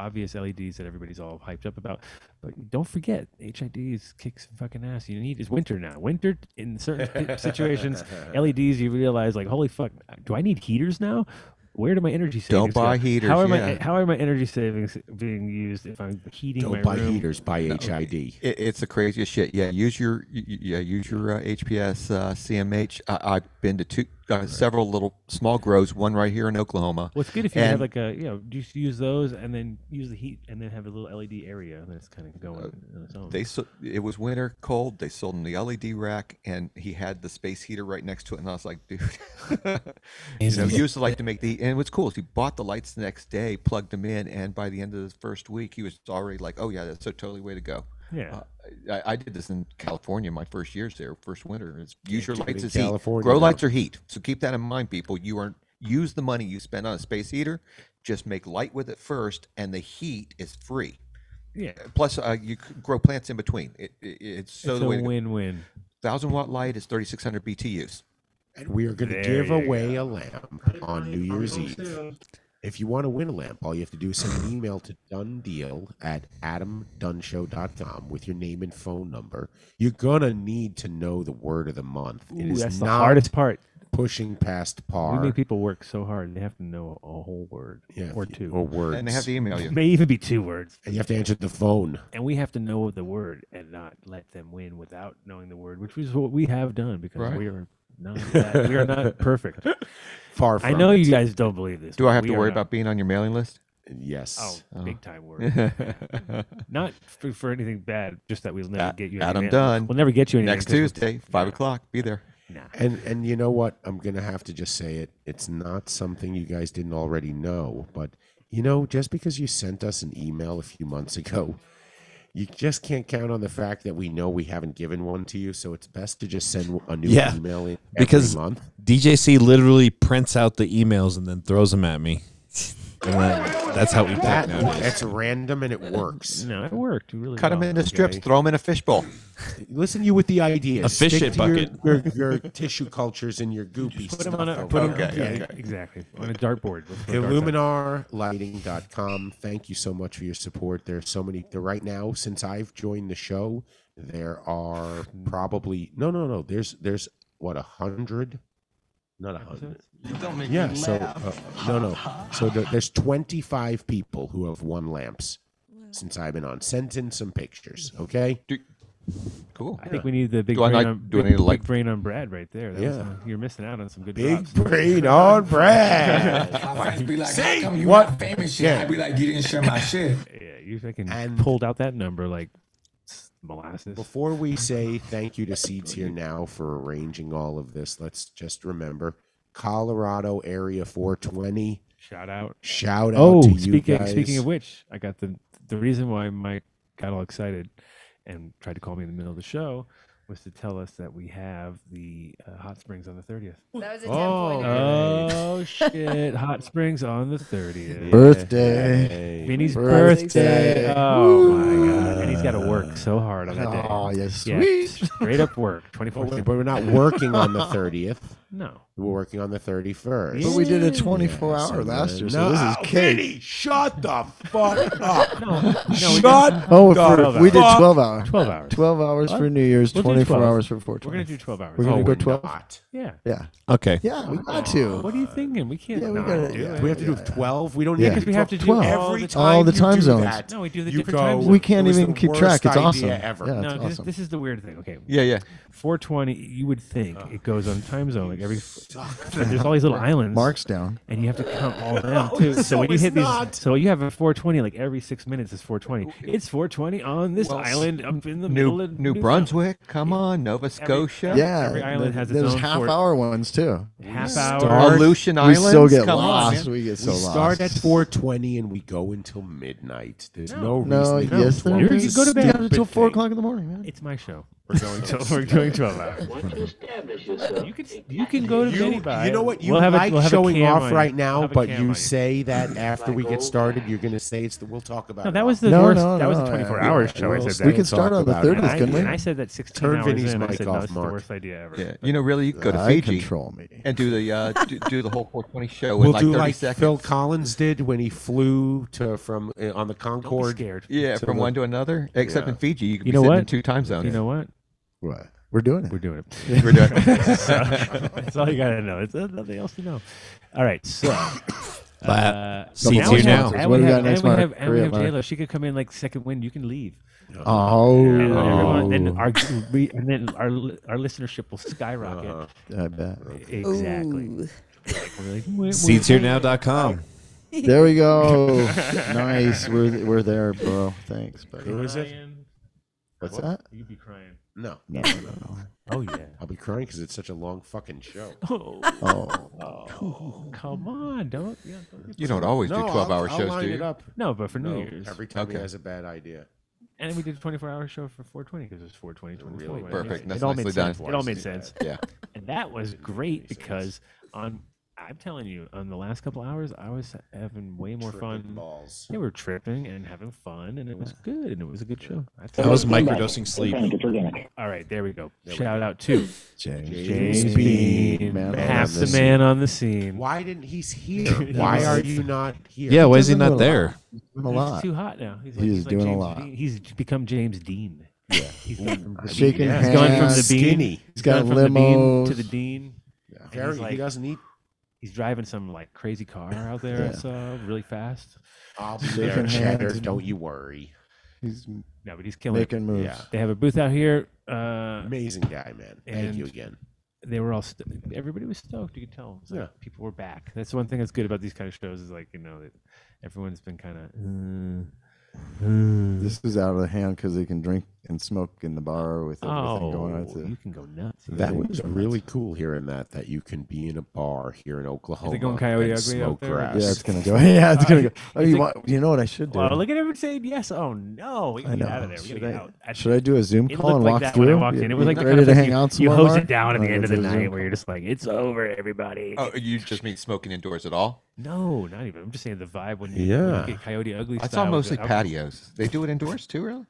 Speaker 4: obvious LEDs that everybody's all hyped up about. But don't forget, HIDs kicks fucking ass. You need it's winter now. Winter in certain t- situations, LEDs. You realize like, holy fuck, do I need heaters now? Where do my energy
Speaker 13: Don't
Speaker 4: savings?
Speaker 13: buy
Speaker 4: go?
Speaker 13: heaters,
Speaker 4: How are my
Speaker 13: yeah.
Speaker 4: how are my energy savings being used if I'm heating my
Speaker 5: Don't buy
Speaker 4: room?
Speaker 5: heaters, buy HID.
Speaker 13: It, it's the craziest shit. Yeah, use your y- y- yeah, use your uh, HPS uh, CMH. I, I've been to two uh, several little small grows, one right here in Oklahoma.
Speaker 4: What's good if you have
Speaker 13: And-
Speaker 4: like a you know just use those and then use the heat and then have a little LED area and then it's kind of going on its own.
Speaker 13: Uh, They so- it was winter, cold. They sold him the LED rack, and he had the space heater right next to it. And I was like, dude, you know,
Speaker 11: Amazing.
Speaker 13: he used to like to make the. And what's cool is he bought the lights the next day, plugged them in, and by the end of the first week, he was already like, oh yeah, that's a totally way to go.
Speaker 4: Yeah.
Speaker 13: Uh, I, I did this in California, my first years there, first winter. Is use your
Speaker 5: keep it
Speaker 13: lights
Speaker 5: in
Speaker 13: as heat.
Speaker 5: California,
Speaker 13: Grow
Speaker 5: though.
Speaker 13: lights are heat, so keep that in mind, people. You are use the money you spend on a space heater, just make light with it first, and the heat is free.
Speaker 4: Yeah.
Speaker 13: Plus, uh, you c- grow plants in between. It, it, it's so
Speaker 4: It's
Speaker 13: the
Speaker 4: a
Speaker 13: way to go.
Speaker 4: win-win.
Speaker 13: Thousand watt light is thirty six hundred BTUs.
Speaker 5: And we are going to
Speaker 13: There
Speaker 5: give
Speaker 13: you
Speaker 5: away a lamp on New Year's Eve. If you want to win a lamp, all you have to do is send an email to dundeal at adamdunshow.com with your name and phone number. You're going to need to know the word of the month. it
Speaker 4: Ooh,
Speaker 5: is
Speaker 4: that's the
Speaker 5: not
Speaker 4: hardest part.
Speaker 5: Pushing past par.
Speaker 4: We make people work so hard and they have to know a whole word
Speaker 5: Yeah,
Speaker 4: or two
Speaker 5: or words.
Speaker 13: And they have to email you.
Speaker 4: May even be two words.
Speaker 5: And you have to answer the phone.
Speaker 4: And we have to know the word and not let them win without knowing the word, which is what we have done because
Speaker 5: Right.
Speaker 4: we are not that, we are not perfect.
Speaker 5: Far
Speaker 4: I
Speaker 5: from
Speaker 4: know
Speaker 5: it.
Speaker 4: you guys don't believe this.
Speaker 13: Do I
Speaker 4: but
Speaker 13: have
Speaker 4: we
Speaker 13: to
Speaker 4: are
Speaker 13: worry
Speaker 4: not-
Speaker 13: about being on your mailing list?
Speaker 5: Yes.
Speaker 4: Oh, big time
Speaker 13: word.
Speaker 4: word. Yeah. not for, for anything bad, just that we'll never get you. any
Speaker 13: Adam
Speaker 4: mail.
Speaker 13: Dunn.
Speaker 4: We'll never get you anything.
Speaker 13: Next
Speaker 4: 'cause we'll-
Speaker 13: Tuesday, five o'clock. Be there.
Speaker 5: And and you know what? I'm gonna have to just say it. It's not something you guys didn't already know, but you know, just because you sent us an email a few months ago, you just can't count on the fact that we know we haven't given one to you. So it's best to just send a new
Speaker 11: Yeah,
Speaker 5: email in every
Speaker 11: because
Speaker 5: month.
Speaker 11: DJC literally prints out the emails and then throws them at me. And that, that's how we pack
Speaker 5: That-
Speaker 11: nowadays.
Speaker 5: that's random and it works.
Speaker 4: No, it worked. You really
Speaker 13: Cut them into strips. Throw them in a fishbowl.
Speaker 5: Listen, you with the idea.
Speaker 13: A fish
Speaker 5: Stick
Speaker 13: shit
Speaker 5: to your-
Speaker 13: bucket.
Speaker 5: Your, your tissue cultures and your goopy
Speaker 4: Put them
Speaker 5: stuff
Speaker 4: on a
Speaker 5: over
Speaker 4: put 'em-
Speaker 5: there.
Speaker 4: yeah, exactly on a dartboard. Let's put a dartboard.
Speaker 5: illuminarlighting.com thank you so much for your support there's so many there right now since i've joined the show there are probably no no no there's there's what a hundred not a hundred
Speaker 6: Don't make
Speaker 5: yeah
Speaker 6: me
Speaker 5: so uh,
Speaker 6: laugh.
Speaker 5: no no so there, there's 25 people who have won lamps since i've been on send in some pictures okay
Speaker 13: cool
Speaker 4: I think we need the big
Speaker 5: Do I
Speaker 4: brain
Speaker 5: like-
Speaker 4: on
Speaker 5: do I
Speaker 4: big,
Speaker 5: need to like-
Speaker 4: big brain on Brad right there. That was,
Speaker 5: Yeah.
Speaker 4: uh, you're missing out on some good
Speaker 5: Big
Speaker 4: drops.
Speaker 5: brain on Brad.
Speaker 12: My friends be like, how come you
Speaker 5: what?
Speaker 12: not famous yet? I
Speaker 5: Yeah.
Speaker 12: be like, you didn't share my shit.
Speaker 4: Yeah, you fucking pulled out that number like s- molasses.
Speaker 5: Before we say thank you to Seeds Here Now for arranging all of this, let's just remember Colorado Area 420.
Speaker 4: Shout out.
Speaker 5: Shout out
Speaker 4: oh,
Speaker 5: to you
Speaker 4: speaking
Speaker 5: guys.
Speaker 4: speaking of which, I got the the reason why Mike got all excited and tried to call me in the middle of the show was to tell us that we have the uh, hot springs on the 30th.
Speaker 8: That was a 10
Speaker 4: oh, oh shit, hot springs on the 30th.
Speaker 14: Birthday.
Speaker 4: Vinny's
Speaker 14: Birthday.
Speaker 4: birthday. Oh
Speaker 14: Woo.
Speaker 4: my god. And he's got to work so hard on that day.
Speaker 14: Oh, yes,
Speaker 4: Yeah,
Speaker 14: sweet.
Speaker 4: straight up work. 24
Speaker 5: But we're not working on the 30th.
Speaker 4: No.
Speaker 5: We're working on the 31st.
Speaker 14: But we did a 24 hour last year, so this is cake.
Speaker 5: Vinny, shut the fuck up.
Speaker 14: Shut Oh, for- the we did fuck 12 hour. 12 hours. 12 hours for New Year's,
Speaker 4: We'll do
Speaker 14: 24
Speaker 4: 12.
Speaker 14: hours for 420.
Speaker 4: We're going to do 12 hours.
Speaker 14: We're gonna
Speaker 4: Oh,
Speaker 14: go
Speaker 4: we're
Speaker 14: 12?
Speaker 4: not. Yeah.
Speaker 14: Yeah.
Speaker 11: Okay.
Speaker 14: Yeah, we got to.
Speaker 4: What are you thinking? We can't
Speaker 14: Yeah, we
Speaker 4: not
Speaker 14: gotta-
Speaker 4: do
Speaker 14: yeah,
Speaker 4: it.
Speaker 5: We have to do 12. We don't
Speaker 14: Yeah.
Speaker 5: need
Speaker 14: Because
Speaker 5: to
Speaker 14: we have
Speaker 5: do
Speaker 14: to
Speaker 5: 12.
Speaker 14: do all
Speaker 5: every
Speaker 14: the
Speaker 5: time.
Speaker 14: all the
Speaker 5: you
Speaker 14: time
Speaker 5: do
Speaker 14: zones.
Speaker 5: that,
Speaker 4: No, we do the
Speaker 5: you
Speaker 4: different
Speaker 5: go,
Speaker 4: time zones.
Speaker 14: We can't
Speaker 5: "It was
Speaker 14: even
Speaker 5: the
Speaker 14: keep track.
Speaker 5: worst
Speaker 14: It's
Speaker 5: idea
Speaker 14: awesome.
Speaker 5: ever.
Speaker 14: Yeah,
Speaker 4: no,
Speaker 14: it's
Speaker 4: this,
Speaker 14: awesome.
Speaker 4: this is the weird thing. Okay.
Speaker 13: Yeah, yeah.
Speaker 4: 420. You would think it goes on time zone like every. but there's all these little islands.
Speaker 14: Mark's down.
Speaker 4: and you have to count all of them
Speaker 14: No,
Speaker 4: too. So
Speaker 14: no,
Speaker 4: when you
Speaker 14: it's
Speaker 4: hit these,
Speaker 14: not.
Speaker 4: so you have a 420 like every six minutes is 420. It's 420 on this
Speaker 13: Well,
Speaker 4: island up in the middle
Speaker 13: New
Speaker 4: of
Speaker 13: New Brunswick. Come on, Nova Scotia.
Speaker 14: yeah,
Speaker 4: every island
Speaker 14: th-
Speaker 4: has its
Speaker 14: there's
Speaker 4: own
Speaker 14: half
Speaker 4: fort.
Speaker 14: hour ones too.
Speaker 4: Half
Speaker 14: We
Speaker 4: hour.
Speaker 14: start-
Speaker 13: Aleutian
Speaker 14: We still
Speaker 13: Islands?
Speaker 14: get
Speaker 13: Come on,
Speaker 14: lost.
Speaker 13: man.
Speaker 14: we get so
Speaker 5: we
Speaker 14: lost.
Speaker 5: start at 4:20 and we go until midnight. There's no,
Speaker 14: No,
Speaker 5: reason. to
Speaker 14: yes,
Speaker 5: go
Speaker 14: there
Speaker 5: twelve.
Speaker 14: is.
Speaker 5: It's a
Speaker 14: You go to bed
Speaker 5: stupid
Speaker 14: until four
Speaker 5: thing.
Speaker 14: o'clock in the morning, man.
Speaker 4: It's my show. We're going to we're doing 12 hours. You can you can go to
Speaker 5: You,
Speaker 4: many bars.
Speaker 5: you know what? You
Speaker 4: We'll have a-
Speaker 5: like
Speaker 4: we'll have a
Speaker 5: showing
Speaker 4: cam
Speaker 5: off
Speaker 4: on you.
Speaker 5: right
Speaker 4: We'll
Speaker 5: now,
Speaker 4: have a
Speaker 5: but
Speaker 4: cam
Speaker 5: you
Speaker 4: on you.
Speaker 5: say that after we get started, you're going to say it's the. We'll talk about.
Speaker 4: No,
Speaker 5: it
Speaker 4: that
Speaker 5: all.
Speaker 4: was the
Speaker 14: No,
Speaker 4: worst.
Speaker 14: no,
Speaker 4: that was
Speaker 14: no,
Speaker 4: the 24
Speaker 14: yeah.
Speaker 4: hours show. I
Speaker 5: We'll
Speaker 4: said
Speaker 5: still
Speaker 4: that.
Speaker 14: We can start on the
Speaker 5: about it.
Speaker 14: 30th,
Speaker 4: I-
Speaker 14: couldn't we?
Speaker 4: and I said that 16
Speaker 5: Turn
Speaker 4: hours
Speaker 5: Vinny's
Speaker 4: in. I
Speaker 5: mic
Speaker 4: said, no,
Speaker 5: off,
Speaker 4: it's the
Speaker 5: Mark.
Speaker 4: worst idea ever.
Speaker 13: Yeah, you know, really, you could go to
Speaker 14: I
Speaker 13: Fiji
Speaker 14: control me.
Speaker 13: and do the uh, do, do the whole 420 show in
Speaker 5: We'll
Speaker 13: like
Speaker 5: do
Speaker 13: 30
Speaker 5: like
Speaker 13: seconds.
Speaker 5: Phil Collins did when he flew to from uh, on the Concorde.
Speaker 4: scared.
Speaker 13: yeah, from one to another. Except
Speaker 5: Yeah.
Speaker 13: in Fiji, you could
Speaker 4: You
Speaker 13: be
Speaker 4: know
Speaker 13: sitting in
Speaker 4: what?
Speaker 13: two time zones.
Speaker 4: You know what?
Speaker 14: What? We're doing it.
Speaker 4: We're doing
Speaker 13: We're doing it.
Speaker 4: so, that's all you gotta know. It's uh, nothing else to know. All right, so
Speaker 11: But
Speaker 4: Uh,
Speaker 11: seats
Speaker 4: now we
Speaker 11: here
Speaker 4: have-
Speaker 11: now.
Speaker 4: And
Speaker 11: What
Speaker 4: we
Speaker 11: do we
Speaker 4: have,
Speaker 11: got next
Speaker 4: and we
Speaker 11: month?
Speaker 4: have, and we
Speaker 11: Korea,
Speaker 4: have
Speaker 11: Larry.
Speaker 4: Jayla. She could come in like second win. You can leave.
Speaker 14: Oh.
Speaker 4: And, everyone, and, our, we- and then our li- our listenership will skyrocket.
Speaker 11: Uh-huh.
Speaker 14: I bet.
Speaker 4: Exactly.
Speaker 8: Ooh.
Speaker 4: Like, we're like, "Wait, wait, wait."
Speaker 11: Seatsherenow.com.
Speaker 14: There we go. nice. We're we're there, bro. Thanks, buddy.
Speaker 11: Who is
Speaker 14: it? What's that?
Speaker 4: You'd be crying.
Speaker 5: No.
Speaker 14: No, no, no.
Speaker 4: Oh yeah.
Speaker 5: I'll be crying because it's such a long fucking show.
Speaker 4: Oh.
Speaker 14: Oh.
Speaker 4: Come on, don't. Yeah, don't get
Speaker 13: You don't always do
Speaker 5: No,
Speaker 13: 12 hour
Speaker 5: I'll
Speaker 13: shows,
Speaker 5: line
Speaker 13: do
Speaker 5: it
Speaker 13: you?
Speaker 5: up.
Speaker 4: No, but for New
Speaker 5: No,
Speaker 4: Year's.
Speaker 5: Every time he
Speaker 13: Okay.
Speaker 5: has a bad idea.
Speaker 4: And we did a 24 hour show for 420 because it was 420, 24.
Speaker 5: Really
Speaker 4: right?
Speaker 13: perfect.
Speaker 4: It
Speaker 13: That's
Speaker 4: all
Speaker 13: nicely
Speaker 4: made
Speaker 13: done.
Speaker 4: sense. It all made sense.
Speaker 13: Yeah.
Speaker 4: And that was great because on, I'm telling you, on the last couple hours, I was having way more fun.
Speaker 5: Balls.
Speaker 4: They were tripping and having fun, and it was good, and it was a good show. I
Speaker 11: That
Speaker 4: thought-
Speaker 11: was microdosing sleep.
Speaker 4: All right, there we go.
Speaker 5: There we
Speaker 4: Shout
Speaker 5: go.
Speaker 4: out to
Speaker 14: James
Speaker 4: James
Speaker 14: Beam,
Speaker 4: Beam,
Speaker 14: man on
Speaker 4: half
Speaker 14: the
Speaker 4: the
Speaker 14: scene.
Speaker 4: man on the scene.
Speaker 5: Why didn't he's here? Why are you not here?
Speaker 11: Yeah, why is he
Speaker 14: Doesn't do
Speaker 11: not
Speaker 14: a
Speaker 11: there?
Speaker 14: lot. Doing a lot.
Speaker 4: He's too hot now. He's,
Speaker 14: He is doing a
Speaker 4: James
Speaker 5: Uh,
Speaker 14: lot.
Speaker 4: Dean. He's become James Dean. Yeah, he's gone from the
Speaker 14: Shaking
Speaker 4: Dean- he's gone from the
Speaker 14: hands,
Speaker 4: bean.
Speaker 14: skinny.
Speaker 4: He's
Speaker 14: He's
Speaker 4: gone
Speaker 14: got
Speaker 4: from the bean to
Speaker 14: limos.
Speaker 4: the dean. and he's
Speaker 5: Very, he
Speaker 4: like-
Speaker 5: doesn't eat.
Speaker 4: He's driving some like crazy car out there. I
Speaker 14: Yeah.
Speaker 4: saw really fast.
Speaker 5: I'll be
Speaker 14: Shaking
Speaker 5: there,
Speaker 14: hands
Speaker 5: Cheddar.
Speaker 14: and-
Speaker 5: Don't you worry.
Speaker 14: He's
Speaker 4: No, but he's killing. it.
Speaker 14: Making moves.
Speaker 4: They have a booth out here. Uh,
Speaker 5: Amazing guy, man. Thank you
Speaker 4: and-
Speaker 5: again.
Speaker 4: they were all st- everybody was stoked. You could tell. It's like
Speaker 5: Yeah.
Speaker 4: people were back. That's one thing that's good about these kind of shows is like you know that everyone's been kind of.
Speaker 14: This is out of hand because they can drink and smoke in the bar with everything going on.
Speaker 4: Oh,
Speaker 14: It's a-
Speaker 4: you can go nuts.
Speaker 5: That was really cool hearing that. That you can be in a bar here in Oklahoma
Speaker 4: going Coyote
Speaker 5: and
Speaker 4: Ugly out
Speaker 5: smoke
Speaker 4: there?
Speaker 5: grass.
Speaker 14: yeah, it's gonna go. Yeah, it's gonna go. Oh,
Speaker 4: It's
Speaker 14: you
Speaker 4: like-
Speaker 14: want? You know what I should do?
Speaker 4: Well, look at everyone saying yes. Oh no, we gotta
Speaker 14: I
Speaker 4: get out of
Speaker 14: know.
Speaker 4: there. We
Speaker 14: Should
Speaker 4: gotta get
Speaker 14: I-
Speaker 4: out. I-
Speaker 14: should I do a Zoom
Speaker 4: it
Speaker 14: call
Speaker 4: looked
Speaker 14: and
Speaker 4: like
Speaker 14: walk
Speaker 4: that
Speaker 14: through?
Speaker 4: When I walked
Speaker 14: Yeah,
Speaker 4: in. It
Speaker 14: you
Speaker 4: was like the
Speaker 14: ready
Speaker 4: kind of
Speaker 14: to
Speaker 4: place
Speaker 14: hang
Speaker 4: you,
Speaker 14: out some
Speaker 4: You
Speaker 14: more,
Speaker 4: hose
Speaker 14: Mark?
Speaker 4: it down at
Speaker 14: Oh,
Speaker 4: the end of the
Speaker 14: there's a
Speaker 4: night
Speaker 14: Zoom
Speaker 4: where you're just like, it's over, everybody.
Speaker 13: Oh, you just mean smoking indoors at all?
Speaker 4: No, not even. I'm just saying the vibe when you, when you
Speaker 5: Yeah.
Speaker 4: get Coyote Ugly.
Speaker 13: I
Speaker 4: style
Speaker 13: saw
Speaker 4: with
Speaker 13: mostly
Speaker 4: the-
Speaker 13: patios. They do it indoors too, really?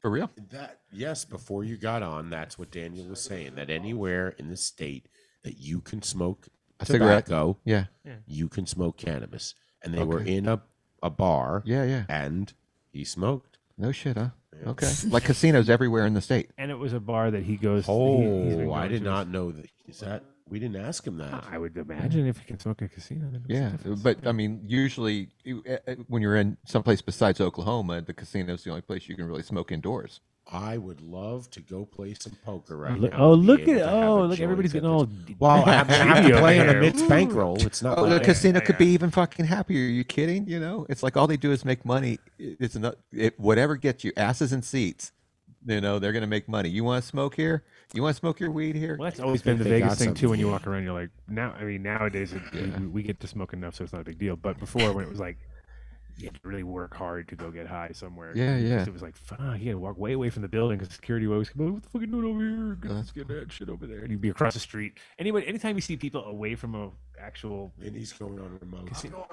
Speaker 13: For real?
Speaker 5: Oh, That yes, before you got on, that's what Daniel was saying. That anywhere in the state that you can smoke
Speaker 13: A cigarette.
Speaker 5: tobacco,
Speaker 13: Yeah.
Speaker 4: Yeah.
Speaker 5: you can smoke cannabis. And they were
Speaker 13: Okay.
Speaker 5: in a, a bar,
Speaker 13: Yeah, yeah.
Speaker 5: and he smoked.
Speaker 13: No shit, huh? Okay. like casinos everywhere in the state.
Speaker 4: And it was a bar that he goes. he- he's been
Speaker 5: Oh, I
Speaker 4: going
Speaker 5: did
Speaker 4: to
Speaker 5: not know that. Is that we didn't ask him that?
Speaker 4: I would imagine if you can smoke at a casino. then what's the
Speaker 13: Yeah,
Speaker 4: difference?
Speaker 13: Uh, but I mean, usually you- eh, eh, when you're in someplace besides Oklahoma, the casino's the only place you can really smoke indoors.
Speaker 5: I would love to go play some poker right
Speaker 4: Look-
Speaker 5: now.
Speaker 4: oh,
Speaker 5: and be
Speaker 4: look
Speaker 5: able
Speaker 4: at-
Speaker 5: to have a
Speaker 4: oh, look,
Speaker 5: joint
Speaker 4: everybody's
Speaker 5: at
Speaker 4: getting
Speaker 5: the-
Speaker 4: all
Speaker 5: Well, I have to
Speaker 4: video
Speaker 5: play on a
Speaker 4: here.
Speaker 5: mid bankroll. It's not
Speaker 13: Oh, the
Speaker 5: like
Speaker 13: casino could be even fucking happier. Are you kidding? You know, it's like all they do is make money. It- It's not it, whatever gets you asses and seats. You know, they're gonna make money. You want to smoke here? You want to smoke your weed here?
Speaker 4: Well, that's always been the
Speaker 5: They got
Speaker 4: Vegas thing
Speaker 5: something.
Speaker 4: too. When you walk around, you're like, now. I mean, nowadays it, we, we get to smoke enough, so it's not a big deal. But before, when it was like, you had to really work hard to go get high somewhere.
Speaker 13: Yeah,
Speaker 4: because
Speaker 13: yeah.
Speaker 4: It was like, fuck, you had to walk way away from the building because security would always come. over, What the fuck are you doing over here? Get,
Speaker 13: that's
Speaker 4: get that shit over there, and you'd be across the street. Anyway, anytime you see people away from a actual
Speaker 5: And he's going on remote.
Speaker 4: casino,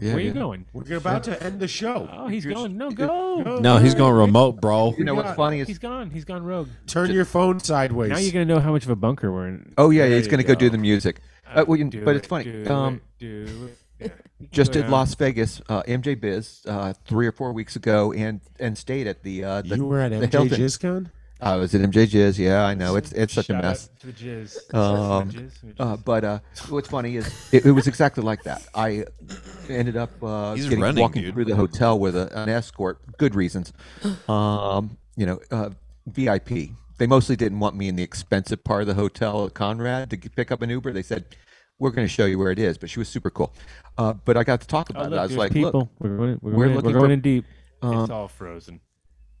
Speaker 13: Yeah,
Speaker 4: where are you
Speaker 13: yeah.
Speaker 4: going?
Speaker 5: We're about to end the show.
Speaker 4: Oh, he's
Speaker 13: You're-
Speaker 4: going. No, go.
Speaker 11: No, he's going remote, bro.
Speaker 13: You know what's funny is
Speaker 4: He's gone. He's gone rogue.
Speaker 5: Turn your phone sideways.
Speaker 4: Now you're gonna know how much of a bunker we're in.
Speaker 13: oh yeah, yeah
Speaker 5: There
Speaker 13: he's
Speaker 5: you
Speaker 13: gonna go. do
Speaker 5: go.
Speaker 13: the music.
Speaker 4: Uh,
Speaker 13: Uh, well, you-
Speaker 4: do
Speaker 13: but it's
Speaker 4: it,
Speaker 13: funny.
Speaker 4: do
Speaker 13: Um,
Speaker 4: it, do it. Yeah. You can
Speaker 13: just
Speaker 4: go
Speaker 13: did
Speaker 4: down.
Speaker 13: Las Vegas, uh, MJ Biz, uh, three or four weeks ago, and and stayed at the uh, the
Speaker 5: You were at
Speaker 13: the
Speaker 5: MJ
Speaker 13: Hilton.
Speaker 5: JizCon?
Speaker 13: I was at MJ Jizz. Yeah, I know. It's it's such a
Speaker 4: Shout out
Speaker 13: mess.
Speaker 4: to the jizz.
Speaker 13: Um,
Speaker 4: Shout out to the jizz, the
Speaker 13: Uh,
Speaker 4: jizz.
Speaker 13: but uh, what's funny is it, it was exactly like that. I ended up uh,
Speaker 11: He's
Speaker 13: getting,
Speaker 11: running,
Speaker 13: walking
Speaker 11: dude.
Speaker 13: through the hotel with a, an escort. Good reasons. Um, you know, uh, VIP. They mostly didn't want me in the expensive part of the hotel at Conrad to g- pick up an Uber. They said, "We're going to show you where it is." But she was super cool. Uh, but I got to talk
Speaker 4: oh,
Speaker 13: about
Speaker 4: look,
Speaker 13: it. I was
Speaker 4: there's
Speaker 13: like,
Speaker 4: people.
Speaker 13: "Look,
Speaker 4: we're going, we're
Speaker 13: we're
Speaker 4: going,
Speaker 13: looking
Speaker 4: we're going
Speaker 13: for-
Speaker 4: in deep.
Speaker 13: um,
Speaker 4: it's all frozen.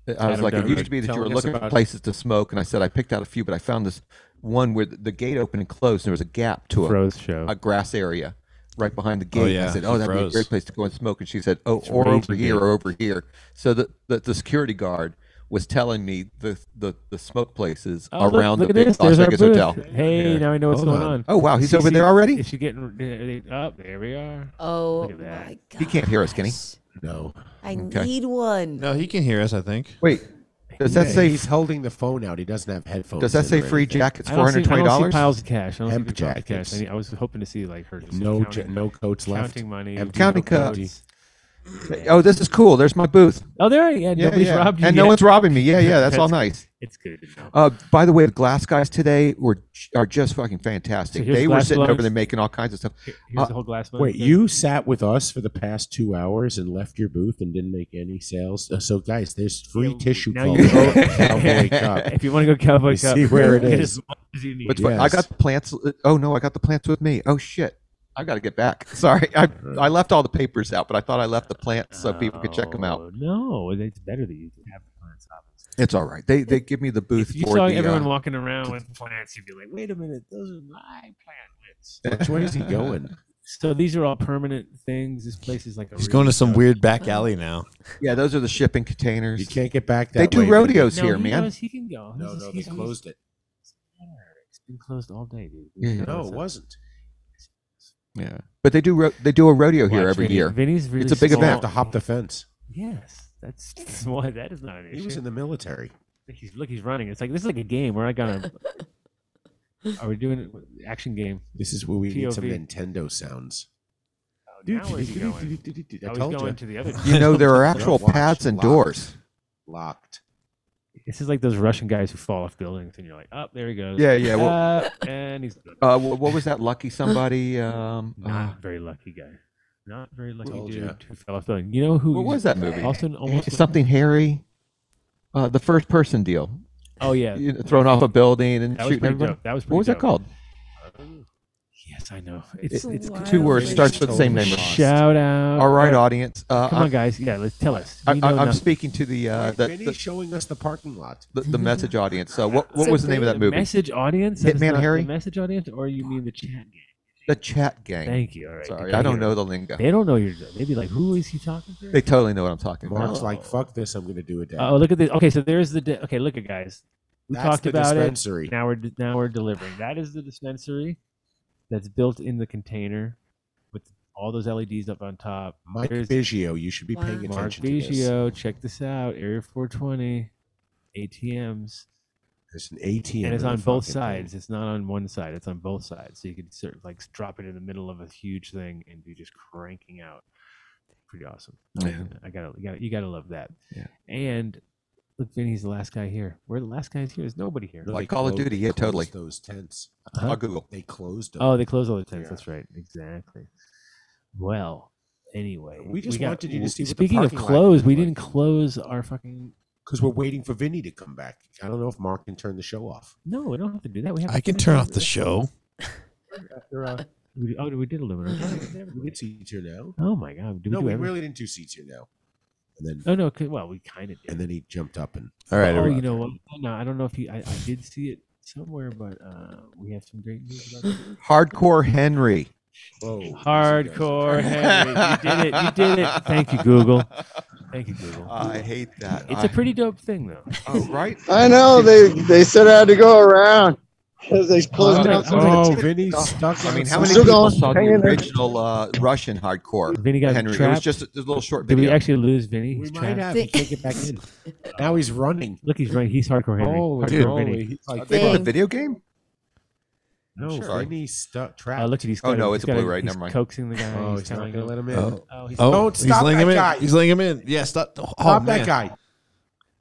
Speaker 13: I was
Speaker 4: Adam
Speaker 13: like, it
Speaker 4: Dunn
Speaker 13: used
Speaker 4: was
Speaker 13: to be that you
Speaker 5: telling
Speaker 13: were
Speaker 5: us
Speaker 13: looking
Speaker 5: about
Speaker 13: for
Speaker 5: it.
Speaker 13: places to smoke, and I said I picked out a few, but I found this one where the, the gate opened and closed, and there was a gap to a,
Speaker 4: Froze show.
Speaker 13: a grass area right behind the gate.
Speaker 11: yeah,
Speaker 13: I said,
Speaker 11: it
Speaker 13: "Oh, that'd be a
Speaker 11: froze.
Speaker 13: great place to go and smoke." And she said, "Oh,
Speaker 4: It's
Speaker 13: or over
Speaker 4: raging
Speaker 13: here,
Speaker 4: gate.
Speaker 13: or over here." So the, the the security guard was telling me the the, the smoke places
Speaker 4: Oh, look-
Speaker 13: around
Speaker 4: look
Speaker 13: the
Speaker 4: at
Speaker 13: big
Speaker 4: this.
Speaker 13: Las
Speaker 4: There's our
Speaker 13: Vegas
Speaker 4: booth.
Speaker 13: hotel.
Speaker 4: Hey, now I know what's
Speaker 5: Hold
Speaker 4: going
Speaker 5: on.
Speaker 4: on.
Speaker 13: Oh wow, he's
Speaker 4: See-
Speaker 13: over
Speaker 4: see-
Speaker 13: there already.
Speaker 4: Is she getting uh, up? there we are.
Speaker 8: Oh
Speaker 4: Look at that.
Speaker 8: my god.
Speaker 13: He can't hear us, can he?
Speaker 5: No.
Speaker 8: I
Speaker 13: Okay.
Speaker 8: need one.
Speaker 11: No, he can hear us. I think.
Speaker 13: Wait, does that
Speaker 5: Yeah,
Speaker 13: say
Speaker 5: He's holding the phone out. He doesn't have headphones.
Speaker 13: does
Speaker 5: in
Speaker 13: that say
Speaker 5: or
Speaker 13: free
Speaker 5: anything.
Speaker 13: jackets
Speaker 4: I
Speaker 13: four
Speaker 4: don't see-
Speaker 13: hundred twenty
Speaker 4: I don't see
Speaker 13: dollars?
Speaker 4: piles of cash. I don't
Speaker 5: Hemp
Speaker 4: see big piles of cash. I,
Speaker 5: jackets.
Speaker 4: need- I was hoping to see like her just
Speaker 5: No,
Speaker 4: counting,
Speaker 5: ja- no coats left.
Speaker 4: counting money,
Speaker 5: Empty
Speaker 13: Counting
Speaker 5: coats.
Speaker 4: coats.
Speaker 13: Oh, this is cool. There's my booth.
Speaker 4: Oh, there. Yeah, nobody's robbed you.
Speaker 13: and
Speaker 4: yet.
Speaker 13: no one's robbing me. Yeah, yeah, that's all nice.
Speaker 4: It's good. to know.
Speaker 13: Uh, by the way, the glass guys today were are just fucking fantastic.
Speaker 4: So here's
Speaker 13: they were
Speaker 4: glass
Speaker 13: sitting over
Speaker 4: lungs.
Speaker 13: there making all kinds of stuff. Uh,
Speaker 4: here's the whole glass bone
Speaker 5: Wait,
Speaker 4: thing.
Speaker 5: you sat with us for the past two hours and left your booth and didn't make any sales. Uh, So, guys, there's free tissue
Speaker 4: now
Speaker 5: now
Speaker 4: you-
Speaker 5: Cowboy Cup.
Speaker 4: If you wanna go Cowboy
Speaker 5: You
Speaker 4: Cup,
Speaker 5: see where it
Speaker 4: get
Speaker 5: is.
Speaker 4: as much as you need.
Speaker 13: What's funny, I
Speaker 4: Yes.
Speaker 13: got the plants. Oh no, I got the plants with me. Oh shit, I got to get back. Sorry, I
Speaker 4: Uh-huh.
Speaker 13: I left all the papers out, but I thought I left the plants so people could check them out.
Speaker 4: Oh, No, it's better that you have plants. Obviously.
Speaker 13: It's all right. They they give me the booth
Speaker 4: If you
Speaker 13: for
Speaker 4: saw
Speaker 13: the,
Speaker 4: everyone
Speaker 13: uh,
Speaker 4: walking around with plants, you'd be like, "Wait a minute, those are my plantlets."
Speaker 5: Which way is he going?
Speaker 4: So these are all permanent things. This place is like a
Speaker 11: He's going to some weird back alley now.
Speaker 13: Yeah, those are the shipping containers. You
Speaker 5: can't get back.
Speaker 13: They
Speaker 11: that
Speaker 13: do
Speaker 11: way,
Speaker 13: rodeos
Speaker 4: No,
Speaker 13: here,
Speaker 4: he
Speaker 13: man.
Speaker 4: knows he can go.
Speaker 5: No,
Speaker 4: He's-
Speaker 5: no,
Speaker 4: he's
Speaker 5: they
Speaker 4: always-
Speaker 5: closed it.
Speaker 4: It's been closed all day, dude.
Speaker 13: Yeah, yeah.
Speaker 5: No, it wasn't.
Speaker 13: Yeah, but they do ro- they do a rodeo here
Speaker 4: Watch
Speaker 13: every
Speaker 4: Vinny.
Speaker 13: year.
Speaker 4: Vinny's really
Speaker 13: it's a big
Speaker 4: small.
Speaker 13: event.
Speaker 5: To hop the fence.
Speaker 4: Yes, that's why that is not an issue.
Speaker 5: He was in the military.
Speaker 4: He's look, he's running. It's like this is like a game. We're not gonna. Are we doing an action game?
Speaker 5: This is where we need some
Speaker 4: POV.
Speaker 5: Nintendo sounds.
Speaker 4: Now where's he going?
Speaker 5: I
Speaker 4: Oh, he's
Speaker 5: told
Speaker 4: going
Speaker 5: ya.
Speaker 4: to the other.
Speaker 13: You know there are
Speaker 4: Watch,
Speaker 13: actual paths and
Speaker 4: lock.
Speaker 13: doors.
Speaker 5: Locked.
Speaker 4: This is like those Russian guys who fall off buildings, and you're like, "Up oh, there he goes."
Speaker 13: Yeah, yeah. Well,
Speaker 4: Uh, and he's
Speaker 13: uh, wh- what was that lucky somebody? Um,
Speaker 4: not very lucky guy. Not very lucky
Speaker 13: Told
Speaker 4: dude
Speaker 13: ya.
Speaker 4: who fell off building. You know who?
Speaker 13: What was that movie?
Speaker 4: Austin almost
Speaker 13: something hairy. Uh, the first person deal.
Speaker 4: Oh, yeah.
Speaker 13: You know, thrown off a building and
Speaker 4: That was
Speaker 13: shooting
Speaker 4: pretty
Speaker 13: everybody.
Speaker 4: dope. That was
Speaker 13: what was
Speaker 4: pretty
Speaker 13: that called?
Speaker 4: Yes, I know.
Speaker 13: It's,
Speaker 4: It's, it's
Speaker 13: two words. Starts with the same name.
Speaker 4: Shout out!
Speaker 13: All right, audience. Uh,
Speaker 4: Come on,
Speaker 13: I'm-
Speaker 4: guys. Yeah, let's tell us.
Speaker 13: I,
Speaker 4: We know
Speaker 13: I, I'm
Speaker 4: nothing.
Speaker 13: speaking to the uh, the,
Speaker 5: Vinny's
Speaker 13: the,
Speaker 5: showing us the parking lot.
Speaker 13: the the message audience. So what what was the name of that movie?
Speaker 4: Message audience. That is
Speaker 13: Hitman
Speaker 4: not
Speaker 13: Harry.
Speaker 4: The message audience, or you mean the chat game?
Speaker 13: The chat gang.
Speaker 4: Thank you. All right.
Speaker 13: Sorry,
Speaker 4: Did
Speaker 13: I don't
Speaker 4: hear
Speaker 13: know
Speaker 4: it.
Speaker 13: the lingo.
Speaker 4: They don't know your. They'd be like, "Who is he talking to?"
Speaker 13: They totally know what I'm talking about.
Speaker 5: Mark's like, fuck this, I'm going to do it.
Speaker 4: Oh, look at this. Okay, so there's the. De- okay, look at guys. We
Speaker 5: That's
Speaker 4: talked
Speaker 5: the
Speaker 4: about
Speaker 5: dispensary.
Speaker 4: it. Now we're de- now we're delivering. That is the dispensary that's built in the container with all those LEDs up on top.
Speaker 5: Mike
Speaker 4: There's-
Speaker 5: Biggio, you should be paying
Speaker 4: Mark
Speaker 5: attention to this.
Speaker 4: Biggio, check this out. Area 420, ATMs.
Speaker 5: There's an ATM.
Speaker 4: and it's
Speaker 5: in the
Speaker 4: on both
Speaker 5: fucking thing.
Speaker 4: sides. It's not on one side. It's on both sides. So you could sort of like drop it in the middle of a huge thing and be just cranking out. Pretty awesome. I-
Speaker 13: Yeah.
Speaker 4: I gotta, you gotta, you gotta love that.
Speaker 13: Yeah.
Speaker 4: And look, Vinny's the last guy here. We're the last guys here. There's nobody here.
Speaker 5: No,
Speaker 13: Like
Speaker 5: they
Speaker 13: Call of
Speaker 5: closed-
Speaker 13: Duty,
Speaker 5: they
Speaker 13: yeah, totally. Uh-huh.
Speaker 5: closed Those tents.
Speaker 4: Huh?
Speaker 13: I'll Google.
Speaker 5: They closed them.
Speaker 4: Oh, they closed all the tents.
Speaker 5: Yeah.
Speaker 4: That's right. Exactly. Well, anyway,
Speaker 5: We just wanted you to
Speaker 4: w-
Speaker 5: see what the
Speaker 4: Speaking of
Speaker 5: parking lot
Speaker 4: close,
Speaker 5: looked
Speaker 4: we
Speaker 5: like.
Speaker 4: didn't close our fucking.
Speaker 5: Because we're waiting for Vinny to come back. I don't know if Mark can turn the show off.
Speaker 4: No, we don't have to do that. We have.
Speaker 11: I
Speaker 4: to
Speaker 11: can
Speaker 4: finish
Speaker 11: turn
Speaker 4: our-
Speaker 11: off the show.
Speaker 4: after, uh, we- Oh, we did a little bit.
Speaker 5: We did seats here now.
Speaker 4: Oh my god! Do we
Speaker 5: no,
Speaker 4: do
Speaker 5: we
Speaker 4: everything?
Speaker 5: really didn't do seats here now. And then
Speaker 4: Oh no! 'cause- Well, we kind of did.
Speaker 5: and then he jumped up and
Speaker 11: All right,
Speaker 4: oh,
Speaker 11: everybody.
Speaker 4: you know what? No, I don't know if you. I, I did see it somewhere, but uh, we have some great news about it.
Speaker 13: Hardcore Henry.
Speaker 5: whoa.
Speaker 4: Hardcore Henry, you did it! You did it! Thank you, Google. Thank you, Google.
Speaker 13: Oh, I hate that.
Speaker 4: it's
Speaker 13: I-
Speaker 4: a pretty dope thing, though.
Speaker 13: Oh, right.
Speaker 7: I know they they said I had to go around because they closed down so many.
Speaker 5: Oh, Vinny's stuck.
Speaker 13: I mean,
Speaker 5: outside.
Speaker 13: how
Speaker 7: I'm
Speaker 13: many
Speaker 7: still
Speaker 13: people
Speaker 7: going,
Speaker 13: saw the
Speaker 7: hanging in.
Speaker 13: original uh, Russian hardcore?
Speaker 4: Vinny got
Speaker 13: Henry. It was
Speaker 4: trapped.
Speaker 13: just a, a little short
Speaker 4: Did we
Speaker 13: video.
Speaker 4: actually lose Vinny?
Speaker 5: We
Speaker 4: He's
Speaker 5: might
Speaker 4: trapped.
Speaker 5: have. He can't get back in. Now Oh, he's running.
Speaker 4: Look, he's right. He's hardcore Henry.
Speaker 5: Holy
Speaker 4: hardcore
Speaker 5: moly.
Speaker 4: Vinny.
Speaker 5: He's
Speaker 13: Uh,
Speaker 5: like,
Speaker 13: they bought a
Speaker 7: Dang.
Speaker 13: video game?
Speaker 5: no,
Speaker 13: Sorry.
Speaker 5: Vinny's stuck, trapped.
Speaker 4: Uh, look at he's.
Speaker 13: Oh,
Speaker 4: got
Speaker 13: no,
Speaker 4: he's
Speaker 13: it's a
Speaker 4: got
Speaker 13: blue, right?
Speaker 4: He's
Speaker 13: Never mind.
Speaker 4: coaxing the guy.
Speaker 5: oh, he's not
Speaker 4: telling
Speaker 5: going to
Speaker 4: him-
Speaker 5: let him in.
Speaker 11: Oh,
Speaker 4: Oh, he's.
Speaker 11: oh,
Speaker 5: Don't
Speaker 11: he's
Speaker 5: stop
Speaker 11: letting
Speaker 5: that
Speaker 11: him in.
Speaker 5: guy.
Speaker 11: He's letting him in. Yeah, stop. Oh,
Speaker 5: Stop
Speaker 11: man.
Speaker 5: that guy.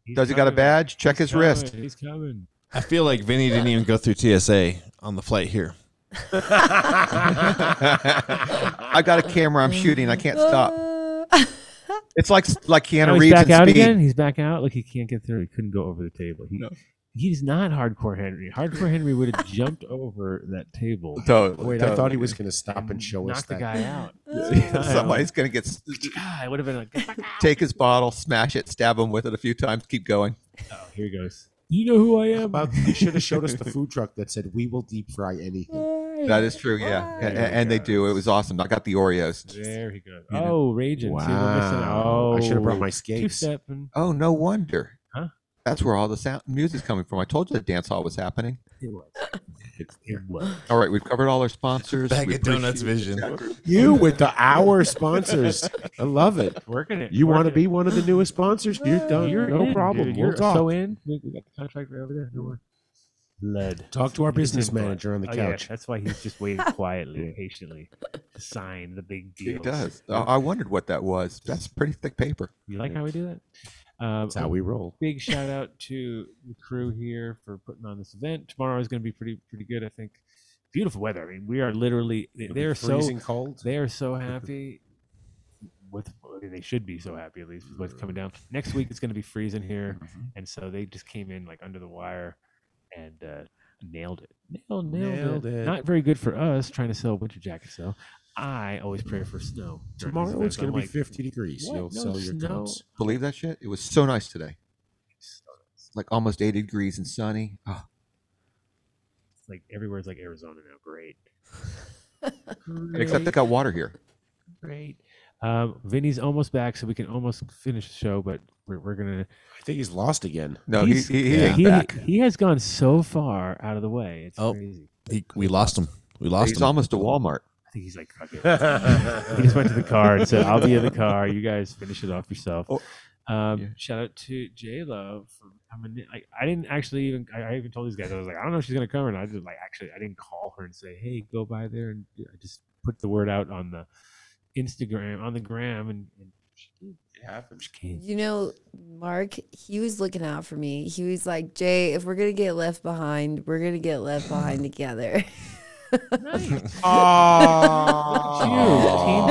Speaker 4: he's
Speaker 13: Does he got a
Speaker 4: coming.
Speaker 13: badge? Check
Speaker 4: He's
Speaker 13: his wrist.
Speaker 4: coming. He's coming.
Speaker 11: I feel like Vinny didn't even go through TSA on the flight here.
Speaker 13: I got a camera. I'm shooting. I can't stop.
Speaker 8: Uh,
Speaker 13: It's like like
Speaker 4: Now
Speaker 13: Keanu
Speaker 4: he's
Speaker 13: Reeves
Speaker 4: back
Speaker 13: and
Speaker 4: out
Speaker 13: Speed.
Speaker 4: again. He's back out. Look, he can't get through. He couldn't go over the table. He, He's not hardcore Henry. Hardcore Henry would have jumped over that table.
Speaker 13: Totally,
Speaker 5: Wait, I
Speaker 13: totally.
Speaker 5: thought he was going to stop and show us
Speaker 4: Knock the
Speaker 5: that.
Speaker 4: guy out.
Speaker 13: Somebody's gonna get s-
Speaker 4: God, it would have been like,
Speaker 13: take his bottle, smash it, stab him with it a few times, keep going.
Speaker 4: oh, here he goes. You know who I am.
Speaker 5: About, they should have showed us the food truck that said, "We will deep fry anything."
Speaker 13: That is true, yeah. A- a- And, they do. It was awesome. I got the Oreos.
Speaker 4: There he goes.
Speaker 13: You know.
Speaker 4: Oh, raging. See, we're missing out.
Speaker 5: Wow. I should have brought my
Speaker 4: Oh,
Speaker 5: skates.
Speaker 4: two-stepping.
Speaker 13: Oh, no wonder.
Speaker 4: Huh?
Speaker 13: That's where all the sound music's coming from. I told you the dance hall was happening.
Speaker 4: It was. It was.
Speaker 13: All right, we've covered all our sponsors.
Speaker 11: Bag
Speaker 13: We
Speaker 11: of donuts
Speaker 13: appreciate-
Speaker 11: vision.
Speaker 5: You with the hour sponsors, I love it.
Speaker 4: Working it.
Speaker 5: You want to
Speaker 4: working
Speaker 5: be one of the newest sponsors? You're
Speaker 4: it.
Speaker 5: done.
Speaker 4: You're
Speaker 5: no
Speaker 4: in,
Speaker 5: problem.
Speaker 4: dude.
Speaker 5: We'll
Speaker 4: You're
Speaker 5: talk.
Speaker 4: so in. We, we got the contract right over there. Don't worry. Lead.
Speaker 5: Talk to our
Speaker 4: He's in
Speaker 5: business
Speaker 4: for it.
Speaker 5: manager on the
Speaker 4: Oh, yeah,
Speaker 5: couch.
Speaker 4: that's why he's just waiting quietly, patiently to sign the big deal.
Speaker 13: Uh, He does. I I wondered what that was. That's pretty thick paper.
Speaker 4: You like how we do that? Um,
Speaker 5: That's how we roll.
Speaker 4: Big shout out to the crew here for putting on this event. Tomorrow is going to be pretty pretty good, I think. Beautiful weather. I mean, we are literally they-
Speaker 5: It'll be
Speaker 4: they're so
Speaker 5: freezing cold.
Speaker 4: They are so happy with they should be so happy at least with what's coming down. Next week it's going to be freezing here,
Speaker 5: Mm-hmm.
Speaker 4: and so they just came in like under the wire and uh, nailed it. Nailed, nailed,
Speaker 5: Nailed
Speaker 4: it.
Speaker 5: it.
Speaker 4: Not very good for us trying to sell winter jackets though. I always pray for snow. during
Speaker 13: Oh,
Speaker 5: Tomorrow
Speaker 4: these
Speaker 5: it's
Speaker 4: events.
Speaker 5: going
Speaker 4: I'm
Speaker 5: to be
Speaker 4: like,
Speaker 5: 50 degrees.
Speaker 4: "What?
Speaker 5: You'll
Speaker 4: No
Speaker 5: sell your
Speaker 4: snow?"
Speaker 5: cups.
Speaker 13: Believe that shit? It was so nice today. Like almost 80 degrees and sunny. Oh,
Speaker 4: It's like everywhere's like Arizona now. Great.
Speaker 13: except they got water here.
Speaker 4: Great. Um, Vinny's almost back, so we can almost finish the show, but we're, we're gonna.
Speaker 5: I think he's lost again.
Speaker 13: No, he- he- he ain't
Speaker 4: he,
Speaker 13: back.
Speaker 4: he has gone so far out of the way. It's
Speaker 11: Oh,
Speaker 4: crazy.
Speaker 11: he, we lost him. We lost
Speaker 13: He's
Speaker 11: him.
Speaker 13: almost a Walmart.
Speaker 4: I think he's like, fuck it. he just went to the car and said, "I'll be in the car. You guys finish it off yourself."
Speaker 13: Oh.
Speaker 4: um, Shout out to J Lo for coming. In. I, I didn't actually even. I, I even told these guys I was like, I don't know if she's gonna come or not. I just like actually, I didn't call her and say, "Hey, go by there," and I just put the word out on the Instagram on the gram, and, and
Speaker 5: It happens.
Speaker 8: You know, Mark, he was looking out for me. He was like, Jay, if we're going to get left behind, we're going to get left behind together.
Speaker 4: Team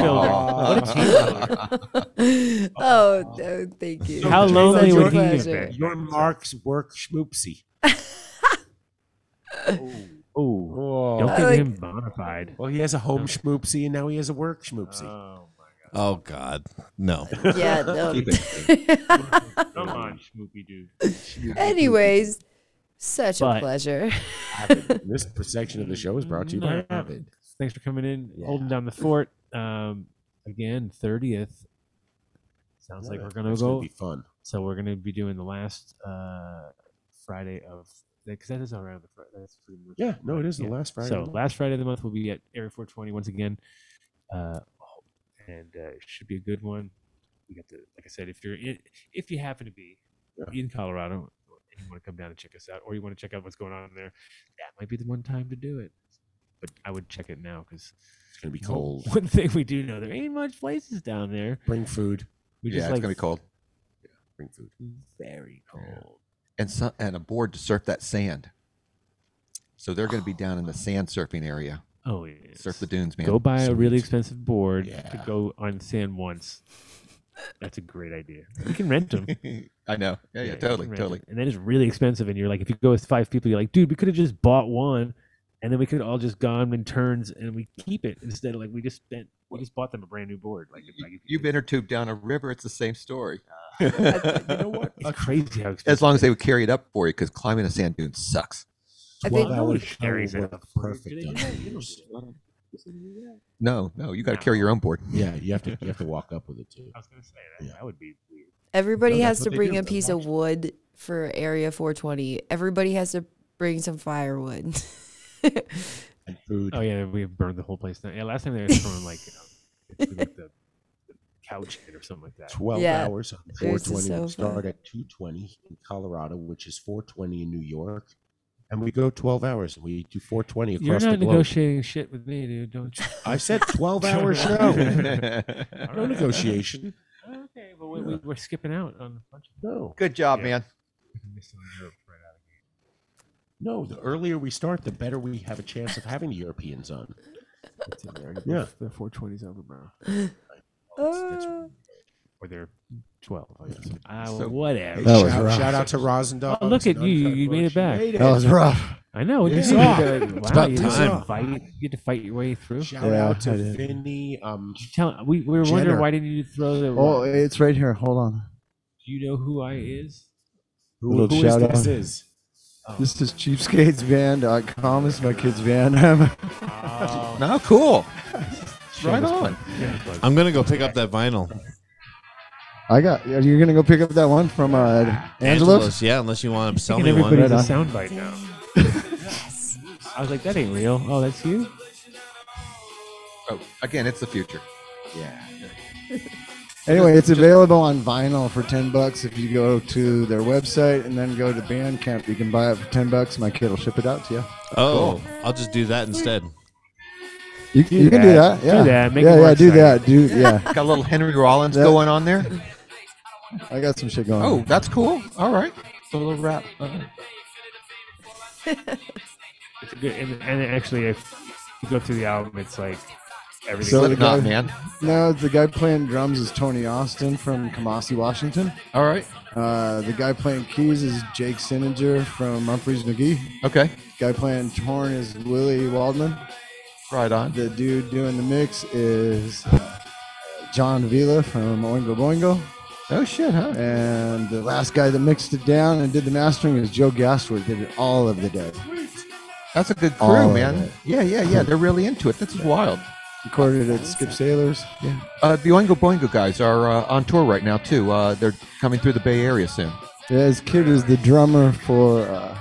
Speaker 4: builder. What a team
Speaker 8: builder. oh, no, thank you.
Speaker 5: So,
Speaker 4: How
Speaker 5: J-Lo,
Speaker 4: lonely
Speaker 5: you're-
Speaker 4: would he have been?
Speaker 5: You're Mark's work schmoopsie.
Speaker 4: Oh,
Speaker 5: Whoa.
Speaker 4: don't get him modified.
Speaker 5: Well, he has a home schmoopsie and now he has a work schmoopsie. Oh,
Speaker 11: Oh God, no.
Speaker 8: Yeah, no.
Speaker 5: Keep
Speaker 4: Come on, Schmoopy dude.
Speaker 8: Anyways, such a
Speaker 4: But-
Speaker 8: pleasure.
Speaker 5: this section of the show is brought to you by Avid.
Speaker 4: Mm-hmm. Thanks for coming in, holding down the fort. Um, again, thirtieth. Sounds like
Speaker 5: Yeah,
Speaker 4: we're gonna
Speaker 5: that's
Speaker 4: go.
Speaker 5: gonna be fun.
Speaker 4: So we're gonna be doing the last uh, Friday of because that is around the Fri- that's pretty much
Speaker 5: Yeah, no, it is the last Friday of
Speaker 4: So
Speaker 5: the month.
Speaker 4: last Friday of the month we'll be at Area 420 once again, uh, and uh, it should be a good one. We got the like I said, if you're in, if you happen to be in Colorado and you want to come down and check us out, or you want to check out what's going on there, that might be the one time to do it. But I would check it now because
Speaker 5: It's gonna be cold.
Speaker 4: One thing we do know there ain't much places down there.
Speaker 5: Bring food.
Speaker 4: We
Speaker 13: Yeah,
Speaker 4: just
Speaker 13: it's
Speaker 4: like
Speaker 13: gonna be cold.
Speaker 5: Bring food.
Speaker 4: Very cold.
Speaker 13: And, so, and a board to surf that sand. So they're going to be down in the sand surfing area.
Speaker 4: Oh, yeah.
Speaker 13: Surf the dunes, man.
Speaker 4: Go buy a really expensive board to go on sand once. That's a great idea. You can rent them.
Speaker 13: I know. Yeah, yeah,
Speaker 4: you
Speaker 13: totally,
Speaker 4: can rent
Speaker 13: totally.
Speaker 4: 'em. And then it's really expensive, and you're like, if you go with five people, you're like, dude, we could have just bought one, and then we could all just gone in turns, and we keep it instead of like we just spent, we just bought them a brand new board. Like, like
Speaker 13: You've intertubed down a river. It's the same story.
Speaker 4: Uh, you know what? It's crazy how expensive.
Speaker 13: As long as they would carry it up for you, because climbing a sand dune sucks.
Speaker 8: I
Speaker 5: Well,
Speaker 8: think
Speaker 5: that would
Speaker 4: carries it up.
Speaker 5: perfect. on it.
Speaker 13: No, no, you got to carry your own board.
Speaker 5: Yeah, you have to you have to walk up with it too.
Speaker 4: I was gonna say that, that would be weird.
Speaker 8: Everybody
Speaker 5: No, that's
Speaker 8: has
Speaker 5: what
Speaker 8: to
Speaker 5: they
Speaker 8: bring
Speaker 5: do.
Speaker 8: a piece of wood for Area 420. Everybody has to bring some firewood.
Speaker 5: Food.
Speaker 4: Oh yeah, we burned the whole place down. Yeah, last time they were throwing like, you know, through, like the, the couch in or something like that.
Speaker 5: Twelve hours on
Speaker 4: It
Speaker 5: four
Speaker 4: was
Speaker 5: twenty.
Speaker 4: so
Speaker 5: We start
Speaker 4: fun.
Speaker 5: at two twenty in Colorado, which is four twenty in New York. And we go twelve hours. We do four twenty across
Speaker 4: You're
Speaker 5: the
Speaker 4: not
Speaker 5: globe.
Speaker 4: negotiating shit with me, dude. Don't you?
Speaker 5: I said 12 hour show.
Speaker 4: All
Speaker 5: No negotiation.
Speaker 4: Okay, but we, we, we're skipping out on a bunch of
Speaker 5: No.
Speaker 13: Good job, man.
Speaker 5: No, the earlier we start, the better we have a chance of having the Europeans on. Yeah.
Speaker 4: The 420s over, bro. Or they're 12. I guess. Ah,
Speaker 5: So-
Speaker 4: well, whatever.
Speaker 5: That was Shout- rough. shout out to Rosendahl.
Speaker 4: Oh, look at you. You made it back.
Speaker 5: Made it. That was rough.
Speaker 4: I know. What
Speaker 5: Yeah.
Speaker 4: did you do?
Speaker 5: Yeah.
Speaker 4: Wow,
Speaker 5: It's about
Speaker 4: you, had to
Speaker 5: time.
Speaker 4: Fight, you had to fight your way through.
Speaker 5: Shout out to Vinny. Um,
Speaker 4: Tell, we, we were wondering
Speaker 5: Jenner.
Speaker 4: why didn't you throw the.
Speaker 14: Oh, it's right here. Hold on.
Speaker 4: Do you know who I is?
Speaker 5: Who,
Speaker 14: Little
Speaker 5: who is
Speaker 14: shout
Speaker 5: this
Speaker 14: out.
Speaker 5: is?
Speaker 4: Oh.
Speaker 14: This is cheapskatesvan.com. This is my kid's van. oh,
Speaker 13: no, cool.
Speaker 11: Right
Speaker 13: on.
Speaker 11: I'm gonna go pick up that vinyl.
Speaker 14: I got. Are you gonna go pick up that one from uh, Angelos?
Speaker 11: yeah. Unless you want to sell
Speaker 14: Taking
Speaker 11: me one.
Speaker 14: everybody's
Speaker 4: a soundbite now. I was like, that ain't real. Oh, that's you?
Speaker 13: Oh, again, it's the future.
Speaker 5: Yeah.
Speaker 14: Anyway, it's available on vinyl for ten bucks if you go to their website and then go to Bandcamp. You can buy it for ten bucks. My kid will ship it out to you.
Speaker 11: Oh, I'll just do that instead.
Speaker 14: You,
Speaker 11: Do
Speaker 14: you can do
Speaker 11: that.
Speaker 14: that.
Speaker 11: Do
Speaker 14: Yeah.
Speaker 11: that. Make it
Speaker 14: yeah,
Speaker 11: more
Speaker 14: yeah. Do
Speaker 11: exciting.
Speaker 14: that. Do yeah.
Speaker 13: Got a little Henry Rollins
Speaker 14: That-
Speaker 13: going on there.
Speaker 14: I got some shit going
Speaker 13: Oh,
Speaker 14: on.
Speaker 13: that's cool. All right. Solo rap. Uh,
Speaker 4: It's good. And, and actually, if you go through the album, it's like everything.
Speaker 14: So the guy, No, the guy playing drums is Tony Austin from Kamasi, Washington.
Speaker 13: All right.
Speaker 14: Uh, the guy playing keys is Jake Sininger from Humphreys McGee.
Speaker 13: Okay.
Speaker 14: Guy playing horn is Willie Waldman.
Speaker 13: Right on.
Speaker 14: The dude doing the mix is uh, John Vila from Oingo Boingo.
Speaker 13: Oh shit, huh?
Speaker 14: And the last guy that mixed it down and did the mastering is Joe Gasworth. Did it all of the day.
Speaker 13: That's a good crew,
Speaker 14: All of
Speaker 13: man.
Speaker 14: it.
Speaker 13: Yeah, yeah, yeah. They're really into it. That's wild.
Speaker 14: Recorded at Skip Sailors.
Speaker 13: Yeah. Uh, the Oingo Boingo guys are uh, on tour right now too. Uh, they're coming through the Bay Area soon.
Speaker 14: Yeah, his kid is the drummer for. Uh,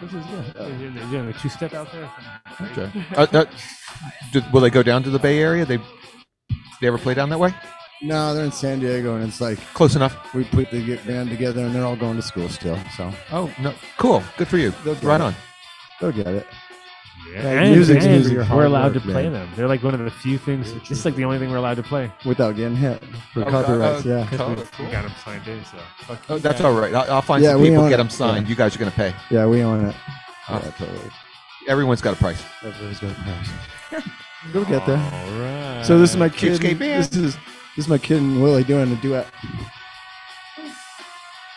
Speaker 4: This is good. They're doing- they're doing a two step out there.
Speaker 13: Okay. Uh, uh, do, will they go down to the Bay Area? They they ever play down that way?
Speaker 14: no, they're in San Diego, and it's like
Speaker 13: close enough.
Speaker 14: We put the get- band together, and they're all going to school still. So
Speaker 13: Oh no, cool. Good for you.
Speaker 14: They'll get
Speaker 13: Right
Speaker 14: it.
Speaker 13: on.
Speaker 14: They'll get it. Like,
Speaker 4: and,
Speaker 14: music's
Speaker 4: and
Speaker 14: music,
Speaker 4: we're
Speaker 14: hard
Speaker 4: allowed
Speaker 14: work,
Speaker 4: to play
Speaker 14: man.
Speaker 4: them. They're like one of the few things. It's like the only thing we're allowed to play.
Speaker 14: without getting hit for copyrights.
Speaker 5: Uh,
Speaker 14: yeah,
Speaker 4: Because we, we got them signed in, so. fuck
Speaker 13: Oh,
Speaker 4: you
Speaker 13: that's
Speaker 4: guys.
Speaker 13: all right. I'll, I'll find
Speaker 14: Yeah,
Speaker 13: some
Speaker 14: we
Speaker 13: people,
Speaker 14: own
Speaker 13: get
Speaker 14: it.
Speaker 13: them signed.
Speaker 14: Yeah.
Speaker 13: You guys are gonna pay.
Speaker 14: yeah, we own it.
Speaker 13: Uh,
Speaker 14: Yeah, totally.
Speaker 13: Everyone's got a price.
Speaker 14: Everyone's got a price. We'll get there.
Speaker 13: All right.
Speaker 14: So this is my kid.
Speaker 13: Cheapskate
Speaker 14: and-
Speaker 13: band.
Speaker 14: This is this is my kid and Willie doing a duet.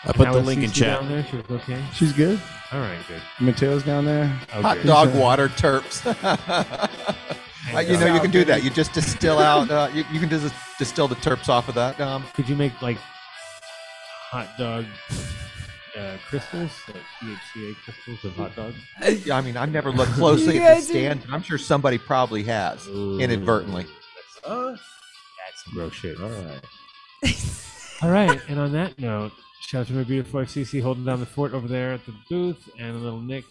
Speaker 11: I put
Speaker 4: Now
Speaker 11: the
Speaker 4: is
Speaker 11: link in
Speaker 4: Cece
Speaker 11: chat.
Speaker 4: down there? She was okay.
Speaker 14: She's good.
Speaker 4: All right, good.
Speaker 14: Mateo's down there.
Speaker 13: Hot
Speaker 14: He's,
Speaker 13: dog
Speaker 14: uh,
Speaker 13: water terps. Uh, you know you can do that. You just distill out. Uh, you, you can just distill the terps off of that. Um,
Speaker 4: Could you make like hot dog uh, crystals, like E THCA crystals of hot dogs?
Speaker 13: Yeah, I mean, I've never looked closely
Speaker 4: You
Speaker 13: at the
Speaker 4: guys are-
Speaker 13: stand. but I'm sure somebody probably has inadvertently.
Speaker 5: uh,
Speaker 4: That's gross shit. All right. All right. And on that note, shout out to my beautiful wife Cece holding down the fort over there at the booth, and a little Nick,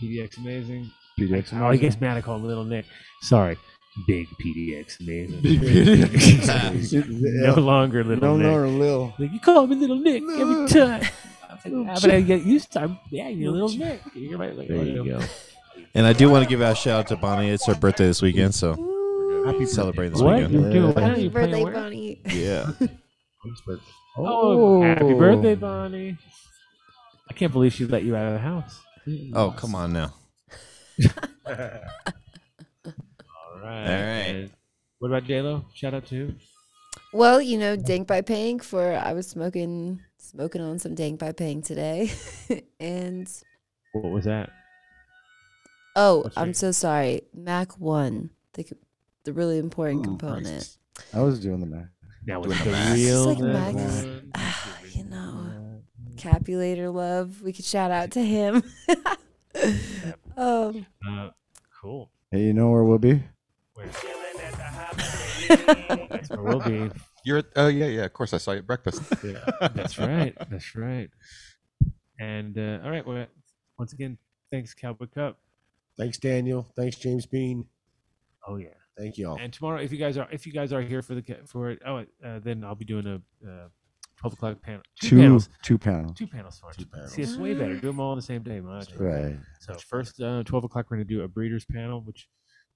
Speaker 4: PDX amazing.
Speaker 14: PDX
Speaker 4: Oh, I guess Matt I call him little Nick. Sorry, big PDX amazing.
Speaker 14: Big PDX.
Speaker 4: no
Speaker 14: uh,
Speaker 4: longer
Speaker 14: No,
Speaker 4: little Nick.
Speaker 14: no, Lil.
Speaker 4: Like, you call me little Nick every time. How about I get used to? I'm, yeah, you're little Nick. You're my, like,
Speaker 11: There you
Speaker 4: little-
Speaker 11: go. And I do want to give a shout out to Bonnie. It's her birthday this weekend, so happy celebrating this
Speaker 4: What?
Speaker 11: weekend.
Speaker 4: You're doing-
Speaker 8: Happy
Speaker 4: you playing
Speaker 8: birthday,
Speaker 4: where?
Speaker 8: Bonnie.
Speaker 11: Yeah.
Speaker 4: Oh, happy
Speaker 11: Oh.
Speaker 4: birthday, Bonnie. I can't believe she let you out of the house.
Speaker 11: Oh, come on now.
Speaker 4: All
Speaker 11: All
Speaker 4: right.
Speaker 11: right.
Speaker 4: What about J Lo? Shout out to who?
Speaker 8: Well, you know, Dank by Pang for I was smoking smoking on some Dank by Pang today. and
Speaker 4: What was that?
Speaker 8: oh, I'm so sorry. Mac 1, the c- the really important component.
Speaker 14: I was doing the math.
Speaker 4: Now
Speaker 14: Doing
Speaker 4: it's the
Speaker 14: the math.
Speaker 4: real.
Speaker 8: It's like
Speaker 4: Mac
Speaker 8: Mac's,
Speaker 4: one.
Speaker 8: ah, you know, Capulator love. We could shout out to him. um,
Speaker 4: Uh, cool.
Speaker 14: Hey, you know where we'll be?
Speaker 4: That's where we'll be.
Speaker 13: You're at, oh yeah yeah of course I saw you at breakfast.
Speaker 4: That's right. That's right. And uh, all right. Well, once again, thanks, Cowboy Cup.
Speaker 5: Thanks, Daniel. Thanks, James Bean.
Speaker 4: Oh yeah.
Speaker 5: Thank you all.
Speaker 4: And tomorrow, if you guys are if you guys are here for the ca- for it, oh, uh, then I'll be doing a uh, twelve o'clock panel. Two,
Speaker 14: Two-
Speaker 4: panels.
Speaker 14: two panels.
Speaker 4: Two panels for it.
Speaker 5: Two panels.
Speaker 4: See, it's way better. Do them all on the same day, much.
Speaker 14: Right.
Speaker 4: So first, uh, twelve o'clock, we're gonna do a breeders panel, which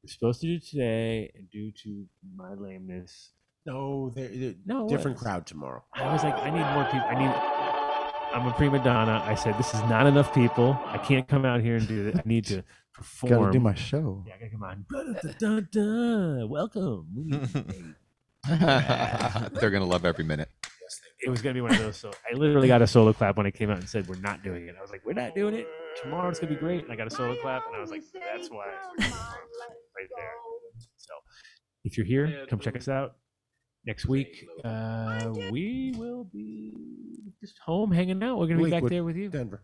Speaker 4: we're supposed to do today, and due to my lameness,
Speaker 5: No, they're, they're
Speaker 4: No,
Speaker 5: different
Speaker 4: what?
Speaker 5: crowd tomorrow.
Speaker 4: I was like, I need more people. I need. I'm a prima donna. I said, this is not enough people. I can't come out here and do it. I need to perform.
Speaker 14: Gotta do my show.
Speaker 4: Yeah, I gotta come on. Dun-dun-dun. Welcome. We need a-
Speaker 13: They're gonna love every minute.
Speaker 4: it was gonna be one of those. So I literally got a solo clap when it came out and said, "We're not doing it." I was like, "We're not doing it. Tomorrow it's gonna be great." And I got a solo clap, and I was like, "That's why." it's right there. So if you're here, come check us out. Next week, uh, we will be just home hanging out. We're gonna be back
Speaker 5: Lakewood,
Speaker 4: there with you,
Speaker 5: Denver.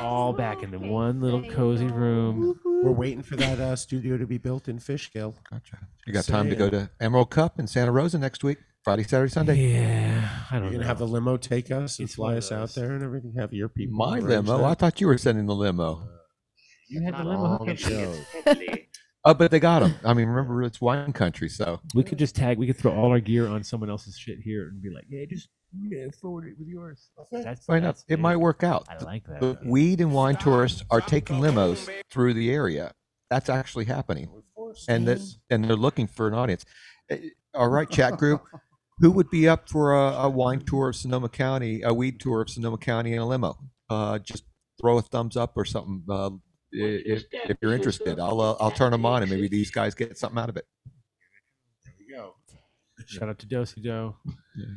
Speaker 4: all back in the one little cozy room.
Speaker 5: We're waiting for that uh, studio to be built in Fishkill.
Speaker 13: Gotcha. You got time to go to Emerald Cup in Santa Rosa next week, Friday, Saturday, Sunday.
Speaker 4: Yeah, I
Speaker 5: You're
Speaker 4: don't
Speaker 5: gonna
Speaker 4: know.
Speaker 5: have the limo take us and
Speaker 4: It's one
Speaker 5: fly
Speaker 4: of
Speaker 5: us out there and everything. Have your people.
Speaker 13: My
Speaker 5: arrange
Speaker 13: limo.
Speaker 5: that.
Speaker 13: I thought you were sending the limo.
Speaker 4: You had the limo.
Speaker 5: On the show.
Speaker 13: Oh, but they got him. I mean, remember it's wine country, so
Speaker 4: We could just tag. We could throw all our gear on someone else's shit here and be like, "Yeah, just yeah, forward it with yours." That's,
Speaker 13: why not?
Speaker 4: that's
Speaker 13: It might
Speaker 4: big.
Speaker 13: work out.
Speaker 4: I like that.
Speaker 13: The weed and wine tourists are taking limos through the area. That's actually happening, and that's and they're looking for an audience. Eh, All right, chat group. Who would be up for a, a wine tour of Sonoma County, a weed tour of Sonoma County in a limo? Uh, just throw a thumbs up or something. Uh, i- if, if you're interested, I'll uh, I'll turn them on and maybe these guys get something out of it.
Speaker 4: There we go. Shout out to Dosey Doe.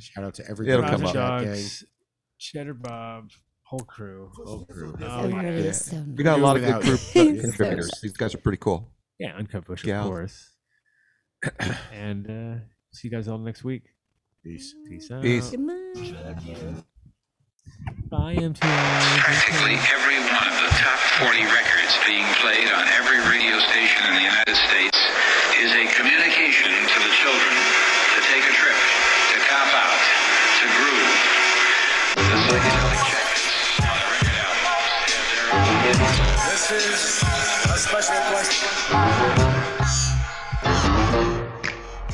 Speaker 25: Shout out to
Speaker 13: every It'll come
Speaker 4: Roger
Speaker 13: up.
Speaker 4: Dogs, Cheddar Bob, whole crew.
Speaker 25: Whole crew.
Speaker 4: Oh, my
Speaker 25: Yeah.
Speaker 4: God.
Speaker 26: so
Speaker 13: We got a lot of good
Speaker 25: Without-
Speaker 13: group
Speaker 25: He's so
Speaker 13: contributors.
Speaker 25: shy.
Speaker 13: These guys are pretty cool.
Speaker 4: Yeah, Uncut Bush, of
Speaker 13: Gals.
Speaker 4: course. and uh, see you guys all next week.
Speaker 25: Peace.
Speaker 4: Peace out.
Speaker 13: Peace.
Speaker 4: Bye, MTI.
Speaker 7: Practically every one of the top 40 records being played on every radio station in the United States is a communication to the children to take a trip, to cop out, to groove. The psychedelic jackets on the record albums have their own hidden
Speaker 5: This is a special question.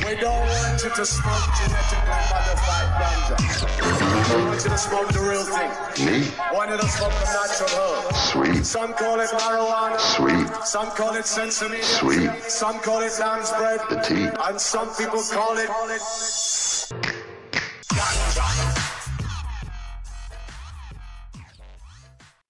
Speaker 5: We don't want you to smoke genetically modified ganja. We want you to smoke the real thing.
Speaker 14: Neat.
Speaker 5: Want you to smoke the natural herb.
Speaker 14: Sweet.
Speaker 5: Some call it marijuana.
Speaker 14: Sweet.
Speaker 5: Some call it sesame.
Speaker 14: Sweet.
Speaker 5: Some call it lamb's bread.
Speaker 14: Petite.
Speaker 5: And some people call it